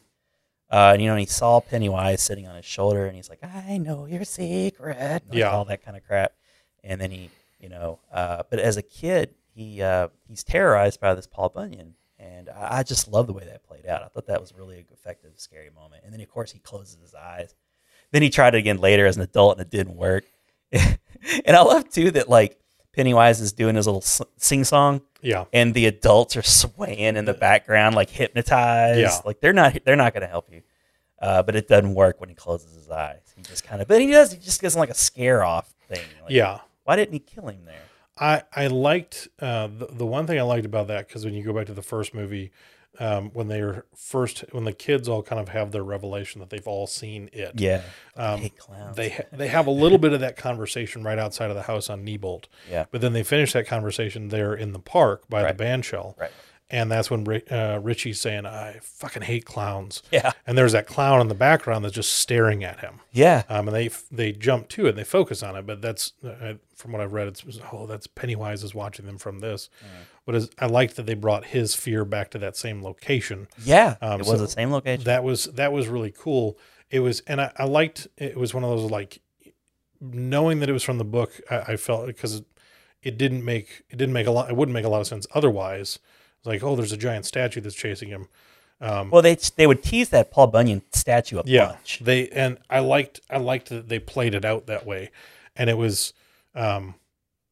Speaker 2: Uh, and you know, and he saw Pennywise sitting on his shoulder, and he's like, "I know your secret," and, like,
Speaker 1: Yeah.
Speaker 2: all that kind of crap. And then he, you know, uh, but as a kid, he uh, he's terrorized by this Paul Bunyan, and I, I just love the way that played out. I thought that was really an effective, scary moment. And then of course he closes his eyes. Then he tried it again later as an adult, and it didn't work. and I love too that like Pennywise is doing his little sing song,
Speaker 1: yeah
Speaker 2: and the adults are swaying in the background, like hypnotized.
Speaker 1: Yeah.
Speaker 2: Like they're not they're not going to help you. Uh, but it doesn't work when he closes his eyes. He just kind of, but he does. He just gives him like a scare off thing. Like,
Speaker 1: yeah
Speaker 2: Why didn't he kill him there?
Speaker 1: I I liked uh, the the one thing I liked about that because when you go back to the first movie, um, when they're first when the kids all kind of have their revelation that they've all seen it.
Speaker 2: Yeah.
Speaker 1: Um,
Speaker 2: Hey, clowns.
Speaker 1: They ha- they have a little bit of that conversation right outside of the house on Niebolt.
Speaker 2: Yeah.
Speaker 1: But then they finish that conversation there in the park by
Speaker 2: Right.
Speaker 1: the band shell.
Speaker 2: Right.
Speaker 1: And that's when Ri- uh, Richie's saying, "I fucking hate clowns."
Speaker 2: Yeah.
Speaker 1: And there's that clown in the background that's just staring at him.
Speaker 2: Yeah.
Speaker 1: Um, and they f- they jump to it and they focus on it, but that's uh, from what I've read. It's it's, oh, that's Pennywise is watching them from this.
Speaker 2: Mm.
Speaker 1: But as, I liked that they brought his fear back to that same location.
Speaker 2: Yeah.
Speaker 1: Um,
Speaker 2: it was
Speaker 1: so
Speaker 2: the same location.
Speaker 1: That was that was really cool. It was, and I, I liked. It was one of those like knowing that it was from the book. I, I felt because it didn't make it didn't make a lot. It wouldn't make a lot of sense otherwise. It's like, oh, there's a giant statue that's chasing him.
Speaker 2: well, they they would tease that Paul Bunyan statue a
Speaker 1: Yeah,
Speaker 2: bunch.
Speaker 1: they and I liked I liked that they played it out that way, and it was, um,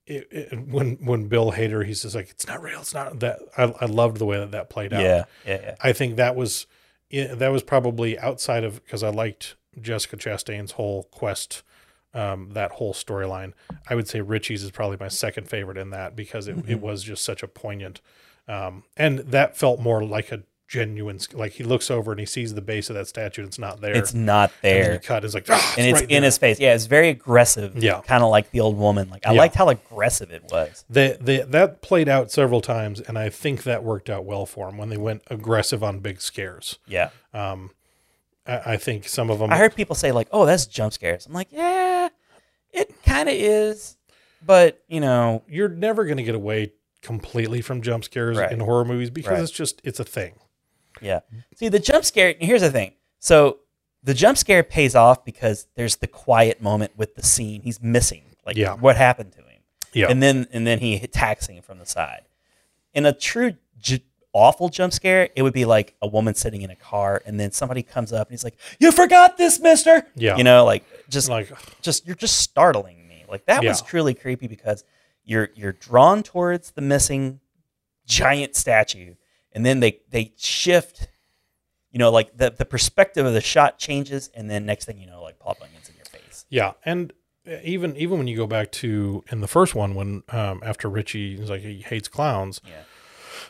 Speaker 1: it, it, when when Bill Hader he's just like it's not real, it's not that I, I loved the way that that played out.
Speaker 2: Yeah. Yeah. Yeah.
Speaker 1: I think that was yeah, that was probably outside of because I liked Jessica Chastain's whole quest um, that whole storyline. I would say Richie's is probably my second favorite in that because it,
Speaker 2: Mm-hmm.
Speaker 1: it was just such a poignant, um, and that felt more like a genuine. sc- Like he looks over and he sees the base of that statue, and it's not there.
Speaker 2: It's not
Speaker 1: And then
Speaker 2: there.
Speaker 1: he cut. It's like "Ah,
Speaker 2: and it's
Speaker 1: right
Speaker 2: in
Speaker 1: there."
Speaker 2: his face. Yeah, it's very aggressive.
Speaker 1: Yeah.
Speaker 2: kind of like the old woman. Like I
Speaker 1: Yeah.
Speaker 2: liked how aggressive it was.
Speaker 1: They, they, that played out several times, and I think that worked out well for him when they went aggressive on big scares.
Speaker 2: Yeah,
Speaker 1: Um, I, I think some of them.
Speaker 2: I heard people say like, "Oh, that's jump scares." I'm like, "Yeah, it kind of is," but you know,
Speaker 1: you're never going to get away completely from jump scares
Speaker 2: Right.
Speaker 1: in horror movies because
Speaker 2: Right.
Speaker 1: it's just it's a thing.
Speaker 2: yeah. See, the jump scare. Here's the thing. So the jump scare pays off because there's the quiet moment with the scene. He's missing. Like,
Speaker 1: Yeah.
Speaker 2: what happened to him?
Speaker 1: Yeah.
Speaker 2: and then and then he attacks him from the side. In a true j- awful jump scare, it would be like a woman sitting in a car, and then somebody comes up and he's like, "You forgot this, Mister."
Speaker 1: Yeah.
Speaker 2: you know, like just like
Speaker 1: like
Speaker 2: just you're just startling me. Like that was
Speaker 1: Yeah.
Speaker 2: truly creepy because you're you're drawn towards the missing giant statue, and then they they shift. You know, like the, the perspective of the shot changes, and then next thing you know, like Paul Bunyan's in your face.
Speaker 1: yeah, and uh, even even when you go back to in the first one when um, after Richie is like he hates clowns.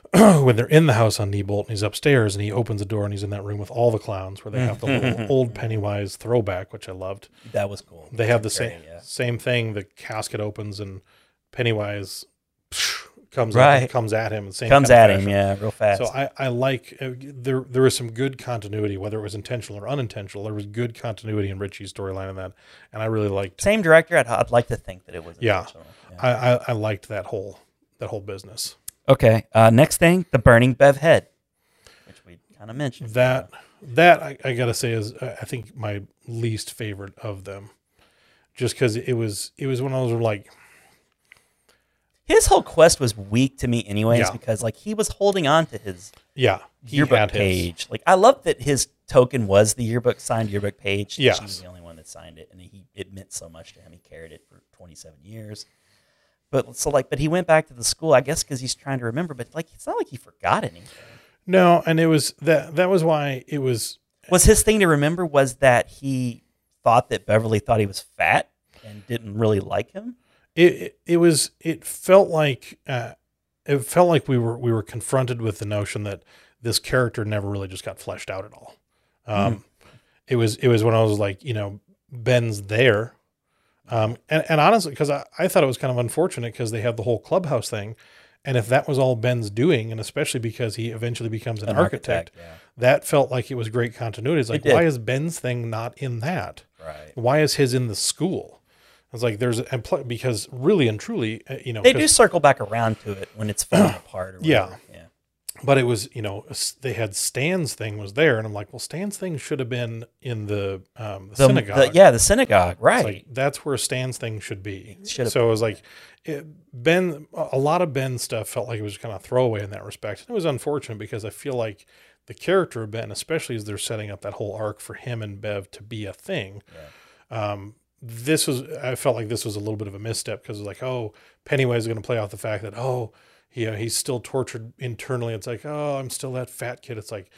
Speaker 1: when they're in the house on Niebolt and he's upstairs and he opens the door and he's in that room with all the clowns where they have the little old Pennywise throwback, which I loved.
Speaker 2: That was cool.
Speaker 1: They have the same
Speaker 2: Yeah.
Speaker 1: same thing. The casket opens and Pennywise comes up
Speaker 2: Right.
Speaker 1: and comes at him. and Same
Speaker 2: Comes
Speaker 1: kind of
Speaker 2: at him,
Speaker 1: fashion.
Speaker 2: yeah, real fast.
Speaker 1: So I, I like uh, there there was some good continuity, whether it was intentional or unintentional. There was good continuity in Richie's storyline in that, and I really liked.
Speaker 2: same director. I'd, I'd like to think that it was
Speaker 1: Yeah.
Speaker 2: intentional. Yeah.
Speaker 1: I, I I liked that whole that whole business.
Speaker 2: Okay. Uh, next thing, the burning Bev head, which we kind of mentioned.
Speaker 1: That that I, I gotta say is uh, I think my least favorite of them, just because it was it was one of those where like
Speaker 2: his whole quest was weak to me, anyways,
Speaker 1: Yeah.
Speaker 2: because like he was holding on to his
Speaker 1: yeah he
Speaker 2: yearbook
Speaker 1: had his.
Speaker 2: page. Like I love that his token was the yearbook signed yearbook page.
Speaker 1: Yes.
Speaker 2: She was the only one that signed it, and he it meant so much to him. He carried it for 27 years. But so like, but he went back to the school, I guess, because he's trying to remember. But like, it's not like he forgot anything.
Speaker 1: no, and it was that that was why it was
Speaker 2: was his thing to remember was that he thought that Beverly thought he was fat and didn't really like him.
Speaker 1: it it- it was it felt like uh, it felt like we were we were confronted with the notion that this character never really just got fleshed out at all. Um, It was it was when I was like you know Ben's there, um, and and honestly because I, I thought it was kind of unfortunate because they have the whole clubhouse thing, and if that was all Ben's doing, and especially because he eventually becomes an, architect, that felt like it was great continuity. It's like
Speaker 2: did.
Speaker 1: why is Ben's thing not in that?
Speaker 2: Right.
Speaker 1: why is his in the school? I was like, there's and pl- because really and truly, uh, you know,
Speaker 2: They do
Speaker 1: 'cause-
Speaker 2: circle back around to it when it's falling apart. Or
Speaker 1: Yeah.
Speaker 2: whatever. Yeah.
Speaker 1: but it was you know s- they had Stan's thing was there, and I'm like, well, Stan's thing should have been in the, um, the
Speaker 2: The,
Speaker 1: synagogue.
Speaker 2: the- yeah, the synagogue.
Speaker 1: It's
Speaker 2: Right.
Speaker 1: like, that's where Stan's thing should be.
Speaker 2: It should have
Speaker 1: so it was like it, Ben. A a lot of Ben stuff felt like it was kind of throwaway in that respect. And it was unfortunate because I feel like the character of Ben, especially as they're setting up that whole arc for him and Bev to be a thing. Um, this was I felt like this was a little bit of a misstep because it was like, oh, Pennywise is going to play off the fact that oh, you know, he's still tortured internally. It's like, oh, I'm still that fat kid. It's like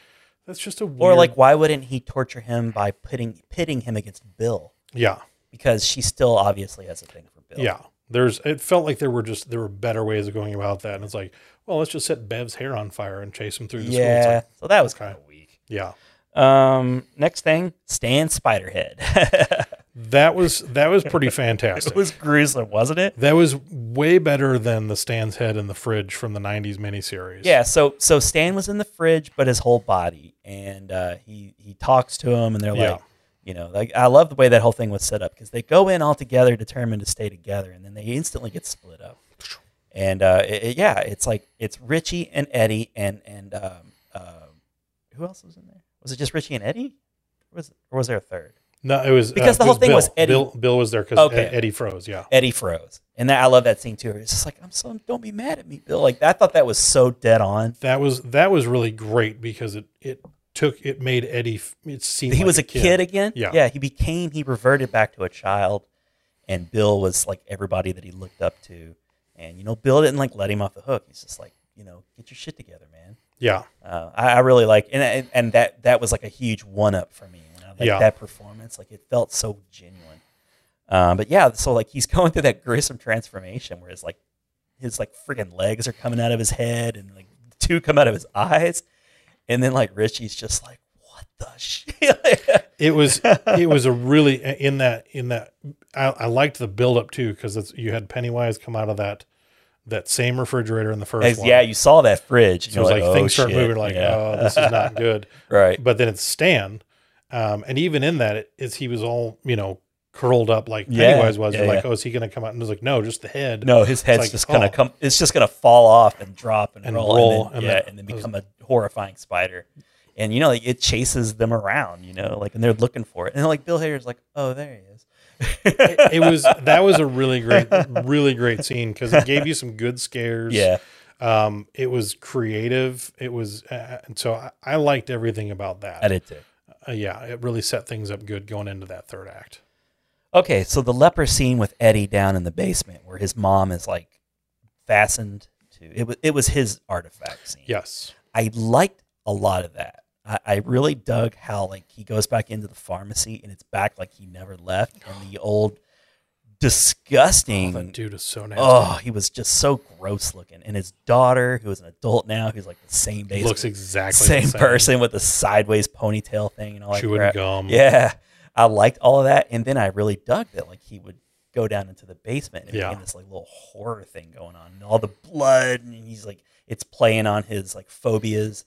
Speaker 1: that's just a
Speaker 2: or
Speaker 1: weird,
Speaker 2: like, why wouldn't he torture him by putting pitting him against Bill?
Speaker 1: yeah.
Speaker 2: Because she still obviously has a thing for Bill.
Speaker 1: Yeah. There's it felt like there were just there were better ways of going about that. And it's like, well, let's just set Bev's hair on fire and chase him through the school. It's
Speaker 2: Yeah.
Speaker 1: like,
Speaker 2: so that was
Speaker 1: okay.
Speaker 2: kind of weak.
Speaker 1: yeah.
Speaker 2: Um, next thing, Stan Spiderhead.
Speaker 1: That was that was pretty fantastic.
Speaker 2: it was gruesome, wasn't it?
Speaker 1: that was way better than the Stan's head in the fridge from the nineties miniseries.
Speaker 2: Yeah, so so Stan was in the fridge, but his whole body, and uh, he he talks to him, and they're
Speaker 1: Yeah.
Speaker 2: like, you know, like I love the way that whole thing was set up because they go in all together, determined to stay together, and then they instantly get split up. And uh, it- it- yeah, it's like it's Richie and Eddie, and and um, um who else was in there? Was it just Richie and Eddie? Or was or was there a third?
Speaker 1: No, it was uh,
Speaker 2: Because the
Speaker 1: it
Speaker 2: whole thing
Speaker 1: Bill.
Speaker 2: was Eddie-
Speaker 1: Bill, Bill was there because
Speaker 2: Okay.
Speaker 1: Eddie froze. Yeah.
Speaker 2: Eddie froze, and that, I love that scene too. It's just like I'm so don't be mad at me, Bill. Like I thought that was so dead on.
Speaker 1: That was that was really great because it it took it made Eddie f- it seemed
Speaker 2: he
Speaker 1: like
Speaker 2: was a kid. again.
Speaker 1: Yeah.
Speaker 2: yeah. He became he reverted back to a child, and Bill was like everybody that he looked up to, and you know Bill didn't like let him off the hook. He's just like you know get your shit together, man.
Speaker 1: Yeah.
Speaker 2: Uh, I, I really like and, and and that that was like a huge one up for me. You know? like
Speaker 1: Yeah.
Speaker 2: that performance, like it felt so genuine. Um, but yeah, so like he's going through that gruesome transformation where his like his like freaking legs are coming out of his head and like two come out of his eyes, and then like Richie's just like, what the shit?
Speaker 1: It was it was a really in that in that I, I liked the build up too because you had Pennywise come out of that that same refrigerator in the first
Speaker 2: As-
Speaker 1: one.
Speaker 2: yeah, you saw that fridge. and
Speaker 1: So
Speaker 2: you're
Speaker 1: it's like,
Speaker 2: "Oh,
Speaker 1: things start
Speaker 2: shit."
Speaker 1: moving like,
Speaker 2: Yeah.
Speaker 1: oh, this is not good.
Speaker 2: right.
Speaker 1: But then it's Stan. Um, and even in that, it, it's he was all, you know, curled up like
Speaker 2: Yeah,
Speaker 1: Pennywise was.
Speaker 2: yeah,
Speaker 1: You're like,
Speaker 2: yeah.
Speaker 1: oh, is he going to come out? And it was like, no, just the head.
Speaker 2: No, his head's
Speaker 1: like,
Speaker 2: just gonna
Speaker 1: oh.
Speaker 2: come. It's just gonna fall off and drop and,
Speaker 1: And
Speaker 2: roll,
Speaker 1: roll,
Speaker 2: and then,
Speaker 1: and
Speaker 2: yeah,
Speaker 1: then-
Speaker 2: and then become a horrifying spider. And you know, like it chases them around. You know, like and they're looking for it. And like Bill Hader's like, oh, there he is.
Speaker 1: It was, that was a really great, really great scene because it gave you some good scares.
Speaker 2: Yeah,
Speaker 1: Um, it was creative. It was, uh, and so I, I liked everything about that.
Speaker 2: I did too.
Speaker 1: Uh, yeah, it really set things up good going into that third act.
Speaker 2: Okay, so the leper scene with Eddie down in the basement, where his mom is like fastened to it was it was his artifact scene.
Speaker 1: Yes.
Speaker 2: I liked a lot of that. I, I really dug how like he goes back into the pharmacy and it's back like he never left, and the old disgusting
Speaker 1: That dude is so nasty.
Speaker 2: Mm. Oh, he was just so gross looking. And his daughter, who is an adult now, who's like the same base,
Speaker 1: Looks exactly
Speaker 2: same,
Speaker 1: the
Speaker 2: person with the sideways ponytail thing and all that
Speaker 1: Chewing
Speaker 2: crap.
Speaker 1: gum.
Speaker 2: Yeah, I liked all of that, and then I really dug that like he would go down into the basement and
Speaker 1: Yeah.
Speaker 2: yeah. this like little horror thing going on, and all the blood, and he's like it's playing on his like phobias,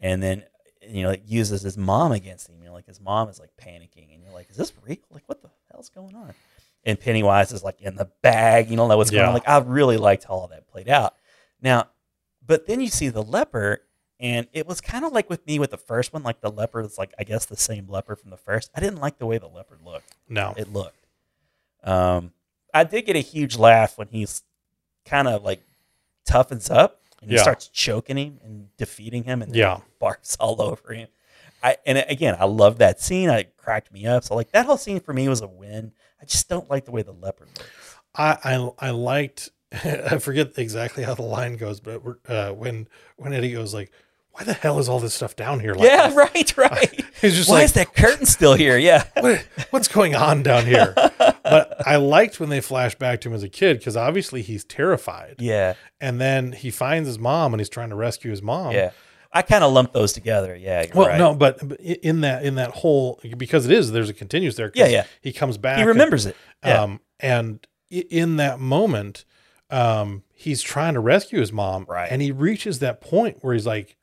Speaker 2: and then you know it uses his mom against him. You're like his mom is like panicking, and you're like, is this real? Like what the hell's going on? And Pennywise is like in the bag. You don't know what's going
Speaker 1: Yeah.
Speaker 2: on. Like I really liked how all that played out. Now, but then you see the leper, and it was kind of like with me with the first one, like the leper is like I guess the same leper from the first. I didn't like the way the leper looked.
Speaker 1: No.
Speaker 2: It looked. Um, I did get a huge laugh when he's kind of like toughens up and he
Speaker 1: Yeah.
Speaker 2: starts choking him and defeating him and
Speaker 1: Yeah.
Speaker 2: barfs all over him. I and again, I love that scene. It cracked me up. So like that whole scene for me was a win. I just don't like the way the leopard looks.
Speaker 1: I I, I liked. I forget exactly how the line goes, but we're, uh, when when Eddie goes like, "Why the hell is all this stuff down here?" Like,
Speaker 2: yeah, right, right.
Speaker 1: He's just
Speaker 2: Why
Speaker 1: like-
Speaker 2: is that curtain still here? Yeah.
Speaker 1: what, what's going on down here? but I liked when they flashed back to him as a kid because obviously he's terrified,
Speaker 2: Yeah.
Speaker 1: and then he finds his mom and he's trying to rescue his mom.
Speaker 2: Yeah. I kind of lumped those together. Yeah. You're
Speaker 1: Well,
Speaker 2: right.
Speaker 1: no, but but i- in that in that whole because it is there's a continues there. 'cause
Speaker 2: Yeah, yeah.
Speaker 1: He comes back.
Speaker 2: He
Speaker 1: and-
Speaker 2: remembers it. Yeah.
Speaker 1: Um, and i- in that moment, um, he's trying to rescue his mom,
Speaker 2: Right.
Speaker 1: And he reaches that point where he's like,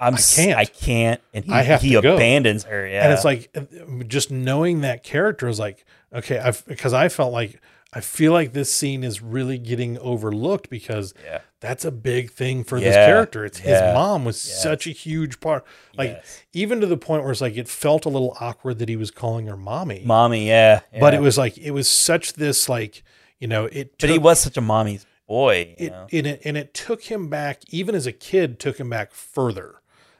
Speaker 2: I'm
Speaker 1: I
Speaker 2: s-
Speaker 1: can't.
Speaker 2: I can't. And he,
Speaker 1: I have
Speaker 2: he
Speaker 1: to go.
Speaker 2: abandons her. Yeah.
Speaker 1: and it's like uh, just knowing that character is like, okay, I've because I felt like I feel like this scene is really getting overlooked because
Speaker 2: Yeah.
Speaker 1: that's a big thing for this
Speaker 2: Yeah.
Speaker 1: character. It's
Speaker 2: Yeah.
Speaker 1: his mom was
Speaker 2: Yes.
Speaker 1: such a huge part, like
Speaker 2: Yes.
Speaker 1: even to the point where it's like it felt a little awkward that he was calling her mommy,
Speaker 2: mommy. Yeah.
Speaker 1: but
Speaker 2: yeah.
Speaker 1: it was like it was such this like you know it.
Speaker 2: But he
Speaker 1: took-
Speaker 2: was such a mommy's boy. You
Speaker 1: it,
Speaker 2: know?
Speaker 1: and it and it took him back even as a kid took him back further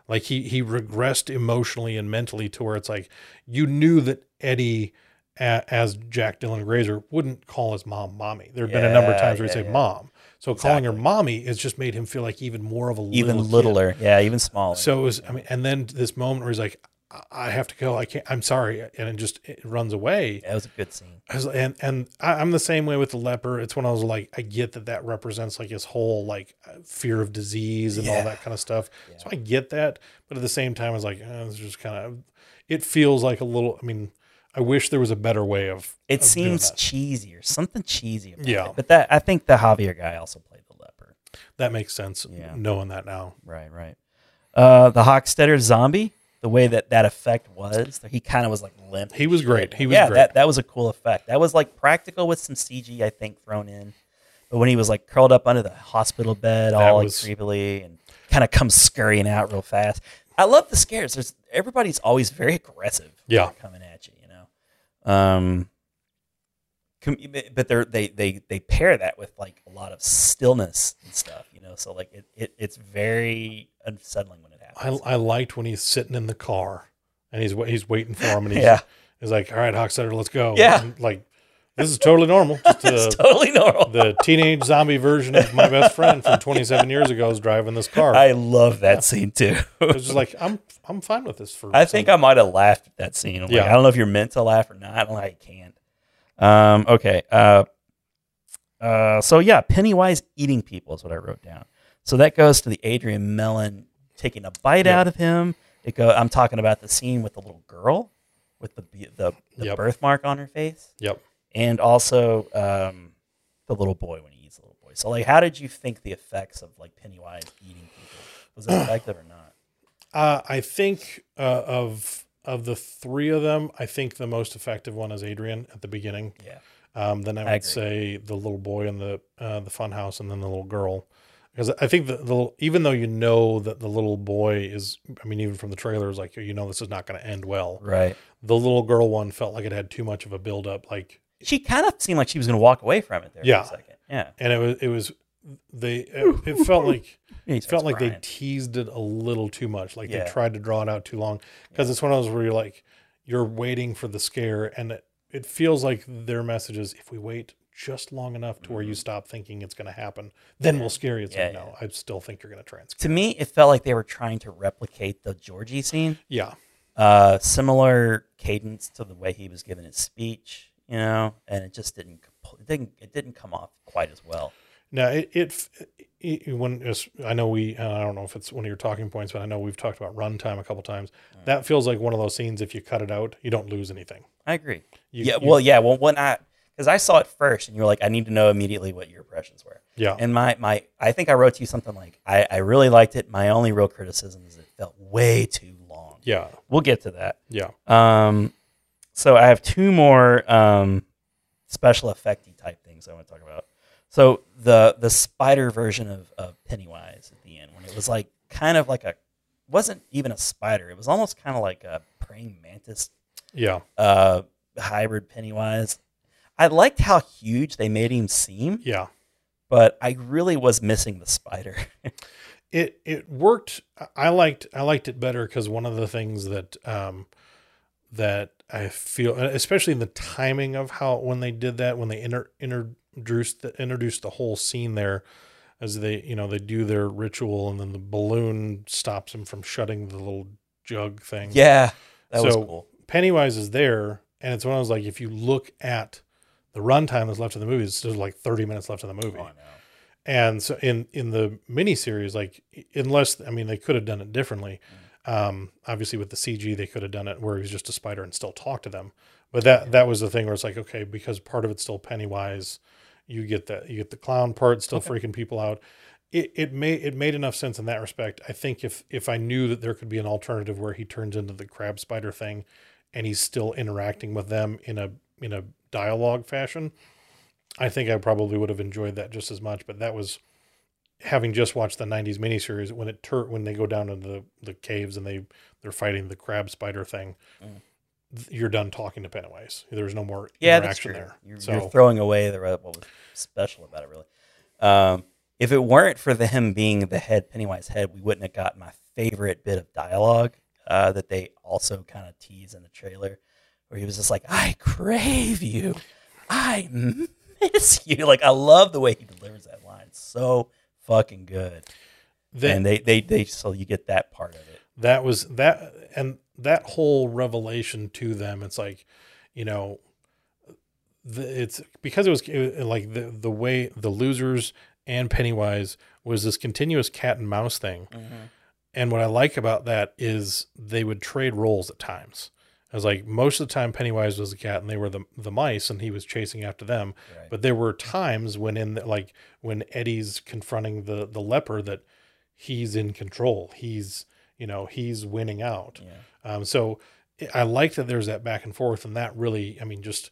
Speaker 1: like he he regressed emotionally and mentally to where it's like you knew that eddie a, as jack dylan grazer wouldn't call his mom mommy there had been a number of
Speaker 2: Yeah,
Speaker 1: times where he'd
Speaker 2: yeah,
Speaker 1: say
Speaker 2: yeah.
Speaker 1: mom so calling her mommy has just made him feel like even more of a
Speaker 2: even
Speaker 1: little kid.
Speaker 2: littler. Yeah. Even smaller.
Speaker 1: so it was i mean and then this moment where he's like "I- i have to go i can't i'm sorry and it just it runs away
Speaker 2: that was a good scene.
Speaker 1: I was- and and I, I'm the same way with the leper. It's when I was like, I get that that represents like his whole like uh, fear of disease and
Speaker 2: Yeah.
Speaker 1: all that kind of stuff. So I get that, but at the same time, I was like, eh, it's just kind of. It feels like a little. I mean, I wish there was a better way of.
Speaker 2: It
Speaker 1: of doing
Speaker 2: seems
Speaker 1: that.
Speaker 2: cheesy or something cheesy. About
Speaker 1: Yeah.
Speaker 2: It. But that I think the Javier guy also played the leper.
Speaker 1: that makes sense.
Speaker 2: Yeah.
Speaker 1: knowing that now.
Speaker 2: Right. Right. Uh, the Hockstetter zombie. The way that that effect was, he kind of was like limp.
Speaker 1: He was great. He was
Speaker 2: yeah,
Speaker 1: great.
Speaker 2: that that was a cool effect. That was like practical with some CG, I think, thrown in. But when he was like curled up under the hospital bed, all
Speaker 1: was-
Speaker 2: like creepily, and kind of comes scurrying out real fast. I love the scares. There's everybody's always very aggressive. when
Speaker 1: Yeah.
Speaker 2: they're coming at you, you know. Um, com- but they're they they they pair that with like a lot of stillness and stuff, you know. So like it, it it's very unsettling when it
Speaker 1: I
Speaker 2: happens.
Speaker 1: I liked when he's sitting in the car and he's wa- he's waiting for him and he's
Speaker 2: Yeah.
Speaker 1: he's like, all right, Hocksetter, let's go.
Speaker 2: Yeah.
Speaker 1: And, like this is totally normal. Just, uh,
Speaker 2: it's totally normal.
Speaker 1: the teenage zombie version of my best friend from 27 years ago is driving this car. I
Speaker 2: I love that scene too.
Speaker 1: was just like, I'm I'm fine with this for.
Speaker 2: I think I might have laughed at that scene. I'm like,
Speaker 1: Yeah.
Speaker 2: I don't know if you're meant to laugh or not. I don't know how you can. Um, okay. Uh, uh, so yeah, Pennywise eating people is what I wrote down. So that goes to the Adrian Mellon taking a
Speaker 1: Yep.
Speaker 2: bite out of him. It go. I'm talking about the scene with the little girl with the be- the, the
Speaker 1: Yep.
Speaker 2: birthmark on her face,
Speaker 1: Yep.
Speaker 2: and also um, the little boy when he eats the little boy. So like, how did you think the effects of like Pennywise eating people was it effective or not?
Speaker 1: Uh, I think uh, of of the three of them, I think the most effective one is Adrian at the beginning.
Speaker 2: Yeah.
Speaker 1: Um, then I would
Speaker 2: I agree.
Speaker 1: say the little boy and the uh, the fun house, and then the little girl, because I think the, the little- even though you know that the little boy is, I mean, even from the trailer, is like you know this is not going to end well.
Speaker 2: Right.
Speaker 1: The little girl one felt like it had too much of a build up, like,
Speaker 2: She kind of seemed like she was going to walk away from it there
Speaker 1: Yeah.
Speaker 2: for a second. Yeah.
Speaker 1: and it was it was they it, it felt like
Speaker 2: He
Speaker 1: it felt
Speaker 2: starts
Speaker 1: like they
Speaker 2: crying.
Speaker 1: teased it a little too much. Like
Speaker 2: Yeah.
Speaker 1: they tried to draw it out too long. Because it's one of those where you're like, you're waiting for the scare, and it, it feels like their message is if we wait just long enough to where you stop thinking it's going to happen, then we'll scare you. It's
Speaker 2: Mm-hmm. Yeah,
Speaker 1: like, no, I still think you're going to try and scare.
Speaker 2: to me, it felt like they were trying to replicate the Georgie scene.
Speaker 1: Yeah,
Speaker 2: Uh, similar cadence to the way he was giving his speech, you know, and it just didn't compl- it didn't it didn't come off quite as well.
Speaker 1: No, it, it, f- it- when it's- I know we, and I don't know if it's one of your talking points, but I know we've talked about runtime a couple times.
Speaker 2: Mm.
Speaker 1: That feels like one of those scenes. If you cut it out, you don't lose anything.
Speaker 2: I agree.
Speaker 1: You-
Speaker 2: yeah,
Speaker 1: you-
Speaker 2: well, yeah, well, when I because I saw it first, and you were like, I need to know immediately what your impressions were.
Speaker 1: Yeah,
Speaker 2: And my my, I think I wrote to you something like, I I really liked it. My only real criticism is it felt way too long.
Speaker 1: yeah,
Speaker 2: We'll get to that.
Speaker 1: yeah.
Speaker 2: Um, so I have two more um, special effecty type things I want to talk about. So the the spider version of, of Pennywise at the end, when it was like kind of like a wasn't even a spider. It was almost kind of like a praying mantis
Speaker 1: yeah.
Speaker 2: uh, hybrid Pennywise. I liked how huge they made him seem,
Speaker 1: yeah.
Speaker 2: but I really was missing the spider.
Speaker 1: it it worked I- i liked i liked it better because one of the things that um that i feel and especially the timing of how when they did that when they inter, introduced the, introduced the whole scene there as they you know they do their ritual and then the balloon stops them from shutting the little jug thing
Speaker 2: yeah, that was
Speaker 1: So-
Speaker 2: cool.
Speaker 1: pennywise is there and it's one of those like if you look at the runtime that's left in the movie it's just like 30 minutes left in the movie
Speaker 2: Oh, I know.
Speaker 1: and so in in the miniseries, like unless I mean they could have done it differently. Um, obviously with the CG, they could have done it where he was just a spider and still talk to them. But that that was the thing where it's like okay, because part of it's still Pennywise, you get that you get the clown part still freaking people out. It, it made it made enough sense in that respect. I think if if I knew that there could be an alternative where he turns into the crab spider thing, and he's still interacting with them in a in a dialogue fashion, I think I probably would have enjoyed that just as much. But that was having just watched the '90s miniseries when it tur- when they go down into the, the caves and they they're fighting the crab spider thing. th- You're done talking to Pennywise. There's no more
Speaker 2: Mm. Yeah, that's
Speaker 1: interaction
Speaker 2: true.
Speaker 1: there.
Speaker 2: You're,
Speaker 1: so
Speaker 2: you're throwing away the re- what was special about it, really. Um, if it weren't for the him being the head Pennywise head, we wouldn't have gotten my favorite bit of dialogue uh, that they also kind of tease in the trailer, where he was just like, "I crave you, I miss you." Like I love the way he delivers that line. It's so fucking good.
Speaker 1: then
Speaker 2: and they, they they so you get that part of it.
Speaker 1: that was that and that whole revelation to them it's like you know the, it's because it was it- like the the way the losers and pennywise was this continuous cat and mouse thing and what i like about that is they would trade roles at times I was like most of the time Pennywise was the cat and they were the the mice and he was chasing after them.
Speaker 2: Right.
Speaker 1: But there were times when in the, like when Eddie's confronting the the leper that he's in control. He's you know he's winning out. Um, so I- I like that there's that back and forth and that really I mean just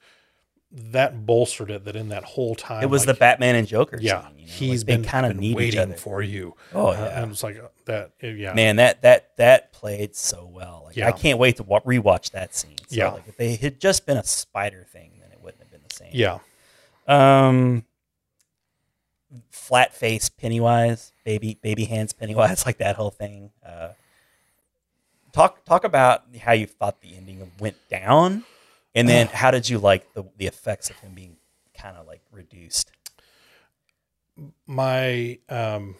Speaker 1: that bolstered it that in that whole time
Speaker 2: It was
Speaker 1: like,
Speaker 2: the Batman and Joker.
Speaker 1: yeah
Speaker 2: scene, you know, like,
Speaker 1: he's
Speaker 2: they
Speaker 1: been
Speaker 2: kind of
Speaker 1: been
Speaker 2: need each
Speaker 1: waiting
Speaker 2: other.
Speaker 1: for you.
Speaker 2: Oh,
Speaker 1: Uh,
Speaker 2: yeah.
Speaker 1: and it's like uh, that uh, yeah
Speaker 2: man that that that played so well like i
Speaker 1: Yeah.
Speaker 2: can't wait to wa- rewatch that scene so,
Speaker 1: Yeah.
Speaker 2: like if they had just been a spider thing then it wouldn't have been the same
Speaker 1: yeah
Speaker 2: um flat face pennywise baby baby hands pennywise like that whole thing uh talk talk about how you thought the ending went down and then how did you like the, the effects of him being kind of like reduced
Speaker 1: my um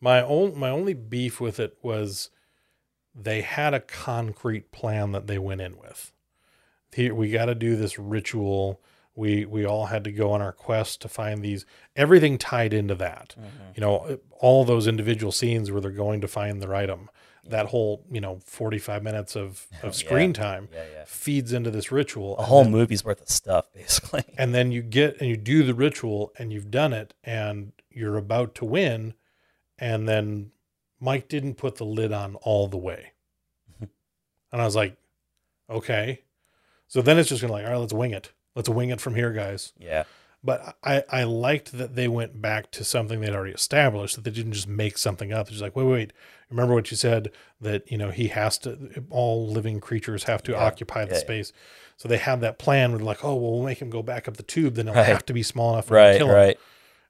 Speaker 1: my own my only beef with it was they had a concrete plan that they went in with. Here we got to do this ritual. we we all had to go on our quest to find these everything tied into that
Speaker 2: Mm-hmm.
Speaker 1: you know all those individual scenes where they're going to find their item that whole you know 45 minutes of of screen time
Speaker 2: Yeah, yeah.
Speaker 1: feeds into this ritual
Speaker 2: A
Speaker 1: and
Speaker 2: whole
Speaker 1: then-
Speaker 2: movie's worth of stuff, basically.
Speaker 1: and then you get and you do the ritual and you've done it and you're about to win and then mike didn't put the lid on all the way and i was like okay so then it's just gonna like all right let's wing it let's wing it from here guys
Speaker 2: Yeah.
Speaker 1: but i i liked that they went back to something they'd already established that they didn't just make something up it's just like wait wait, wait remember what you said that you know he has to all living creatures have to
Speaker 2: Yeah.
Speaker 1: occupy the
Speaker 2: Yeah, yeah.
Speaker 1: space so they had that plan with like oh well we'll make him go back up the tube then he'll
Speaker 2: Right.
Speaker 1: have to be small enough for him to
Speaker 2: Right,
Speaker 1: kill him.
Speaker 2: right.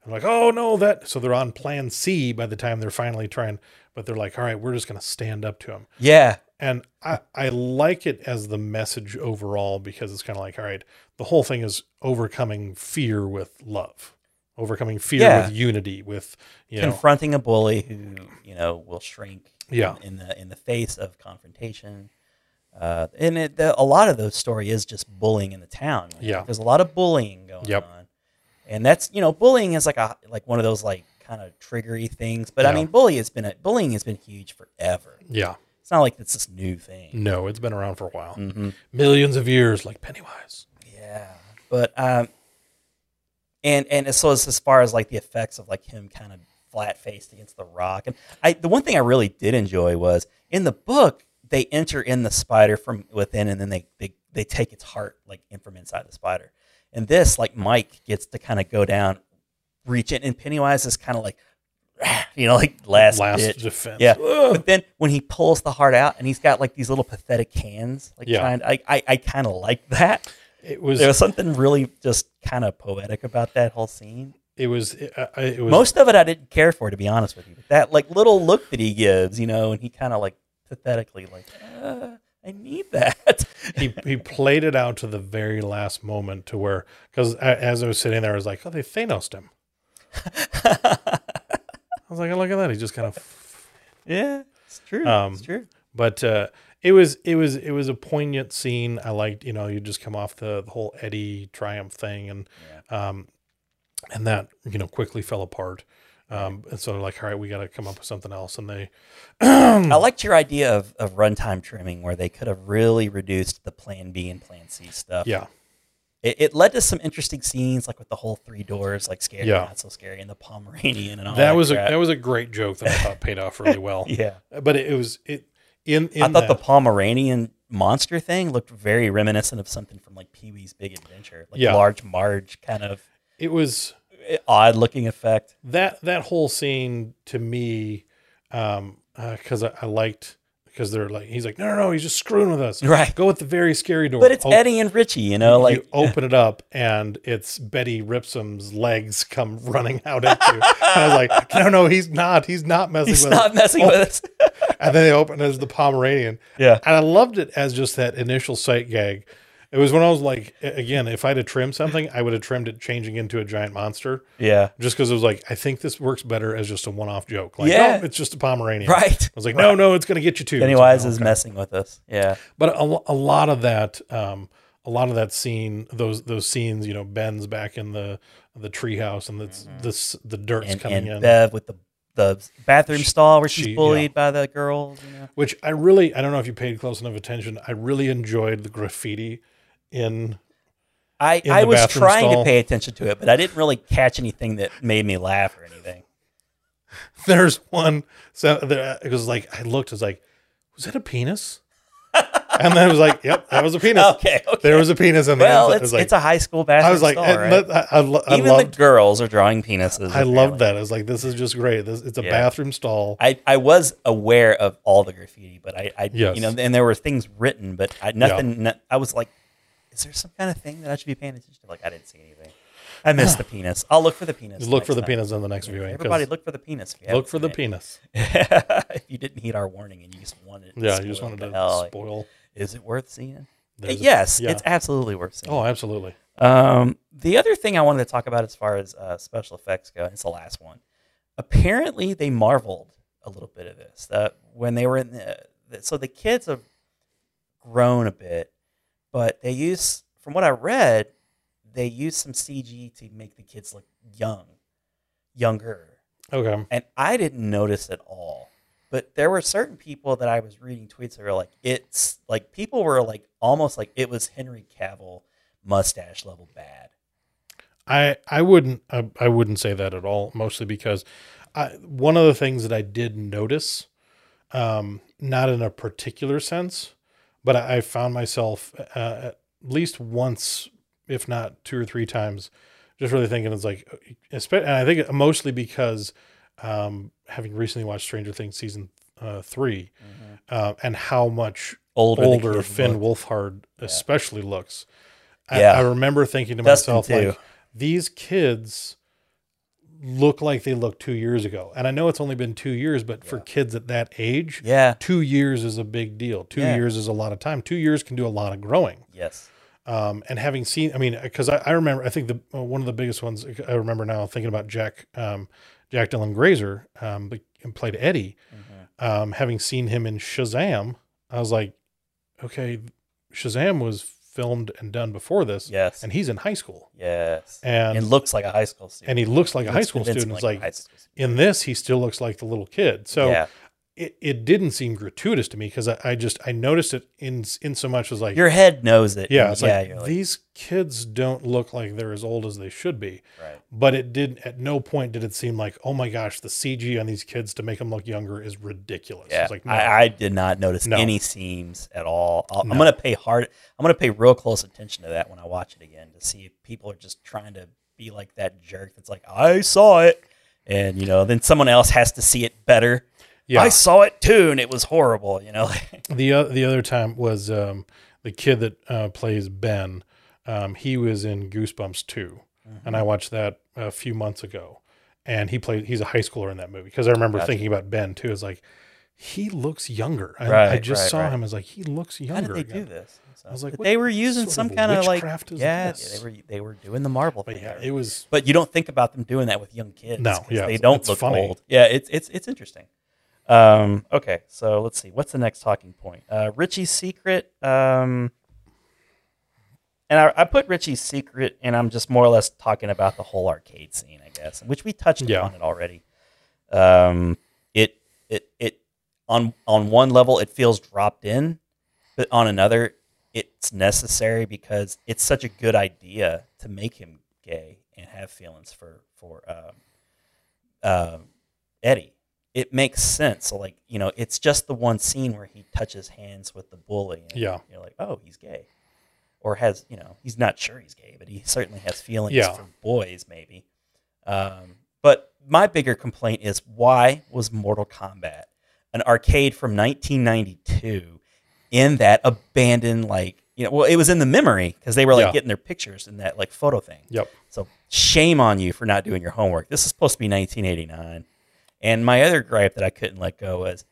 Speaker 1: i'm like oh no that so they're on plan c by the time they're finally trying but they're like all right we're just going to stand up to him
Speaker 2: Yeah.
Speaker 1: and I, I like it as the message overall because it's kind of like all right the whole thing is overcoming fear with love overcoming fear
Speaker 2: Yeah.
Speaker 1: with unity with you know
Speaker 2: Confronting a bully who, you know, will shrink
Speaker 1: Yeah.
Speaker 2: in the in the face of confrontation. Uh, and it, the, a lot of the story is just bullying in the town. you know?
Speaker 1: Yeah.
Speaker 2: There's a lot of bullying going
Speaker 1: Yep.
Speaker 2: on. And that's, you know, bullying is like a like one of those like kind of triggery things, but I
Speaker 1: Yeah.
Speaker 2: mean, bully has been a, bullying has been huge forever.
Speaker 1: yeah
Speaker 2: It's not like it's this new thing.
Speaker 1: no it's been around for a while
Speaker 2: Mhm.
Speaker 1: millions of years like pennywise
Speaker 2: Yeah, but um, and and so as, as far as like the effects of like him kind of flat faced against the rock, and I the one thing I really did enjoy was in the book they enter in the spider from within, and then they they they take its heart like in from inside the spider, and this like Mike gets to kind of go down, reach in, and Pennywise is kind of like. You know, like last,
Speaker 1: last
Speaker 2: ditch.
Speaker 1: defense
Speaker 2: Yeah. But then when he pulls the heart out and he's got like these little pathetic hands, like
Speaker 1: Yeah.
Speaker 2: trying, I, I, I kind of like that.
Speaker 1: it was,
Speaker 2: There was something really just kind of poetic about that whole scene.
Speaker 1: it was it, uh, it was
Speaker 2: Most of it I didn't care for, to be honest with you. But that like little look that he gives, you know, and he kind of like pathetically like, uh, I need that.
Speaker 1: he, he played it out to the very last moment to where because as i was sitting there i was like oh they thanosed him i was like oh look at that he just kind of
Speaker 2: yeah, it's true.
Speaker 1: Um,
Speaker 2: it's true.
Speaker 1: but uh, it was it was it was a poignant scene. I liked you know you just come off the, the whole Eddie triumph thing and um, and that you know quickly fell apart. Um, and so they're like, all right, we got to come up with something else. And they hmm.
Speaker 2: I liked your idea of, of runtime trimming where they could have really reduced the plan B and plan C stuff.
Speaker 1: yeah
Speaker 2: it, it led to some interesting scenes, like with the whole three doors, like scary,
Speaker 1: Yeah.
Speaker 2: not so scary, and the Pomeranian and all
Speaker 1: that
Speaker 2: that.
Speaker 1: was a
Speaker 2: crap.
Speaker 1: that was a great joke that I thought paid off really well.
Speaker 2: yeah.
Speaker 1: But it, it was it in in
Speaker 2: I thought the
Speaker 1: that-
Speaker 2: Pomeranian monster thing looked very reminiscent of something from like Pee Wee's Big Adventure, like
Speaker 1: Yeah.
Speaker 2: large Marge kind of eh,
Speaker 1: it was
Speaker 2: odd looking effect.
Speaker 1: that that whole scene to me um because I, I liked because they're like he's like no no no he's just screwing with us
Speaker 2: Right.
Speaker 1: go with the very scary door
Speaker 2: But it's
Speaker 1: Oh,
Speaker 2: Eddie and Richie, you know, like
Speaker 1: you open it up and it's Betty Ripsom's legs come running out at you. and I was like, no, no, he's not. He's not messing
Speaker 2: he's
Speaker 1: with
Speaker 2: not
Speaker 1: it.
Speaker 2: messing with us.
Speaker 1: And then they open it as the Pomeranian.
Speaker 2: Yeah.
Speaker 1: And I loved it as just that initial sight gag. It was when I was like, a- again, if I had to trim something, I would have trimmed it changing into a giant monster.
Speaker 2: yeah.
Speaker 1: Just because it was like, I think this works better as just a one off joke. Like,
Speaker 2: Yeah.
Speaker 1: oh, it's just a Pomeranian. I
Speaker 2: Right.
Speaker 1: was like, no, no, it's going to get you too.
Speaker 2: Pennywise is messing with us. Yeah.
Speaker 1: but a, lo- a lot of that um a lot of that scene those those scenes you know ben's back in the the treehouse and it's this the dirt's
Speaker 2: And,
Speaker 1: coming
Speaker 2: and
Speaker 1: in
Speaker 2: Bev with the the bathroom stall where she's
Speaker 1: she- yeah.
Speaker 2: bullied by the girls, you know.
Speaker 1: which i really i don't know if you paid close enough attention i really enjoyed the graffiti in
Speaker 2: I,
Speaker 1: in
Speaker 2: I
Speaker 1: the
Speaker 2: was
Speaker 1: bathroom
Speaker 2: trying to
Speaker 1: stall.
Speaker 2: pay attention to it, but I didn't really catch anything that made me laugh or anything.
Speaker 1: there's one so there, it was like i looked it was like was that a penis and then it was like yep that was a penis
Speaker 2: Okay, okay.
Speaker 1: there was a penis in there
Speaker 2: Well,
Speaker 1: It was
Speaker 2: it's,
Speaker 1: like-
Speaker 2: it's a high school
Speaker 1: i
Speaker 2: bathroom
Speaker 1: was like
Speaker 2: stall,
Speaker 1: and
Speaker 2: right?
Speaker 1: that- i, I, lo- I
Speaker 2: Even
Speaker 1: loved
Speaker 2: the girls are drawing penises.
Speaker 1: i loved
Speaker 2: apparently.
Speaker 1: that i was like this is just great this, it's a
Speaker 2: Yeah.
Speaker 1: bathroom stall
Speaker 2: I, I was aware of all the graffiti, but I, I
Speaker 1: Yes.
Speaker 2: you know, and there were things written, but I, nothing. no- I was like, is there some kind of thing that I should be paying attention to? Like, I didn't see anything. I missed the penis. I'll look for the penis.
Speaker 1: Just look for
Speaker 2: next
Speaker 1: the
Speaker 2: time.
Speaker 1: penis on the next viewing. 'cause
Speaker 2: Everybody, look for the penis. if you
Speaker 1: look
Speaker 2: haven't
Speaker 1: for the
Speaker 2: seen
Speaker 1: penis.
Speaker 2: it. if you didn't heed our warning and you just wanted, to
Speaker 1: Yeah, you just
Speaker 2: spoil
Speaker 1: wanted
Speaker 2: the
Speaker 1: to
Speaker 2: hell, like,
Speaker 1: spoil.
Speaker 2: Is it worth seeing?
Speaker 1: There's a-
Speaker 2: yes,
Speaker 1: yeah.
Speaker 2: it's absolutely worth seeing.
Speaker 1: Oh, absolutely.
Speaker 2: Um, the other thing I wanted to talk about as far as uh, special effects go, and it's the last one. Apparently, they marveled a little bit of this that when they were in the, the so the kids have grown a bit, but they use from what I read, they used some CG to make the kids look young, younger.
Speaker 1: Okay.
Speaker 2: And I didn't notice at all. But there were certain people that I was reading tweets that were like, it's like people were like almost like it was Henry Cavill mustache level bad.
Speaker 1: I I wouldn't I, I wouldn't say that at all. Mostly because I, one of the things that I did notice, um, not in a particular sense, but I, I found myself uh, at least once, if not two or three times, just really thinking it's like, espe- and I think mostly because um, having recently watched Stranger Things season uh, 3 uh, and how much
Speaker 2: Mm-hmm. Older
Speaker 1: older,
Speaker 2: the kid
Speaker 1: Finn Wolfhard especially looks. I,
Speaker 2: Yeah.
Speaker 1: I remember thinking to
Speaker 2: Dustin,
Speaker 1: myself,
Speaker 2: too.
Speaker 1: like, these kids look like they looked two years ago. And I know it's only been two years, but for kids at that age,
Speaker 2: Yeah.
Speaker 1: two years is a big deal. Two
Speaker 2: Yeah.
Speaker 1: years is a lot of time. Two years can do a lot of growing.
Speaker 2: Yes.
Speaker 1: Um, and having seen, I mean, because I, I remember, I think the uh, one of the biggest ones I remember now thinking about Jack, um, Jack Dylan Grazer, um, the- and played Eddie. Um, having seen him in Shazam, I was like, okay, Shazam was filmed and done before this,
Speaker 2: Yes.
Speaker 1: and he's in high school,
Speaker 2: yes.
Speaker 1: and
Speaker 2: it looks like a high school student.
Speaker 1: and he looks like a high
Speaker 2: Looks
Speaker 1: school
Speaker 2: convincing
Speaker 1: student. It's like,
Speaker 2: a high school student.
Speaker 1: in this, he still looks like the little kid. So
Speaker 2: yeah.
Speaker 1: it, it didn't seem gratuitous to me because I, I just I noticed it in in so much as like
Speaker 2: your head knows it.
Speaker 1: yeah,
Speaker 2: and
Speaker 1: it's
Speaker 2: yeah,
Speaker 1: like,
Speaker 2: you're like,
Speaker 1: these kids don't look like they're as old as they should be.
Speaker 2: Right.
Speaker 1: But it did at no point did it seem like, oh my gosh, the CG on these kids to make them look younger is ridiculous.
Speaker 2: Yeah,
Speaker 1: It's like no.
Speaker 2: I, I did not notice
Speaker 1: No.
Speaker 2: any seams at all. I'll,
Speaker 1: No.
Speaker 2: I'm gonna pay hard. I'm gonna pay real close attention to that when I watch it again to see if people are just trying to be like that jerk that's like, I saw it, and you know, then someone else has to see it better.
Speaker 1: Yeah.
Speaker 2: I saw it too, and it was horrible. You know,
Speaker 1: the o- the other time was um, the kid that uh, plays Ben. Um, he was in Goosebumps 2 and
Speaker 2: Mm-hmm.
Speaker 1: I watched that a few months ago. And he played. He's a high schooler in that movie because I remember thinking about Ben too. Is like he looks younger. I, I
Speaker 2: Right,
Speaker 1: just
Speaker 2: right,
Speaker 1: saw
Speaker 2: right.
Speaker 1: him as like he looks
Speaker 2: how
Speaker 1: younger.
Speaker 2: did they
Speaker 1: again.
Speaker 2: do this? So-
Speaker 1: I was like,
Speaker 2: but
Speaker 1: what
Speaker 2: they were using
Speaker 1: sort
Speaker 2: some
Speaker 1: of
Speaker 2: kind of like,
Speaker 1: witchcraft is
Speaker 2: yeah,
Speaker 1: this?
Speaker 2: they were they were doing the marble
Speaker 1: But
Speaker 2: thing.
Speaker 1: yeah,
Speaker 2: there.
Speaker 1: it was
Speaker 2: but you don't think about them doing that with young kids.
Speaker 1: No,
Speaker 2: 'cause
Speaker 1: yeah,
Speaker 2: they
Speaker 1: it's-
Speaker 2: don't
Speaker 1: it's
Speaker 2: look
Speaker 1: funny.
Speaker 2: old. Yeah, it's it's it's interesting. Um, okay, so let's see. What's the next talking point? Uh, Richie's secret. Um, and I, I put Richie's secret, and I'm just more or less talking about the whole arcade scene, I guess, which we touched
Speaker 1: Yeah.
Speaker 2: on it already. Um, it it it on on one level it feels dropped in, but on another it's necessary because it's such a good idea to make him gay and have feelings for for um, um, Eddie. It makes sense. So like you know, it's just the one scene where he touches hands with the bully. And
Speaker 1: Yeah.
Speaker 2: you're like, oh, he's gay, or has you know, he's not sure he's gay, but he certainly has feelings
Speaker 1: Yeah.
Speaker 2: for boys, maybe. Um, but my bigger complaint is why was Mortal Kombat an arcade from 1992 in that abandoned like you know well it was in the memory because they were like
Speaker 1: Yeah.
Speaker 2: getting their pictures in that like photo thing.
Speaker 1: Yep.
Speaker 2: So shame on you for not doing your homework. This is supposed to be 1989. And my other gripe that I couldn't let go was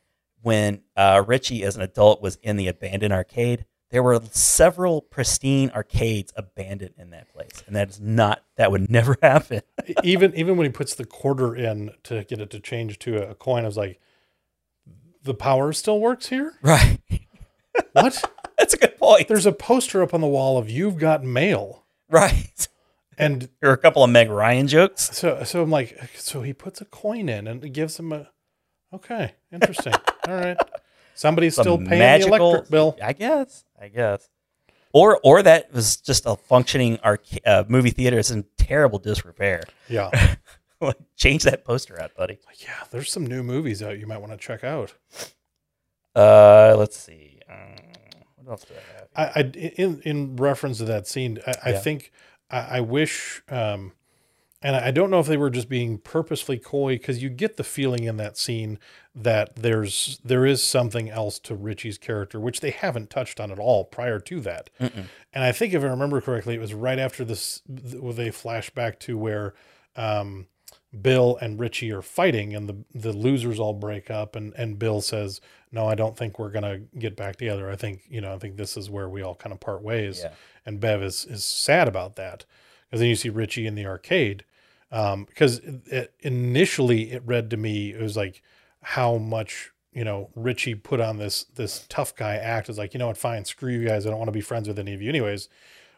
Speaker 2: when uh, Richie, as an adult, was in the abandoned arcade. There were several pristine arcades abandoned in that place, and that is not that would never happen.
Speaker 1: E, even even when he puts the quarter in to get it to change to a coin, I was like, the power still works here.
Speaker 2: Right?
Speaker 1: What?
Speaker 2: That's a good point.
Speaker 1: There's a poster up on the wall of "You've Got Mail,"
Speaker 2: right.
Speaker 1: and
Speaker 2: There were a couple of Meg Ryan jokes.
Speaker 1: so so I'm like, so he puts a coin in and it gives him a. Okay, interesting. All right, somebody's
Speaker 2: Some
Speaker 1: still paying the electric bill.
Speaker 2: I guess. I guess. Or or that was just a functioning arca- uh, movie theater. It's in terrible disrepair.
Speaker 1: Yeah,
Speaker 2: Like, Change that poster out, buddy.
Speaker 1: Like, yeah. There's some new movies out you might want to check out.
Speaker 2: Uh, let's see. Um, what else do I have?
Speaker 1: I, I in in reference to that scene, I, I
Speaker 2: Yeah.
Speaker 1: think I, I wish, um, and I don't know if they were just being purposefully coy because you get the feeling in that scene that there's there is something else to Richie's character which they haven't touched on at all prior to that. And I think if I remember correctly, it was right after this th- where they flash back to where. Um, Bill and Richie are fighting and the the losers all break up and and Bill says, "No, I don't think we're going to get back together. I think, you know, I think this is where we all kind of part ways."
Speaker 2: Yeah.
Speaker 1: And Bev is is sad about that. Cuz then you see Richie in the arcade um because it, initially it read to me it was like how much you know Richie put on this this tough guy act is like, "You know what? Fine, screw you guys. I don't want to be friends with any of you anyways."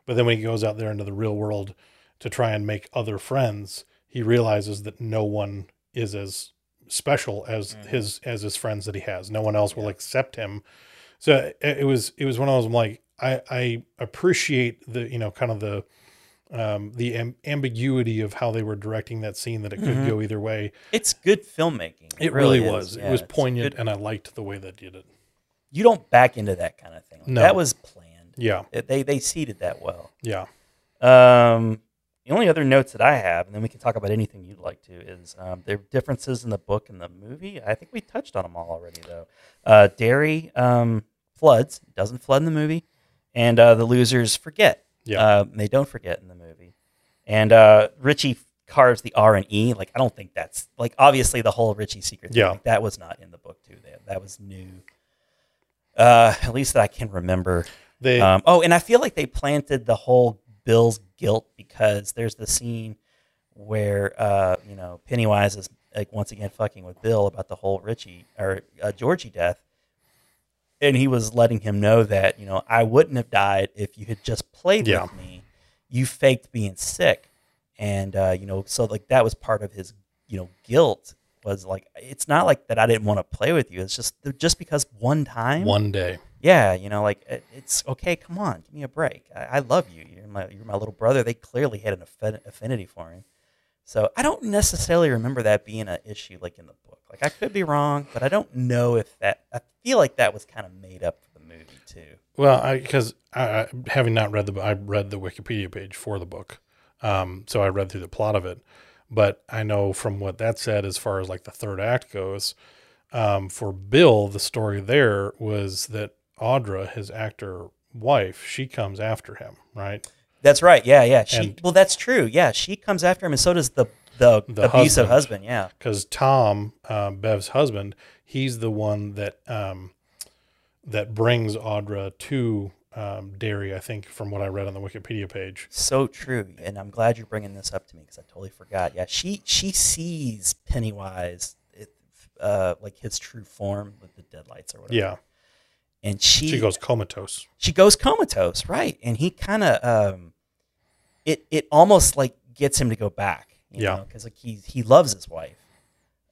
Speaker 1: But then when he goes out there into the real world to try and make other friends, he realizes that no one is as special as
Speaker 2: Mm-hmm.
Speaker 1: his as his friends that he has. No one else will accept him. So uh, it, it was it was one of those. I'm like I I appreciate the you know kind of the um the am- ambiguity of how they were directing that scene that it could go either way.
Speaker 2: It's good filmmaking.
Speaker 1: It really,
Speaker 2: Mm-hmm. is.
Speaker 1: was.
Speaker 2: Yeah,
Speaker 1: it was
Speaker 2: it's
Speaker 1: poignant,
Speaker 2: good-
Speaker 1: and I liked the way that did it.
Speaker 2: You don't back into that kind of thing.
Speaker 1: No.
Speaker 2: That was planned.
Speaker 1: Yeah,
Speaker 2: It- They they seeded that well.
Speaker 1: yeah.
Speaker 2: Um, the only other notes that I have, and then we can talk about anything you'd like to, is um, there are differences in the book and the movie. I think we touched on them all already, though. Uh, Derry um, floods, doesn't flood in the movie, and uh, the losers forget.
Speaker 1: Yeah.
Speaker 2: Uh, they don't forget in the movie. And uh, Richie carves the R and E. Like, I don't think that's, like, obviously the whole Richie secret thing,
Speaker 1: Yeah.
Speaker 2: like, that was not in the book, too. That, that was new. Uh, at least that I can remember.
Speaker 1: They
Speaker 2: Um, oh, and I feel like they planted the whole Bill's guilt because there's the scene where uh, you know Pennywise is like once again fucking with Bill about the whole Richie or uh, Georgie death, and he was letting him know that you know I wouldn't have died if you had just played
Speaker 1: Yeah.
Speaker 2: with me. You faked being sick, and uh, you know so like that was part of his you know guilt was like it's not like that I didn't want to play with you. It's just just because one time
Speaker 1: one day.
Speaker 2: yeah, you know, like it, it's okay. Come on, give me a break. I, I love you. You're my you're my little brother. They clearly had an affi- affinity for him. So I don't necessarily remember that being an issue like in the book. Like I could be wrong, but I don't know if that. I feel like that was kind of made up for the movie too.
Speaker 1: Well, because I, I, having not read the, bo- I read the Wikipedia page for the book, um, so I read through the plot of it. But I know from what that said, as far as like the third act goes, um, for Bill, the story there was that Audra, his actor wife, she comes after him, right?
Speaker 2: That's right. Yeah, yeah. She
Speaker 1: And-
Speaker 2: well, that's true. Yeah, she comes after him, and so does the the,
Speaker 1: The
Speaker 2: abusive
Speaker 1: husband.
Speaker 2: husband. Yeah.
Speaker 1: Because Tom, um, Bev's husband, he's the one that um, that brings Audra to um, Derry. I think from what I read on the Wikipedia page.
Speaker 2: So true, and I'm glad you're bringing this up to me because I totally forgot. Yeah, she she sees Pennywise, it, uh, like his true form with the deadlights or whatever.
Speaker 1: Yeah,
Speaker 2: and she
Speaker 1: she goes comatose.
Speaker 2: she goes comatose, right? And he kind of um, it it almost like gets him to go back. You
Speaker 1: Yeah.
Speaker 2: because like he he loves his wife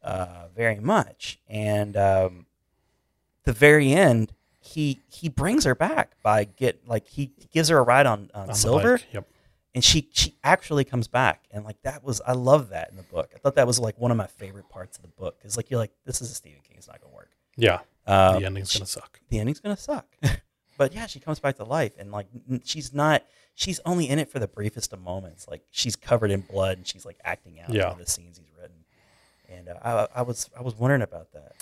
Speaker 2: uh, very much, and um, the very end. He, he brings her back by get like he gives her a ride on, on,
Speaker 1: on the
Speaker 2: silver
Speaker 1: bike. Yep.
Speaker 2: and she she actually comes back and like that was i love that in the book i thought that was like one of my favorite parts of the book is like you're like this is a stephen king it's not gonna work
Speaker 1: Yeah.
Speaker 2: um,
Speaker 1: the ending's gonna suck.
Speaker 2: the ending's gonna suck but yeah she comes back to life and like n- she's not she's only in it for the briefest of moments like she's covered in blood and she's like acting out
Speaker 1: Yeah.
Speaker 2: some of the scenes he's written and uh, I, I was i was wondering about that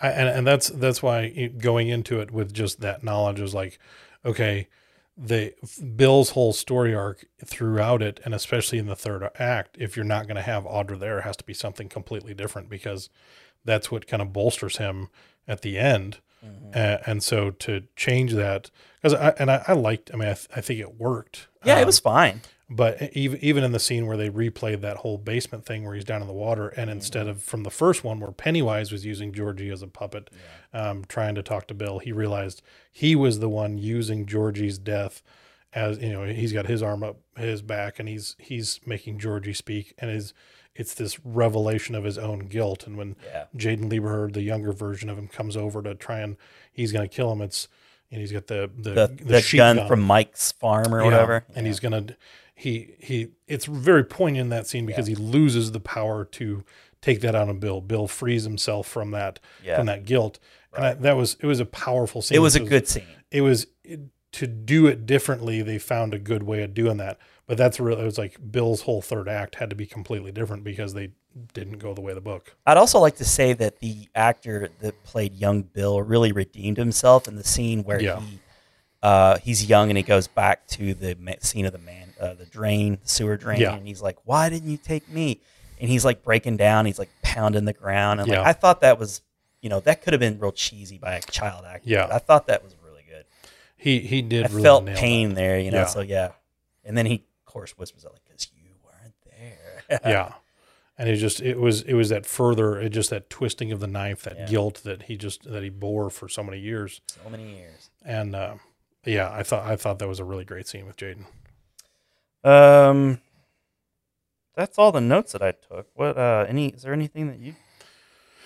Speaker 1: I, and and that's that's why it- going into it with just that knowledge is like, okay, the Bill's whole story arc throughout it, and especially in the third act, if you're not gonna have Audra there, it has to be something completely different because that's what kind of bolsters him at the end. A- and so to change that, because I and I, I liked, I mean, I, th- I think it worked.
Speaker 2: yeah it
Speaker 1: Um,
Speaker 2: was fine
Speaker 1: But e, even even in the scene where they replayed that whole basement thing where he's down in the water, and instead of from the first one where Pennywise was using Georgie as a puppet, um, trying to talk to Bill, he realized he was the one using Georgie's death as you know he's got his arm up his back and he's he's making Georgie speak, and is it's this revelation of his own guilt. And when
Speaker 2: Yeah.
Speaker 1: Jaden Lieberhard, the younger version of him, comes over to try and he's going to kill him, it's and he's got the the,
Speaker 2: the,
Speaker 1: the
Speaker 2: the,
Speaker 1: sheep
Speaker 2: gun, from mike's farm or
Speaker 1: yeah,
Speaker 2: whatever
Speaker 1: And he's gonna he he it's very poignant in that scene because he loses the power to take that out on Bill. Bill frees himself from that
Speaker 2: Yeah.
Speaker 1: from that guilt. And I, that was it was a powerful scene.
Speaker 2: it was a
Speaker 1: It
Speaker 2: good scene
Speaker 1: it was it, to do it differently, they found a good way of doing that. But that's really it was like Bill's whole third act had to be completely different because they didn't go the way of the book.
Speaker 2: I'd also like to say that the actor that played young Bill really redeemed himself in the scene where
Speaker 1: Yeah.
Speaker 2: he uh, he's young and he goes back to the ma- scene of the man uh, the drain sewer drain
Speaker 1: Yeah.
Speaker 2: and he's like, "Why didn't you take me?" And he's like breaking down, he's like pounding the ground, and
Speaker 1: Yeah.
Speaker 2: like I thought that was you know that could have been real cheesy by a child actor.
Speaker 1: Yeah.
Speaker 2: but I thought that was really good.
Speaker 1: He he did
Speaker 2: I
Speaker 1: really
Speaker 2: felt
Speaker 1: nail
Speaker 2: pain there, you know.
Speaker 1: Yeah.
Speaker 2: So yeah, and then he of course whispers out like, "Cause you weren't there."
Speaker 1: that. Yeah. And it just it was it was that further it just that twisting of the knife, that
Speaker 2: Yeah.
Speaker 1: guilt that he just that he bore for so many years.
Speaker 2: so many years.
Speaker 1: and uh, yeah, I thought I thought that was a really great scene with Jaden.
Speaker 2: Um, that's all the notes that I took. What? Uh, any? Is there anything that you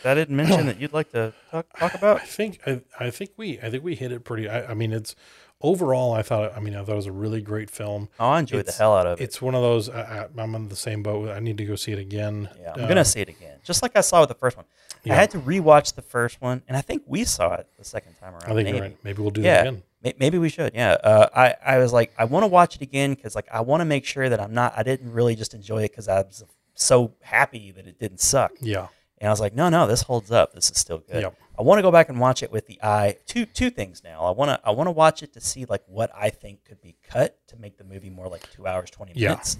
Speaker 2: that I didn't mention that you'd like to talk talk about?
Speaker 1: I think I, I think we I think we hit it pretty. I, I mean, it's overall I thought I mean I thought it was a really great film.
Speaker 2: Oh, I enjoyed
Speaker 1: It's-
Speaker 2: the hell out of it.
Speaker 1: It's one of those I, I, I'm in the same boat. I need to go see it again.
Speaker 2: Yeah, I'm gonna see it again, just like I saw with the first one.
Speaker 1: uh, Yeah.
Speaker 2: I had to rewatch the first one, and I think we saw it the second time around.
Speaker 1: I think
Speaker 2: maybe.
Speaker 1: you're right. Maybe we'll do
Speaker 2: yeah,
Speaker 1: that again.
Speaker 2: may- maybe we should. Yeah, uh, I I was like, I want to watch it again because like I want to make sure that I'm not. I didn't really just enjoy it because I was so happy that it didn't suck.
Speaker 1: Yeah,
Speaker 2: And I was like, no, no, this holds up. This is still good.
Speaker 1: Yep.
Speaker 2: I want to go back and watch it with the eye. Two two things now. I want to I want to watch it to see like what I think could be cut to make the movie more like two hours twenty
Speaker 1: Yeah.
Speaker 2: minutes.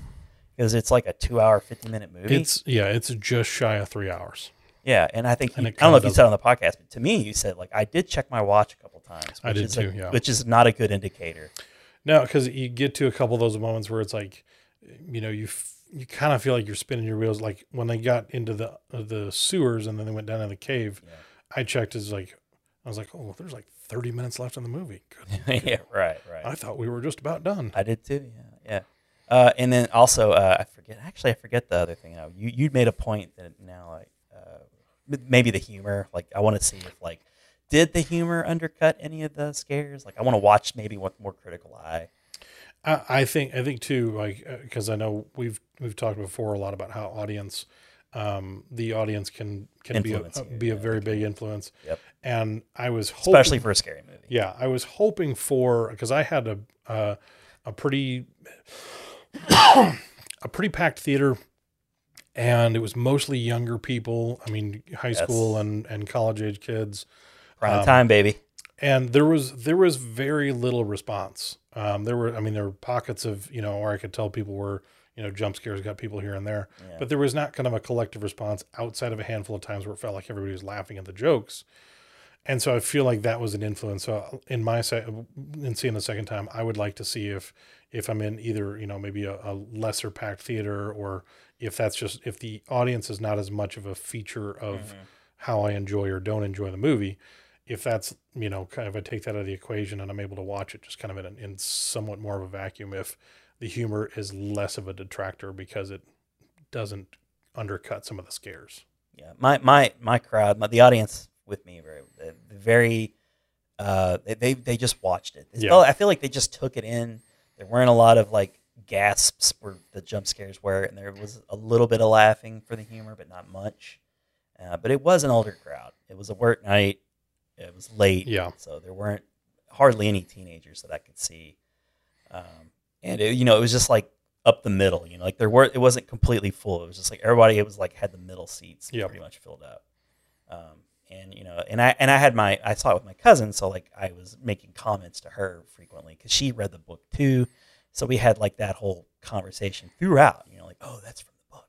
Speaker 2: Because it's like a two hour fifty minute movie.
Speaker 1: it's yeah, it's just shy of three hours.
Speaker 2: yeah, and I think
Speaker 1: And
Speaker 2: you-
Speaker 1: it
Speaker 2: I don't know if
Speaker 1: kinda
Speaker 2: you said it on the podcast, but to me you said like I did check my watch a couple times. Which
Speaker 1: I did
Speaker 2: is a-
Speaker 1: too, yeah.
Speaker 2: Which is not a good indicator.
Speaker 1: No, because you get to a couple of those moments where it's like, you know, you f- you kind of feel like you're spinning your wheels. Like when they got into the uh, the sewers and then they went down in the cave, I checked as like, I was like, oh, there's like 30 minutes left in the movie. Good.
Speaker 2: yeah, right, right.
Speaker 1: I thought we were just about done.
Speaker 2: I did too. Yeah, yeah. Uh, and then also, uh, I forget. Actually, I forget the other thing. Now you you made a point that now like uh, m- maybe the humor. Like I want to see if like did the humor undercut any of the scares? Like I want to watch maybe with more critical eye.
Speaker 1: I, I think I think too, like because I know we've we've talked before a lot about how audience, um, the audience can can
Speaker 2: Influence
Speaker 1: be a, uh,
Speaker 2: you,
Speaker 1: be a
Speaker 2: yeah,
Speaker 1: very big influence.
Speaker 2: Yep.
Speaker 1: And I was hoping,
Speaker 2: Especially for a scary movie.
Speaker 1: yeah, I was hoping for because I had a uh, a pretty a pretty packed theater, and it was mostly younger people. I mean, high
Speaker 2: Yes.
Speaker 1: school and and college age kids
Speaker 2: Prime time, baby.
Speaker 1: and there was there was very little response. Um, there were, I mean, there were pockets of you know, or I could tell people were you know jump scares got people here and there,
Speaker 2: Yeah.
Speaker 1: but there was not kind of a collective response outside of a handful of times where it felt like everybody was laughing at the jokes. And so I feel like that was an influence. So uh, in my se- in seeing the second time, I would like to see if if I'm in either you know maybe a, a lesser packed theater or if that's just if the audience is not as much of a feature of
Speaker 2: Mm-hmm.
Speaker 1: how I enjoy or don't enjoy the movie. If that's you know kind of I take that out of the equation and I'm able to watch it just kind of in, an, in somewhat more of a vacuum. If the humor is less of a detractor because it doesn't undercut some of the scares.
Speaker 2: Yeah, my my my crowd, my, the audience with me, very the- the very, uh, they, they they just watched it. It
Speaker 1: Yeah.
Speaker 2: felt- I feel like they just took it in. There weren't a lot of like gasps where the jump scares were, and there was a little bit of laughing for the humor, but not much. Uh, but it was an older crowd. It was a work night. It was late.
Speaker 1: Yeah.
Speaker 2: So there weren't hardly any teenagers that I could see. Um, and it, you know, it was just like up the middle. You know, like there were it wasn't completely full. It was just like everybody. It was like had the middle seats
Speaker 1: Yep.
Speaker 2: pretty much filled up. Um, and you know, and I and I had my I saw it with my cousin, so like I was making comments to her frequently because she read the book too. So we had like that whole conversation throughout. You know, like oh, that's from the book.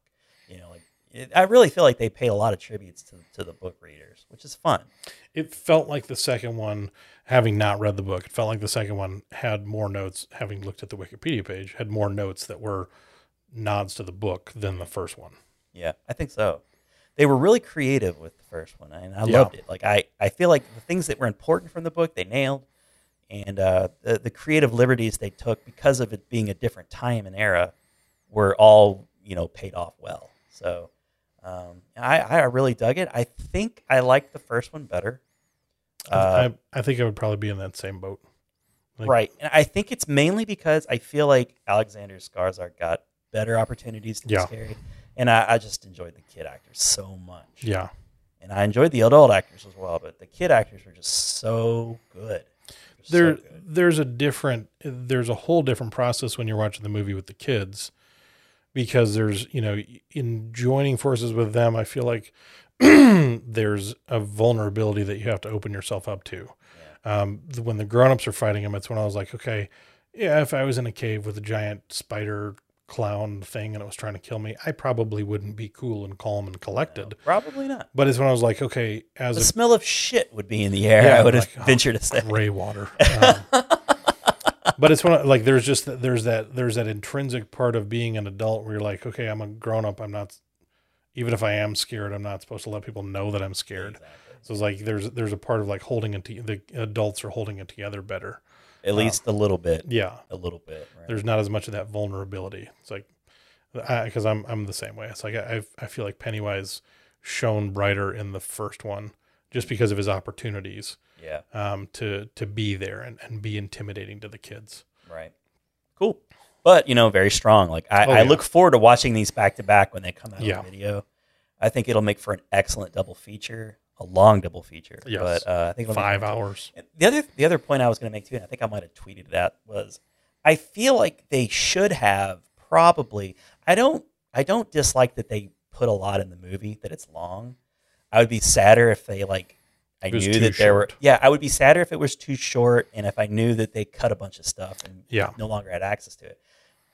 Speaker 2: You know, like it, I really feel like they paid a lot of tributes to to the book readers, which is fun.
Speaker 1: it felt like the second one, having not read the book, it felt like the second one had more notes, having looked at the Wikipedia page, had more notes that were nods to the book than the first one.
Speaker 2: Yeah, I think so. They were really creative with the first one, and I
Speaker 1: Yeah.
Speaker 2: loved it. Like I, I feel like the things that were important from the book they nailed, and uh, the the creative liberties they took because of it being a different time and era, were all you know paid off well. So, um, I I really dug it. I think I liked the first one better. Uh,
Speaker 1: I, I think I would probably be in that same boat. Like-
Speaker 2: right, and I think it's mainly because I feel like Alexander Skarsgård got better opportunities to be
Speaker 1: Yeah.
Speaker 2: scary, and I, I just enjoyed the kid actor so much.
Speaker 1: Yeah.
Speaker 2: and I enjoyed the adult actors as well, but the kid actors were just so good. They were
Speaker 1: There,
Speaker 2: so good.
Speaker 1: there's a different, there's a whole different process when you're watching the movie with the kids because there's, you know, in joining forces with them, I feel like there's a vulnerability that you have to open yourself up to. Um, the, when the grown-ups are fighting them, it's when I was like, okay, yeah, if I was in a cave with a giant spider clown thing and it was trying to kill me, I probably wouldn't be cool and calm and collected.
Speaker 2: Probably not.
Speaker 1: But it's when I was like, okay,
Speaker 2: The
Speaker 1: as
Speaker 2: smell of shit would be in the air.
Speaker 1: Yeah,
Speaker 2: I would have
Speaker 1: like, oh,
Speaker 2: ventured to say.
Speaker 1: a gray water. Um, but it's one of, like there's just that- there's that there's that intrinsic part of being an adult where you're like, okay, I'm a grown up. I'm not, even if I am scared, I'm not supposed to let people know that I'm scared. So it's like there's there's a part of like holding it. To, the adults are holding it together better.
Speaker 2: At least a little bit.
Speaker 1: Yeah,
Speaker 2: A little bit. Right?
Speaker 1: there's not as much of that vulnerability. It's like because I'm I'm the same way. It's like I I feel like Pennywise shone brighter in the first one just because of his opportunities
Speaker 2: yeah.
Speaker 1: um, to to be there and, and be intimidating to the kids.
Speaker 2: Right. Cool. But you know, very strong. Like I,
Speaker 1: Oh,
Speaker 2: I
Speaker 1: yeah.
Speaker 2: look forward to watching these back to back when they come out
Speaker 1: Yeah.
Speaker 2: on video. I think it'll make for an excellent double feature, a long double feature.
Speaker 1: Yes.
Speaker 2: But uh, I think it'll make-
Speaker 1: Five hours.
Speaker 2: The other the other point I was going to make too, and I think I might have tweeted it out was I feel like they should have probably. I don't I don't dislike that they put a lot in the movie that it's long. I would be sadder if they like I
Speaker 1: It was
Speaker 2: knew
Speaker 1: too
Speaker 2: that there were
Speaker 1: short.
Speaker 2: yeah I would be sadder if it was too short and if I knew that they cut a bunch of stuff and
Speaker 1: Yeah.
Speaker 2: no longer had access to it.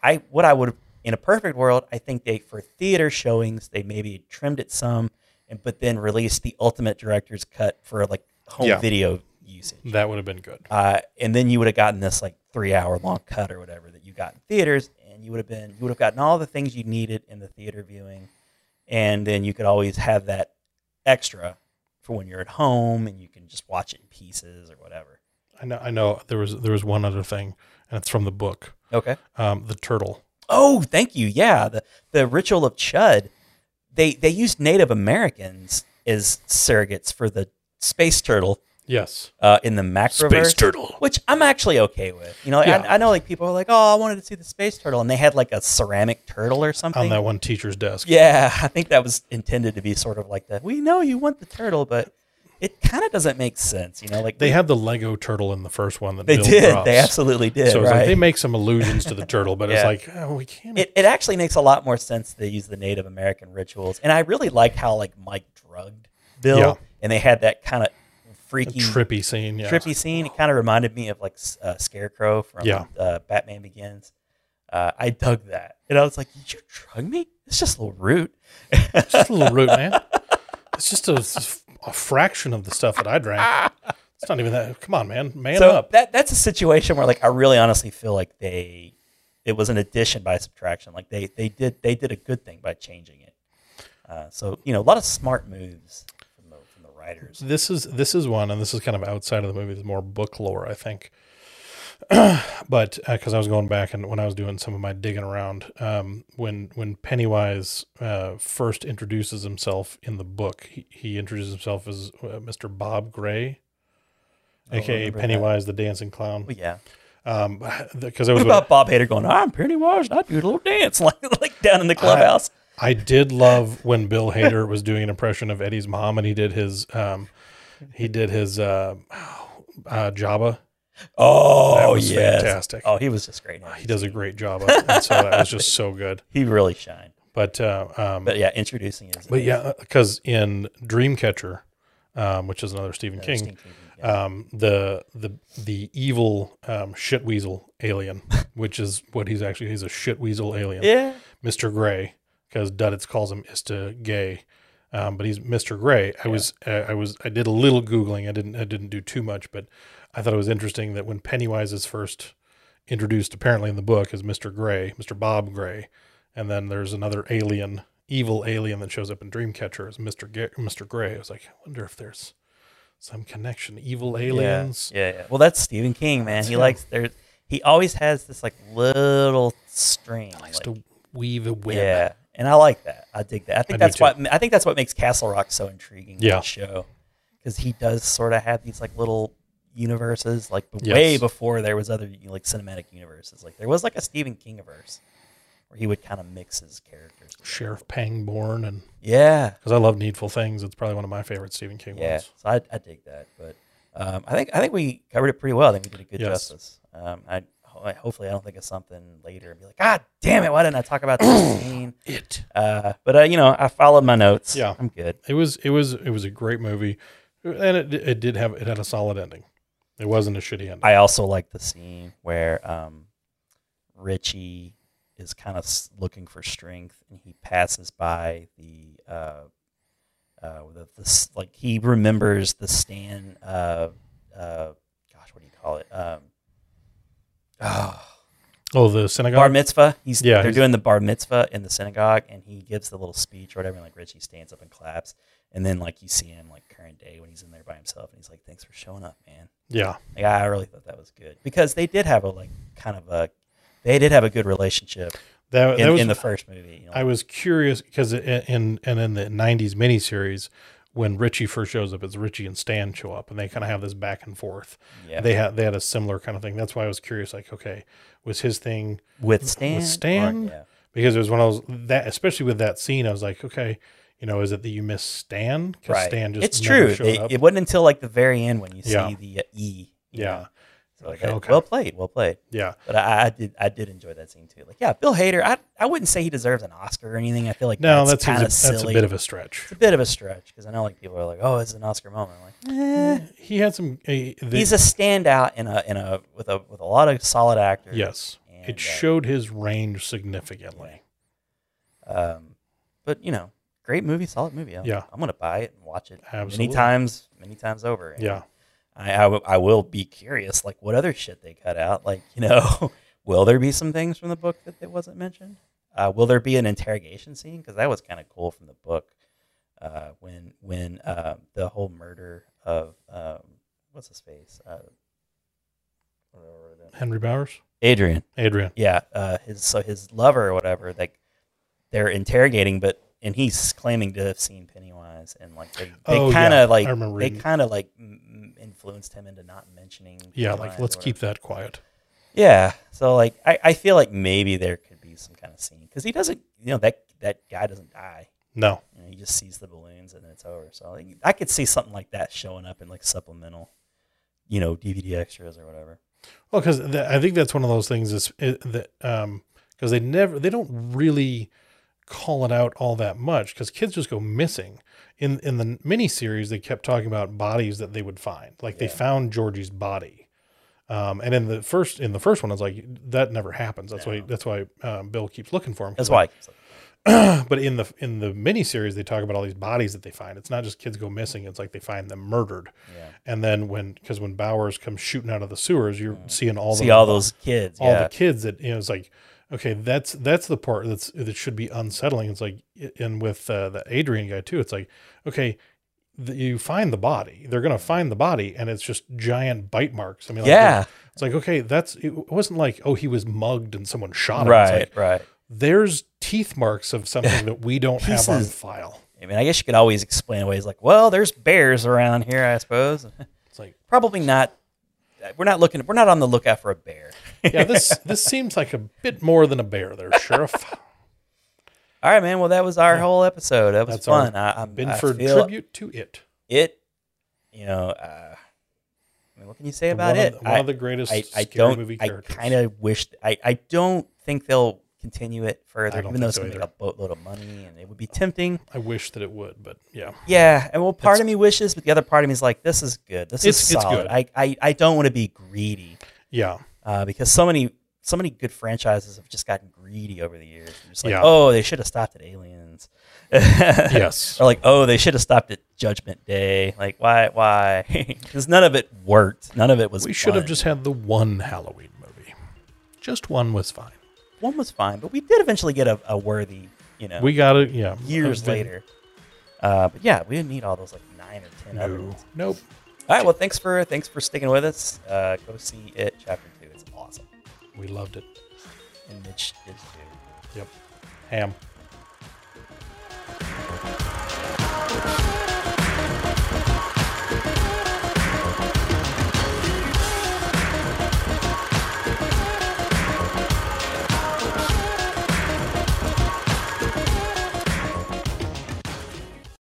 Speaker 2: I what I would in a perfect world I think they for theater showings they maybe trimmed it some and but then released the ultimate director's cut for like home
Speaker 1: Yeah.
Speaker 2: video usage
Speaker 1: That would have been good.
Speaker 2: uh, and then you would have gotten this like three hour long cut or whatever that you got in theaters, and you would have been you would have gotten all the things you needed in the theater viewing, and then you could always have that extra for when you're at home and you can just watch it in pieces or whatever.
Speaker 1: I know. I know. There was there was one other thing, and it's from the book.
Speaker 2: Okay.
Speaker 1: Um, the turtle.
Speaker 2: Oh, thank you. Yeah, the the ritual of Chud. They they used Native Americans as surrogates for the space turtle
Speaker 1: Yes.
Speaker 2: uh, in the macroverse.
Speaker 1: Space turtle.
Speaker 2: which I'm actually okay with. You know,
Speaker 1: Yeah.
Speaker 2: I, I know like people are like, oh, I wanted to see the space turtle, and they had like a ceramic turtle or something.
Speaker 1: On that one teacher's desk.
Speaker 2: Yeah, I think that was intended to be sort of like that. We know you want the turtle, but it kind of doesn't make sense. You know, like
Speaker 1: They had the Lego turtle in the first one that
Speaker 2: they
Speaker 1: Bill
Speaker 2: did,
Speaker 1: drops.
Speaker 2: they absolutely did,
Speaker 1: so it's
Speaker 2: right?
Speaker 1: like they make some allusions to the turtle, but
Speaker 2: Yeah.
Speaker 1: it's like oh, we can't.
Speaker 2: it, it actually makes a lot more sense they use the Native American rituals, and I really like how like Mike drugged Bill,
Speaker 1: Yeah.
Speaker 2: and they had that kind of freaky
Speaker 1: trippy scene. Yeah.
Speaker 2: trippy scene. It kind of reminded me of like S- uh, Scarecrow from
Speaker 1: Yeah.
Speaker 2: uh, Batman Begins. Uh, I dug that, and I was like, "Did you drug me? It's just a little root."
Speaker 1: It's just a little root, man. It's just a, a fraction of the stuff that I drank. It's not even that. Come on, man. Man
Speaker 2: so
Speaker 1: up.
Speaker 2: that that's a situation where, like, I really honestly feel like they it was an addition by subtraction. Like they they did they did a good thing by changing it. Uh, so you know, a lot of smart moves from the from the writers.
Speaker 1: this is this is one, and this is kind of outside of the movie. It's more book lore, I think. but because I was going back and when I was doing some of my digging around, um, when when Pennywise uh, first introduces himself in the book, he, he introduces himself as uh, Mr. Bob Gray,
Speaker 2: Oh, I
Speaker 1: aka
Speaker 2: remember that.
Speaker 1: Pennywise the Dancing Clown.
Speaker 2: But yeah,
Speaker 1: Um, because I
Speaker 2: what
Speaker 1: was
Speaker 2: about Bob Hader going? I'm Pennywise, and I do a little dance like like down in the clubhouse.
Speaker 1: I did love when Bill Hader was doing an impression of Eddie's mom, and he did his um, he did his uh, uh, Jabba. That
Speaker 2: oh
Speaker 1: was
Speaker 2: yes,
Speaker 1: fantastic.
Speaker 2: Oh, he was just great. in it.
Speaker 1: He does a great Jabba, and so that was just so good.
Speaker 2: He really shined.
Speaker 1: But uh, um,
Speaker 2: But yeah, introducing his.
Speaker 1: but yeah, because in Dreamcatcher, um, which is another Stephen King,
Speaker 2: Stephen King, yeah.
Speaker 1: um, the the the evil um, shit weasel alien, which is what he's actually he's a shit weasel alien.
Speaker 2: yeah,
Speaker 1: Mr. Gray because Duddits calls him Ista Gay, um, but he's Mr. Gray. I was uh, I was I did a little googling. I didn't I didn't do too much, but I thought it was interesting that when Pennywise is first introduced, apparently in the book, as Mr. Gray, Mr. Bob Gray, and then there's another alien, evil alien that shows up in Dreamcatcher as Mr. Ga- Mr. Gray. I was like, I wonder if there's some connection. Evil aliens.
Speaker 2: Yeah, yeah. Well, that's Stephen King, man. He
Speaker 1: him.
Speaker 2: likes there. He always has this like little string.
Speaker 1: Likes
Speaker 2: like-
Speaker 1: to weave a web.
Speaker 2: yeah, and I like that. I dig that. I think
Speaker 1: I do
Speaker 2: that's
Speaker 1: too.
Speaker 2: what I think that's what makes Castle Rock so intriguing.
Speaker 1: Yeah.
Speaker 2: Yeah, show because he does sort of have these like little universes, like
Speaker 1: Yes.
Speaker 2: way before there was other you know, like cinematic universes. Like there was like a Stephen King verse where he would kind of mix his characters.
Speaker 1: Sheriff Pangborn and
Speaker 2: Yeah,
Speaker 1: because I love Needful Things. It's probably one of my favorite Stephen King
Speaker 2: Yeah,
Speaker 1: ones.
Speaker 2: so I, I dig that. But um, I think I think we covered it pretty well. I think we did a good
Speaker 1: Yes.
Speaker 2: justice. Um, I, ho- I- hopefully I don't think of something later and be like, God damn it, why didn't I talk about this scene?
Speaker 1: It.
Speaker 2: Uh, but uh, you know, I followed my notes.
Speaker 1: Yeah.
Speaker 2: I'm good.
Speaker 1: It was it was it was a great movie, and it it did have it had a solid ending. It wasn't a shitty ending.
Speaker 2: I also like the scene where um, Richie is kind of s- looking for strength, and he passes by the uh, uh, the, the s- like he remembers the Stan. Uh, uh, gosh, what do you call it? Um, oh,
Speaker 1: Oh, the synagogue.
Speaker 2: bar mitzvah. He's
Speaker 1: Yeah,
Speaker 2: they're
Speaker 1: he's-
Speaker 2: doing the bar mitzvah in the synagogue, and he gives the little speech or whatever. And like Richie stands up and claps, and then like you see him like current day when he's in there by himself, and he's like, "Thanks for showing up, man."
Speaker 1: Yeah.
Speaker 2: Like I really thought that was good because they did have a like kind of a they did have a good relationship
Speaker 1: That, that
Speaker 2: in,
Speaker 1: was
Speaker 2: in the first movie. You know,
Speaker 1: I was curious because in and in the '90s miniseries, when Richie first shows up, it's Richie and Stan show up, and they kind of have this back and forth.
Speaker 2: Yeah.
Speaker 1: They had they had a similar kind of thing. That's why I was curious. Like, okay, was his thing
Speaker 2: with Stan,
Speaker 1: with
Speaker 2: or-
Speaker 1: Stan?
Speaker 2: yeah.
Speaker 1: Because it was one of those that, especially with that scene, I was like, okay, you know, is it that you miss Stan? Because
Speaker 2: right.
Speaker 1: Stan just
Speaker 2: it's
Speaker 1: never
Speaker 2: true.
Speaker 1: showed
Speaker 2: It,
Speaker 1: up.
Speaker 2: it wasn't until like the very end when you see
Speaker 1: Yeah.
Speaker 2: the uh, E. you
Speaker 1: yeah,
Speaker 2: know. So like,
Speaker 1: Okay,
Speaker 2: I-
Speaker 1: okay.
Speaker 2: well played, well played.
Speaker 1: yeah,
Speaker 2: But I, I did I did enjoy that scene too. Like, yeah, Bill Hader, I, I wouldn't say he deserves an Oscar or anything. I feel like
Speaker 1: No,
Speaker 2: that's
Speaker 1: that's
Speaker 2: kind of
Speaker 1: that's,
Speaker 2: silly.
Speaker 1: that's a bit of a stretch.
Speaker 2: it's a bit of a stretch because I know like people are like, oh, it's an Oscar moment. I'm like, eh,
Speaker 1: He had some. eh, the-
Speaker 2: he's a standout in a in a with a with a lot of solid actors.
Speaker 1: yes.
Speaker 2: And,
Speaker 1: It
Speaker 2: uh,
Speaker 1: showed his range significantly.
Speaker 2: Um, but you know, great movie, solid movie. I'm,
Speaker 1: Yeah.
Speaker 2: I'm gonna buy it and watch it many
Speaker 1: Absolutely.
Speaker 2: times, many times over. And
Speaker 1: Yeah.
Speaker 2: I, I, w- I will be curious, like what other shit they cut out. Like you know, will there be some things from the book that, that wasn't mentioned? Uh, will there be an interrogation scene? Because that was kind of cool from the book. Uh, when when uh, the whole murder of um, what's his face, uh,
Speaker 1: Henry Bowers,
Speaker 2: Adrian.
Speaker 1: Adrian.
Speaker 2: Yeah, uh, his so his lover or whatever, like they're interrogating, but and he's claiming to have seen Pennywise, and like they, they
Speaker 1: Oh,
Speaker 2: kind of
Speaker 1: yeah.
Speaker 2: like
Speaker 1: I remember
Speaker 2: they
Speaker 1: reading.
Speaker 2: kind of like m- influenced him into not mentioning.
Speaker 1: Yeah,
Speaker 2: Pennywise
Speaker 1: like
Speaker 2: or
Speaker 1: let's keep
Speaker 2: whatever.
Speaker 1: that quiet.
Speaker 2: Yeah, so like I, I feel like maybe there could be some kind of scene because he doesn't, you know, that that guy doesn't die.
Speaker 1: No.
Speaker 2: You know, he just sees the balloons and it's over. So like, I could see something like that showing up in like supplemental, you know, DVD extras or whatever.
Speaker 1: Well, because I think that's one of those things is it, that um because they never they don't really call it out all that much because kids just go missing. In in the miniseries, they kept talking about bodies that they would find. Like they
Speaker 2: Yeah.
Speaker 1: found Georgie's body. Um, and in the first in the first one, I was like, that never happens. That's why
Speaker 2: No.
Speaker 1: that's why um, Bill keeps looking for him.
Speaker 2: That's why.
Speaker 1: but in the in the miniseries, they talk about all these bodies that they find. It's not just kids go missing; it's like they find them murdered.
Speaker 2: Yeah.
Speaker 1: And then when because when Bowers comes shooting out of the sewers, you're seeing all
Speaker 2: See
Speaker 1: the,
Speaker 2: all those kids.
Speaker 1: all
Speaker 2: yeah.
Speaker 1: the kids that you know. It's like okay, that's that's the part that's that should be unsettling. It's like and with uh, the Adrian guy too. It's like okay. th you find the body. They're gonna find the body, and it's just giant bite marks. I mean, like,
Speaker 2: yeah.
Speaker 1: It's like okay, that's it wasn't like oh he was mugged and someone shot him. It's
Speaker 2: Right.
Speaker 1: like,
Speaker 2: right.
Speaker 1: there's teeth marks of something that we don't have on
Speaker 2: Pieces.
Speaker 1: file.
Speaker 2: I mean, I guess you could always explain away. It's like, well, there's bears around here, I suppose.
Speaker 1: It's like,
Speaker 2: Probably not. We're not looking. We're not on the lookout for a bear.
Speaker 1: yeah, this this seems like a bit more than a bear there, Sheriff.
Speaker 2: All right, man. Well, that was our whole episode. That was
Speaker 1: That's our
Speaker 2: fun. I, I'm
Speaker 1: Binford
Speaker 2: I feel
Speaker 1: tribute to it.
Speaker 2: It. You know. Uh, I mean, what can you say
Speaker 1: The
Speaker 2: about
Speaker 1: one
Speaker 2: it?
Speaker 1: Of, the- one
Speaker 2: I-
Speaker 1: of the greatest
Speaker 2: I, I
Speaker 1: scary
Speaker 2: don't.
Speaker 1: movie
Speaker 2: I
Speaker 1: characters.
Speaker 2: kind of wish. I, I don't think they'll continue it further,
Speaker 1: I don't
Speaker 2: even though
Speaker 1: think
Speaker 2: it's
Speaker 1: so
Speaker 2: going to make
Speaker 1: either.
Speaker 2: a boatload of money, and it would be tempting.
Speaker 1: I wish that it would, but yeah.
Speaker 2: Yeah, and well, part
Speaker 1: It's-
Speaker 2: of me wishes, but the other part of me is like, this is good. This is
Speaker 1: It's- it's
Speaker 2: solid.
Speaker 1: good.
Speaker 2: I, I, I don't want to be greedy
Speaker 1: Yeah.
Speaker 2: uh, because so many so many good franchises have just gotten greedy over the years. They're just like,
Speaker 1: Yeah.
Speaker 2: oh, they should have stopped at Aliens. yes. Or like, oh, they should have stopped at Judgment Day. Like, why? Why? Because none of it worked. None of it was.
Speaker 1: We should have
Speaker 2: fun.
Speaker 1: just had the one Halloween movie. Just one was fine.
Speaker 2: one was fine, but we did eventually get a, a worthy, you know,
Speaker 1: We got it, yeah.
Speaker 2: years
Speaker 1: I've been-
Speaker 2: later. Uh, but yeah, we didn't need all those like nine or ten other
Speaker 1: No.
Speaker 2: ones.
Speaker 1: Nope.
Speaker 2: All right. Well, thanks for thanks for sticking with us. Uh, go see it, chapter two. It's awesome,
Speaker 1: We loved it.
Speaker 2: and Mitch did too.
Speaker 1: Yep. Ham.